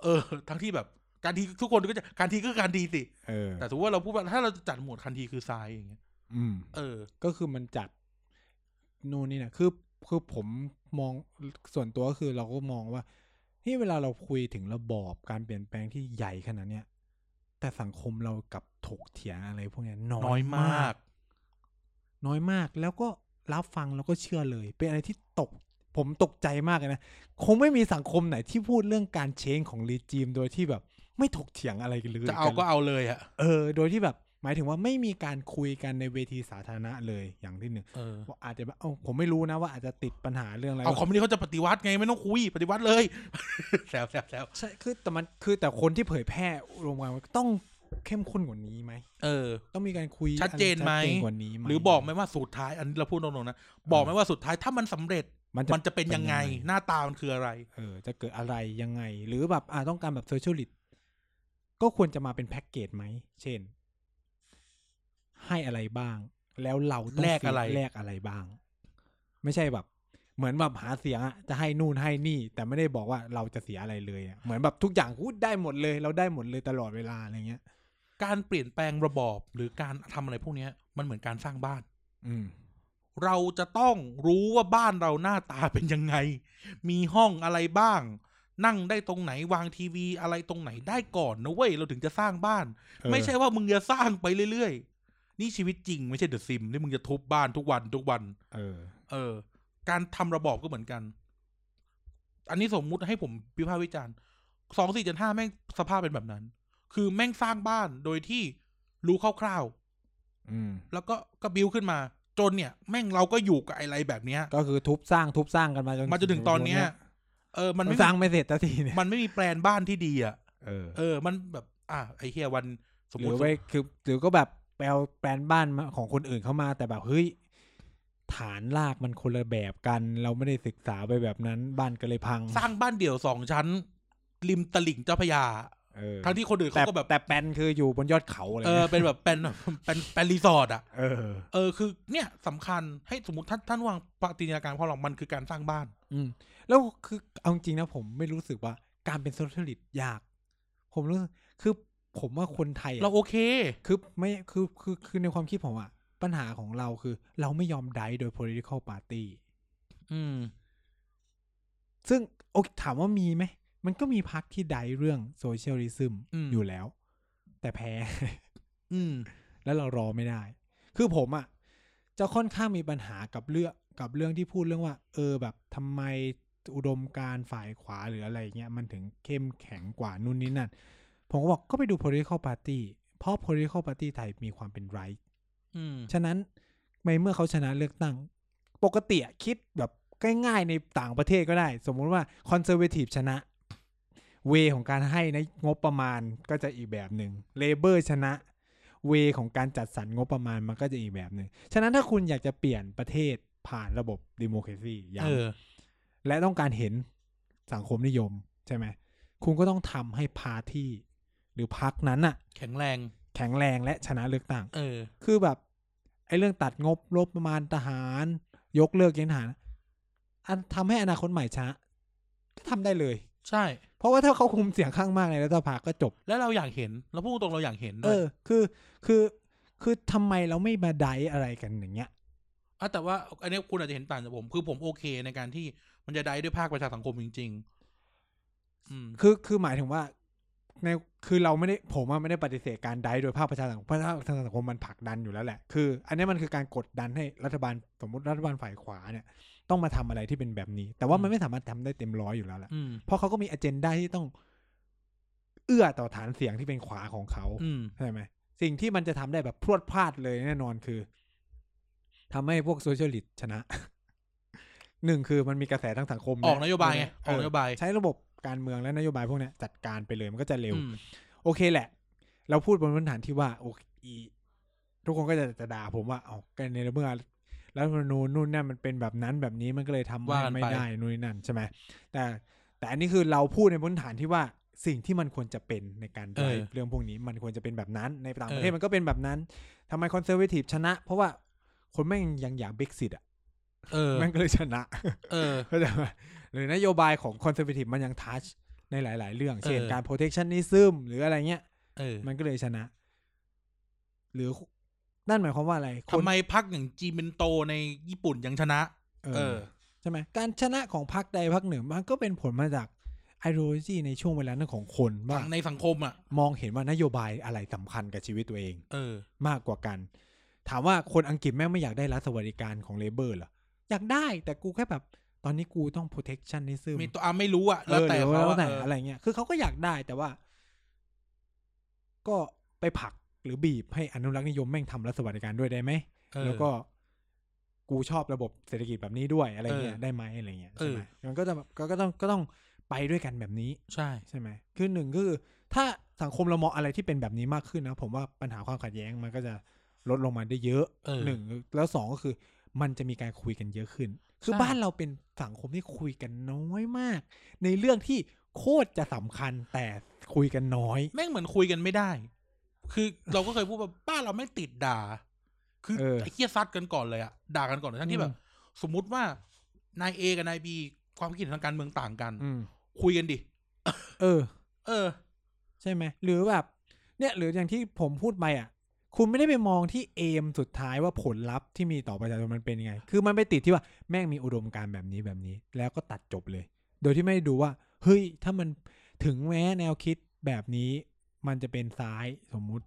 เออ ทั้งที่แบบการทีทุกคนก็จะการทีก็คือการทีสิ เออ แต่ถือว่าเราพูดว่าถ้าเราจะจัดหมวดคันทีคือซ้ายอย่างเงี้ย อืม เออ ก็คือมันจัดนู่นนี่นะคือคือผมมองส่วนตัวก็คือเราก็มองว่านี่เวลาเราคุยถึงระบอบการเปลี่ยนแปลงที่ใหญ่ขนาดเนี้ยแต่สังคมเรากลับถกเถียงอะไรพวกเนี้ยน้อน้อย ย ม ม าก าก น้อยมากแล้วก็รับฟังแล้วก็เชื่อเลย เป็นอะไรที่ตก ผมตกใจมากเลยนะ คงไม่มีสังคมไหนที่พูดเรื่องการเชงของรีจิมโดยที่แบบ ไม่ถกเถียงอะไรกันเลย จะเอาก็เอาเลยอะ เออ โดยที่แบบหมายถึงว่าไม่มีการคุยกันในเวทีสาธารณะเลยอย่างที่หนึ่ง เออ ว่าอาจจะแบบเอ้าผมไม่รู้นะว่าอาจจะติดปัญหาเรื่องอะไร เอาคอมมิวนิสต์เขาจะปฏิวัติไงไม่ต้องคุยปฏิวัติเลย [LAUGHS] แซวแซวแซว ใช่คือแต่มันคือแต่คนที่เผยแพร่รวมกันว่าต้องเข้มข้นกว่านี้ไหม เออ ต้องมีการคุย ชัดเจนไหม อะไรชัดเจนกว่านี้ไหม หรือบอกไหมว่าสุดท้าย อันนี้เราพูดตรงๆนะ บอกไหมว่าสุดท้ายถ้ามันสำเร็จ มันจะ มันจะเป็นยังไง หน้าตามันคืออะไร เออ จะเกิดอะไรยังไง หรือแบบอ่าต้องการแบบโซเชียลลิตก็ควรจะมาเป็นแพ็กเกจไหม เช่น ให้อะไรบ้าง แล้วเราต้อง แลกอะไร แลกอะไรบ้าง ไม่ใช่แบบ เหมือนแบบหาเสียงอะจะให้นู่นให้นี่ แต่ไม่ได้บอกว่าเราจะเสียอะไรเลยอะเหมือนแบบทุกอย่างพูดได้หมดเลย เราได้หมดเลยตลอดเวลาอะไรเงี้ย การเปลี่ยนแปลงระบอบหรือการทำอะไรพวกเนี้ยมันเหมือนการสร้างบ้าน อืม เราจะต้องรู้ว่าบ้านเราหน้าตาเป็นยังไง มีห้องอะไรบ้าง นั่งได้ตรงไหนวางทีวีอะไรตรงไหนได้ก่อนนะเว้ยเราถึงจะสร้างบ้าน เออ ไม่ใช่ว่ามึงจะสร้างไปเรื่อยๆ นี่ชีวิตจริงไม่ใช่เดอะซิมที่มึงจะทุบบ้านทุกวันทุกวัน เออ เออ การทำระบอบก็เหมือนกัน อันนี้สมมุติให้ผมพิพากษาวิจารณ์สองสี่เจ็ดห้าแม่งสภาพเป็นแบบนั้น คือแม่งสร้างบ้านโดยที่รู้คร่าว อืม ๆแล้วก็ก็บิวขึ้นมา จนเนี่ย แม่งเราก็อยู่กับอะไรแบบเนี้ย ก็คือทุบสร้างทุบสร้างกันมาจน มาจนถึงตอนเนี้ย เออ มัน มัน ไม่ ส มี ร้างไม่เสร็จสักทีเนี่ย มันไม่มีแปลนบ้านที่ดีอ่ะ เออ เออ มันแบบ อ่ะไอ้เฮียวันสม ห ม รื ติ อไปคือหรือก็แบบแปลแปลนบ้านมาของคนอื่นเข้ามา แต่แบบเฮ้ยฐานรากมันคนละแบบกัน เราไม่ได้ศึกษาไปแบบนั้นบ้านก็เลยพัง สร้างบ้านเดี่ยวสองชั้น ริมตลิ่งเจ้าพระยา เออ ทั้งที่คนอื่น แต่ เขาก็แบบ แต่แปลนคืออยู่บนยอดเขาอะไร เอ เล อย เป็นแบบเป็นแบบเป็นเป็นรีสอร์ทอ่ะ เออ เออ คือเนี่ยสำคัญให้สมมติท่านท่านวางปฏิญญาการของเรามันคือการสร้างบ้าน อืม แล้วคือเอาจริงนะผมไม่รู้สึกว่าการเป็นโซเชียลิสต์ยาก ผมรู้สึกคือผมว่าคนไทยอะ เราโอเค คือไม่คือคือคือในความคิดผมอะปัญหาของเราคือ เราไม่ยอมไดโดย political party อืม ซึ่งโอเคถามว่ามีไหม มันก็มีพักที่ไดเรื่องโซเชียลิซึม อืม อยู่แล้ว แต่แพ้ [LAUGHS] อืม แล้วเรารอไม่ได้ คือผมอะจะค่อนข้างมีปัญหากับเรื่องกับเรื่องที่พูดเรื่องว่า เออแบบทำไมอุดมการณ์ฝ่ายขวาหรืออะไรเงี้ยมันถึงเข้มแข็งกว่านู่นนี่นั่น ผมก็บอกก็ไปดู political party เพราะ political party ไทยมีความเป็น right อืม ฉะนั้นในเมื่อเขาชนะเลือกตั้ง ปกติอะคิดแบบง่ายๆในต่างประเทศก็ได้ สมมุติว่าคอนเซอร์เวทีฟชนะ เวของการให้นะงบประมาณก็จะอีกแบบหนึ่งเลเบอร์ชนะ เวของการจัดสรรงบประมาณมันก็จะอีกแบบหนึ่งฉะนั้นถ้าคุณอยากจะเปลี่ยนประเทศผ่านระบบดิโมคราซีอย่าง เออ และต้องการเห็นสังคมนิยมใช่ไหมคุณก็ต้องทำให้พาที่ หรือพักนั้นอะ แข็งแรง แข็งแรงและชนะเลือกตั้ง เออ คือแบบ ไอ้เรื่องตัดงบลบประมาณทหาร ยกเลิกเกณฑ์ทหาร อันทำให้อนาคตใหม่ช้าก็ทำได้เลย ใช่ เพราะว่าถ้าเขาคุมเสียงข้างมากในรัฐสภาก็จบ แล้วเราอยากเห็นเราพูดตรงๆเราอยากเห็น เอ ด้วย อ คือคือคือทำไมเราไม่มาไดอะไรกันอย่างเงี้ย ะแต่ว่าอันนี้คุณอาจจะเห็นต่างจากผม คือผมโอเคในการที่มันจะได้ด้วยภาคประชาสังคมจริง ๆ อืม คือคือหมายถึงว่าในคือเราไม่ได้ผมอะไม่ได้ปฏิเสธการไดโดยภาคประชาสังคมเพราะภาคประชาสังคมมันผลักดันอยู่แล้วแหละคือ อันนี้มันคือการกดดันให้รัฐบาลสมมติรัฐบาลฝ่ายขวาเนี่ยต้องมาทำอะไรที่เป็นแบบนี้ แต่ว่ามั อื น ม ไม่สามารถทำได้เต็มร้อยอยู่แล้วแหละ อืม เพราะเขาก็มีอเจนดาที่ต้องเอื้อต่อฐานเสียงที่เป็นขวาของเขา อืม ใช่ไหมสิ่งที่มันจะทำได้แบบพรวดพลาดเลยแน่นอนคือทำให้พวกโซเชียลิสต์ชนะ [LAUGHS] หนึ่งคือมันมีกระแสทางสังคม ออกนโยบายไงอ เอ อก อ นโยบาย ใช้ระบบการเมืองและนโยบายพวกเนี้ยจัดการไปเลยมันก็จะเร็ว อืม โอเคแหละ เราพูดบนพื้นฐานที่ว่าโอเคอีทุกคนก็จะจะด่าผมว่าเอากันในเมื่อรัฐธรรมนูญนู่นนั่นมันเป็นแบบนั้นแบบนี้มันก็เลยทำให้ไม่ได้นู่นนนั่นใช่ไหมแต่แต่อันนี้คือเราพูดในพื้นฐานที่ว่าสิ่งที่มันควรจะเป็นในการไดฟ์เรื่องพวกนี้มันควรจะเป็นแบบนั้นในต่างประเทศมันก็เป็นแบบนั้นทำไมคอนเซอร์เวทีฟชนะ เพราะว่าคนแม่งยังอยากเบรกซิตอ่ะ เออ แม่งก็เลยชนะ [LAUGHS] เออ เข้าใจไหมหรือนโยบายของคอนเซอร์ t ทีฟมันยังทัชในหลาย ๆ เรื่อง เช่น เออ การ protectionism หรืออะไรเงี้ย เออ มันก็เลยชนะ หรือนั่นหมายความว่าอะไรคน ทำไมพักอย่างจีเมนโตในญี่ปุ่นยังชนะ เอ เอ อ อ ใช่ไหมการชนะของพรรคใดพรรคหนึ่งมันก็เป็นผลมาจากไอโ o จีในช่วงเวลานั้นของคนว่า ในสังคมอ่ะ มองเห็นว่านโยบายอะไรสำคัญกับชีวิตตัวเอง เออ มากกว่ากัน ถามว่าคนอังกฤษแม่งไม่อยากได้รัฐสวัสดิการของเลเบอร์เหรออยากได้แต่กูแค่แบบ ตอนนี้กูต้อง protectionism มีตัวอ่ะไม่รู้อ่ะ เอ แล้ว อ แต่ หรือ เขา ว่าแล้ว อะ แต่ เอออ อะไรเงี้ย คือเขาก็อยากได้แต่ว่า ก็ไปผลักหรือบีบให้อนุรักษ์นิยมแม่งทำรัฐสวัสดิการด้วยได้ไหม เออ แล้วก็กูชอบระบบเศรษฐกิจแบบนี้ด้วยอะไรเงี้ย เออ ได้ไหมอะไรเงี้ยใช่ไหม เอ มันก็จะแบบก็ก็ต้องก็ต้องไปด้วยกันแบบนี้ ใช่ ใช่ไหมคือหนึ่งคือ ถ้าสังคมเรามองอะไรที่เป็นแบบนี้มากขึ้นนะ ผมว่าปัญหาความขัดแย้งมันก็จะลดลงมาได้เยอะ เออ หนึ่งแล้วสองก็คือ มันจะมีการคุยกันเยอะขึ้น คือ ใช่ บ้านเราเป็นสังคมที่คุยกันน้อยมาก ในเรื่องที่โคตรจะสำคัญแต่คุยกันน้อย แม่งเหมือนคุยกันไม่ได้ คือเราก็เคยพูดว่าบ้านเราไม่งติดด่า คือ เออ ไอ้เคียซัดกันก่อนเลยอะด่ากันก่อนเลยทั้งที่ อืม แบบ สมมุติว่านายเอกับนายบีความคิดเห็นทางการเมืองต่างกัน อืม คุยกันดิ เออ เออ ใช่ไหมหรือแบบ เนี่ย หรืออย่างที่ผมพูดไปอ่ะ คุณไม่ได้ไปมองที่เอมสุดท้ายว่าผลลัพธ์ที่มีต่อประชาชนมันเป็นยังไง คือมันไปติดที่ว่าแม่งมีอุดมการณ์แบบนี้แบบนี้ แล้วก็ตัดจบเลย โดยที่ไม่ได้ดูว่า เฮ้ย ถ้ามันถึงแม้แนวคิดแบบนี้ มันจะเป็นซ้ายสมมุติ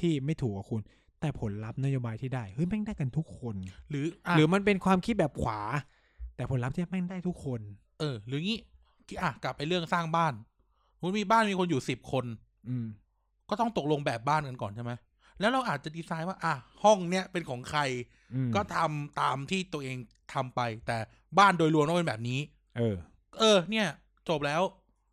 ที่ไม่ถูกกับคุณ แต่ผลลัพธ์นโยบายที่ได้เฮ้ยแม่งได้กันทุกคน หรืออ่ะ หรือมันเป็นความคิดแบบขวา แต่ผลลัพธ์ที่แม่งได้ทุกคน เออ หรืองี้ที่อ่ะกลับไปเรื่องสร้างบ้านคุณมีบ้านมีคนอยู่สิบคน อืม ก็ต้องตกลงแบบบ้านกันก่อนใช่ไหมแล้วเราอาจจะดีไซน์ว่า อ่ะห้องเนี้ยเป็นของใคร อืม ก็ทำตามที่ตัวเองทำไป แต่บ้านโดยรวมต้องเป็นแบบนี้ เออ เออ เนี่ย จบแล้ว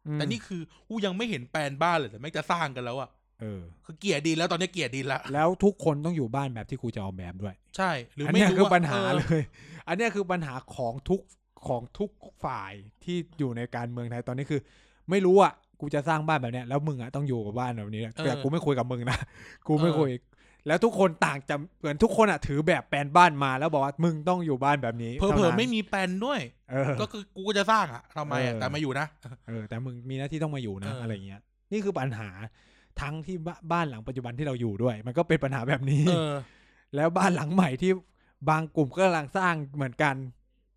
อืม แต่นี่คือกูยังไม่เห็นแปลนบ้านเลยแต่แม่งจะสร้างกันแล้วอะ เออ คือเกลียดดินแล้วตอนนี้เกลียดดินละ [LAUGHS] แล้วทุกคนต้องอยู่บ้านแบบที่กูจะออกแบบด้วย ใช่ หรือ อัน ไม่ เนี้ย รู้ คือ ว่า ปัญหา ออ เลย [LAUGHS] อันเนี้ยคือปัญหาของทุกของทุกฝ่ายที่อยู่ในการเมืองไทยตอนนี้คือ ไม่รู้อ่ะกูจะสร้างบ้านแบบเนี้ยแล้วมึงอ่ะต้องอยู่กับบ้านแบบนี้นะแต่กูไม่คุยกับมึงนะ [LAUGHS] กูไม่คุย แล้วทุกคนต่างจะเหมือนทุกคนอ่ะถือแบบแปลนบ้านมาแล้วบอกว่ามึงต้องอยู่บ้านแบบนี้ เผลอท่าๆนั้น ไม่มีแปลนด้วย เออ ก็คือกูก็จะสร้างอะทำไมอะ เออ แต่มาอยู่นะ เออแต่มึงมีหน้าที่ต้องมาอยู่นะ เอออ อะไรเงี้ย นี่คือปัญหาทั้งที่บ้าบ้านหลังปัจจุบันที่เราอยู่ด้วย มันก็เป็นปัญหาแบบนี้ เออ แล้วบ้านหลังใหม่ที่บางกลุ่มก็กำลังสร้างเหมือนกัน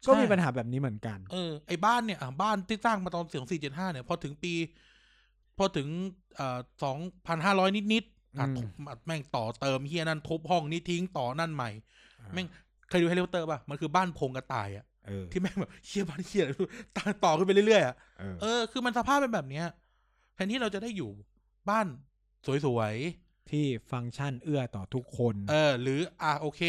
ใช่ ก็มีปัญหาแบบนี้เหมือนกัน เออไอ้บ้านเนี่ยอ่ะบ้านที่สร้างมาตอนเสียงสี่เจ็ดห้าเนี่ยพอถึงปี พอถึงเอ่อสองพันห้าร้อยนิดนิดๆอ่ะ อืม ทุบอ่ะแม่งต่อเติมเฮียนั่นทุบห้องนี้ทิ้งต่อนั่นใหม่ แม่งเคยดูเฮลิคอปเตอร์ป่ะมันคือบ้านโพงกระต่ายอะ เออ ที่แม่งแบบเฮียบ้านเฮียอะไรไม่รู้ต่อต่อขึ้นไปเรื่อยๆอะ เออ เออ คือมันสภาพเป็นแบบเนี้ยแทนที่เราจะได้อยู่บ้านสวย ที่ฟังก์ชันเอื้อต่อทุกคน ๆ เออ หรืออ่ะโอเค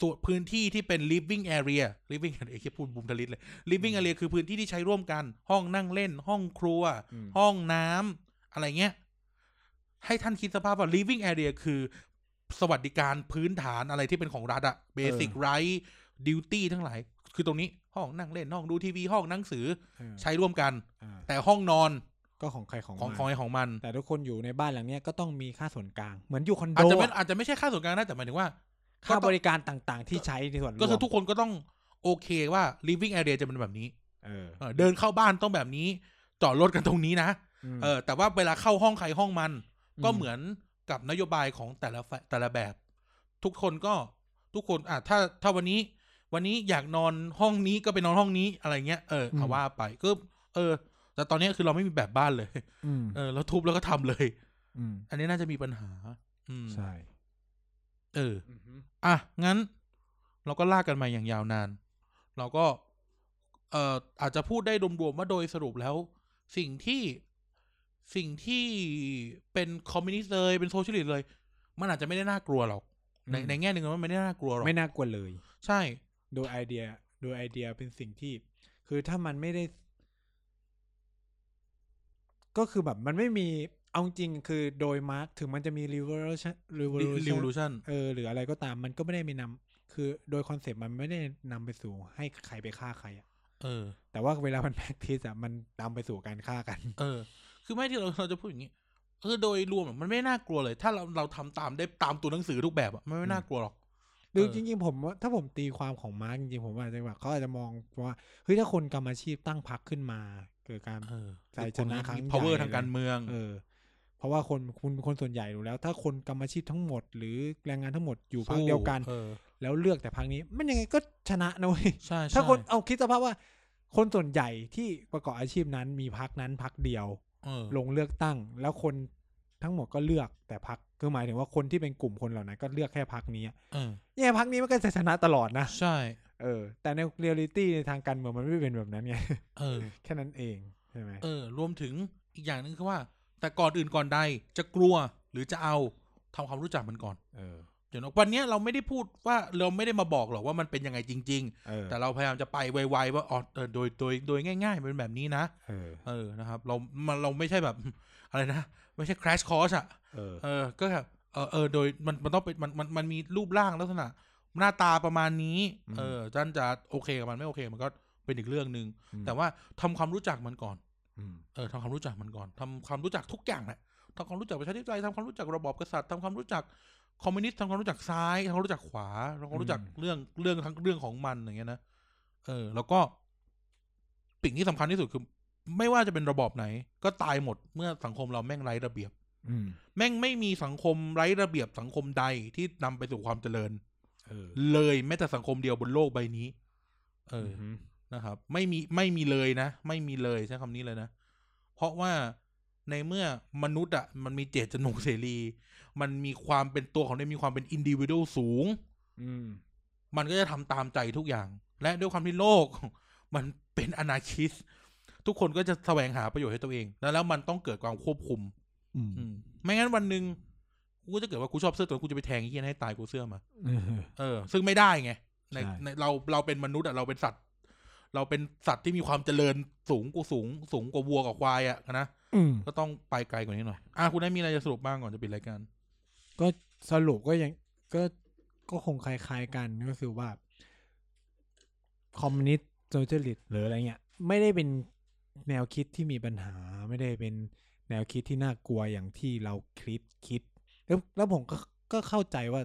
ส่วนพื้นที่ที่เป็น living area living [LAUGHS] area เอ้ยพูดบุมทะลิดเลย living area คือพื้นที่ที่ใช้ร่วมกัน ห้องนั่งเล่น ห้องครัว ม ห้องน้ำอะไรเงี้ย ให้ท่านคิดสภาพว่า living area คือ สวัสดิการพื้นฐานอะไรที่เป็นของรัฐอะ basic right duty ทั้งหลาย คือตรงนี้ห้องนั่งเล่นห้องดูทีวีห้องหนังสือ เออ ใช้ร่วมกัน อ่า แต่ห้องนอน ก็ของใครของ ของ มัน ของไอของมัน แต่ทุกคนอยู่ในบ้านหลังเนี้ยก็ต้องมีค่าส่วนกลาง เหมือนอยู่คอนโด อาจจะไม่อาจจะไม่ใช่ค่าส่วนกลางนะแต่หมายถึงว่า ค่าบริการต่างๆ ที่ใช้ในส่วนรวม ก็คือทุกคนก็ต้องโอเคว่า living area จะเป็นแบบนี้ เออ เออเดินเข้าบ้านต้องแบบนี้ จอดรถกันตรงนี้นะ ม เออแต่ว่าเวลาเข้าห้องใครห้องมัน อืม ก็เหมือนกับนโยบายของแต่ละฝ่ายแต่ละแบบ ทุกคนก็ทุกคนอ่ะถ้าถ้าวันนี้ วันนี้อยากนอนห้องนี้ก็ไปนอนห้องนี้อะไรเงี้ยเออเอาว่าไปก็เออ แต่ตอนนี้คือเราไม่มีแบบบ้านเลย อืม เออแล้วทุบแล้วก็ทำเลย อืม อันนี้น่าจะมีปัญหา อืม ใช่ เออ อ่ะ งั้น เราก็ลากกันมาอย่างยาวนาน เราก็ เอ่ออาจจะพูดได้รวมๆว่าโดยสรุปแล้ว สิ่งที่สิ่งที่เป็นคอมมิวนิสต์เลยเป็นโซเชียลิสต์เลย มันอาจจะไม่ได้น่ากลัวหรอก ในในแง่หนึ่งมันไม่ได้น่ากลัวหรอก ไม่น่ากลัวเลย ใช่ โดยไอเดีย โดยไอเดียเป็นสิ่งที่ คือถ้ามันไม่ได้ ก็คือแบบมันไม่มี เอาจริงๆคือโดยมาร์กถึงมันจะมี revolution revolution revolution เออ หรืออะไรก็ตาม มันก็ไม่ได้มีนำคือโดยคอนเซปต์มันไม่ได้นำไปสู่ให้ใครไปฆ่าใครอะ เออ แต่ว่าเวลามัน [LAUGHS] practice อะมันนำไปสู่การฆ่ากัน เออ คือไม่ที่เรา [LAUGHS] เราจะพูดอย่างนี้คือโดยรวมอะมันไม่น่ากลัวเลย ถ้าเราเราทำตามได้ตามตัวหนังสือทุกแบบอะมันไม่น่ากลัวหรอก หรือ เออ จริงๆผมว่าถ้าผมตีความของมาร์กจริงๆผมอาจจะแบบเขาอาจจะมองว่าเฮ้ยถ้าคนกรรมอาชีพตั้งพรรคขึ้นมา เกิดการ เออ ใช่ชนะครั้งใหญ่ มี power เลย ทางการเมือง เออ เพราะว่าคนคุณคนส่วนใหญ่รู้แล้ว ถ้าคนกรรมอาชีพทั้งหมด หรือแรงงานทั้งหมดอยู่พรรคเดียวกัน เออ แล้วเลือกแต่พรรคนี้มันยังไงก็ชนะนะเว้ย ใช่ใช่ ถ้าคนเอาคิดสภาพว่า คนส่วนใหญ่ที่ประกอบอาชีพนั้นมีพรรคนั้นพรรคเดียว เออ ลงเลือกตั้ง แล้วคนทั้งหมดก็เลือกแต่พรรคคือหมายถึงว่าคนที่เป็นกลุ่มคนเหล่านั้นก็เลือกแค่พรรคนี้ เออ ยังไงพรรคนี้มันก็จะชนะตลอดนะ ใช่ เออแต่ในเรียลิตี้ในทางการเมืองมันไม่เป็นแบบนั้นไง เออ [LAUGHS] แค่นั้นเองใช่ไหม เออ รวมถึงอีกอย่างหนึ่งคือว่า แต่ก่อนอื่นก่อนใดจะกลัวหรือจะเอาทำความรู้จักมันก่อน เออ เดี๋ยวนะวันเนี้ยเราไม่ได้พูดว่าเราไม่ได้มาบอกหรอกว่ามันเป็นยังไงจริง เออ ๆ แต่เราพยายามจะไปไวๆว่าอ๋อเออโดยโดยโดยง่ายๆเป็นแบบนี้นะ เออ เออนะครับ เรามันเราไม่ใช่แบบ [LAUGHS] อะไรนะ ไม่ใช่ crash course อะ เออ เออก็แบบเออเออโดยมันมันต้องเป็นมันมันมันมีรูปร่างลักษณะ หน้าตาประมาณนี้ เออท่านจะโอเคกับมันไม่โอเคมันก็เป็นอีกเรื่องหนึ่งแต่ว่าทำความรู้จักมันก่อน อืม เออทำความรู้จักมันก่อนทำความรู้จักทุกอย่างแหละทำความรู้จักประชาธิปไตยทำความรู้จักระบอบกษัตริย์ทำความรู้จักคอมมิวนิสต์ทำความรู้จักซ้ายทำความรู้จักขวาทำความรู้จักเรื่องเรื่องทั้งเรื่องของมันอย่างเงี้ยนะเออ แล้วก็ปิ่งที่สำคัญที่สุดคือ ไม่ว่าจะเป็นระบอบไหน ก็ตายหมดเมื่อสังคมเราแม่งไร้ระเบียบ อืม แม่งไม่มีสังคมไร้ระเบียบสังคมใดที่นำไปสู่ความเจริญ เออ เลยแม้แต่สังคมเดียวบนโลกใบนี้ เอ เอ อ อหือ นะครับไม่มีไม่มีเลยนะ ไม่มีเลยใช้คำนี้เลยนะ เพราะว่าในเมื่อมนุษย์อ่ะมันมีเจตจำนงเสรี มันมีความเป็นตัวของตัวเองมีความเป็นอินดิวิ a l สูง อืม มันก็จะทำตามใจทุกอย่าง และด้วยความที่โลก [LAUGHS] มันเป็นอนาคิส ทุกคนก็จะแสวงหาประโยชน์ให้ตัวเอง แล้วแล้วมันต้องเกิดความควบคุม อืม อืมไม่งั้นวันหนึ่งกูก็จะเกิดว่ากูชอบเสื้อตัวนั้นกูจะไปแทงไอ้เฮียนนให้ตายกูเสื้อมา เออ เออ ซึ่งไม่ได้ไงใน ใช่ ในเราเราเป็นมนุษย์อะเราเป็นสัตว์ เราเป็นสัตว์ที่มีความเจริญสูงกว่าสูง สูงกว่าวัวกับควายอะนะ อืม ก็ต้องไปไกลกว่านี้หน่อยอ่ะคุณได้มีอะไรจะสรุปบ้างก่อนจะปิดรายการ ก็สรุปก็ยังก็ก็คงคล้ายๆกันก็คือว่า คอมมิวนิสต์โซเชียลิสต์หรืออะไรเงี้ย ไม่ได้เป็นแนวคิดที่มีปัญหา ไม่ได้เป็นแนวคิดที่น่ากลัวอย่างที่เราคิดคิด แล้วแล้วผมก็ก็เข้าใจว่า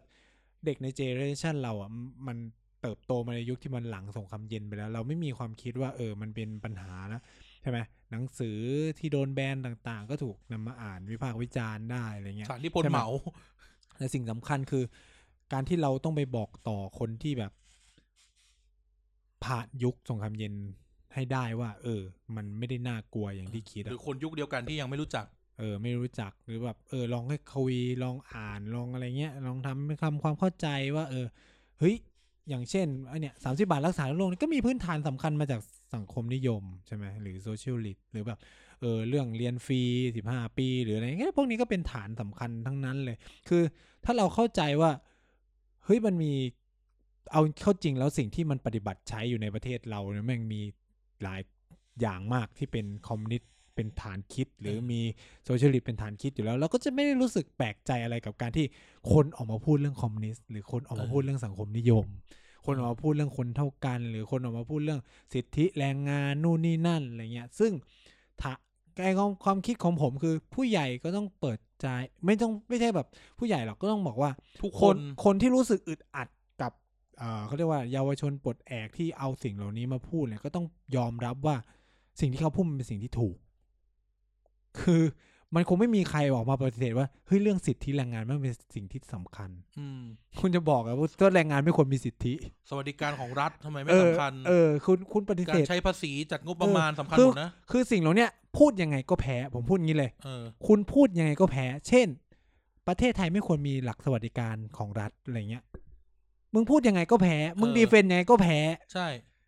เด็กในเจเนอเรชันเราอ่ะมมันเติบโตมาในยุคที่มันหลังสงครามเย็นไปแล้ว เราไม่มีความคิดว่าเออมันเป็นปัญหานะใช่ไหมหนังสือที่โดนแบนต่างๆ ก็ถูกนำมาอ่านวิพากษ์วิจารณ์ได้อะไรเงี้ย สารที่พล ใช่ไหม เหมา และสิ่งสำคัญคือ การที่เราต้องไปบอกต่อคนที่แบบ ผ่านยุคสงครามเย็นให้ได้ว่า เออ มันไม่ได้น่ากลัวอย่างที่คิด ห อะ รือคนยุคเดียวกันที่ยังไม่รู้จัก เออ ไม่รู้จักหรือแบบเออ ลองให้คุยลองอ่านลองอะไรเงี้ย ลองทำให้ทำความเข้าใจว่า เออเฮ้ยอย่างเช่นไอเนี่ยสามสิบาทรักษาโรคเนี่ยก็มีพื้นฐานสำคัญมาจากสังคมนิยมใช่ไหมหรือโซเชียลิตหรือแบบ เออเรื่องเรียนฟรีสิบห้าปี หรืออะไรเงี้ยพวกนี้ก็เป็นฐานสำคัญทั้งนั้นเลย คือถ้าเราเข้าใจว่า เฮ้ยมันมีเอาเข้าจริงแล้วสิ่งที่มันปฏิบัติใช้อยู่ในประเทศเราเนี่ยแม่งมีหลายอย่างมากที่เป็นคอมมิวนิสต์เป็นฐานคิด หรือมีโซเชียลิสต์เป็นฐานคิดอยู่แล้วเราก็จะไม่ได้รู้สึกแปลกใจอะไรกับการที่คนออกมาพูดเรื่องคอมมิวนิสต์หรือคนออกมาพูดเรื่องสังคมนิยม คนออกมาพูดเรื่องคนเท่ากัน หรือคนออกมาพูดเรื่องสิทธิแรงงานนู่นนี่นั่นอะไรเงี้ย ซึ่งถ้า ไอความความคิดของผมคือผู้ใหญ่ก็ต้องเปิดใจ ไม่ต้องไม่ใช่แบบผู้ใหญ่หรอกก็ต้องบอกว่า ทุก ค คน น คนที่รู้สึกอึดอัดกับเอ่อเขาเรียกว่าเยาวชนปลดแอกที่เอาสิ่งเหล่านี้มาพูดเนี่ยก็ต้องยอมรับว่าสิ่งที่เขาพูดมันเป็นสิ่งที่ถูก คือมันคงไม่มีใครออกมาปฏิเสธว่าเฮ้ยเรื่องสิทธิแรงงานมันเป็นสิ่งที่สำคัญ อืม คุณจะบอกเหรอว่าตัวแรงงานไม่ควรมีสิทธิ สวัสดิการของรัฐทำไมไม่ เออ สำคัญ เออ คุณคุณปฏิ กา เส ร ธ ใช้ภาษีจัดงบประมาณสำคัญ คือ หมดนะ คือสิ่งเหล่าเนี้ยพูดยังไงก็แพ้ผมพูดงี้เลย เออ คุณพูดยังไงก็แพ้ เช่น ประเทศไทยไม่ควรมีหลักสวัสดิการของรัฐอะไรเงี้ย มึงพูดยังไงก็แพ้ มึง เออ ดีเฟนต์ยังไงก็แพ้ ใช่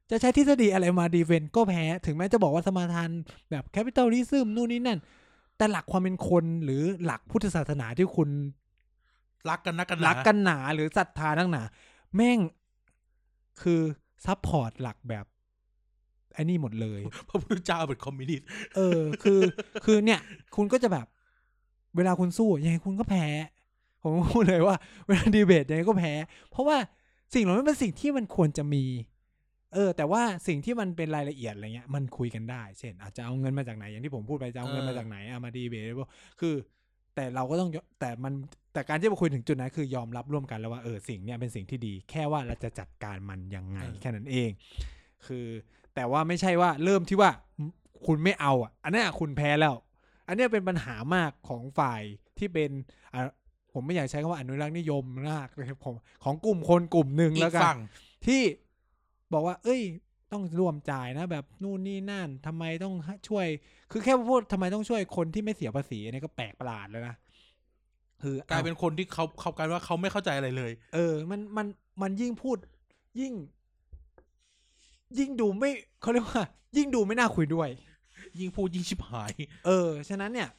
จะใช้ทฤษฎีอะไรมาดีเฟนต์ก็แพ้ ถึงแม้จะบอกว่าสมาทานแบบแคปิตอลิซึมนู่นนี่นั่น แต่หลักความเป็นคนหรือหลักพุทธศาสนาที่คุณ รักกันนักกันหา รักกันหนาหรือศรัทธานักหนาแม่งคือซัพพอร์ตหลักแบบไอ้นี่หมดเลย พระพุทธเจ้าเป็นคอมมิวนิสต์ เออ คือคือเนี่ย คุณก็จะแบบ เวลาคุณสู้ยังไงคุณก็แพ้ ผมพูดเลยว่า เวลาดีเบตยังไงก็แพ้ เพราะว่าสิ่งเหล่านั้นเป็นสิ่งที่มันควรจะมี เออ แต่ว่าสิ่งที่มันเป็นรายละเอียดอะไรเงี้ย มันคุยกันได้ เช่น อาจจะเอาเงินมาจากไหนอย่างที่ผมพูดไปจะเอาเงินมาจากไหนเอามาดีเบตคือ แต่เราก็ต้องยอมแต่มันแต่การที่มาคุยถึงจุดนั้นคือยอมรับร่วมกันแล้วว่าเออสิ่งเนี้ยเป็นสิ่งที่ดี แค่ว่าเราจะจัดการมันยังไงแค่นั้นเอง คือแต่ว่าไม่ใช่ว่าเริ่มที่ว่าคุณไม่เอาอ่ะ อันเนี้ยคุณแพ้แล้ว อันเนี้ยเป็นปัญหามากของฝ่ายที่เป็นอ่ะผมไม่อยากใช้คำว่าอนุรักษ์นิยมมากนะครับผมของกลุ่มคนกลุ่มหนึ่ง อี แล้ว ก กัน ฝั่ง ที่บอกว่า เอ้ย ต้องร่วมจ่ายนะ แบบนู่นนี่นั่นทำไมต้องช่วย คือแค่พูดทำไมต้องช่วยคนที่ไม่เสียภาษีอันนี้ก็แปลกประหลาดแล้วนะ คือก ลายเป็นคนที่เขาเขากลายว่าเขาไม่เข้าใจอะไรเลย เออ มันมันมันยิ่งพูด ยิ่ง ยิ่งดูไม่เขาเรียกว่า ยิ่งดูไม่น่าคุยด้วย ยิ่งพูดยิ่งชิบหาย เออ ฉะนั้นเนี่ย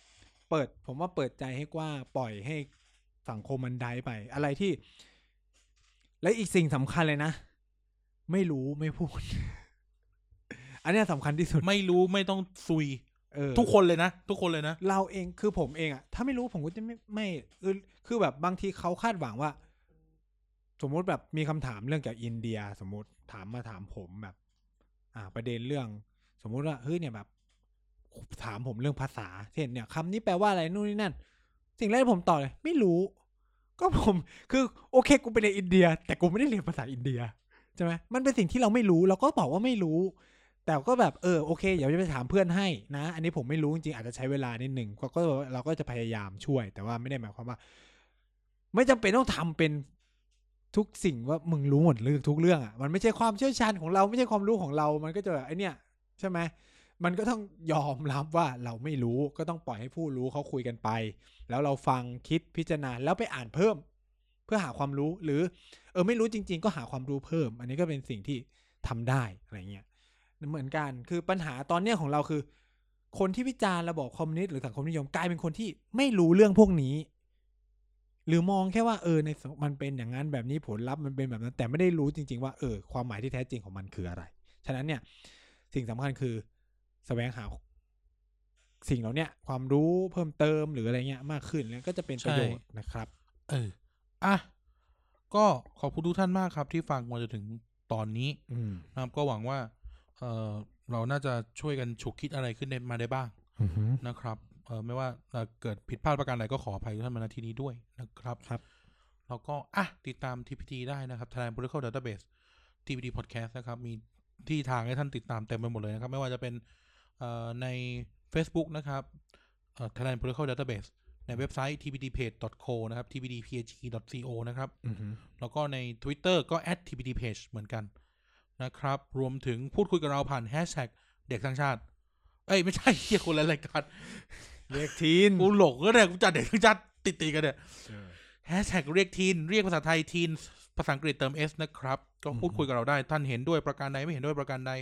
เปิด ผมว่าเปิดใจให้กว้างปล่อยให้สังคมมันได้ไป อะไรที่ และอีกสิ่งสำคัญเลยนะ ไม่รู้ไม่พูด [LAUGHS] อันเนี้ยสำคัญที่สุด ไม่รู้ไม่ต้องซุย เออ [LAUGHS] ทุกคนเลยนะ ทุกคนเลยนะ เราเองคือผมเองอะถ้าไม่รู้ผมก็จะไม่ไม่เออคือแบบบางทีเขาคาดหวังว่า สมมุติแบบมีคำถามเรื่องเกี่ยวกับอินเดีย สมมติถามมาถามผมแบบ อ่า ประเด็นเรื่อง สมมุติว่าเฮ้ยเนี่ยแบบ ถามผมเรื่องภาษาเช่นเนี่ยคำนี้แปลว่าอะไรนู่นนี่นั่น สิ่งแรกที่ผมตอบเลย ไม่รู้ ก็ผมคือโอเค กูไปเรียนอินเดีย แต่กูไม่ได้เรียนภาษาอินเดียใช่ไหมมันเป็นสิ่งที่เราไม่รู้เราก็บอกว่าไม่รู้ แต่ก็แบบเออโอเคเดี๋ยวจะไปถามเพื่อนให้นะ อันนี้ผมไม่รู้จริงๆอาจจะใช้เวลานิดหนึ่งก็ก็เราก็จะพยายามช่วย แต่ว่าไม่ได้หมายความว่า ไม่จำเป็นต้องทำเป็นทุกสิ่งว่ามึงรู้หมดเรื่องทุกเรื่องอ่ะมันไม่ใช่ความเชี่ยวชาญของเราไม่ใช่ความรู้ของเรา มันก็จะแบบไอเนี่ย ใช่ไหมมันก็ต้องยอมรับว่าเราไม่รู้ก็ต้องปล่อยให้ผู้รู้เขาคุยกันไป แล้วเราฟังคิดพิจารณาแล้วไปอ่านเพิ่ม เพื่อหาความรู้หรือ เออไม่รู้จริง ๆ ก็หาความรู้เพิ่ม อันนี้ก็เป็นสิ่งที่ทำได้อะไรเงี้ยเหมือนกันคือปัญหาตอนเนี้ยของเราคือ คนที่วิจารณ์ระบอบคอมมิวนิสต์หรือสังคมนิยมกลายเป็นคนที่ไม่รู้เรื่องพวกนี้ หรือมองแค่ว่าเออในสังมันเป็นอย่างนั้นแบบนี้ผลลัพธ์มันเป็นแบบนั้น แต่ไม่ได้รู้จริง ๆ ว่าเออความหมายที่แท้จริงของมันคืออะไร ฉะนั้นเนี่ย สิ่งสำคัญคือแสวงหาสิ่งเหล่าเนี้ยความรู้เพิ่มเติมหรืออะไรเงี้ยมากขึ้นแล้วก็จะเป็นประโยชน์นะครับ เออ อ่ะ ก็ขอบคุณทุกท่านมากครับ ที่ฟังมาจนถึงตอนนี้ อืม นะครับ ก็หวังว่า เออเราน่าจะช่วยกันฉุกคิดอะไรขึ้นได้มาได้บ้าง อือฮึ นะครับ เออไม่ว่าเอ่อเกิดผิดพลาดประการใดก็ขออภัยทุกท่านมาณที่นี้ด้วยนะครับ ครับ แล้วก็อ่ะติดตาม TPT ได้นะครับ Thailand Political Database TPT Podcast นะครับ มีที่ทางให้ท่านติดตามเต็มไปหมดเลยนะครับ ไม่ว่าจะเป็นเอ่อใน Facebook นะครับเอ่อ Thailand Political Database ในเว็บไซต์ tpdpage.co นะครับ tpdphg.co นะครับ อือฮึ แล้วก็ใน Twitter ก็ @tpdpage เหมือนกันนะครับ รวมถึงพูดคุยกับเราผ่านแฮชแท็กเด็กสร้างชาติ เอ้ย ไม่ใช่ [LAUGHS] เหียคนละรายการ เรียกทีน กูหลงก็เนี่ยกูจัดเด็กสร้างชาติติดตีกันเนี่ย แฮชแท็กเรียกทีน เรียกภาษาไทยทีน ภาษาอังกฤษเติม S นะครับ ก็พูดคุยกับเราได้ ท่านเห็นด้วยประการใดไม่เห็นด้วยประการใด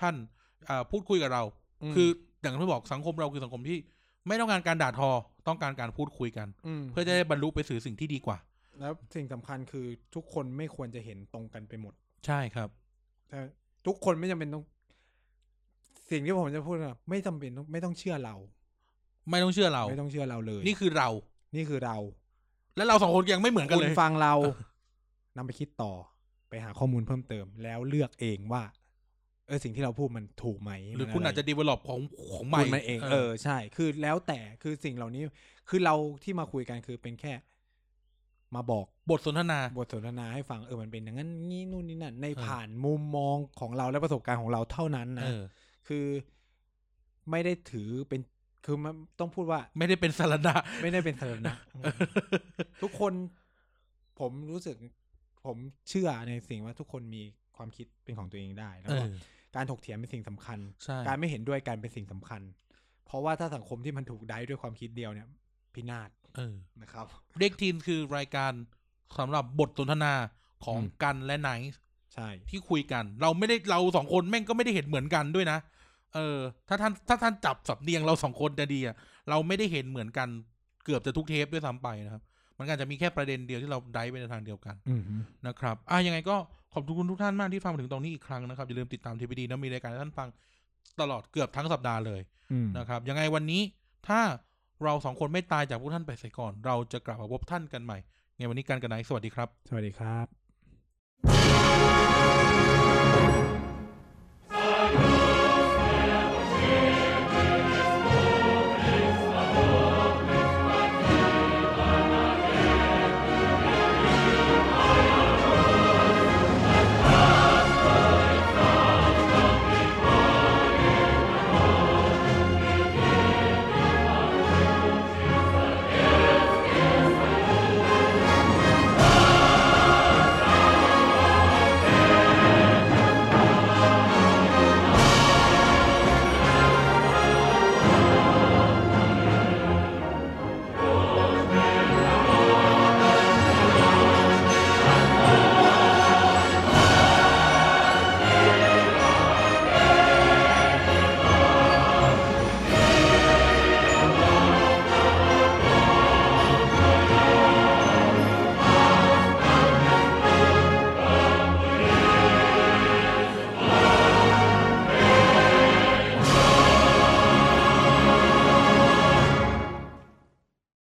ท่านอ่าพูดคุยกับเรา คืออย่างที่บอกสังคมเราคือสังคมที่ ไม่ต้องการการด่าทอ ต้องการการพูดคุยกัน ม เพื่อจะได้บรรลุไปสู่สิ่งที่ดีกว่า แล้วสิ่งสำคัญคือทุกคนไม่ควรจะเห็นตรงกันไปหมด ใช่ครับ แต่ทุกคนไม่จำเป็นต้อง สิ่งที่ผมจะพูดนะไม่จำเป็นต้องไม่ต้องเชื่อเรา ไม่ต้องเชื่อเรา ไม่ต้องเชื่อเราเลย นี่คือเรา นี่คือเรา และเราสองคนยังไม่เหมือนกัน คุณ เลย ฟัง [LAUGHS] เรานำไปคิดต่อ ไปหาข้อมูลเพิ่มเติม แล้วเลือกเองว่า เออสิ่งที่เราพูดมันถูกไหม หรือ มัน คุณอาจจะดีเวล็อปของของใหม่ คุณมันเอง เออใช่ คือแล้วแต่คือสิ่งเหล่านี้ คือเราที่มาคุยกันคือเป็นแค่ มาบอก บทสนทนา [LAUGHS] บทสนทนาให้ฟังเออมันเป็นอย่างนั้นงี้นู่นนี่นั่นใน เออ ผ่านมุมมองของเราและประสบการณ์ของเราเท่านั้น เอ นะ อ คือไม่ได้ถือเป็นคือมันต้องพูดว่า ไม่ได้เป็นสารณะ ไม่ได้เป็นสา [LAUGHS] ระทุกคนผมรู้สึก ผมเชื่อในสิ่งว่าทุกคนมีความคิดเป็นของตัวเองได้แล้ว เอ ก็ อ การถกเถียงเป็นสิ่งสำคัญ ใช่ การไม่เห็นด้วยกันเป็นสิ่งสำคัญ เพราะว่าถ้าสังคมที่มันถูกได้ด้วยความคิดเดียวเนี่ย พินาศ เออ นะครับ เด็กทีนคือรายการสำหรับบทสนทนาของ อืม กันและไนท์ ใช่ ที่คุยกัน เราไม่ได้เราสองคนแม่งก็ไม่ได้เห็นเหมือนกันด้วยนะ เออ ถ้าท่านถ้าท่านจับสับเนียงเราสองคนจะดีอะเราไม่ได้เห็นเหมือนกันเกือบจะทุกเทปด้วยซ้ำไปนะครับ มันก็อาจจะมีแค่ประเด็นเดียวที่เราได้ไปในทางเดียวกัน อืม นะครับ อ่ะยังไงก็ขอบคุณทุกท่านมากที่ฟังมาถึงตรงนี้อีกครั้งนะครับ อย่าลืมติดตามทีวีดีนะมีรายการให้ท่านฟังตลอดเกือบทั้งสัปดาห์เลย อืม นะครับ ยังไงวันนี้ถ้าเราสองคนไม่ตายจากพวกท่านไปเสียก่อน เราจะกลับมาพบท่านกันใหม่ ในวันนี้การกันไหนท์สวัสดีครับ สวัสดีครับ